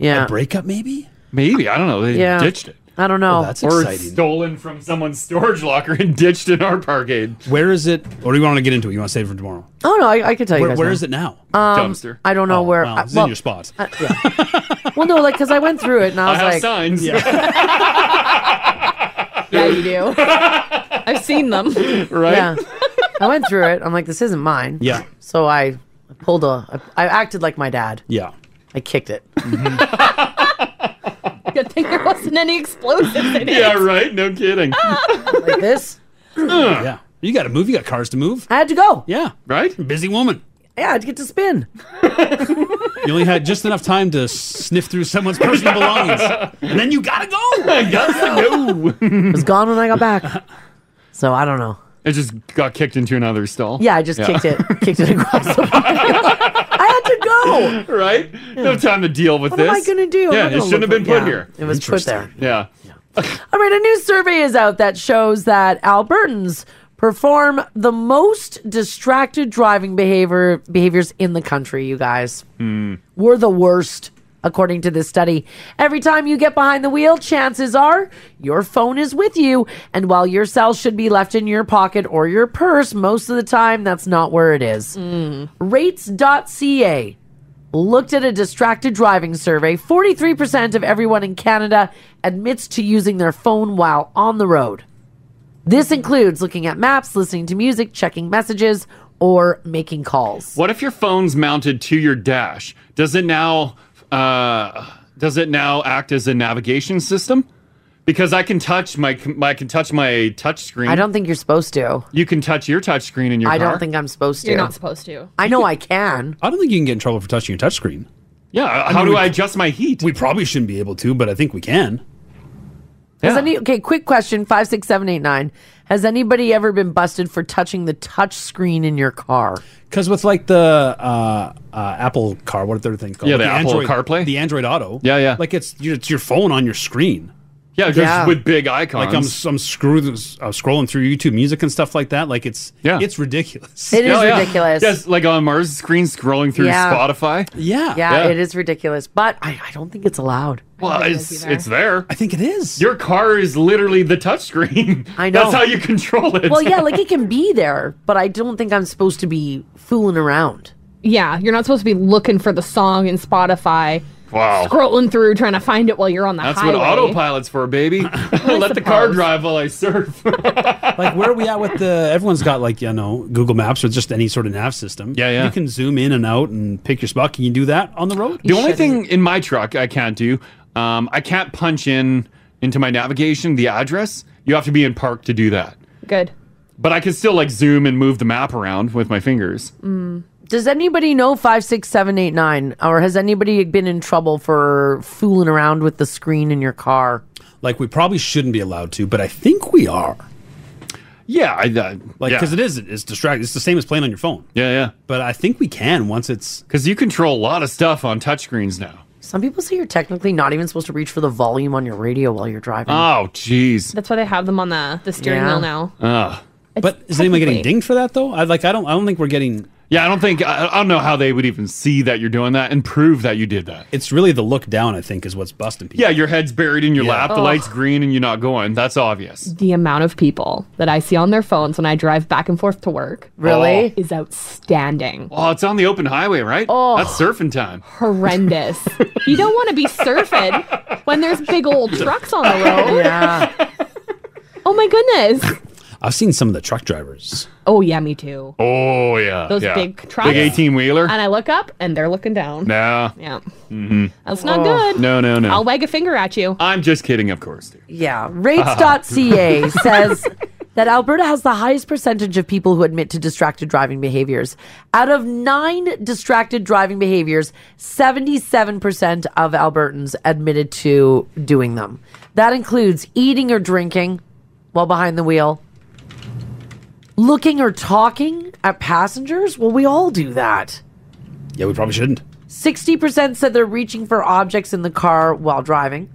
[SPEAKER 8] Yeah.
[SPEAKER 4] A breakup, maybe.
[SPEAKER 3] Maybe I don't know. They
[SPEAKER 8] Yeah.
[SPEAKER 3] ditched it.
[SPEAKER 8] I don't know.
[SPEAKER 3] or it's stolen from someone's storage locker and <laughs> ditched in our parkade. <laughs>
[SPEAKER 4] Where is it? Or do you want to get into it? You want to save it for tomorrow?
[SPEAKER 8] Oh no, I, I could tell you
[SPEAKER 4] Where-
[SPEAKER 8] guys.
[SPEAKER 4] where
[SPEAKER 8] now.
[SPEAKER 4] is it now?
[SPEAKER 8] Um,
[SPEAKER 4] Dumpster.
[SPEAKER 8] I don't know where.
[SPEAKER 4] Wow,
[SPEAKER 8] I-
[SPEAKER 4] it's
[SPEAKER 8] well,
[SPEAKER 4] in your spot.
[SPEAKER 8] well, no, like because I went through it and I
[SPEAKER 4] I
[SPEAKER 8] was
[SPEAKER 4] have
[SPEAKER 8] like,
[SPEAKER 3] signs.
[SPEAKER 8] <laughs>
[SPEAKER 6] Yeah, you do. I've seen them.
[SPEAKER 3] <laughs> Right?
[SPEAKER 8] Yeah. I went through it. I'm like, this isn't mine.
[SPEAKER 4] Yeah.
[SPEAKER 8] So I pulled a. I acted like my dad.
[SPEAKER 4] Yeah.
[SPEAKER 8] I kicked it.
[SPEAKER 6] <laughs> Good thing there wasn't any explosives <laughs> in it.
[SPEAKER 3] Yeah, right. No kidding.
[SPEAKER 8] <laughs> like this.
[SPEAKER 4] yeah. You got to move. You got cars to move.
[SPEAKER 8] I had to go.
[SPEAKER 4] Yeah.
[SPEAKER 3] Right?
[SPEAKER 4] Busy woman.
[SPEAKER 8] Yeah, I had to get to spin.
[SPEAKER 4] You only had just enough time to sniff through someone's
[SPEAKER 3] <laughs>
[SPEAKER 4] personal belongings. And then you got to go. <laughs>
[SPEAKER 3] I got to go.
[SPEAKER 8] it was gone when I got back. So I don't know.
[SPEAKER 3] It just got kicked into another stall.
[SPEAKER 8] Yeah, I just kicked it, kicked it across.
[SPEAKER 3] <laughs>
[SPEAKER 8] I had to go.
[SPEAKER 3] right? No time to deal with
[SPEAKER 8] What
[SPEAKER 3] this.
[SPEAKER 8] am I gonna do? I'm
[SPEAKER 3] Yeah,
[SPEAKER 8] not
[SPEAKER 3] it
[SPEAKER 8] gonna
[SPEAKER 3] shouldn't have
[SPEAKER 8] look
[SPEAKER 3] been
[SPEAKER 8] for-
[SPEAKER 3] put
[SPEAKER 8] yeah,
[SPEAKER 3] here.
[SPEAKER 8] it was put there.
[SPEAKER 3] Yeah.
[SPEAKER 8] All right, a new survey is out that shows that Albertans perform the most distracted driving behavior behaviors in the country. You guys, we're the worst. According to this study, every time you get behind the wheel, chances are your phone is with you. And while your cell should be left in your pocket or your purse, most of the time that's not where it is. Rates.ca looked at a distracted driving survey, 43% of everyone in Canada admits to using their phone while on the road. This includes looking at maps, listening to music, checking messages, or making calls.
[SPEAKER 3] What if your phone's mounted to your dash? Does it now uh, does it now act as a navigation system? Because I can touch my com- I can touch my touch screen.
[SPEAKER 8] I don't think you're supposed to.
[SPEAKER 3] You can touch your touch screen in your
[SPEAKER 8] I
[SPEAKER 3] car.
[SPEAKER 8] don't think I'm supposed to.
[SPEAKER 6] You're not supposed to.
[SPEAKER 8] I know
[SPEAKER 3] <laughs>
[SPEAKER 8] I can.
[SPEAKER 4] I don't think you can get in trouble for touching your touchscreen.
[SPEAKER 3] Yeah, how do I adjust my heat?
[SPEAKER 4] We probably shouldn't be able to, but I think we can.
[SPEAKER 8] Has any okay? Quick question: five, six, seven, eight, nine. Has anybody ever been busted for touching the touch screen in your car?
[SPEAKER 4] Because with like the uh, uh, Apple Car, what are the thing called?
[SPEAKER 3] Yeah, the Apple
[SPEAKER 4] Android, CarPlay, the Android Auto.
[SPEAKER 3] Yeah, yeah.
[SPEAKER 4] Like it's your, it's your phone on your screen.
[SPEAKER 3] Yeah, just Yeah. with big icons.
[SPEAKER 4] Like I'm s- I'm screw- uh, scrolling through YouTube music and stuff like that. Like it's yeah. it's ridiculous.
[SPEAKER 8] It is Yeah, yeah. ridiculous.
[SPEAKER 3] Yes, like on Mars screen scrolling through
[SPEAKER 8] Yeah.
[SPEAKER 3] Spotify.
[SPEAKER 4] Yeah.
[SPEAKER 8] yeah, it is ridiculous, but I, I don't think it's allowed.
[SPEAKER 3] Well, it's it's there. I
[SPEAKER 4] think it is.
[SPEAKER 3] Your car is literally the touchscreen.
[SPEAKER 8] I know.
[SPEAKER 3] That's how you control it.
[SPEAKER 8] Well, yeah, like it can be there, but I don't think I'm supposed to be fooling around.
[SPEAKER 6] Yeah, you're not supposed to be looking for the song in Spotify,
[SPEAKER 3] wow.
[SPEAKER 6] scrolling through trying to find it while
[SPEAKER 3] <laughs>
[SPEAKER 6] you're on the
[SPEAKER 3] That's
[SPEAKER 6] highway.
[SPEAKER 3] what autopilot's for, baby. <laughs> Let the car drive while I surf.
[SPEAKER 4] like where are we at with the everyone's got like you know Google Maps or just any sort of nav system. Yeah, yeah. You can zoom in and out and pick your spot. Can you do that <laughs> on the road?
[SPEAKER 3] The only thing in my truck I can't do, um, I can't punch in into my navigation the address. You have to be in park to do that.
[SPEAKER 6] Good.
[SPEAKER 3] But I can still like zoom and move the map around with my fingers.
[SPEAKER 8] Mm. Does anybody know five, six, seven, eight, nine, or has anybody been in trouble for fooling around with the screen in your car?
[SPEAKER 4] Like we probably shouldn't be allowed to, but I think we are.
[SPEAKER 3] Yeah, I, uh,
[SPEAKER 4] like
[SPEAKER 3] yeah.
[SPEAKER 4] because it is it's distracting. It's the same as playing on your phone.
[SPEAKER 3] Yeah, yeah.
[SPEAKER 4] But I think we can once it's
[SPEAKER 3] because you control a lot of stuff on touchscreens now.
[SPEAKER 8] Some people say you're technically not even supposed to reach for the volume on your radio while you're driving.
[SPEAKER 3] Oh, jeez.
[SPEAKER 6] That's why they have them on the, the steering
[SPEAKER 8] Yeah.
[SPEAKER 6] wheel now.
[SPEAKER 3] Ugh.
[SPEAKER 4] But is anyone getting
[SPEAKER 6] technically-
[SPEAKER 4] dinged for that though? I like I don't I don't think we're getting.
[SPEAKER 3] Yeah, I don't think I, I don't know how they would even see that you're doing that and prove that you did that.
[SPEAKER 4] It's really the look down I think is what's busting people.
[SPEAKER 3] Yeah, your head's buried in your lap, the
[SPEAKER 6] Ugh.
[SPEAKER 3] light's green, and you're not going. That's obvious.
[SPEAKER 6] The amount of people that I see on their phones when I drive back and forth to work Oh.
[SPEAKER 3] Really?
[SPEAKER 6] is outstanding.
[SPEAKER 3] Oh, it's on the open highway, right? Oh, that's surfing time.
[SPEAKER 6] Horrendous.
[SPEAKER 3] <laughs>
[SPEAKER 6] you don't want to be surfing when there's big
[SPEAKER 3] <laughs>
[SPEAKER 6] old trucks on the <laughs> road.
[SPEAKER 8] Yeah.
[SPEAKER 6] Oh my goodness.
[SPEAKER 4] I've seen some of the truck drivers.
[SPEAKER 6] Oh yeah, me too.
[SPEAKER 3] Oh yeah,
[SPEAKER 6] Those
[SPEAKER 4] yeah.
[SPEAKER 6] big
[SPEAKER 4] Big
[SPEAKER 6] trucks.
[SPEAKER 4] 18
[SPEAKER 3] wheeler.
[SPEAKER 6] And I look up and they're looking down.
[SPEAKER 3] Nah.
[SPEAKER 6] Yeah.
[SPEAKER 3] Mm-hmm.
[SPEAKER 6] That's not good.
[SPEAKER 3] No, no, no.
[SPEAKER 6] I'll wag a finger at you.
[SPEAKER 3] I'm just kidding, of course. Dude.
[SPEAKER 8] Yeah. Rates.ca says that Alberta has the highest percentage of people who admit to distracted driving behaviors. Out of nine distracted driving behaviors, 77% of Albertans admitted to doing them. That includes eating or drinking while behind the wheel, looking or talking at passengers. Well, we all do that.
[SPEAKER 4] Yeah, we probably shouldn't.
[SPEAKER 8] 60% said they're reaching for objects in the car while driving.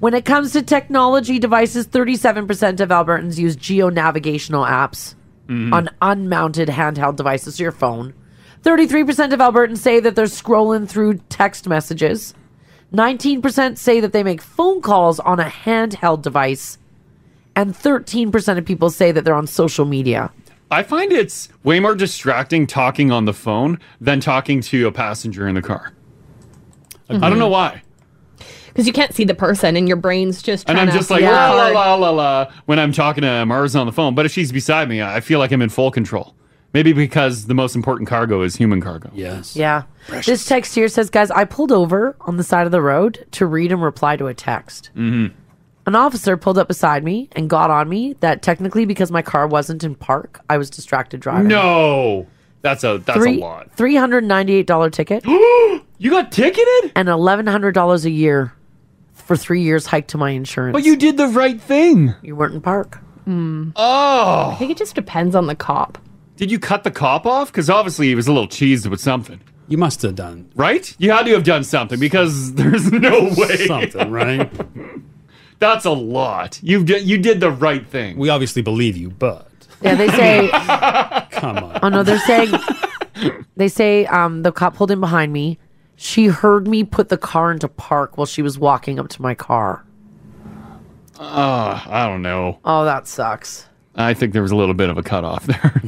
[SPEAKER 8] When it comes to technology devices, 37% of Albertans use geo navigational apps
[SPEAKER 22] Mhm.
[SPEAKER 8] on unmounted handheld devices, so your phone. 33% of Albertans say that they're scrolling through text messages. 19% say that they make phone calls on a handheld device. And 13% of people say that they're on social media.
[SPEAKER 3] I find it's way more distracting talking on the phone than talking to a passenger in the car. I don't know why.
[SPEAKER 6] Because Mm-hmm. you can't see the person and your brain's just
[SPEAKER 3] And
[SPEAKER 6] trying
[SPEAKER 3] I'm
[SPEAKER 6] to-
[SPEAKER 3] just like la la la la la when I'm talking to Mars on the phone. But if she's beside me, I feel like I'm in full control. Maybe because the most important cargo is human cargo.
[SPEAKER 4] Yes.
[SPEAKER 8] Yeah. This text here says, guys, I pulled over on the side of the road to read and reply to a text.
[SPEAKER 3] Mm-hmm.
[SPEAKER 8] An officer pulled up beside me and got on me that technically because my car wasn't in park, I was distracted driving.
[SPEAKER 3] No, that's a that's
[SPEAKER 8] Three-
[SPEAKER 3] a lot.
[SPEAKER 8] $398 ticket.
[SPEAKER 3] <gasps> you got ticketed?
[SPEAKER 8] And $1,100 a year for three years hiked to my insurance.
[SPEAKER 3] But you did the right thing.
[SPEAKER 8] You weren't in park.
[SPEAKER 3] Oh.
[SPEAKER 6] Mm. I think it just depends on the cop.
[SPEAKER 3] Did you cut the cop off? Because obviously he was a little cheesed with something.
[SPEAKER 4] You must have done.
[SPEAKER 3] Right? You had to have done something because <laughs> there's no way.
[SPEAKER 4] Something, right?
[SPEAKER 3] <laughs> That's a lot. You did, you did the right thing.
[SPEAKER 4] We obviously believe you,
[SPEAKER 3] <laughs>
[SPEAKER 4] but
[SPEAKER 8] Yeah, they say.
[SPEAKER 4] come on.
[SPEAKER 8] Oh no, they're
[SPEAKER 3] <laughs>
[SPEAKER 8] saying. They say um, the cop pulled in behind me. She heard me put the car into park while she was walking up to my car.
[SPEAKER 3] Oh, I don't know.
[SPEAKER 8] Oh, that sucks.
[SPEAKER 3] I think there was a little bit of a cutoff
[SPEAKER 8] <laughs>
[SPEAKER 3] there.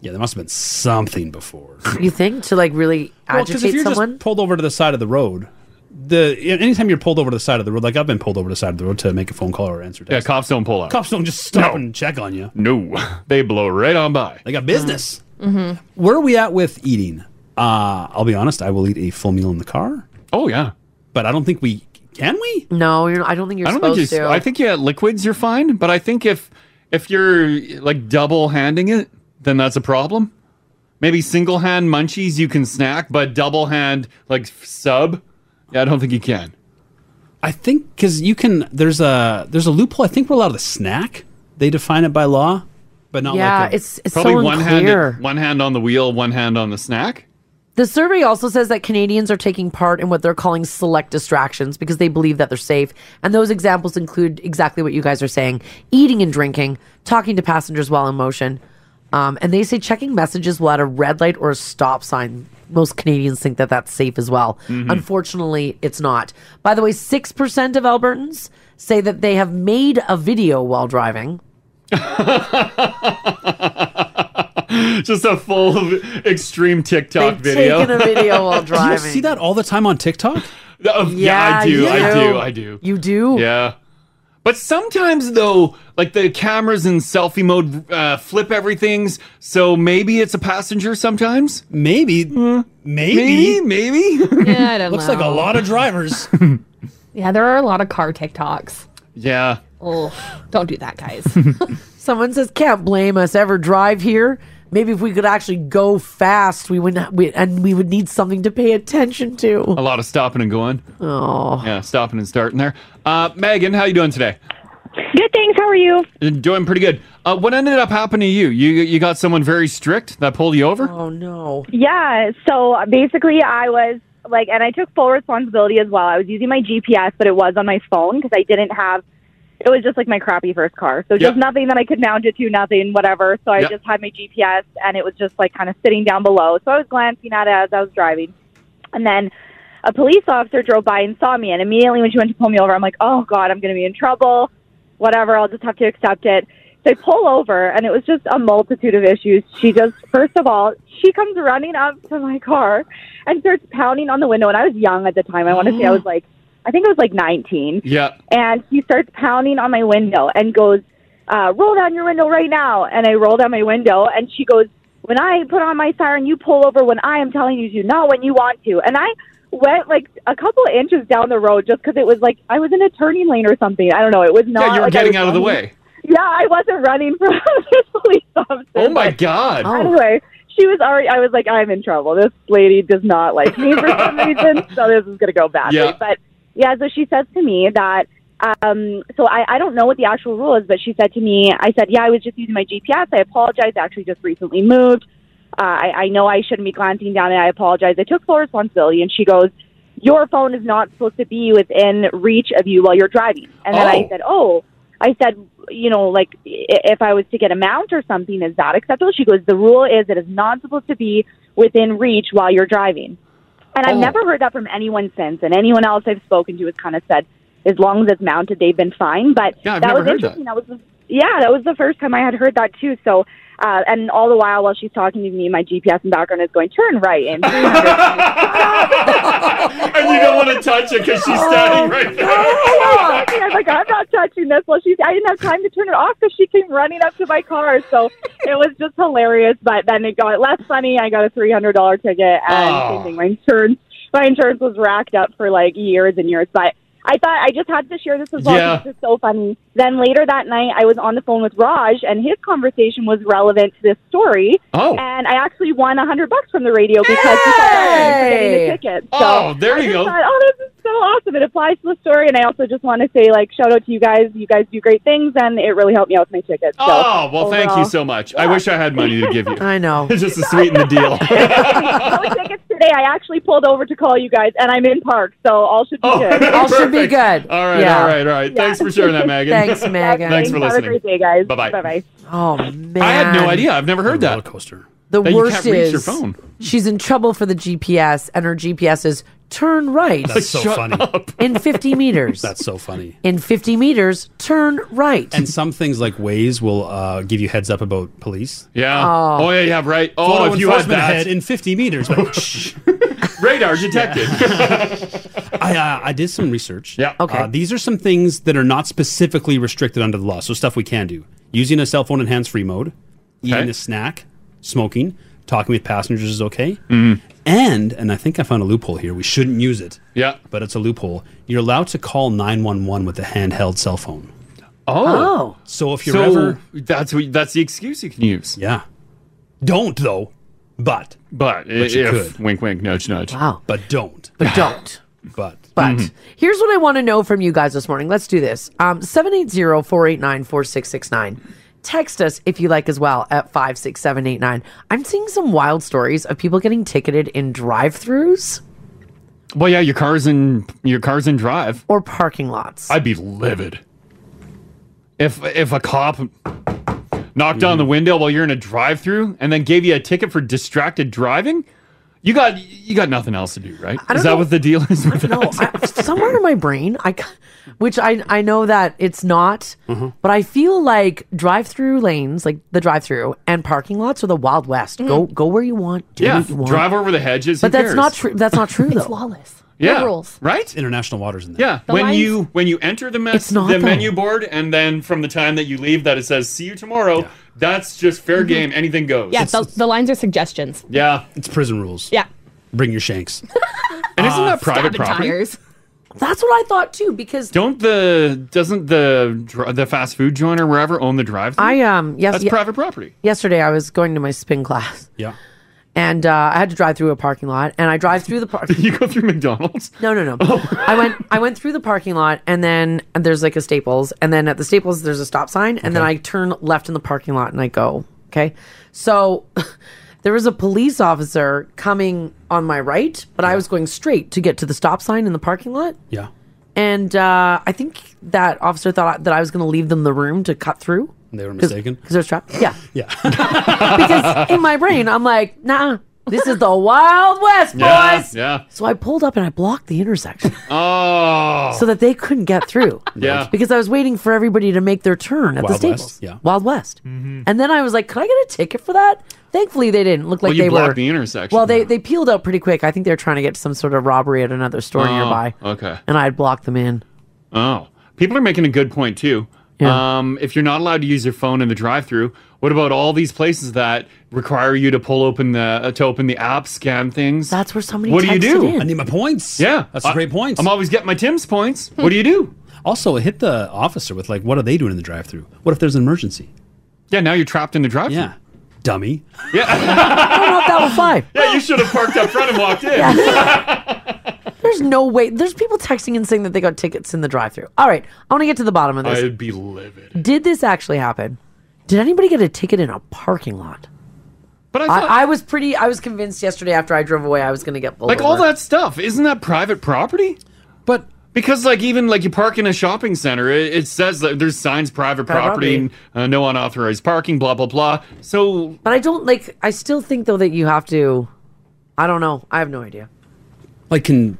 [SPEAKER 4] yeah, there must have been something before.
[SPEAKER 8] You think to like really
[SPEAKER 4] Well, 'cause if
[SPEAKER 8] agitate
[SPEAKER 4] you're
[SPEAKER 8] someone?
[SPEAKER 4] just pulled over to the side of the road, the anytime you're pulled over to the side of the road, like I've been pulled over to the side of the road to make a phone call or answer.
[SPEAKER 3] yeah, cops don't pull
[SPEAKER 4] <laughs>
[SPEAKER 3] out.
[SPEAKER 4] Cops don't just stop and check on you.
[SPEAKER 3] No, <laughs> they blow right on by.
[SPEAKER 4] They got business.
[SPEAKER 8] Mm-hmm.
[SPEAKER 4] Where are we at with eating? Uh, I'll be honest. I will eat a full meal in the car.
[SPEAKER 3] Oh yeah,
[SPEAKER 4] but I don't think we can we?
[SPEAKER 8] No, you're. Not, I don't think you're
[SPEAKER 3] I don't think
[SPEAKER 8] supposed
[SPEAKER 3] you.
[SPEAKER 8] to.
[SPEAKER 3] I think yeah, liquids you're fine, but I think if if you're like double handing it, then that's a problem. Maybe single hand munchies you can snack, but double hand like f- sub, yeah, I don't think you can.
[SPEAKER 4] I think because you can. There's a there's a loophole. I think we're allowed to snack. They define it by law, but not
[SPEAKER 8] Yeah,
[SPEAKER 4] like a,
[SPEAKER 8] it's- it's Probably so
[SPEAKER 3] one
[SPEAKER 8] unclear.
[SPEAKER 3] hand one hand on the wheel, one hand on the snack.
[SPEAKER 8] The survey also says that Canadians are taking part in what they're calling select distractions because they believe that they're safe. And those examples include exactly what you guys are saying eating and drinking, talking to passengers while in motion. Um, and they say checking messages while at a red light or a stop sign. Most Canadians think that that's safe as well.
[SPEAKER 4] Mm-hmm.
[SPEAKER 22] Mhm.
[SPEAKER 8] Unfortunately, it's not. By the way, 6% of Albertans say that they have made a video while driving.
[SPEAKER 3] <laughs> Just a full extreme TikTok
[SPEAKER 8] They've
[SPEAKER 3] video.
[SPEAKER 8] taken a video
[SPEAKER 4] <laughs>
[SPEAKER 3] <laughs>
[SPEAKER 8] while
[SPEAKER 4] You
[SPEAKER 8] driving.
[SPEAKER 4] see that all the time on TikTok.
[SPEAKER 3] Oh, yeah, I do.
[SPEAKER 4] you
[SPEAKER 3] I do. I do.
[SPEAKER 8] You do.
[SPEAKER 3] Yeah. But sometimes though, like the cameras in selfie mode uh, flip everything's, so maybe it's a passenger sometimes.
[SPEAKER 4] Maybe,
[SPEAKER 3] maybe,
[SPEAKER 4] maybe.
[SPEAKER 3] maybe.
[SPEAKER 6] Yeah,
[SPEAKER 3] <laughs>
[SPEAKER 6] I don't
[SPEAKER 4] Looks like a
[SPEAKER 6] know.
[SPEAKER 4] lot of
[SPEAKER 8] <laughs>
[SPEAKER 4] drivers.
[SPEAKER 6] Yeah, there are a lot of car TikToks.
[SPEAKER 3] yeah.
[SPEAKER 6] Oh, don't do that, guys.
[SPEAKER 8] <laughs> Someone says, "Can't blame us. Ever drive here? Maybe if we could actually go fast, we wouldn't. We, and we would need something to pay attention to."
[SPEAKER 3] A lot of stopping and going.
[SPEAKER 8] Oh.
[SPEAKER 3] Yeah, stopping and starting there. Uh, Megan, how you doing today?
[SPEAKER 23] Good thanks. How are you?
[SPEAKER 3] Doing pretty good. Uh, what ended up happening to you? You you got someone very strict that pulled you over?
[SPEAKER 8] Oh no.
[SPEAKER 23] Yeah. So basically, I was like, and I took full responsibility as well. I was using my GPS, but it was on my phone because I didn't have. It was just like my crappy first car. So just
[SPEAKER 24] Yep.
[SPEAKER 23] nothing that I could mount it to, nothing, whatever. So I
[SPEAKER 24] Yep.
[SPEAKER 23] just had my GPS, and it was just like kind of sitting down below. So I was glancing at it as I was driving, and then a police officer drove by and saw me. And immediately when she went to pull me over, I'm like, oh god, I'm going to be in trouble. Whatever, I'll just have to accept it. So I pull over, and it was just a multitude of issues. She just, first of all, she comes running up to my car and starts pounding on the window. And I was young at the time. I want to say I was like, I think I was like 19 <laughs>
[SPEAKER 3] Yeah.
[SPEAKER 23] and he starts pounding on my window and goes, uh, "Roll down your window right now." And I roll down my window, and she goes, "When I put on my siren, you pull over when I am telling you to, not when you want to." And I went like a couple of inches down the road just because it was like I was in a turning lane or something. I don't know. It was not.
[SPEAKER 3] yeah, you were
[SPEAKER 23] like, I
[SPEAKER 3] getting
[SPEAKER 23] was
[SPEAKER 3] out of the
[SPEAKER 23] running-
[SPEAKER 3] way.
[SPEAKER 23] Yeah, I wasn't running <laughs> from this police officer.
[SPEAKER 3] Oh my god.
[SPEAKER 23] Anyway, she was already. I was like, I'm in trouble. This lady does not like me for some reason, so this is gonna go badly.
[SPEAKER 25] Yeah.
[SPEAKER 23] But yeah, so she says to me that. Um, so I, I don't know what the actual rule is, but she said to me, I said, yeah, I was just using my GPS. I apologize. I actually just recently moved. Uh, I, I know I shouldn't be glancing down and I apologize. I took full responsibility. And she goes, your phone is not supposed to be within reach of you while you're driving. And then I
[SPEAKER 25] Oh.
[SPEAKER 23] said, oh, I said, you know, like i- if I was to get a mount or something, is that acceptable? She goes, the rule is it is not supposed to be within reach while you're driving. And I've
[SPEAKER 25] Oh.
[SPEAKER 23] never heard that from anyone since. And anyone else I've spoken to has kind of said, as long as it's mounted, they've been fine. But
[SPEAKER 25] Yeah, I've
[SPEAKER 23] that
[SPEAKER 25] never
[SPEAKER 23] was
[SPEAKER 25] heard
[SPEAKER 23] interesting. That. was, the- yeah, that was the first time I had heard that too. So, uh, and all the while while she's talking to me, my GPS in the background is going turn right and
[SPEAKER 3] and you don't want to touch it because she's
[SPEAKER 23] Oh,
[SPEAKER 3] standing right there.
[SPEAKER 23] <laughs> I was Oh, like, I'm not touching this. Well, she's, I didn't have time to turn it off because she came running up to my car.
[SPEAKER 3] <laughs>
[SPEAKER 23] So it was just hilarious. But then it got less funny. I got a $300 ticket, and
[SPEAKER 3] Ah.
[SPEAKER 25] Oh.
[SPEAKER 23] same thing. My insurance, my insurance was racked up for like years and years. But I thought I just had to share this as well.
[SPEAKER 25] Yeah.
[SPEAKER 23] This is so funny. Then later that night, I was on the phone with Raj, and his conversation was relevant to this story.
[SPEAKER 3] Oh.
[SPEAKER 23] And I actually won a hundred bucks from the radio because he said I was getting the ticket. So
[SPEAKER 3] Oh, there
[SPEAKER 23] I
[SPEAKER 3] you
[SPEAKER 23] just
[SPEAKER 3] go.
[SPEAKER 23] thought, oh, this is so awesome. It applies to the story, and I also just want to say, like, shout out to you guys. You guys do great things, and it really helped me out with my tickets. So,
[SPEAKER 3] Oh, well, thank you
[SPEAKER 23] overall-
[SPEAKER 3] so much. I wish I had money to give you.
[SPEAKER 8] <laughs> I know.
[SPEAKER 3] It's <laughs> just to sweeten the
[SPEAKER 8] <laughs>
[SPEAKER 3] deal.
[SPEAKER 23] tickets today. I actually pulled over to call you guys, and I'm in park, so all should
[SPEAKER 3] <laughs>
[SPEAKER 23] be good.
[SPEAKER 8] All should be good.
[SPEAKER 3] Oh, All right,
[SPEAKER 8] Yeah.
[SPEAKER 3] all right, all right. Thanks for sharing that, Megan. <laughs>
[SPEAKER 8] Thanks, Megan.
[SPEAKER 3] Thanks for
[SPEAKER 23] Have
[SPEAKER 3] listening.
[SPEAKER 23] a great day, guys.
[SPEAKER 3] Bye-bye.
[SPEAKER 23] Bye
[SPEAKER 8] Oh man,
[SPEAKER 3] I had no idea. I've never heard that. Roller
[SPEAKER 4] coaster.
[SPEAKER 8] The
[SPEAKER 3] that
[SPEAKER 8] worst
[SPEAKER 3] you can't reach
[SPEAKER 8] is
[SPEAKER 3] your phone.
[SPEAKER 8] she's in trouble for the GPS, and her GPS is turn right.
[SPEAKER 4] That's so Shut funny.
[SPEAKER 8] In 50 meters.
[SPEAKER 4] That's so
[SPEAKER 8] <laughs>
[SPEAKER 4] funny.
[SPEAKER 8] In 50 meters, turn right.
[SPEAKER 4] And some things like Waze will uh, give you heads up about police.
[SPEAKER 3] Yeah.
[SPEAKER 4] Oh.
[SPEAKER 3] Oh, yeah, yeah, right. Oh,
[SPEAKER 4] Photo
[SPEAKER 3] if you had
[SPEAKER 4] enforcement
[SPEAKER 3] that.
[SPEAKER 4] head in 50 meters.
[SPEAKER 3] <laughs>
[SPEAKER 4] Like, shh.
[SPEAKER 3] Radar detected.
[SPEAKER 4] I, uh, I did some research.
[SPEAKER 3] Yeah.
[SPEAKER 4] Okay. these are some things that are not specifically restricted under the law. So stuff we can do: using a cell phone in hands-free mode, eating a snack, smoking, talking with passengers is okay.
[SPEAKER 3] Mm-hmm.
[SPEAKER 4] And and I think I found a loophole here. We shouldn't use it.
[SPEAKER 3] Yeah.
[SPEAKER 4] But it's a loophole. You're allowed to call 911 with a handheld cell phone.
[SPEAKER 3] Oh.
[SPEAKER 4] So if you're
[SPEAKER 3] So
[SPEAKER 4] ever
[SPEAKER 3] that's what, that's the excuse you can use.
[SPEAKER 4] Yeah. Don't though. But
[SPEAKER 3] but,
[SPEAKER 4] But you
[SPEAKER 3] you
[SPEAKER 4] could.
[SPEAKER 3] wink wink nudge nudge. Mm-hmm.
[SPEAKER 8] Wow.
[SPEAKER 4] But don't.
[SPEAKER 8] But don't.
[SPEAKER 4] but
[SPEAKER 8] But here's what I want to know from you guys this morning. Let's do this. Um, 780-489-4669. Text us if you like as well at 56789. I'm seeing some wild stories of people getting ticketed in drive-throughs
[SPEAKER 3] Well, yeah, your car's in your car's in drive
[SPEAKER 8] or parking lots.
[SPEAKER 3] I'd be livid if if a cop knocked on the
[SPEAKER 4] Mm-hmm.
[SPEAKER 3] window while you're in a drive-through and then gave you a ticket for distracted driving. You got you got nothing else to do, right? Is that what the deal is? With that?
[SPEAKER 8] somewhere in my brain, I, ca- which I I know that it's not,
[SPEAKER 4] Mm-hmm.
[SPEAKER 8] but I feel like drive-through lanes, like the drive-through and parking lots, are the wild west. Go go where you want. Do
[SPEAKER 3] Mm. Yeah,
[SPEAKER 8] what you want.
[SPEAKER 3] drive over the hedges.
[SPEAKER 8] But
[SPEAKER 3] who
[SPEAKER 8] that's
[SPEAKER 3] cares?
[SPEAKER 8] not true. That's not true though. It's
[SPEAKER 6] lawless.
[SPEAKER 3] Yeah, right?
[SPEAKER 4] International waters in there.
[SPEAKER 3] Yeah,
[SPEAKER 8] The
[SPEAKER 3] when
[SPEAKER 8] lines-
[SPEAKER 3] you when you enter the, mes-
[SPEAKER 8] It's not,
[SPEAKER 3] the
[SPEAKER 8] though.
[SPEAKER 3] menu board, and then from the time that you leave, that it says "see you tomorrow." That's just fair
[SPEAKER 8] Mm-hmm.
[SPEAKER 3] game. Anything goes.
[SPEAKER 6] Yeah, the, the lines are suggestions.
[SPEAKER 3] yeah.
[SPEAKER 4] It's prison rules.
[SPEAKER 6] Yeah.
[SPEAKER 4] Bring your shanks.
[SPEAKER 3] And isn't
[SPEAKER 4] Uh,
[SPEAKER 6] <laughs>
[SPEAKER 3] that private
[SPEAKER 4] stab the
[SPEAKER 3] property?
[SPEAKER 6] Tires.
[SPEAKER 8] That's what I thought too, because
[SPEAKER 3] Don't the doesn't the dr- the fast food joint or wherever own the drive?
[SPEAKER 8] I um yes
[SPEAKER 3] that's
[SPEAKER 8] ye-
[SPEAKER 3] private property.
[SPEAKER 8] Yesterday I was going to my spin class.
[SPEAKER 4] Yeah.
[SPEAKER 8] And uh, I had to drive through a parking lot, and I drive through
[SPEAKER 3] <laughs>
[SPEAKER 8] the park.
[SPEAKER 3] <laughs> you go through McDonald's?
[SPEAKER 8] No, no, no. I went, I went through the parking lot, and then there's like a Staples, and then at the Staples there's a stop sign, and then I turn left in the parking lot, and I go. Okay, so <laughs> there was a police officer coming on my right, but I was going straight to get to the stop sign in the parking lot,
[SPEAKER 4] Yeah.
[SPEAKER 8] and uh, I think that officer thought that I was going to leave them the room to cut through.
[SPEAKER 4] They were mistaken.
[SPEAKER 8] because I was
[SPEAKER 3] <laughs>
[SPEAKER 8] trapped. Yeah,
[SPEAKER 4] Yeah.
[SPEAKER 8] <laughs> because in my brain, I'm like, nah, this is the Wild West,
[SPEAKER 3] <laughs>
[SPEAKER 8] boys.
[SPEAKER 3] Yeah, yeah.
[SPEAKER 8] So I pulled up and I blocked the intersection
[SPEAKER 3] <laughs> Oh,
[SPEAKER 8] so that they couldn't get through.
[SPEAKER 3] <laughs> Yeah.
[SPEAKER 8] Because I was waiting for everybody to make their turn at the
[SPEAKER 3] Wild West,
[SPEAKER 8] Staples.
[SPEAKER 3] yeah.
[SPEAKER 8] Wild West. And then I was like, could I get a ticket for that? Thankfully, they didn't look
[SPEAKER 3] Well,
[SPEAKER 8] like
[SPEAKER 3] you
[SPEAKER 8] they
[SPEAKER 3] blocked
[SPEAKER 8] were.
[SPEAKER 3] the intersection.
[SPEAKER 8] Well, they, they peeled out pretty quick. I think they were trying to get to some sort of robbery at another store
[SPEAKER 3] Oh,
[SPEAKER 8] nearby.
[SPEAKER 3] Okay.
[SPEAKER 8] And I had blocked them in.
[SPEAKER 3] Oh, people are making a good point too. Um, if you're not allowed to use your phone in the drive-through, what about all these places that require you to pull open the uh, to open the app, scan things?
[SPEAKER 8] That's where somebody
[SPEAKER 3] What do you do?
[SPEAKER 8] texted in.
[SPEAKER 4] I need my points.
[SPEAKER 3] Yeah,
[SPEAKER 4] That's a great point.
[SPEAKER 3] I'm always getting my Tim's points. What do you do?
[SPEAKER 4] Also, hit the officer with like, what are they doing in the drive-through? What if there's an emergency?
[SPEAKER 3] Yeah, now you're trapped in the drive-through.
[SPEAKER 4] Yeah, dummy.
[SPEAKER 3] <laughs>
[SPEAKER 4] <laughs>
[SPEAKER 8] I don't know if that will fly.
[SPEAKER 3] Yeah, you should have parked up front and walked in.
[SPEAKER 8] There's no way. There's people texting and saying that they got tickets in the drive through. All right. I want to get to the bottom of this.
[SPEAKER 3] I'd be livid.
[SPEAKER 8] Did this actually happen? Did anybody get a ticket in a parking lot?
[SPEAKER 3] But I,
[SPEAKER 8] I, was pretty. I was convinced yesterday after I drove away, I was going to get pulled
[SPEAKER 3] Like all
[SPEAKER 8] over.
[SPEAKER 3] that stuff, isn't that private property?
[SPEAKER 4] But
[SPEAKER 3] because like even like you park in a shopping center, it, it says that there's signs private
[SPEAKER 8] Private
[SPEAKER 3] property, Uh, no unauthorized parking, blah blah blah. So
[SPEAKER 8] But I don't like. I still think though that you have to. I don't know. I have no idea.
[SPEAKER 4] Like, can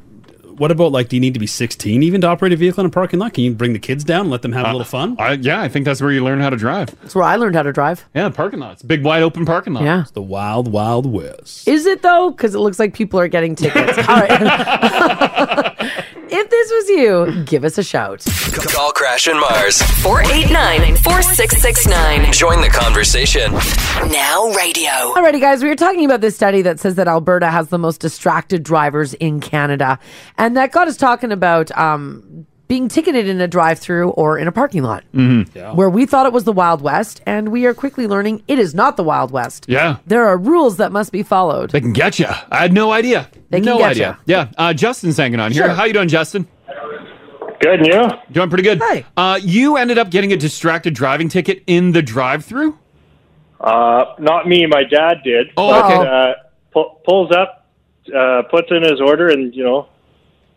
[SPEAKER 4] what about like? Do you need to be 16 even to operate a vehicle in a parking lot? Can you bring the kids down and let them have a little fun?
[SPEAKER 3] Uh, I, yeah, I think that's where you learn how to drive.
[SPEAKER 8] That's where I learned how to drive.
[SPEAKER 3] Yeah, parking lots, big wide open parking lot.
[SPEAKER 8] Yeah,
[SPEAKER 4] It's the wild wild west.
[SPEAKER 8] Is it though? Because it looks like people are getting <laughs> tickets. All right. if this was you, give us a shout.
[SPEAKER 1] Call Crash and Mars.
[SPEAKER 2] 489 4669.
[SPEAKER 1] Join the conversation.
[SPEAKER 2] Now radio.
[SPEAKER 8] Alrighty, guys, we were talking about this study that says that Alberta has the most distracted drivers in Canada, and that got us talking about um, being ticketed in a drive through or in a parking lot,
[SPEAKER 3] Mhm.
[SPEAKER 8] where we thought it was the Wild West, and we are quickly learning it is not the Wild West.
[SPEAKER 3] Yeah.
[SPEAKER 8] There are rules that must be followed.
[SPEAKER 3] They can get you. I had no idea.
[SPEAKER 8] They can
[SPEAKER 3] no
[SPEAKER 8] get
[SPEAKER 3] idea. Yeah. Uh, Justin's hanging on here.
[SPEAKER 8] Sure.
[SPEAKER 3] How you doing, Justin?
[SPEAKER 10] Good. And you?
[SPEAKER 3] Doing pretty good. Hey. Uh, you ended up getting a distracted driving ticket in the drive-through.
[SPEAKER 5] Uh, not me. My dad did.
[SPEAKER 3] Oh, okay.
[SPEAKER 5] Uh, pu- pulls up, uh, puts in his order, and you know,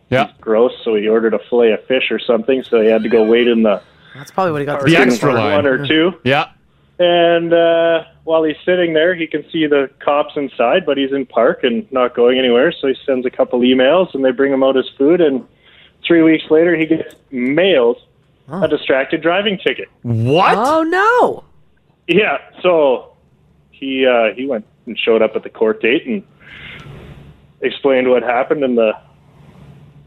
[SPEAKER 3] yeah,
[SPEAKER 5] gross. So he ordered a fillet of fish or something. So he had to go wait in the
[SPEAKER 8] that's probably what he got.
[SPEAKER 5] parking for one or two.
[SPEAKER 3] Yeah.
[SPEAKER 5] And uh, while he's sitting there, he can see the cops inside, but he's in park and not going anywhere. So he sends a couple emails, and they bring him out his food. And three weeks later, he gets mailed a distracted driving ticket.
[SPEAKER 3] What?
[SPEAKER 8] Oh no!
[SPEAKER 5] Yeah. So he uh, he went and showed up at the court date and explained what happened, and the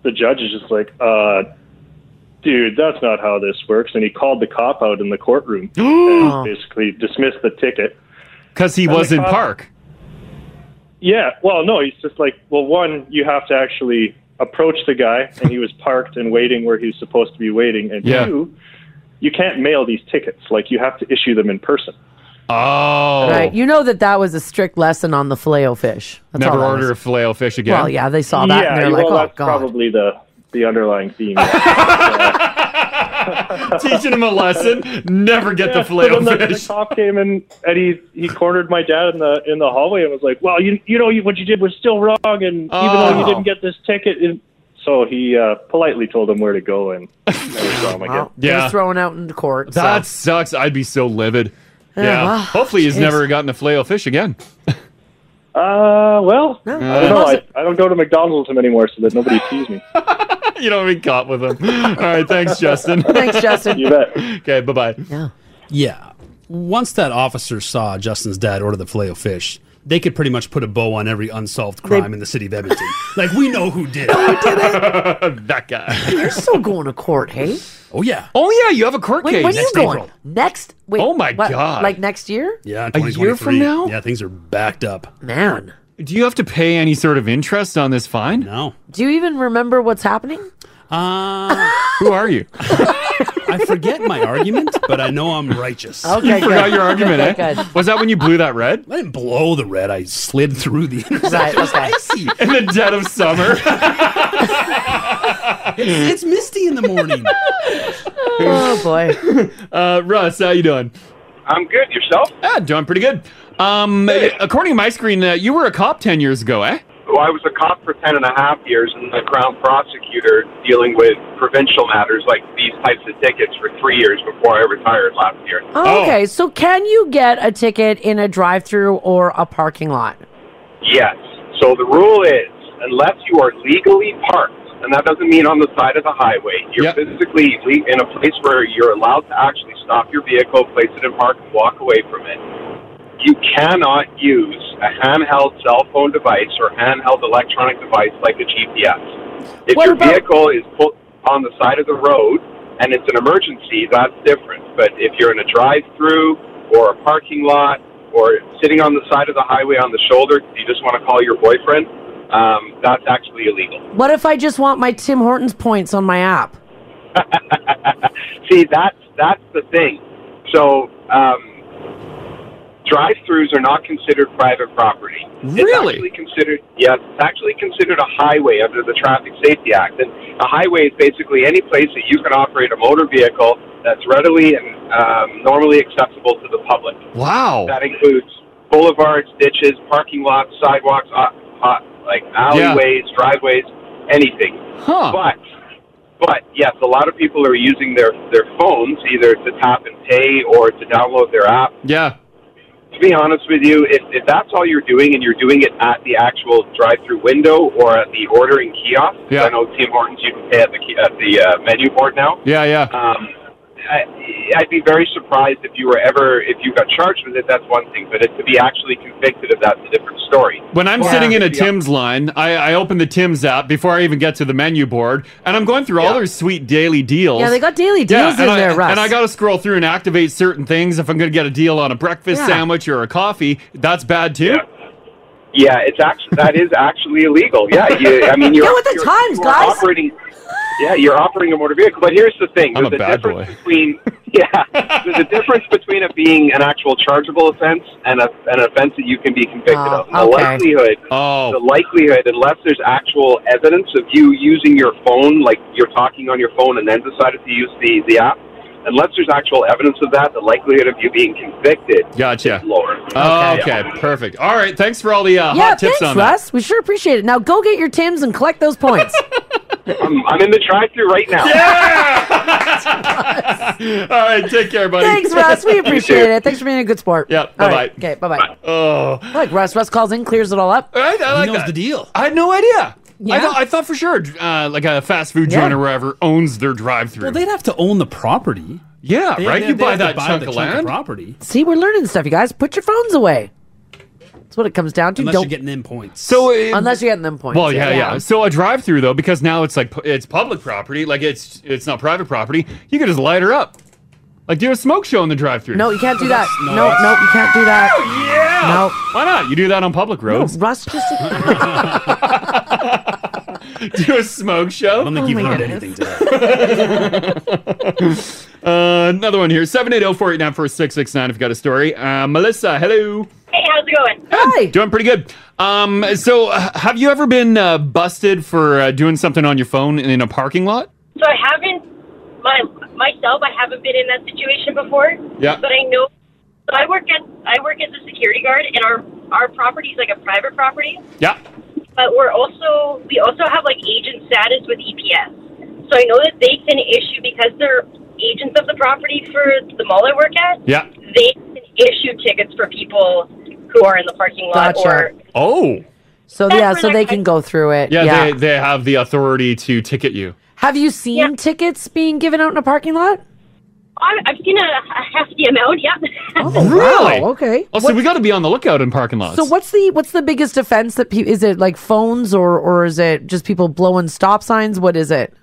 [SPEAKER 5] the judge is just like, uh, "Dude, that's not how this works." And he called the cop out in the courtroom <gasps> and basically dismissed the ticket.
[SPEAKER 3] Because he
[SPEAKER 5] And
[SPEAKER 3] was
[SPEAKER 5] the
[SPEAKER 3] in
[SPEAKER 5] cop-
[SPEAKER 3] park.
[SPEAKER 5] Yeah. Well, no, he's just like, well, one, you have to actually approach the guy, and he was parked and waiting where he was supposed to be waiting, and
[SPEAKER 3] Yeah.
[SPEAKER 5] two, you can't mail these tickets. Like, you have to issue them in person.
[SPEAKER 3] Oh.
[SPEAKER 8] Right. You know that that was a strict lesson on the filet o fish. That's all
[SPEAKER 3] Never
[SPEAKER 8] that
[SPEAKER 3] order
[SPEAKER 8] is.
[SPEAKER 3] a filet o fish again.
[SPEAKER 8] Well, yeah, they saw that and they're like,
[SPEAKER 5] well,
[SPEAKER 8] "Oh,
[SPEAKER 5] that's
[SPEAKER 8] God."
[SPEAKER 5] probably the the underlying
[SPEAKER 3] <laughs>
[SPEAKER 5] theme.
[SPEAKER 3] Teaching him a lesson. Never get the filet
[SPEAKER 5] so
[SPEAKER 3] o
[SPEAKER 5] then the,
[SPEAKER 3] fish.
[SPEAKER 5] the cop came in and he he cornered my dad in the in the hallway and was like, "Well, you you know you, what you did was still wrong, and even though
[SPEAKER 3] Oh.
[SPEAKER 5] you didn't get this ticket." And so he uh, politely told him where to go
[SPEAKER 3] <laughs>
[SPEAKER 5] and never saw him again.
[SPEAKER 8] They're thrown out in court. so-
[SPEAKER 3] That sucks. I'd be so livid.
[SPEAKER 8] Yeah,
[SPEAKER 3] Yeah.
[SPEAKER 8] well,
[SPEAKER 3] Hopefully he's
[SPEAKER 8] geez.
[SPEAKER 3] never gotten a filet o fish again. <laughs>
[SPEAKER 5] Uh, well,
[SPEAKER 3] No,
[SPEAKER 5] I don't
[SPEAKER 3] it
[SPEAKER 5] know. I,
[SPEAKER 3] wasn't-
[SPEAKER 5] I don't go to McDonald's with him anymore so that nobody sees me.
[SPEAKER 3] you don't be caught with him. All right. Thanks, Justin.
[SPEAKER 8] <laughs> Thanks, Justin.
[SPEAKER 5] You bet.
[SPEAKER 3] Okay. Bye bye.
[SPEAKER 8] Yeah.
[SPEAKER 4] Yeah. Once that officer saw Justin's dad order the filet of fish, they could pretty much put a bow on every unsolved crime in the city of
[SPEAKER 8] <laughs>
[SPEAKER 4] Edmonton. like we know who did.
[SPEAKER 3] that guy.
[SPEAKER 8] You're still going to court, hey?
[SPEAKER 4] Oh yeah.
[SPEAKER 3] Oh yeah. You have a court
[SPEAKER 8] Wait,
[SPEAKER 3] case.
[SPEAKER 8] when are you going? Next? Wait.
[SPEAKER 3] Oh, my God.
[SPEAKER 8] Like next year?
[SPEAKER 4] Yeah,
[SPEAKER 3] A year from
[SPEAKER 4] 2023.
[SPEAKER 3] now?
[SPEAKER 4] Yeah, things are backed up.
[SPEAKER 8] Man.
[SPEAKER 3] Do you have to pay any sort of interest on this fine?
[SPEAKER 4] No.
[SPEAKER 8] Do you even remember what's happening?
[SPEAKER 4] Uh,
[SPEAKER 3] Who are you?
[SPEAKER 4] I forget my argument, but I know I'm righteous.
[SPEAKER 3] you forgot your argument, eh? Was that when you blew that red?
[SPEAKER 4] I didn't blow the red. I slid through the
[SPEAKER 8] Right,
[SPEAKER 4] intersection.
[SPEAKER 3] <laughs> In the dead of summer.
[SPEAKER 4] it's, it's misty in the morning.
[SPEAKER 8] <laughs> oh boy.
[SPEAKER 3] <laughs> Uh, Russ, how you doing?
[SPEAKER 22] I'm good. Yourself?
[SPEAKER 3] Yeah, doing pretty good. Um, according to my screen, uh, you were a cop ten years ago, eh?
[SPEAKER 22] Well, I was a cop for ten and a half years and a crown prosecutor dealing with provincial matters like these types of tickets for three years before I retired last year.
[SPEAKER 8] Oh, okay. So can you get a ticket in a drive-through or a parking lot?
[SPEAKER 22] Yes. So the rule is, unless you are legally parked, and that doesn't mean on the side of the highway, you're physically le- in a place where you're allowed to actually stop your vehicle, place it in park, and walk away from it. You cannot use a handheld cell phone device or handheld electronic device like a GPS. If
[SPEAKER 8] What
[SPEAKER 22] your
[SPEAKER 8] about-
[SPEAKER 22] vehicle is put on the side of the road and it's an emergency, that's different. But if you're in a drive-through or a parking lot or sitting on the side of the highway on the shoulder, you just want to call your boyfriend, um, that's actually illegal.
[SPEAKER 8] What if I just want my Tim Hortons points on my app?
[SPEAKER 22] See, that's that's the thing. So, um, drive-throughs are not considered private property. It's
[SPEAKER 3] Really?
[SPEAKER 22] actually considered yes. It's actually considered a highway under the Traffic Safety Act, and a highway is basically any place that you can operate a motor vehicle that's readily and um, normally accessible to the public.
[SPEAKER 3] Wow.
[SPEAKER 22] That includes boulevards, ditches, parking lots, sidewalks, uh, uh, like alleyways, driveways, anything.
[SPEAKER 3] Huh.
[SPEAKER 22] But but yes, a lot of people are using their their phones either to tap and pay or to download their app.
[SPEAKER 3] Yeah.
[SPEAKER 22] To be honest with you, if, if that's all you're doing and you're doing it at the actual drive-through window or at the ordering kiosk,
[SPEAKER 3] Yeah.
[SPEAKER 22] I know Tim Hortons you can pay at the key- at the uh, menu board now.
[SPEAKER 3] Yeah, yeah.
[SPEAKER 22] Um, I, I'd be very surprised if you were ever if you got charged with it. That's one thing, but it, to be actually convicted of that's a different story.
[SPEAKER 3] When I'm
[SPEAKER 22] But-
[SPEAKER 3] sitting in a
[SPEAKER 22] to be honest-
[SPEAKER 3] Tim's line, I, I open the Tim's app before I even get to the menu board, and I'm going through all their sweet daily deals.
[SPEAKER 8] Yeah, they got daily
[SPEAKER 3] Yeah,
[SPEAKER 8] deals
[SPEAKER 3] and
[SPEAKER 8] in
[SPEAKER 3] I,
[SPEAKER 8] there, Russ.
[SPEAKER 3] And I got to scroll through and activate certain things. If I'm going to get a deal on a breakfast
[SPEAKER 22] Yeah.
[SPEAKER 3] sandwich or a coffee, that's bad too. <laughs>
[SPEAKER 22] Yeah, it's actually that is actually illegal. Yeah, you, I mean, you're,
[SPEAKER 8] <laughs> Get with the
[SPEAKER 22] you're-
[SPEAKER 8] times,
[SPEAKER 22] you are
[SPEAKER 8] guys.
[SPEAKER 22] Operating, Yeah, you're operating a motor vehicle. But here's the thing:
[SPEAKER 3] I'm
[SPEAKER 22] there's
[SPEAKER 3] a
[SPEAKER 22] a,
[SPEAKER 3] bad
[SPEAKER 22] difference
[SPEAKER 3] boy. <laughs>
[SPEAKER 22] between yeah, there's a difference between it being an actual chargeable offense and a, an offense that you can be convicted
[SPEAKER 8] Oh,
[SPEAKER 22] of. And The
[SPEAKER 18] okay.
[SPEAKER 22] likelihood,
[SPEAKER 3] Oh.
[SPEAKER 22] the likelihood, unless there's actual evidence of you using your phone, like you're talking on your phone and then decided to use the the app, unless there's actual evidence of that, the likelihood of you being convicted
[SPEAKER 3] Gotcha.
[SPEAKER 22] is lower.
[SPEAKER 3] Oh, okay, perfect. All right, thanks for all the uh,
[SPEAKER 8] yeah,
[SPEAKER 3] hot tips
[SPEAKER 8] thanks,
[SPEAKER 3] on that.
[SPEAKER 8] Russ. We sure appreciate it. Now go get your Tim's and collect
[SPEAKER 3] <laughs>
[SPEAKER 8] those points.
[SPEAKER 22] I'm, I'm in the drive-through right now.
[SPEAKER 3] <laughs> All right, take care, buddy.
[SPEAKER 8] Thanks,
[SPEAKER 3] <laughs>
[SPEAKER 8] Russ. We appreciate it. Thanks for being a good sport.
[SPEAKER 3] Yep.
[SPEAKER 8] All
[SPEAKER 3] Bye bye.
[SPEAKER 8] right. Okay. Bye bye.
[SPEAKER 3] Oh.
[SPEAKER 8] I like Russ. Russ calls in, clears it all up.
[SPEAKER 3] All right. I like that. deal. I had no idea.
[SPEAKER 8] Yeah.
[SPEAKER 3] I, thought, I thought for sure, uh, like a fast food
[SPEAKER 4] Yeah.
[SPEAKER 3] joint or wherever owns their drive-through.
[SPEAKER 4] Well, they'd have to own the property.
[SPEAKER 3] yeah,
[SPEAKER 4] They-
[SPEAKER 3] right.
[SPEAKER 4] they-
[SPEAKER 3] you
[SPEAKER 4] they
[SPEAKER 3] buy
[SPEAKER 4] have to
[SPEAKER 3] that
[SPEAKER 4] buy
[SPEAKER 3] chunk
[SPEAKER 4] the
[SPEAKER 3] of land.
[SPEAKER 4] property.
[SPEAKER 8] See, we're learning stuff, you guys. Put your phones away. That's what it comes down to.
[SPEAKER 4] Unless
[SPEAKER 8] Don't
[SPEAKER 4] you're getting in points.
[SPEAKER 3] So it-
[SPEAKER 8] unless you're getting them points.
[SPEAKER 3] Well, yeah, yeah, So a drive-through though, because now it's like pu- it's public property, like it's it's not private property. You can just light her up, like do a smoke show in the drive-through.
[SPEAKER 8] No, you can't do
[SPEAKER 3] <laughs>
[SPEAKER 8] that. No, no, you can't do that.
[SPEAKER 3] Yeah. No. Why not? You do that on public roads.
[SPEAKER 8] Russ just.
[SPEAKER 3] <laughs> do a smoke show. I don't
[SPEAKER 8] Oh
[SPEAKER 4] think
[SPEAKER 3] you've
[SPEAKER 4] learned
[SPEAKER 3] anything today. <laughs> uh, another one here 780 489 4669 if you got a story. Uh, Melissa, hello.
[SPEAKER 26] Hey, how's it going?
[SPEAKER 8] Hi.
[SPEAKER 3] Doing pretty good. Um, so, uh, have you ever been uh, busted for uh, doing something on your phone in a parking lot?
[SPEAKER 26] So I haven't my myself. I haven't been in that situation before.
[SPEAKER 3] Yeah.
[SPEAKER 26] But I know. So I work at I work as a security guard, and our our property is like a private property.
[SPEAKER 3] Yeah.
[SPEAKER 26] But we're also we also have like agent status with EPS. So I know that they can issue because they're agents of the property for the mall I work at.
[SPEAKER 3] Yeah.
[SPEAKER 26] They can issue tickets for people who are in the parking lot
[SPEAKER 8] Gotcha.
[SPEAKER 26] or
[SPEAKER 3] Oh.
[SPEAKER 8] So yeah, so they can go through it.
[SPEAKER 3] Yeah,
[SPEAKER 8] Yeah.
[SPEAKER 3] They, they have the authority to ticket you.
[SPEAKER 8] Have you seen tickets being given out in a parking lot?
[SPEAKER 26] I, I've seen a, a hefty amount. Yeah.
[SPEAKER 3] really?
[SPEAKER 8] Oh, okay.
[SPEAKER 3] Oh, so we got to be on the lookout in parking lots.
[SPEAKER 8] So what's the what's the biggest offense that people is it like phones or or is it just people blowing stop signs? What is it? <laughs>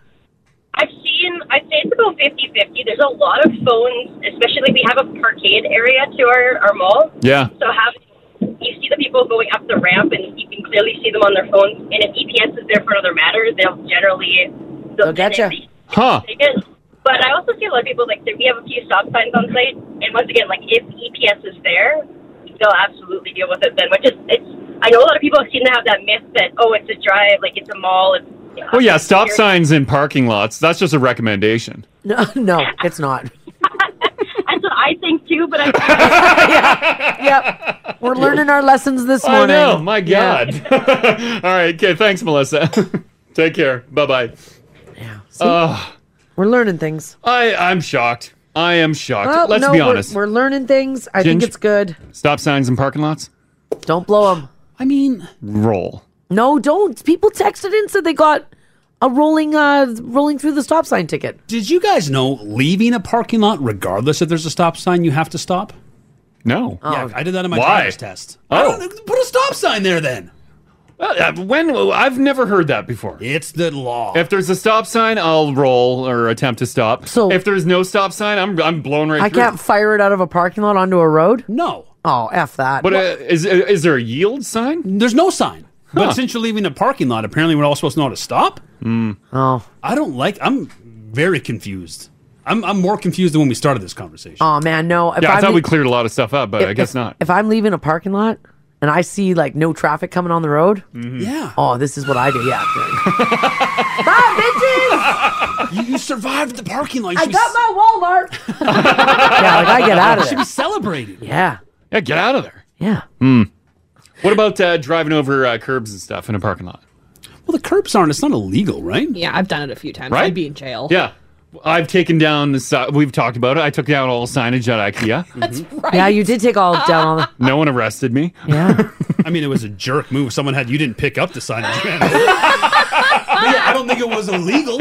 [SPEAKER 26] I've seen, I'd say it's about 50 50. There's a lot of phones, especially we have a parkade area to our, our mall.
[SPEAKER 3] Yeah.
[SPEAKER 26] So having, you see the people going up the ramp and you can clearly see them on their phones. And if EPS is there for another matter, they'll generally, they'll
[SPEAKER 8] gotcha.
[SPEAKER 3] Huh.
[SPEAKER 26] take it. But I also see a lot of people like, we have a few stop signs on site. And once again, like if EPS is there, they'll absolutely deal with it then, which is, it's, I know a lot of people seem to have that myth that, oh, it's a drive, like it's a mall. It's,
[SPEAKER 3] Oh, yeah, stop signs in parking lots. That's just a recommendation.
[SPEAKER 8] No, no, it's not.
[SPEAKER 26] That's what I think too, but I
[SPEAKER 8] Yep. We're learning our lessons this
[SPEAKER 3] I
[SPEAKER 8] morning.
[SPEAKER 3] know. My
[SPEAKER 8] Yeah.
[SPEAKER 3] God. <laughs> All right. Okay. Thanks, Melissa. <laughs> Take care. Bye bye.
[SPEAKER 8] See? we're learning things.
[SPEAKER 3] I I'm shocked. I am shocked.
[SPEAKER 8] Well,
[SPEAKER 3] Let's
[SPEAKER 8] no,
[SPEAKER 3] be
[SPEAKER 8] we're-
[SPEAKER 3] honest.
[SPEAKER 8] We're, learning things. I think
[SPEAKER 3] Ginge-
[SPEAKER 8] it's good.
[SPEAKER 3] Stop signs in parking lots.
[SPEAKER 8] Don't blow them.
[SPEAKER 4] I mean,
[SPEAKER 3] Roll.
[SPEAKER 8] no, don't. People texted in said they got a rolling uh rolling through the stop sign ticket.
[SPEAKER 4] Did you guys know leaving a parking lot, regardless if there's a stop sign, you have to stop?
[SPEAKER 3] No.
[SPEAKER 8] Oh.
[SPEAKER 4] Yeah, I did that in my
[SPEAKER 3] Why?
[SPEAKER 4] driver's test.
[SPEAKER 3] Oh.
[SPEAKER 4] I don't- put a stop sign there then.
[SPEAKER 3] Uh, when I've never heard that before.
[SPEAKER 4] It's the law.
[SPEAKER 3] If there's a stop sign, I'll roll or attempt to stop. So if there's no stop sign, I'm I'm blown right
[SPEAKER 8] I
[SPEAKER 3] through.
[SPEAKER 8] can't fire it out of a parking lot onto a road?
[SPEAKER 4] No.
[SPEAKER 8] Oh, F that.
[SPEAKER 3] But uh, is is there a yield sign?
[SPEAKER 4] There's no sign. But since you're leaving the parking lot, apparently we're all supposed to know how to stop.
[SPEAKER 3] Hmm.
[SPEAKER 8] Oh,
[SPEAKER 4] I don't like. I'm very confused. I'm, I'm more confused than when we started this conversation.
[SPEAKER 8] oh man, no.
[SPEAKER 4] Yeah, I thought we
[SPEAKER 3] cleared a lot of stuff up,
[SPEAKER 4] but I guess
[SPEAKER 8] if,
[SPEAKER 4] not.
[SPEAKER 8] If I'm leaving a parking lot and I see like no traffic coming on the road,
[SPEAKER 4] yeah.
[SPEAKER 8] Oh, this is what I do.
[SPEAKER 4] <laughs>
[SPEAKER 8] Yeah.
[SPEAKER 4] You, you survived the parking lot. You
[SPEAKER 8] I
[SPEAKER 4] should be
[SPEAKER 8] got my Walmart. yeah, like I get out of
[SPEAKER 4] You should
[SPEAKER 8] there.
[SPEAKER 4] be celebrating.
[SPEAKER 8] Yeah.
[SPEAKER 3] Yeah, get out of there.
[SPEAKER 8] Yeah.
[SPEAKER 3] Hmm. What about uh, driving over uh, curbs and stuff in a parking lot?
[SPEAKER 4] Well, the curbs aren't. It's not illegal, right?
[SPEAKER 6] Yeah, I've done it a few times.
[SPEAKER 3] Right?
[SPEAKER 6] I'd be in jail.
[SPEAKER 3] Yeah. I've taken down the si- we've talked about it. I took down all signage at IKEA.
[SPEAKER 8] <laughs>
[SPEAKER 3] Mm-hmm.
[SPEAKER 6] Right.
[SPEAKER 8] Yeah, you did take all
[SPEAKER 3] <laughs>
[SPEAKER 8] down all the.
[SPEAKER 3] No one arrested me.
[SPEAKER 8] Yeah.
[SPEAKER 4] I mean, it was a jerk move. Someone had you didn't pick up the sign. <laughs> But yeah, I don't think it was
[SPEAKER 3] <laughs>
[SPEAKER 4] illegal.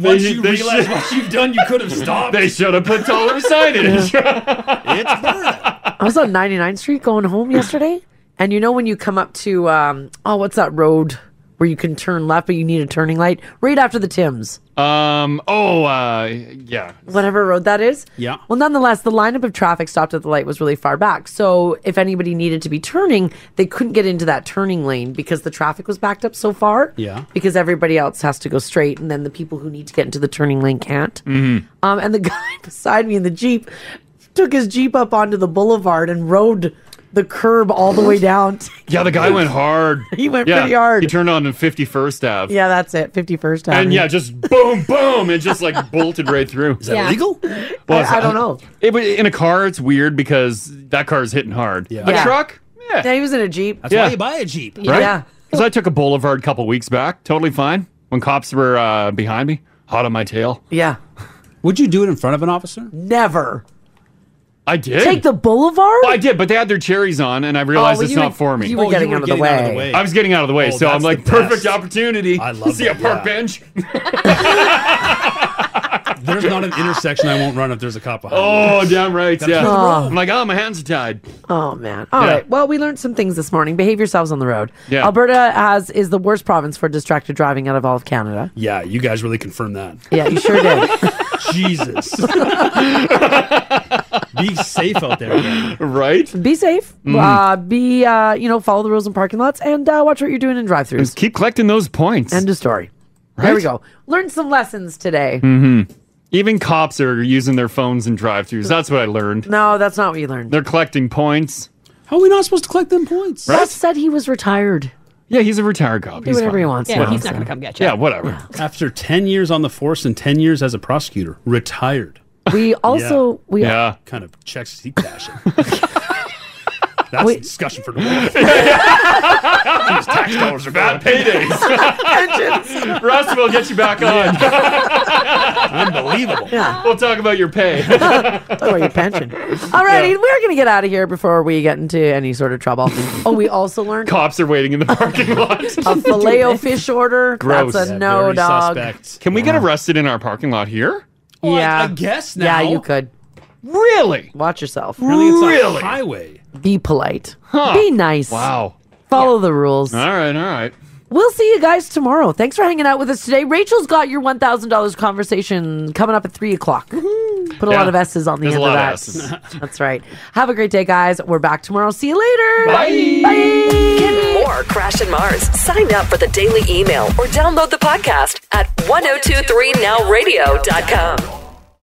[SPEAKER 4] Once
[SPEAKER 3] <laughs> They-
[SPEAKER 4] you
[SPEAKER 3] they
[SPEAKER 4] realize
[SPEAKER 3] should- <laughs>
[SPEAKER 4] what you've done, you could have stopped.
[SPEAKER 3] They should have put
[SPEAKER 8] <laughs>
[SPEAKER 3] taller signage.
[SPEAKER 8] I was on 99th Street going home yesterday, and you know when you come up to um oh what's that road? where you can turn left, but you need a turning light right after the Tim's.
[SPEAKER 3] Um. Oh. Uh. Yeah.
[SPEAKER 8] Whatever road that is.
[SPEAKER 3] Yeah.
[SPEAKER 8] Well, nonetheless, the lineup of traffic stopped at the light was really far back. So if anybody needed to be turning, they couldn't get into that turning lane because the traffic was backed up so far.
[SPEAKER 4] Yeah.
[SPEAKER 8] Because everybody else has to go straight, and then the people who need to get into the turning lane can't.
[SPEAKER 4] Mhm.
[SPEAKER 3] Mm-hmm.
[SPEAKER 8] Um, and the <laughs> guy beside me in the Jeep took his Jeep up onto the boulevard and rode the curb all the way down. <laughs>
[SPEAKER 3] Yeah. The guy went hard.
[SPEAKER 8] He went
[SPEAKER 3] yeah,
[SPEAKER 8] pretty hard.
[SPEAKER 3] He turned on in 51st Ave.
[SPEAKER 8] yeah, that's it. 51st Avenue.
[SPEAKER 3] And yeah, just boom, boom, and just like bolted right through. Is
[SPEAKER 8] that Yeah. illegal? <laughs>
[SPEAKER 3] Well,
[SPEAKER 8] I- I don't know.
[SPEAKER 3] It, but in a car, it's weird because that car is hitting hard. Yeah. A truck. Yeah.
[SPEAKER 8] he was in a Jeep.
[SPEAKER 3] That's why Yeah. you
[SPEAKER 4] buy a Jeep.
[SPEAKER 3] Right? Because I took a boulevard a couple weeks back, totally fine. When cops were uh, behind me, hot on my tail.
[SPEAKER 8] Yeah.
[SPEAKER 4] Would you do it in front of an officer?
[SPEAKER 8] Never.
[SPEAKER 3] I did.
[SPEAKER 8] Take the boulevard?
[SPEAKER 3] Well, I did, but they had their cherries on, and I realized
[SPEAKER 8] well,
[SPEAKER 3] it's
[SPEAKER 8] you
[SPEAKER 3] not
[SPEAKER 8] were-
[SPEAKER 3] for me.
[SPEAKER 8] you were Oh, you getting were out of the getting out of the way. way.
[SPEAKER 3] I was getting out of the way,
[SPEAKER 4] Oh,
[SPEAKER 3] so I'm
[SPEAKER 4] that's
[SPEAKER 3] like,
[SPEAKER 4] the
[SPEAKER 3] perfect
[SPEAKER 4] best.
[SPEAKER 3] opportunity.
[SPEAKER 4] I love
[SPEAKER 3] See
[SPEAKER 4] it,
[SPEAKER 3] a park
[SPEAKER 4] yeah.
[SPEAKER 3] bench.
[SPEAKER 4] There's not an intersection I won't run if there's a cop behind me.
[SPEAKER 3] Oh, damn right.
[SPEAKER 4] That's
[SPEAKER 3] Yeah.
[SPEAKER 4] not the road.
[SPEAKER 3] I'm like, oh, my hands are tied.
[SPEAKER 8] Oh man. All
[SPEAKER 3] Yeah.
[SPEAKER 8] right. Well, we learned some things this morning. Behave yourselves on the road.
[SPEAKER 4] Yeah.
[SPEAKER 8] Alberta has is the worst province for distracted driving out of all of Canada.
[SPEAKER 4] Yeah, you guys really confirmed that.
[SPEAKER 8] Yeah, you sure did. <laughs>
[SPEAKER 4] Jesus. <laughs> Be safe out there.
[SPEAKER 3] Right?
[SPEAKER 8] Be safe.
[SPEAKER 3] Mhm.
[SPEAKER 8] Uh, be uh, you know, follow the rules in parking lots and uh, watch what you're doing in drive-throughs.
[SPEAKER 3] Just keep collecting those points. End
[SPEAKER 8] of story. There we go. Learned some lessons today.
[SPEAKER 3] hmm Even cops are using their phones in drive-throughs. That's what I learned.
[SPEAKER 8] No, that's not what you learned.
[SPEAKER 3] They're collecting points.
[SPEAKER 4] How are we not supposed to collect them points?
[SPEAKER 3] Right?
[SPEAKER 8] Russ said he
[SPEAKER 4] <laughs>
[SPEAKER 8] was retired.
[SPEAKER 3] Yeah, he's a retired cop.
[SPEAKER 8] Do whatever he wants.
[SPEAKER 4] Yeah, he's not gonna
[SPEAKER 8] come
[SPEAKER 3] Yeah, whatever.
[SPEAKER 4] After 10 years on the force and 10 years as a prosecutor, retired.
[SPEAKER 8] We also we
[SPEAKER 4] kind of checks he cashing. <laughs> That's a discussion for tomorrow. <laughs>
[SPEAKER 3] <laughs> These tax dollars are bad
[SPEAKER 4] <laughs>
[SPEAKER 8] <laughs>
[SPEAKER 3] paydays. <laughs> Russ, we'll get you back on. <laughs> Unbelievable. We'll talk about your pay.
[SPEAKER 8] <laughs> Or your pension. All right, we're going to get out of here before we get into any sort
[SPEAKER 4] <laughs>
[SPEAKER 8] of trouble. oh, we also learned
[SPEAKER 3] Cops are waiting in the parking lot.
[SPEAKER 8] a filet fish order.
[SPEAKER 3] Gross.
[SPEAKER 8] That's a no dog.
[SPEAKER 3] Can we get arrested in our parking lot here?
[SPEAKER 8] yeah.
[SPEAKER 4] I guess
[SPEAKER 8] Yeah,
[SPEAKER 4] now.
[SPEAKER 8] you could.
[SPEAKER 3] Really?
[SPEAKER 8] Watch yourself.
[SPEAKER 4] Really? It's a highway.
[SPEAKER 8] Be polite.
[SPEAKER 4] Huh.
[SPEAKER 8] Be nice.
[SPEAKER 4] Wow.
[SPEAKER 8] Follow the rules.
[SPEAKER 3] All right, all right.
[SPEAKER 8] We'll see you guys tomorrow. Thanks for hanging out with us today. Rachel's got your $1,000 conversation coming up at 3 o'clock. Put a
[SPEAKER 2] Yeah.
[SPEAKER 8] lot of S's on the
[SPEAKER 2] There's a
[SPEAKER 8] end
[SPEAKER 2] lot of
[SPEAKER 8] that.
[SPEAKER 2] S's.
[SPEAKER 8] That's right. Have a great day, guys. We're back tomorrow. See you later.
[SPEAKER 2] Bye.
[SPEAKER 8] Bye.
[SPEAKER 2] More Crash and Mars. Sign up for oh the daily email or download the podcast at 1023nowradio.com.